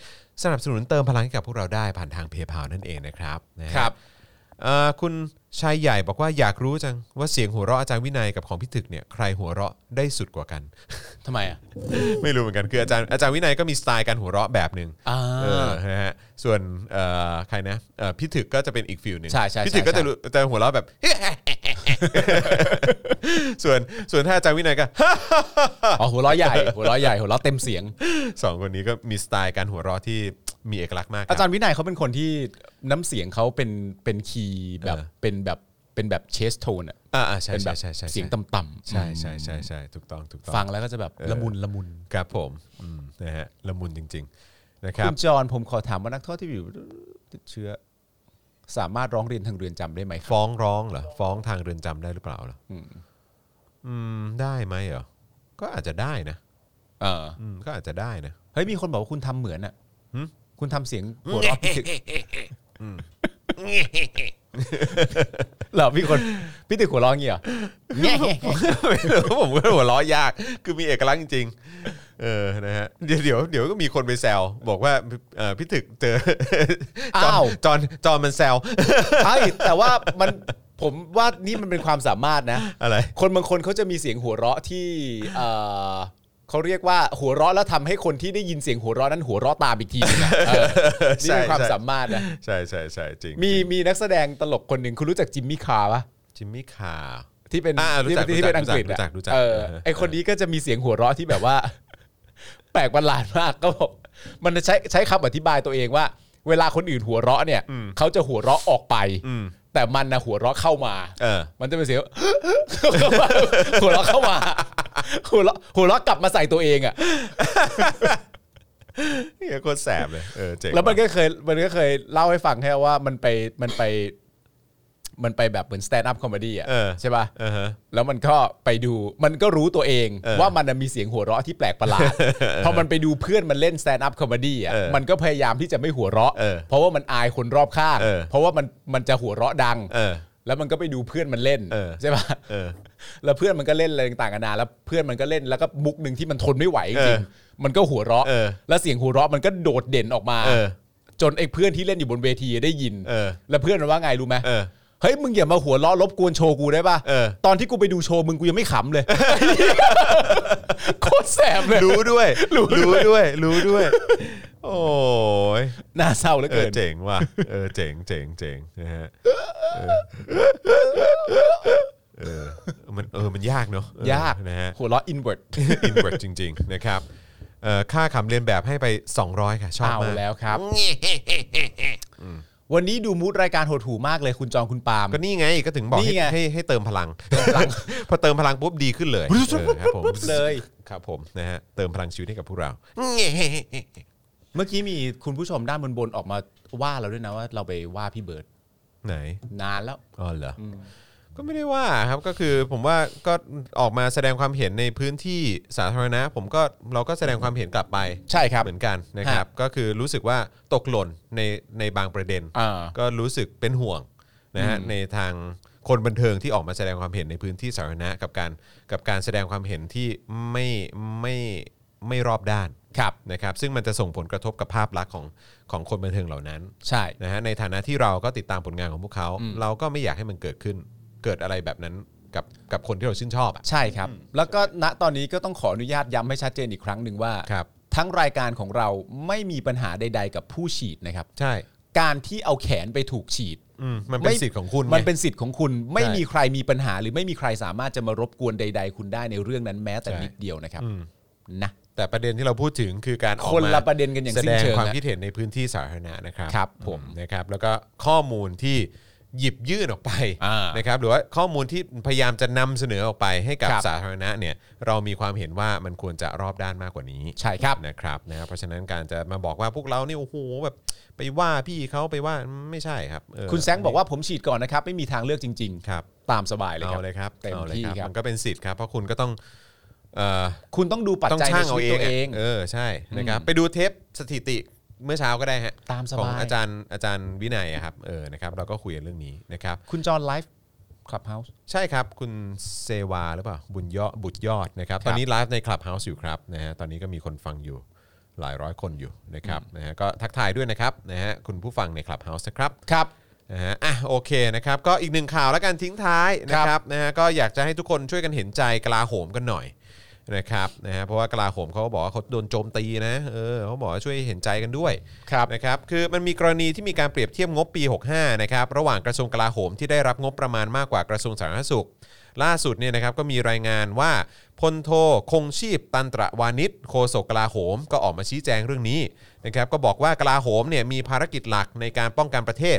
S2: สนับสนุนเติมพลังให้กับพวกเราได้ผ่านทาง PayPal นั่นเองนะครับนะฮะ
S3: ครับ
S2: เอ่อคุณชายใหญ่บอกว่าอยากรู้จังว่าเสียงหัวเราะอาจารย์วินัยกับของพี่ถึกเนี่ยใครหัวเราะได้สุดกว่ากัน
S3: ทำไมอ่ะ
S2: ไม่รู้เหมือนกันคืออาจารย์อาจารย์วินัยก็มีสไตล์การหัวเราะแบบหนึ่ง
S3: อ่า
S2: เออนะฮะส่วนเอ่อใครนะเอ่อพี่ถึกก็จะเป็นอีกฟิลหนึ่ง
S3: ใช่ใช่
S2: พี่ถึกก็
S3: ใช่
S2: จะรู้จะหัวเราะแบบ ส่วนส่วนถ้าอาจารย์วินัยก็
S3: อ๋อหัวล้อใหญ่หัวล้อใหญ่หัวล้อเต็มเสียง
S2: สองคนนี้ก็มีสไตล์การหัวเราะที่มีเอกลักษณ์มากค
S3: อา
S2: บ
S3: จารย์วินัยเขาเป็นคนที่น้ำเสียงเขาเป็นเป็นคีย์แบบ
S2: เออ
S3: เป็นแบบ เป็นแบบเชสโทนอ่ะ
S2: อ่าอ่าใช่
S3: เป็นแบ
S2: ใช่
S3: บ
S2: ใช่ใช่
S3: เสียง
S2: ใช่
S3: ต่ำๆ
S2: ใช่ใช่ใช่ใช่ถูกต้องถูกต้อง
S3: ฟังแล้วก็จะแบบละมุนละมุน
S2: ครับผมอืมนะฮะละมุนจริง ๆนะครับ
S3: คุณจรผมขอถามว่านักโทษที่อยู่ติดเชื้อ สามารถร้องเรียนทางเรือนจำได้ไหมครับ
S2: ฟ้องร้องเหรอฟ้องทางเรือนจำได้หรือเปล่าเหรอออืมได้ไหมเหรอก็อาจจะได้นะ
S3: เออ
S2: อืมก็อาจจะได้นะ
S3: เฮ้ยมีคนบอกว่าคุณทำเหมือนอ่ะคุณทำเสียงหัวเราะ พิถึกเหรอพี่คนพี่ตึกหัวเร้องงี้เหรอ
S2: ไม่รู้ผมก็หัวล้อยาก คือมีเอกลักษณ์จริงๆเออนะฮะเดี๋ยวเดี๋ยวเดี๋ยวก็มีคนไปแซวบอกว่าเอ่อพี่ถึกเจอจอน
S3: อ้าว
S2: จอนจอนมันแซว
S3: ใช่แต่ว่ามันผมว่านี่มันเป็นความสามารถนะ
S2: อะไร
S3: คนบางคนเขาจะมีเสียงหัวเราะที่เอ่อเขาเรียกว่าหัวเราะแล้วทำให้คนที่ได้ยินเสียงหัวเราะนั้นหัวเราะตามอีกที นึงอะเออนี่เป็นความ
S2: ใช่
S3: สามารถนะ
S2: ใช่ใช่ใช่จริง
S3: มีมีนักแสดงตลกคนหนึ่งคุณรู้จักจิมมี่คาร์ปะ
S2: จิมมี่คา
S3: ที่เป็น
S2: อ่ารู้
S3: ที่
S2: จัก
S3: เป็นที่เป็นอังกฤษ
S2: รู้
S3: อะ
S2: จักรู้จักรู้จัก
S3: เออ
S2: เออ
S3: ไอคนนี้ก็จะมีเสียงหัวเราะที่แบบว่า แปลกประหลาดมากก็บอกมันใช้ใช้คำอธิบายตัวเองว่า เวลาคนอื่นหัวเราะเนี่ยเขาจะหัวเราะออกไป
S2: อืม
S3: แต่มันนะหัวเราะเข้ามา
S2: เออ
S3: มันจะเป็นเสียง หัวเราะเข้ามาหัวเราะหัวเราะกลับมาใส่ตัวเองอ่ะ
S2: เฮียโคตรแสบเลยเออเจ๋ง
S3: แล้วมันก็เคยมันก็เคยเล่าให้ฟังแค่ว่ามันไปมันไป มันไปแบบเหมือนสแตนด์อัพคอมเมดี้อ่ะ
S2: เออ
S3: ใช่ป่ะ
S2: เออฮะ
S3: แล้วมันก็ไปดูมันก็รู้ตัวเอง
S2: เออ
S3: ว่ามันน่ะมีเสียงหัวเราะที่แปลกประหลาดพอมันไปดูเพื่อนมันเล่นสแตนด์อัพคอมเมดี้อ่ะ
S2: เออ
S3: มันก็พยายามที่จะไม่หัวเราะ
S2: เออ
S3: เพราะว่ามันอายคนรอบข้าง
S2: เออ
S3: เพราะว่ามันมันจะหัวเราะดัง
S2: เออ
S3: แล้วมันก็ไปดูเพื่อนมันเล่น
S2: เออ
S3: ใช่ป่ะ
S2: เออ
S3: แล้วเพื่อนมันก็เล่นอะไรต่างกันานาแล้วเพื่อนมันก็เล่นแล้วก็มุกหนึ่งที่มันทนไม่ไหวจ
S2: เอ
S3: ริ
S2: อง
S3: ๆมันก็หัวเราะ
S2: เออ
S3: แล้วเสียงหัวเราะมันก็โดดเด่นออกมา
S2: เออ
S3: จนไอ้เพื่อนที่เล่นอยู่บนเวทีได้ยิน
S2: เออ
S3: แล้วเพื่อนมันว่าไงรู้ไหม
S2: เออ
S3: เฮ้ยมึงอย่ามาหัวเราะรบกวนโชว์กูได้ป่ะ
S2: เออ
S3: ตอนที่กูไปดูโชว์มึงกูยังไม่ขำเลย โคตรแสบเลย
S2: รู้ด้วย
S3: รู้
S2: รู้
S3: ด้วย
S2: ด้วย รู้ด้วย โอ้ย
S3: น่าเศร้าเหลือ
S2: เอ
S3: เกิ
S2: อน เจ๋งว่ะ เออเจ๋งเจ๋งเจ๋งนะฮะเออเออมันเออมันยากเนอะเออย
S3: าก
S2: นะฮะ
S3: หัวเราะ inward
S2: อินเวอร์จริง ๆ นะครับเอ่อค่าขำเรียนแบบให้ไป 200 ค่ะ ชอบ
S3: เอา
S2: มาก
S3: แล้วครับ วันนี้ดูมูดรายการโหดหูมากเลยคุณจองคุณปาล์ม
S2: ก็นี่ไงก็ถึงบอก
S3: นี่
S2: ให้
S3: ไง
S2: ให้ให้เติมพลัง พอเติมพลังปุ๊บดีขึ้นเลยเออครับผม
S3: เลย
S2: ครับผมนะฮะเติมพลังชีวิตให้กับพวกเรา
S3: เมื่อกี้มีคุณผู้ชมด้านบนบนๆออกมาว่าเราด้วยนะว่าเราไปว่าพี่เบิร์ด
S2: ไหน
S3: นานแล้ว
S2: อ๋อเหรออก็ไม่ได้ว่าครับก็คือผมว่าก็ออกมาแสดงความเห็นในพื้นที่สาธารณะ ผมก็เราก็แสดงความเห็นกลับไป
S3: ใช่ครับ
S2: เหมือนกันนะครับ ก็คือรู้สึกว่าตกหล่นในในบางประเด็น
S3: อ่า
S2: ก็รู้สึกเป็นห่วงนะฮะในทางคนบันเทิงที่ออกมาแสดงความเห็นในพื้นที่สาธารณะกับการกับการแสดงความเห็นที่ไม่ไม่ไม่รอบด้าน
S3: ครับ
S2: นะครับซึ่งมันจะส่งผลกระทบกับภาพลักษณ์ของของคนบันเทิงเหล่านั้น
S3: ใช่
S2: นะฮะในฐานะที่เราก็ติดตามผลงานของพวกเขา เราก็ไม่อยากให้มันเกิดขึ้น เกิดอะไรแบบนั้นกับกับคนที่เราชื่นชอบอ่ะ
S3: ใช่ครับ แล้วก็ณตอนนี้ก็ต้องขออนุญาตย้ำให้ชัดเจนอีกครั้งหนึ่งว่า
S2: ครับ
S3: ทั้งรายการของเราไม่มีปัญหาใด ๆ กับผู้ฉีดนะครับ
S2: ใช่
S3: การที่เอาแขนไปถูกฉีด
S2: อืมมันเป็นสิทธิ์ของคุณ
S3: มัน
S2: ไง
S3: เป็นสิทธิ์ของคุณไม่
S2: ใช่
S3: มีใครมีปัญหา หรือไม่มีใครสามารถจะมารบกวนใด ๆ คุณได้ในเรื่องนั้นแม้แต่
S2: ใช่
S3: นิดเดียวนะครับ
S2: อืม
S3: นะ
S2: แต่ประเด็นที่เราพูดถึงคือการออกมา
S3: คนละประเด็นกันอย่าง
S2: แส
S3: สิ้
S2: ด
S3: น
S2: ง
S3: เชิง
S2: ความ
S3: นะ
S2: คิดเห็นในพื้นที่สาธารณะนะครับ
S3: ครับ
S2: อื
S3: ผม
S2: นะครับแล้วก็ข้อมูลที่หยิบยื่นออกไป
S3: อ่า
S2: นะครับหรือว่าข้อมูลที่พยายามจะนำเสนอออกไปให้กับ
S3: ครับ
S2: สาธารณะเนี่ยเรามีความเห็นว่ามันควรจะรอบด้านมากกว่านี้
S3: ใช่ครับ
S2: นะครับนะครับเพราะฉะนั้นการจะมาบอกว่าพวกเราเนี่ยโอ้โหแบบไปว่าพี่เขาไปว่าไม่ใช่ครับเออ
S3: คุณแซงบอกว่าผมฉีดก่อนนะครับ ไม่มีทางเลือกจริง
S2: ครับ
S3: ๆ ตามสบายเลยค
S2: เอา
S3: รับ
S2: เลยครับ
S3: เต็ม
S2: อาลย
S3: ที่ครับ
S2: มันก็เป็นสิทธิ์ครับเพราะคุณก็ต้องเอ่อ
S3: คุณต้องดูปัจ
S2: ต้อง
S3: จัยใน
S2: ช่าง
S3: ชี
S2: เอา
S3: วิต
S2: เอ
S3: ตั
S2: ง
S3: วเอง
S2: เออใช่นะครับไปดูเทปสถิติเมื่อเช้าก็ได้ฮะ
S3: ตามสบาย
S2: ของอาจารย์อาจารย์วินัยอะครับเออนะครับเราก็คุยกันเรื่องนี้นะครับ
S3: คุณจอห์นไลฟ์คลับเฮาส์
S2: ใช่ครับคุณเซวาหรือเปล่าบุญยอดบุตรยอดนะครับ
S3: ครับ
S2: ตอนนี้ไลฟ์ในคลับเฮาส์อยู่ครับนะฮะตอนนี้ก็มีคนฟังอยู่หลายร้อยคนอยู่นะครับนะฮะก็ทักทายด้วยนะครับนะฮะคุณผู้ฟังในคลับเฮาส์นะครับ
S3: ครับ
S2: นะฮะอ่ะโอเคนะครับก็อีกหนึ่งข่าวแล้วกันทิ้งท้ายนะครับนะฮะก็อยากจะให้ทุกคนช่วยกันเห็นใจกลาโหมกันหน่อยนะครับนะฮะเพราะว่ากลาโหมเขาก็บอกว่าเขาโดนโจมตีนะเออเขาบอกว่าช่วยเห็นใจกันด้วย
S3: ครับ
S2: นะครับคือมันมีกรณีที่มีการเปรียบเทียบงบปี 65 นะครับระหว่างกระทรวงกลาโหมที่ได้รับงบประมาณมากกว่ากระทรวงสาธารณสุข ล่าสุดเนี่ยนะครับก็มีรายงานว่าพลโทคงชีพตันตระวานิชโฆษกกลาโหม ก็ออกมาชี้แจงเรื่องนี้นะครับก็บอกว่ากลาโหมเนี่ยมีภารกิจหลักในการป้องกันประเทศ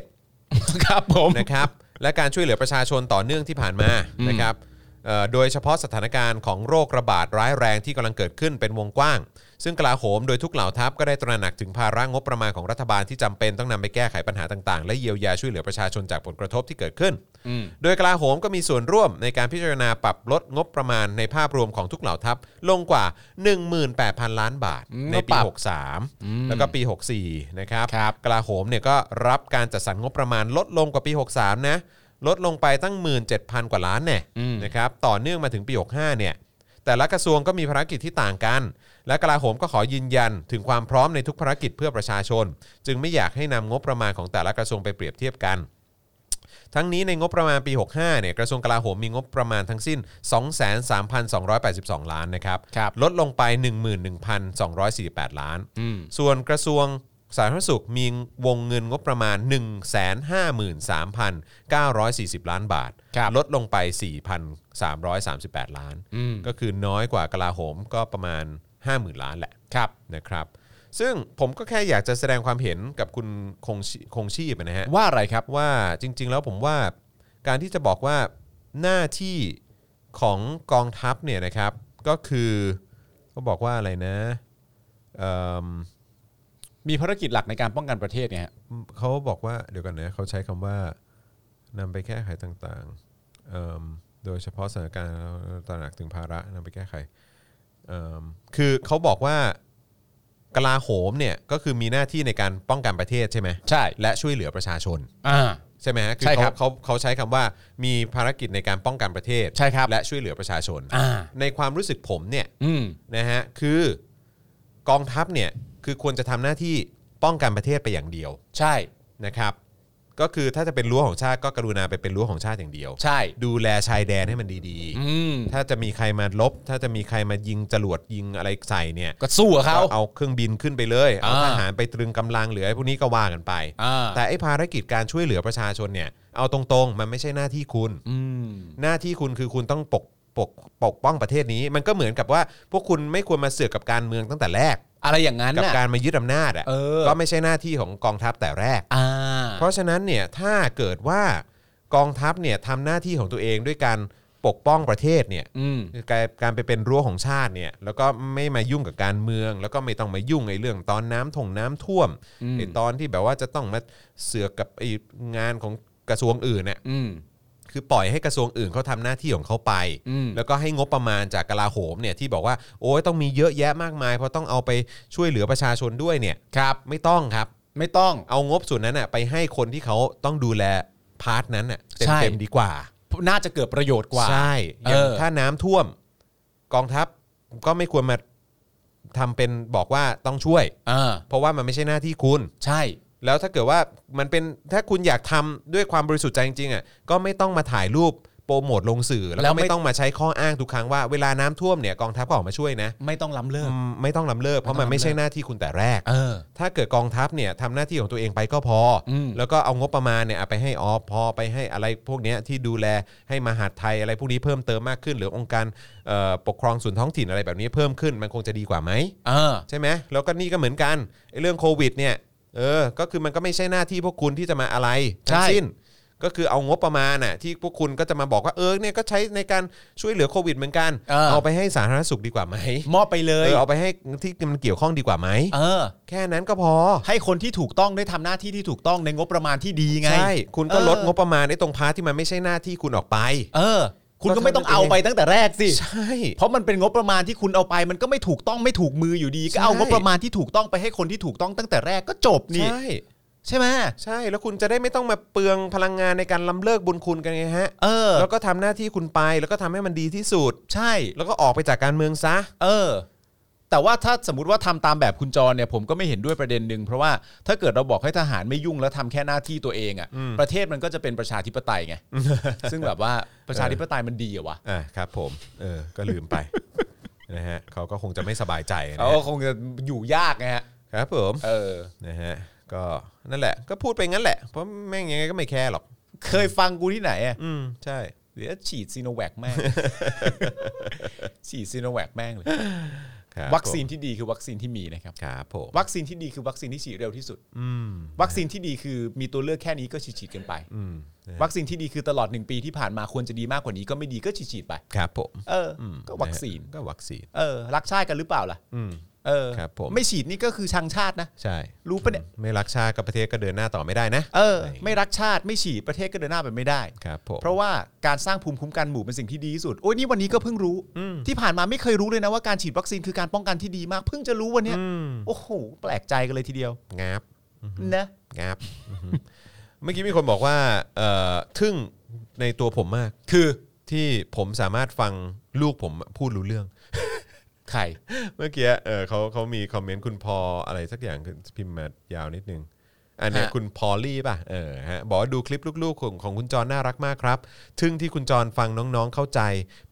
S3: ครับผม
S2: นะครับ และการช่วยเหลือประชาชนต่อเนื่องที่ผ่านมานะครับเอ่อโดยเฉพาะสถานการณ์ของโรคระบาดร้ายแรงที่กำลังเกิดขึ้นเป็นวงกว้าง ซึ่งกลาโหมโดยทุกเหล่าทัพก็ได้ตระหนักถึงภาระงบประมาณของรัฐบาลที่จำเป็นต้องนำไปแก้ไขปัญหาต่างๆ และเยียวยาช่วยเหลือประชาชนจากผลกระทบที่เกิดขึ้น โดยกลาโหมก็มีส่วนร่วมในการพิจารณาปรับลดงบประมาณในภาพรวมของทุกเหล่าทัพลงกว่า 18,000 ล้านบาท
S3: อืม
S2: ใน
S3: ก็
S2: ปี
S3: ปรับ
S2: 63 แล้วก็ปี 64 นะครับ
S3: ครับ
S2: กลาโหมเนี่ยก็รับการจัดสรรงบประมาณลดลงกว่าปี 63 นะ ลดลงไปตั้ง 17,000 กว่าล้านเนี่ยนะครับ ต่อเนื่องมาถึงปี 65 เนี่ย แต่ละกระทรวงก็มีภารกิจที่ต่างกัน และกลาโหมก็ขอยืนยันถึงความพร้อมในทุกภารกิจเพื่อประชาชน จึงไม่อยากให้นำงบประมาณของแต่ละกระทรวงไปเปรียบเทียบกัน ทั้งนี้ในงบประมาณปี 65 เนี่ยกระทรวงกลาโหมมีงบประมาณทั้งสิ้น 23,282 ล้านนะครับ
S3: ครับ
S2: ลดลงไป 11,248 ล้าน ส่วนกระทรวงสาธารณสุขมีวงเงินงบประมาณ 153,940 ล้านบาท
S3: ครับ
S2: ลดลงไป 4,338 ล้าน
S3: อืม
S2: ก็คือน้อยกว่ากลาโหมก็ประมาณ 50,000 ล้านแหละ
S3: ครับ
S2: นะครับ ซึ่งผมก็แค่อยากจะแสดงความเห็นกับคุณคงชีคงชีพนะฮะ
S3: ว่าอะไรครับ
S2: ว่าจริง ๆ แล้วผมว่าการที่จะบอกว่าหน้าที่ของกองทัพเนี่ยนะครับก็คือก็บอกว่าอะไรนะเอิ่ม
S3: มีภารกิจหลักในการป้องกันประเทศไงฮะ
S2: เขาบอกว่าเดี๋ยวกันนะเขาใช้คำว่านำไปแก้ไขต่างๆเอิ่มโดยเฉพาะสถานการณ์ตระหนักถึงภาระนำไปแก้ไขเอิ่มคือเขาบอกว่ากลาโหมเนี่ยก็คือมีหน้าที่ในการป้องกันประเทศใช่ไหม
S3: ใช่
S2: และช่วยเหลือประชาชน
S3: อ่า
S2: ใช่ไหมฮะคือ
S3: ใช่ครั
S2: เขา
S3: บ
S2: เขาเขาใช้คำว่ามีภารกิจในการป้องกันประเทศ
S3: ใช่ครับ
S2: และช่วยเหลือประชาชน
S3: อ่า
S2: ในความรู้สึกผมเนี่ย
S3: อืม
S2: นะฮะคือกองทัพเนี่ยคือควรจะทำหน้าที่ป้องกันประเทศไปอย่างเดียว
S3: ใช่
S2: นะครับ ก็คือถ้าจะเป็นรั้วของชาติก็กรุณาไปเป็นรั้วของชาติอย่างเดียว
S3: ใช่
S2: ดูแลชายแดนให้มันดี
S3: อืม
S2: ๆ ถ้าจะมีใครมาลบ ถ้าจะมีใครมายิงจรวดยิงอะไรใส่เนี่ย
S3: ก็สู้กับเขา
S2: ก็เอาเครื่องบินขึ้นไปเลย เอา
S3: อ่า
S2: ทหารไปตรึงกำลังเหลือไอ้พวกนี้ก็ว่ากันไป
S3: อ่า
S2: แต่ไอ้ภารกิจการช่วยเหลือประชาชนเนี่ยเอาตรงๆ มันไม่ใช่หน้าที่คุณ
S3: อืม
S2: หน้าที่คุณคือคุณต้องปกปกปกป้องประเทศนี้ มันก็เหมือนกับว่าพวกคุณไม่ควรมาเสือกกับการเมืองตั้งแต่แรก
S3: อะไรอย่างนั้น
S2: กับ
S3: น่ะ
S2: การมายึดอำนาจอ่ะ
S3: เออ
S2: ก็ไม่ใช่หน้าที่ของกองทัพแต่แรก
S3: อ่า
S2: เพราะฉะนั้นเนี่ยถ้าเกิดว่ากองทัพเนี่ยทำหน้าที่ของตัวเองด้วยการปกป้องประเทศเนี่ย
S3: อืม
S2: การการไปเป็นรั้วของชาติเนี่ยแล้วก็ไม่มายุ่งกับการเมือง แล้วก็ไม่ต้องมายุ่งไอ้เรื่องตอนน้ำท่งน้ำท่วม
S3: อืม
S2: ไอ้ตอนที่แบบว่าจะต้องมาเสือกกับไอ้งานของกระทรวงอื่นเนี่ย
S3: อืม
S2: คือปล่อยให้กระทรวงอื่นเขาทำหน้าที่ของเขาไป
S3: อืม
S2: แล้วก็ให้งบประมาณจากกลาโหมเนี่ยที่บอกว่าโอ้ยต้องมีเยอะแยะมากมายเพราะต้องเอาไปช่วยเหลือประชาชนด้วยเนี่ย
S3: ครับ
S2: ไม่ต้องครับ
S3: ไม่ต้อง
S2: เอางบส่วนนั้นน่ะไปให้คนที่เขาต้องดูแลพาร์ทนั้นน่ะ
S3: ใช่
S2: เต็มๆดีกว่า
S3: น่าจะเกิดประโยชน์กว่า
S2: ใช่อย่า
S3: เอง อ
S2: ถ้าน้ำท่วมกองทัพก็ไม่ควรมาทำเป็นบอกว่าต้องช่วย
S3: อ่า
S2: เพราะว่ามันไม่ใช่หน้าที่คุณ
S3: ใช่
S2: แล้วถ้าเกิดว่ามันเป็นถ้าคุณอยากทำด้วยความบริสุทธิ์ใจจริงๆอ่ะก็ไม่ต้องมาถ่ายรูปโปรโมทลงสื่อ แล้ว
S3: แล้
S2: ก็
S3: วไม่
S2: ไม่ต้องมาใช้ข้ออ้างทุกครั้งว่าเวลาน้ำท่วมเนี่ยกองทัพก็ออกมาช่วยนะ
S3: ไม่ต้องล้ำเลิ
S2: อื
S3: ก
S2: มไม่ต้องลำเลิกเพราะมันไม่ใช่หน้าที่คุณแต่แรก
S3: เออ
S2: ถ้าเกิดกองทัพเนี่ยทำหน้าที่ของตัวเองไปก็พออ
S3: ม
S2: แล้วก็เอางบประมาณเนี่ยเอาไปให้อพอไปให้อะไรพวกเนี้ยที่ดูแลให้มหาดไทยอะไรพวกนี้เพิ่มเติมมากขึ้น หรือองค์การเอ่อปกครองส่วนท้องถิ่นอะไรแบบนี้เพิ่มขึ้นมันคงจะดีกว่าไหม
S3: เออ
S2: ใช่ไหมแล้วก็นี่ก็เหมือนกันไอ้เรื่องโควิดเนี่ยเออก็คือมันก็ไม่ใช่หน้าที่พวกคุณที่จะมาอะไรทั้ง
S3: ใช่
S2: สิ้น ก็คือเอางบประมาณน่ะที่พวกคุณก็จะมาบอกว่าเออเนี่ยก็ใช้ในการช่วยเหลือโควิดเหมือนกันเอาไปให้สาธารณสุขดีกว่าไหม
S3: มอบไปเล
S2: เอย อเอาไปให้ที่มันเกี่ยวข้องดีกว่าไหม
S3: เออ
S2: แค่นั้นก็พอ
S3: ให้คนที่ถูกต้องได้ทำหน้าที่ที่ถูกต้องในงบประมาณที่ดีไง
S2: ใช่ คุณก็ลด
S3: เออ
S2: งบประมาณในตรงพาร์ทที่มันไม่ใช่หน้าที่คุณออกไป
S3: เออ คุณก็ไม่ต้องเอาไปตั้งแต่แรกสิ
S2: ใช่
S3: เพราะมันเป็นงบประมาณที่คุณเอาไป มันก็ไม่ถูกต้องไม่ถูกมืออยู่ดี ก็เอา
S2: ใช่
S3: งบประมาณที่ถูกต้องไปให้คนที่ถูกต้องตั้งแต่แรกก็จบนี่
S2: ใช่
S3: ใช่ไหม
S2: ใช่ แล้วคุณจะได้ไม่ต้องมาเปลืองพลังงานในการล้ำเลิกบุญคุณกันไงฮะ
S3: เออ
S2: แล้วก็ทำหน้าที่คุณไป แล้วก็ทำให้มันดีที่สุด
S3: ใช่
S2: แล้วก็ออกไปจากการเมืองซะ
S3: เออ แต่ว่าถ้าสมมติว่าทำตามแบบคุณจรเนี่ยผมก็ไม่เห็นด้วยประเด็นหนึ่งเพราะว่าถ้าเกิดเราบอกให้ทหารไม่ยุ่งแล้วทำแค่หน้าที่ตัวเองอะ่ะ ประเทศมันก็จะเป็นประชาธิปไตยไง ซึ่งแบบว่าประชาธิปไตยมันดีเหรอะวะ
S2: อ่าครับผม เออ ก็ลืม ไป นะฮะเขาก็คงจะไม่สบายใจนะ
S3: เขา
S2: ฮะ
S3: คงจะอยู่ยากไงฮะ
S2: ครับผม
S3: เออ
S2: นะฮะ ก็นั่นแหละ ก็พูดไปงั้นแหละ เพราะแม่งยังไงก็ไม่แคร์หรอก
S3: เคยฟังกูที่ไหนอะ
S2: อืม ใช่
S3: เดี๋ยวฉีดซีโนแวคแม่ง ฉีดซีโนแวคแม่งเลย
S2: ครับ
S3: วัคซีนที่ดีคือวัคซีนที่มีนะครับ
S2: ครับผม
S3: วัคซีนที่ดีคือวัคซีนที่ฉีดเร็วที่สุด
S2: อืม
S3: วัคซีนที่ดีคือมีตัวเลือกแค่นี้ก็ฉีดฉีดๆกันไป
S2: อืม
S3: วัคซีนที่ดีคือตลอดหนึ่งปีที่ผ่านมาควรจะดีมากกว่านี้ก็ไม่ดีก็ฉีดฉีดๆไป
S2: ครับผม
S3: เอออ
S2: ม
S3: ก็วัคซีนะ
S2: ฮะก็วัคซีน
S3: เออ รักชาติกันหรือเปล่าล่ะ
S2: อืม
S3: เออ
S2: ครับผม
S3: ไม่ฉีดนี่ก็คือชังชาตินะ
S2: ใช่
S3: รู้ปะเนี่ย
S2: ไม่รักชาติกับประเทศก็เดินหน้าต่อไม่ได้นะ
S3: เออ ไม่รักชาติไม่ฉีดประเทศก็เดินหน้าไปไม่ได้
S2: ครับผม
S3: เพราะว่าการสร้างภูมิคุ้มกันหมู่เป็นสิ่งที่ดีที่สุด โอ้ยนี่วันนี้ก็เพิ่งรู้ ที่ผ่านมาไม่เคยรู้เลยนะว่าการฉีดวัคซีนคือการป้องกันที่ดีมาก เพิ่งจะรู้วันเนี้ย
S2: อืม
S3: โอ้โห แปลกใจกันเลยทีเดียว
S2: งับ
S3: นะ
S2: งับเมื่อกี้มีคนบอกว่าเอ่อทึ่งในตัวผมมาก
S3: คือ
S2: ที่ผมสามารถฟังลูกผมพูดรู้เรื่อง
S3: ใคร
S2: เมื่อกี้เออเขาเขามีคอมเมนต์คุณพออะไรสักอย่างคือพิมพ์มายาวนิดนึง อันเนี้ย
S3: ฮะ
S2: คุณพอลลี่ป่ะเออฮะบอกว่าดูคลิปลูกๆของของคุณจรน่ารักมากครับทึ่งที่คุณจรฟังน้องๆเข้าใจ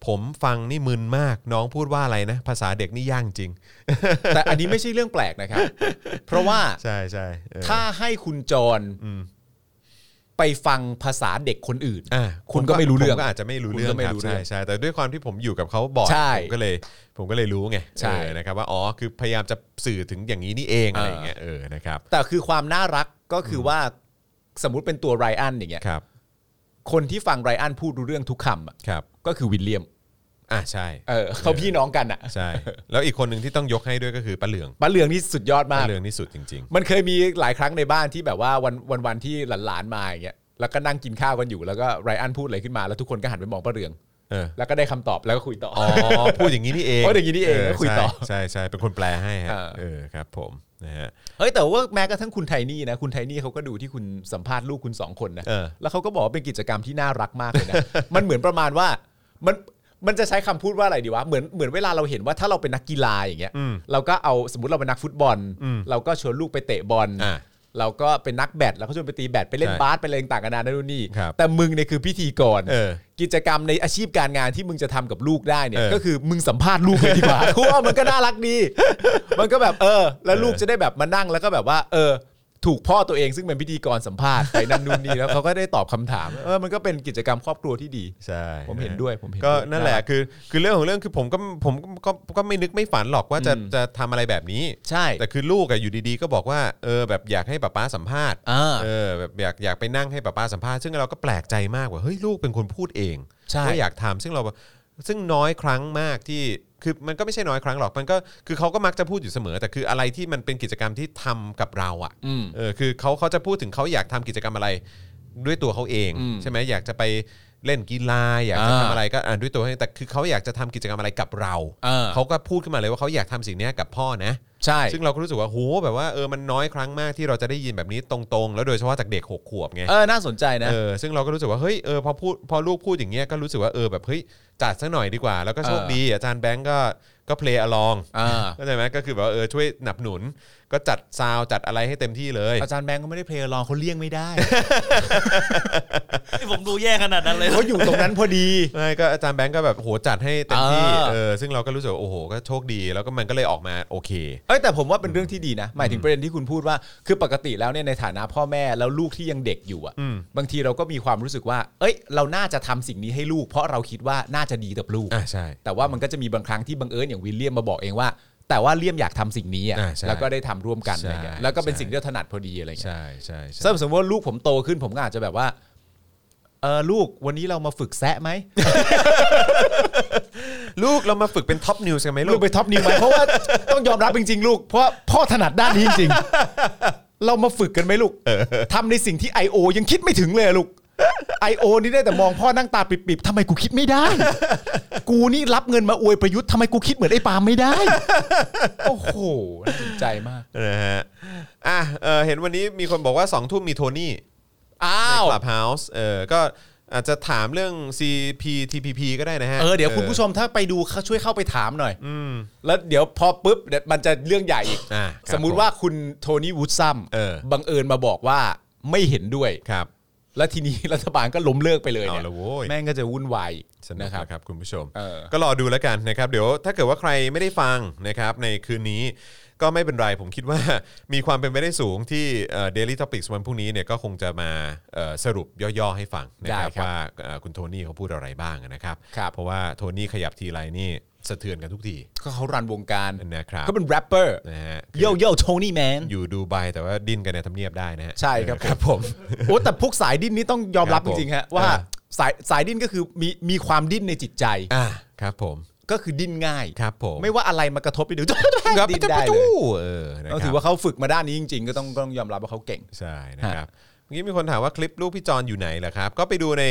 S2: ผมฟังนี่มึนมากน้องพูดว่าอะไรนะ ภาษาเด็กนี่ย่างจริง
S3: แต่อันนี้ไม่ใช่เรื่องแปลกนะครับ เพราะว่า
S2: ใช่ใช่เออ
S3: ถ้าให้คุณจรไปฟังภาษาเด็กคนอื่น
S2: อ่ะ
S3: คุณก็ไม่รู้เรื่อง
S2: ผมก็อาจจะไม่รู้เรื่อง
S3: คุณก็ไม่
S2: ครับ
S3: รู้เรื่
S2: ใช่
S3: อง
S2: ใช่แต่ด้วยความที่ผมอยู่กับเขาบ่อย
S3: ใช่
S2: ผมก็เลยผมก็เลยรู้ไง
S3: ใช่
S2: เออนะครับว่าอ๋อคือพยายามจะสื่อถึงอย่างนี้นี่เองอะไรอย่างเงี้ยเออนะครับ
S3: แต่คือความน่ารักก็คือว่าสมมุติเป็นตัวไรอันอย่างเงี้ย
S2: ครับ
S3: คนที่ฟังไรอันพูดรู้เรื่องทุกคำอะ
S2: ครับ
S3: ก็คือวิลเลียม
S2: อ่ะใช่
S3: เออเขาพี่น้องกันอะ
S2: ใช่ แล้วอีกคนหนึ่งที่ต้องยกให้ด้วยก็คือป้าเหลือง
S3: ป้าเหลืองนี่สุดยอดมา
S2: ป้าก เหลืองนี่สุดจริง
S3: มันเคยมีหลายครั้งในบ้านที่แบบว่าวันวันวันที่หลานๆมาอย่างเงี้ยแล้วก็นั่งกินข้าวกันอยู่แล้วก็ไรอันพูดอะไรขึ้นมาแล้วทุกคนก็หันไปมองป้าเรือง
S2: ๆ เออ
S3: แล้วก็ได้คำตอบแล้วก็คุยต่ออ
S2: อ๋อ พูดอย่างนี้นี่เอง
S3: พูดอย่างนี้นี่เองแล้วคุยต่อ
S2: ใช่ใช่ใช่เป็นคนแปลให้ฮะ
S3: เออ
S2: เออครับผมนะฮะ
S3: เฮ้ยแต่ว่าแม้กระทั่งคุณไทนี่นะคุณไทนี่เขาก็ดูที่คุณสัมภาษณ์ลูกคุณสองคนนะ
S2: เออ
S3: แล้วเขาก็บอกว่าเป็นกิจกรรมที่น่ารักมากเลยนะ มันเหมือนประมาณว่ามันมันจะใช้คำพูดว่าอะไรดีวะเหมือนเหมือนเวลาเราเห็นว่าถ้าเราเป็นนักกีฬาอย่างเงี้ยเราก็เอาสมมติเราเป็นนักฟุตบอล เราก็ชวนลูกไปเตะบอล
S2: อ่ะ
S3: เราก็เป็นนักแบดเราก็ชวนไปตีแบดไปเล่น
S2: ใช่
S3: บาสไปอะไรต่างๆกันานานู่นนี่
S2: ครับ
S3: แต่มึงเนี่ยคือพิธีกร
S2: เออ
S3: กิจกรรมในอาชีพการงานที่มึงจะทำกับลูกได้เนี่ย
S2: เออ
S3: ก็คือมึงสัมภาษณ์ลูกเลยดีกว่า เพราะว่ามันก็น่ารักดี มันก็แบบเออ แล้วลูก
S2: เออ
S3: จะได้แบบมานั่งแล้วก็แบบว่า เออ ถูกพ่อตัวเองซึ่งเป็นพิธีกรสัมภาษณ์ไปนั่นนู่นนี่แล้วเขาก็ได้ตอบคำถามเออมันก็เป็นกิจกรรมครอบครัวที่ดี
S2: ใช่
S3: ผมเห็นะ
S2: ฮะ
S3: ด้วยผมเห็น
S2: ก็
S3: ด้วย
S2: นั่นแหละ
S3: น่ารัก
S2: คือคือเรื่องของเรื่องคือผมก็ผมก็ก็ก็ไม่นึกไม่ฝันหรอกว่าจะ
S3: อืม
S2: จะทำอะไรแบบนี้
S3: ใช่
S2: แต่คือลูกอะอยู่ดีๆ ก็บอกว่าเออแบบอยากให้ป้าป้าสัมภาษณ์
S3: อ่า
S2: เออแบบอยากอยากไปนั่งให้ป้าป้าสัมภาษณ์ซึ่งเราก็แปลกใจมากว่าเฮ้ยลูกเป็นคนพูดเอง
S3: ใช่
S2: ว่าอยากถามซึ่งเราแบบซึ่งน้อยครั้งมากที่คือมันก็ไม่ใช่น้อยครั้งหรอกมันก็คือเขาก็มักจะพูดอยู่เสมอ แต่คืออะไรที่มันเป็นกิจกรรมที่ทำกับเราอะ
S3: อืม
S2: เออคือเขาเขาจะพูดถึงเขาอยากทำกิจกรรมอะไรด้วยตัวเขาเอง
S3: อืม
S2: ใช่ไหมอยากจะไปเล่นกีฬาอยากจะ
S3: อ่า
S2: ทำอะไรก็อ่านด้วยตัวเขาเองแต่คือเขาอยากจะทำกิจกรรมอะไรกับเรา
S3: อ่า
S2: เขาก็พูดขึ้นมาเลยว่าเขาอยากทำสิ่งเนี้ยกับพ่อนะ
S3: ใช่
S2: ซึ่งเราก็รู้สึกว่าโหแบบว่าเออมันน้อยครั้งมากที่เราจะได้ยินแบบนี้ตรงๆ แล้วโดยเฉพาะจากเด็กหกขวบไง
S3: เออน่าสนใจนะ
S2: เออซึ่งเราก็รู้สึกว่าเฮ้ยเออพอพูดพอลูกพูดอย่างเงี้ยก็รู้สึกว่าเออแบบเฮ้ยจัดสักหน่อยดีกว่า แล้วก็โชค
S3: เออ
S2: ดีอาจารย์แบงก์ก็ก็เพลย์อลอง
S3: อ่า
S2: เข้าใจไหมก็คือแบบว่าเออช่วยหนับหนุน ก็จัดซาวด์จัดอะไรให้เต็มที่เลย
S3: อาจารย์แบงค์ก็ไม่ได้เพลย์ลองเขาเลี่ยงไม่ ได้
S4: ที่ผมดูแย่ขนาดนั้นเลย
S3: เขาอยู่ตรงนั้นพอดี
S2: ไม่ก็อาจารย์แบงก์ก็แบบโหจัดให้เต็มที่
S3: เออ
S2: เออซึ่งเราก็รู้สึกว่าโอ้โหก็โชคดีแล้วก็มันก็เลยออกมาโอเค
S3: เอ้ยแต่ผมว่าเป็นเรื่องที่ดีนะ หมายถึงประเด็นที่คุณพูดว่า คือปกติแล้วเนี่ยในฐานะพ่อแม่แล้วลูกที่ยังเด็กอยู่อ่ะ
S2: อืม
S3: บางทีเราก็มีความรู้สึกว่า เอ้ย เราน่าจะทำสิ่งนี้ให้ลูก เพราะเราคิดว่าน่าจะดีกับลูก
S2: อ่าใช่
S3: แต่ว่ามันก็จะมีบางครั้งที่บังเอิญอย่างวิลเลียมมาบอกเองว่า แต่ว่าเลี่ยมอยากทำสิ่งนี้อ่ะ
S2: อ่าใช่
S3: แล้วก็ได้ทำร่วมกันอะไรเงี้ย
S2: ใช่
S3: แล้วก็เป็นสิ่งที่เราถนัดพอดีอะไรเงี้ย
S2: ใช่ใช่ใช่
S3: ซึ่งสมมติว่าลูกผมโตขึ้นผมก็อาจจะแบบว่าเออลูกวันนี้เรามาฝึกแซะไหม
S2: ลูกเรามาฝึกเป็นท็อปนิวส์กันไหม
S3: ลู
S2: ลู
S3: ก
S2: ก
S3: ไปท็อปนิวไหมเพราะว่า ต้องยอมรับจริงๆ ลูก เพราะพ่อถนัดด้านนี้จริง ๆเรามาฝึกกันไหมลูกทำในสิ่งที่ I.O. ยังคิดไม่ถึงเลยอะลูก I.O. นี่ได้แต่มองพ่อนั่งตาปิบๆทำไมกูคิดไม่ได้ กูนี่รับเงินมาอวยประยุทธ์ทำไมกูคิดเหมือนไอ้ปาล์มไม่ได้ โอ้โหน่าสนใจมาก
S2: นะฮะอ่ะเออเห็นวันนี้มีคนบอกว่า2องทุ่มมีโทนี่
S3: อ้า
S2: ใน
S3: ว
S2: คลับเฮาส์เออก็อาจจะถามเรื่อง CPTPP ก็ได้นะฮะ
S3: เออเดี๋ยวคุณผู้ชมถ้าไปดูเขาช่วยเข้าไปถามหน่อย
S2: อืม
S3: แล้วเดี๋ยวพอปุ๊บเดี๋ยวมันจะเรื่องใหญ่อีก
S2: อ่ะครับ
S3: สมมุติว่าคุณโทนี่วูดซัม
S2: เออ
S3: บังเอิญมาบอกว่าไม่เห็นด้วย
S2: ครับ
S3: แล้วทีนี้ รัฐบาลก็ล้มเลิกไปเลย
S2: เอา
S3: เนี่ย
S2: ละโว้ย
S3: แม่งก็จะวุ่นวายอีก
S2: สนุก
S3: นะ
S2: นะ
S3: ค
S2: ค
S3: รั
S2: รับ บคุณผู้ชม
S3: เออ
S2: ก็รอดูแล้วกันนะครับ เดี๋ยวถ้าเกิดว่าใครไม่ได้ฟังนะครับในคืนนี้ก็ไม่เป็นไร ผมคิดว่า มีความเป็นไปได้สูงที่เดลิทอพิกวันพรุ่งนี้เนี่ยก็คงจะมาเอ่อสรุปย่อๆให้ฟังนะครับ
S3: ได้ครับ
S2: ว่าเอ่อคุณโทนี่เขาพูดอะไรบ้างนะครับ
S3: ครับ
S2: เพราะว่าโทนี่ขยับทีไรนี่ สะเทือนกันทุกที
S3: ก็เขารันวงการ
S2: นะครับ
S3: เขาเป็นแรปเปอร์
S2: นะฮะ
S3: โยโย่โทนี่แมน
S2: อยู่ดูไบแต่ว่าดิ้นกันในทำเนียบได้นะฮะ
S3: ใช่ครับ
S2: ครับผม
S3: โอ้แต่พวกสายดิ้นนี่ต้องยอมรับ
S2: ครั
S3: จ
S2: บผม
S3: ริงๆฮะว่า
S2: อ่า
S3: สายสายดิ้นก็คือมีมีความดิ้นในจิตใจ
S2: อ่าครับผม
S3: ก็คือดิ้นง่าย
S2: ครับผม
S3: ไม่ว่าอะไรมากระทบไปเดี๋ยว
S2: ครับ
S3: ดิ้นได้เลย
S2: เออนะค
S3: ต้
S2: รั
S3: อบ งถือว่าเขาฝึกมาด้านนี้จริง ๆ ก็ต้องก็ต้องยอมรับว่าเขาเก่ง
S2: ใช่นะครับเมื่อกี้มีคนถามว่าคลิปลูกพี่จอนอยู่ไหนเหรอครับ ก็ไปดูใน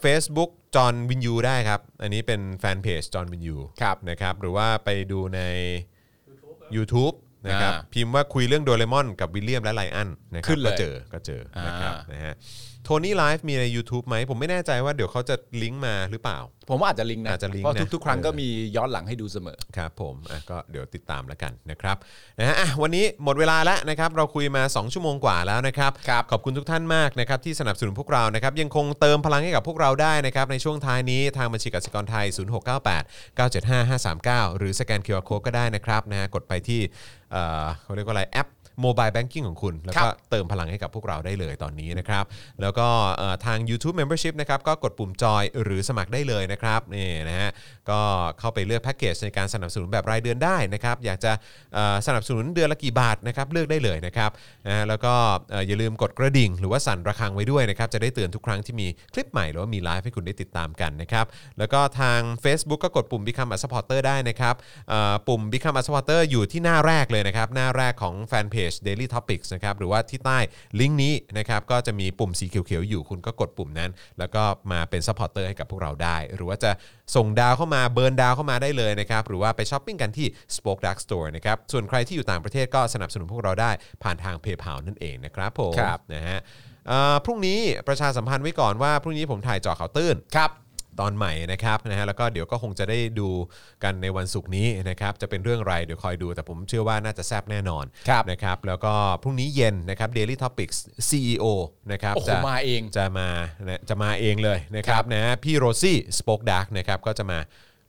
S2: เฟซบุ๊กจอนวินยูได้ครับ อันนี้เป็นแฟนเพจจอนวินยู
S3: ครับ
S2: นะครับหรือว่าไปดูใน YouTube นะครับ
S3: อ่า
S2: พิมพ์ว่าคุยเรื่องโดเรมอนกับวิลเลียมและไลอันนะครั
S3: ขึ้
S2: บ
S3: นเล
S2: ก็
S3: ย
S2: เจอก็เจอนะครับ
S3: อ่าน
S2: นะฮะโทนี่ไลฟ์มีใน YouTube ไหม ผมไม่แน่ใจว่าเดี๋ยวเขาจะลิงก์มาหรือเปล่า
S3: ผมว่าอาจจะลิงก์นะ
S2: อาจจะลิงก์
S3: เพราะ
S2: นะ
S3: ทุกๆ ครั้งก็
S2: เออ
S3: มีย้อนหลังให้ดูเสมอ
S2: ครับผมอ่ะก็เดี๋ยวติดตามแล้วกันนะครับนะฮะอ่ะวันนี้หมดเวลาแล้วนะครับ เราคุยมา 2 ชั่วโมงกว่าแล้วนะครับ
S3: ครับ
S2: ขอบคุณทุกท่านมากนะครับที่สนับสนุนพวกเรานะครับ ยังคงเติมพลังให้กับพวกเราได้นะครับ ในช่วงท้ายนี้ทางบัญชีกสิกรไทย 0698 975 539 หรือสแกน QR Code ก็ได้นะครับนะฮะกดไปที่เอ่อเขาเรียกว่าอะไรแอปโมบายแบงกิ้งของคุณ แล้ว
S3: ครั
S2: ก็
S3: บ
S2: เติมพลังให้กับพวกเราได้เลยตอนนี้นะครับ แล้วก็เอ่อทาง YouTube Membership นะครับก็กดปุ่มจอยหรือสมัครได้เลยนะครับนี่นะฮะก็เข้าไปเลือกแพ็กเกจในการสนับสนุนแบบรายเดือนได้นะครับ อยากจะเอ่อสนับสนุนเดือนละกี่บาทนะครับเลือกได้เลยนะครับนะฮะแล้วก็เอ่ออย่าลืมกดกระดิ่ง หรือว่าสั่นระฆังไว้ด้วยนะครับ จะได้เตือนทุกครั้งที่มีคลิปใหม่หรือว่ามีไลฟ์ให้คุณได้ติดตามกันนะครับ แล้วก็ทาง Facebook ก็กดปุ่ม Become a supporter ได้นะครับเอ่อปุ่ม Become a supporter อยู่ที่หน้าแรกเลยนะครับ หน้าแรกของแฟนเพจ Daily Topics นะครับ หรือว่าที่ใต้ลิงก์นี้นะครับ ก็จะมีปุ่มสีเขียวๆ อยู่ คุณก็กดปุ่มนั้น แล้วก็มาเป็น supporter ให้กับพวกเราได้ หรือว่าจะส่งดาวเข้ามาเบิร์นดาวเข้ามาได้เลยนะครับ หรือว่าไปช้อปปิ้งกันที่ Spoke Dark Store นะครับ ส่วนใครที่อยู่ต่างประเทศก็สนับสนุนพวกเราได้ผ่านทาง PayPal นั่นเองนะครับผม
S3: ครับ
S2: นะฮะเอ่อพรุ่งนี้ประชาสัมพันธ์ไว้ก่อนว่าพรุ่งนี้ผมถ่ายเจาะข่าวตื้น
S3: ครับ
S2: ตอนใหม่นะครับนะฮะแล้วก็เดี๋ยวก็คงจะได้ดูกันในวันศุกร์นี้นะครับจะเป็นเรื่องอะไรเดี๋ยวคอยดูแต่ผมเชื่อว่าน่าจะแซบแน่นอน
S3: ครับ
S2: นะครับแล้วก็พรุ่งนี้เย็นนะครับ Daily Topics CEO นะครับ
S3: โอ้โห
S2: จะ
S3: มาเอง
S2: จะมานะจะมาเองเลยนะครับนะฮะพี่โรซี่สป็อกดาร์กนะครับก็จะมา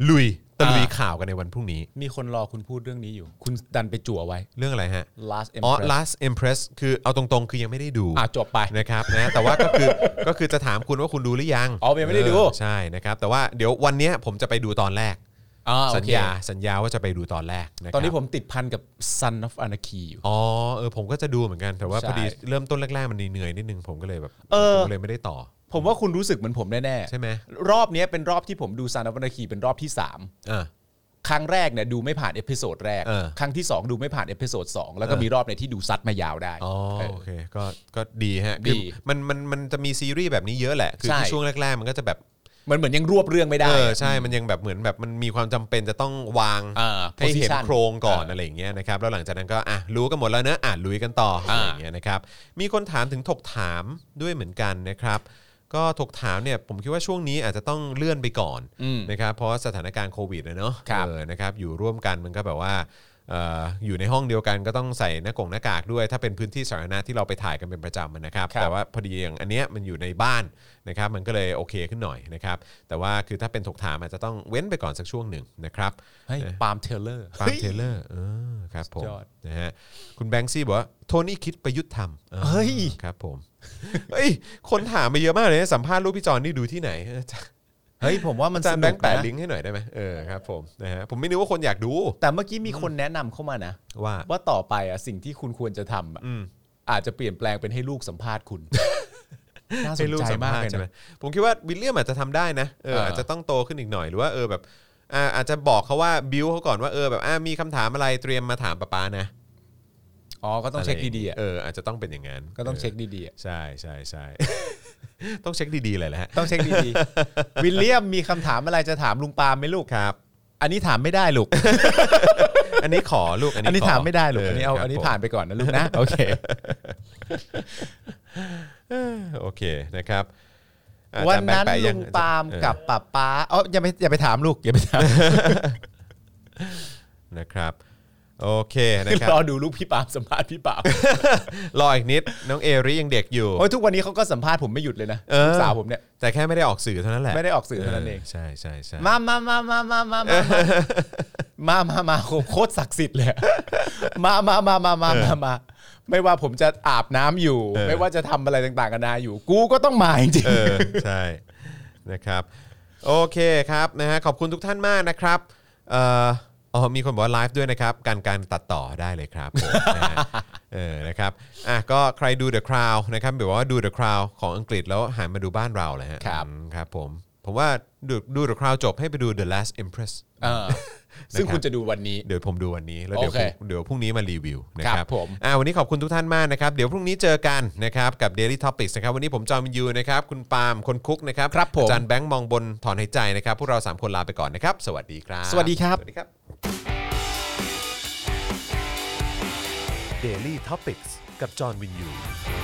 S2: ลุยตะลุยข่าวกันในวันพรุ่งนี้
S3: มีคนรอคุณพูดเรื่องนี้อยู่ คุณดันไปจั่วไว้
S2: เรื่องอะไรฮะ
S3: last
S2: อ๋อ
S3: Empress
S2: last empress คือเอาตรงๆ คือยังไม่ได้ดู
S3: อ่ะจบไป
S2: นะครับนะแต่ว่าก็คือ ก็คือจะถามคุณว่าคุณดูหรือยัง
S3: อ๋อยังไม่ได้ดู
S2: เออใช่นะครับ แต่ว่าเดี๋ยววันเนี้ยผมจะไปดูตอนแรก
S3: อ่าโอ
S2: สัญ
S3: เค
S2: ญาสัญญาว่าจะไปดูตอนแรกะครับ
S3: ตอนนี้ผมติดพันกับ Son of Anarchy อยู่
S2: อ๋อเออผมก็จะดูเหมือนกันแต่ว่า
S3: ใช่
S2: พอดีเริ่มต้นแรกๆมันเหนื่อยๆนิดนึงผมก็เลยแบบ
S3: เอ
S2: ผ
S3: อ
S2: มก็เลยไม่ได้ต่อ
S3: ผมว่าคุณรู้สึกเหมือนผมแน่ๆ
S2: ใช่ไหม
S3: รอบเนี้ยเป็นรอบที่ผมดู Son of Anarchy เป็นรอบที่ 3
S2: อ่า
S3: ครั้งแรกเนี่ยดูไม่ผ่านเอพิโซดแรก
S2: เออ
S3: ครั้งที่ 2 ดูไม่ผ่านเอพิโซด2แล้วก็มีรอบในยที่ดูซัดมายาวได้
S2: อ๋อ
S3: เออ
S2: โอเคก็ก็ดีฮะ
S3: ดี
S2: คือมันมันมันจะมีซีรีส์แบบนี้เยอะแหละ คือ
S3: ใช่
S2: ช่วงแรกๆมันก็จะแบบ
S3: มันเหมือนยังรวบเรื่องไม่ได้
S2: เออใช่มันยังแบบเหมือนแบบมันมีความจำเป็นจะต้องวาง
S3: เออ
S2: ให้เห็น
S3: position
S2: โครงก่อน
S3: เอออ
S2: อะไรอย่างเงี้ยนะครับแล้วหลังจากนั้นก็อ่ะรู้กันหมดแล้วเนอะอ่ะลุยกันต่ออะไร
S3: อ่า
S2: อย่างเงี้ยนะครับมีคนถามถึงถกถามด้วยเหมือนกันนะครับ ก็ถกถามเนี่ยผมคิดว่าช่วงนี้อาจจะต้องเลื่อนไปก่อน
S3: อืม
S2: นะครับเพราะว่าสถานการณ์โควิดนะเนอะ
S3: ครับ
S2: เออนะครับอยู่ร่วมกันมันก็แบบว่าเอ่ออยู่ในห้องเดียวกันก็ต้องใส่หน้ากงหน้ากากด้วย ถ้าเป็นพื้นที่สาธารณะที่เราไปถ่ายกันเป็นประจำอะนะครับ
S3: ครับ
S2: แต่ว่าพอดีอย่างอันเนี้ยมันอยู่ในบ้านนะครับมันก็เลยโอเคขึ้นหน่อยนะครับแต่ว่าคือถ้าเป็นถกถามอาจจะต้องเว้นไปก่อนสักช่วงหนึ่งนะครับ
S3: เฮ้ยปาล์มเทเลอร์
S2: ปาล์มเทเลอร์เออครับผม
S3: สุดยอด
S2: นะฮะคุณแบงค์ซี่บอกว่าโทนี่คิดประยุทธ์ทำออ
S3: เฮ้ย
S2: ครับผมเฮ้ยคนถามมาเยอะมากเลยนะสัมภาษณ์รูปพี่จอนนี่ดูที่ไหน
S3: เฮ้ยผมว่ามัน
S2: อาจาร
S3: ส
S2: ย์แบ
S3: นุ
S2: ง
S3: ก
S2: ค์แปะ
S3: นะ
S2: ลิงก์ให้หน่อยได้ไหมเออครับผมนะฮะผมไม่นึกว่าคนอยากดู
S3: แต่เมื่อกี้มีคนแนะนำเข้ามานะ
S2: ว่า
S3: ว่าต่อไปอ่ะสิ่งที่คุณควรจะทำอ่ะ
S2: อืม
S3: อาจจะเปลี่ยนแปลงเป็นให้ลูกสัมภาษณ์คุณ น่าส
S2: ให้
S3: น
S2: ลูก
S3: ใจ
S2: สัม
S3: มาก
S2: ภาษ
S3: เล
S2: ณ์
S3: ย
S2: ใช่ไหม
S3: นะ
S2: ผมคิดว่าวิลเลียมอาจจะทำได้นะเออ
S3: เอออ
S2: อาจจะต้องโตขึ้นอีกหน่อยหรือว่าเออแบบอ่าอาจจะบอกเขาว่าบิวเขาก่อนว่าเออแบบอ่ามีคำถามอะไรเตรียมมาถามป้าป้านะ
S3: อ๋อ ก็ต้องเช็คดีๆอ่ะ
S2: เอออาจจะต้องเป็นอย่างนั้น
S3: ก็ต้องเช็คดีๆอ่ะ
S2: ใช่ใช่ใช่ ต้องเช็คดีๆเลยแหละฮะ
S3: ต้องเช็คดี ๆ วิลเลียมมีคำถามอะไรจะถามลุงปาล์มไหมลูก
S2: ครับ
S3: อันนี้ถามไม่ได้ลูก
S2: อันนี้ขอลูกอันนี้
S3: อันนี้
S2: ข
S3: ถามไม่ได้ลูก
S2: เ
S3: อันนี้เอา
S2: ครับ
S3: อันนี้
S2: ผม
S3: ผ่านไปก่อนนะลูกนะ โอเค
S2: โอเคนะครับอ่ะ
S3: วัน
S2: อาจารย์แบงค์
S3: นั้น
S2: แะยั
S3: ลุ
S2: ง
S3: งปาล์ม
S2: เออ
S3: กับป้าป้าอ๋ออย่าไปอย่าไปถามลูกอย่าไปถาม
S2: นะครับโอเคนะครับ
S3: รอดูลูกพี่ปาล์มสัมภาษณ์พี่ปาล์ม
S2: รออีกนิดน้องเอริยังเด็กอยู่
S3: โอ้ยทุกวันนี้เขาก็สัมภาษณ์ผมไม่หยุดเลยนะ
S2: เออ
S3: ลูกสาวผมเนี่ย
S2: แต่แค่ไม่ได้ออกสื่อเท่านั้นแหละ
S3: ไม่ได้ออกสื่อเท่านั้นเอง
S2: ใช่ใช่ใช่
S3: มามามามามามามามามามาโคตรศักดิ์สิทธิ์เลย มามามามามามามา ไม่ว่าผมจะอาบน้ำอยู่ ไม่ว่าจะทำอะไรต่างๆกันานาอยู่ กูก็ต้องมาจริง
S2: เออใช่นะครับ โอเคครับนะฮะขอบคุณทุกท่านมากนะครับเอ่ออ๋อมีคนบอกว่าไลฟ์ด้วยนะครับ การการตัดต่อได้เลยครับผมนะฮะ เออนะครับอ่ะก็ใครดู The Crown นะครับแบบว่าดู The Crown ของอังกฤษแล้วหันมาดูบ้านเราเลยฮะ
S3: ครับ
S2: อืมครับผมผมว่าดูดู The Crown จบให้ไปดู The Last Empress
S3: เออ ซึ่งคุณจะดูวันนี้
S2: เดี๋ยวผมดูวันนี้แล้วเดี๋ยว
S3: โอเค
S2: ผมเดี๋ยวพรุ่งนี้มารีวิวนะค
S3: ค
S2: รั
S3: รั
S2: บบ
S3: ผม
S2: อ่าวันนี้ขอบคุณทุกท่านมากนะครับ เดี๋ยวพรุ่งนี้เจอกันนะครับกับ Daily Topics นะครับวันนี้ผมจอมยูนะครับคุณปาล์มคนคุกนะครับ
S3: ครับผม
S2: อาจันแบงค์มองบนถอนหายใจนะครับพวกเราสามคนลาไปก่อนนะครับสวัสดีครับ
S3: สวัสดีครับ
S2: สวัสดีครับ
S1: Daily t o p i c กกับจอห์นวินยู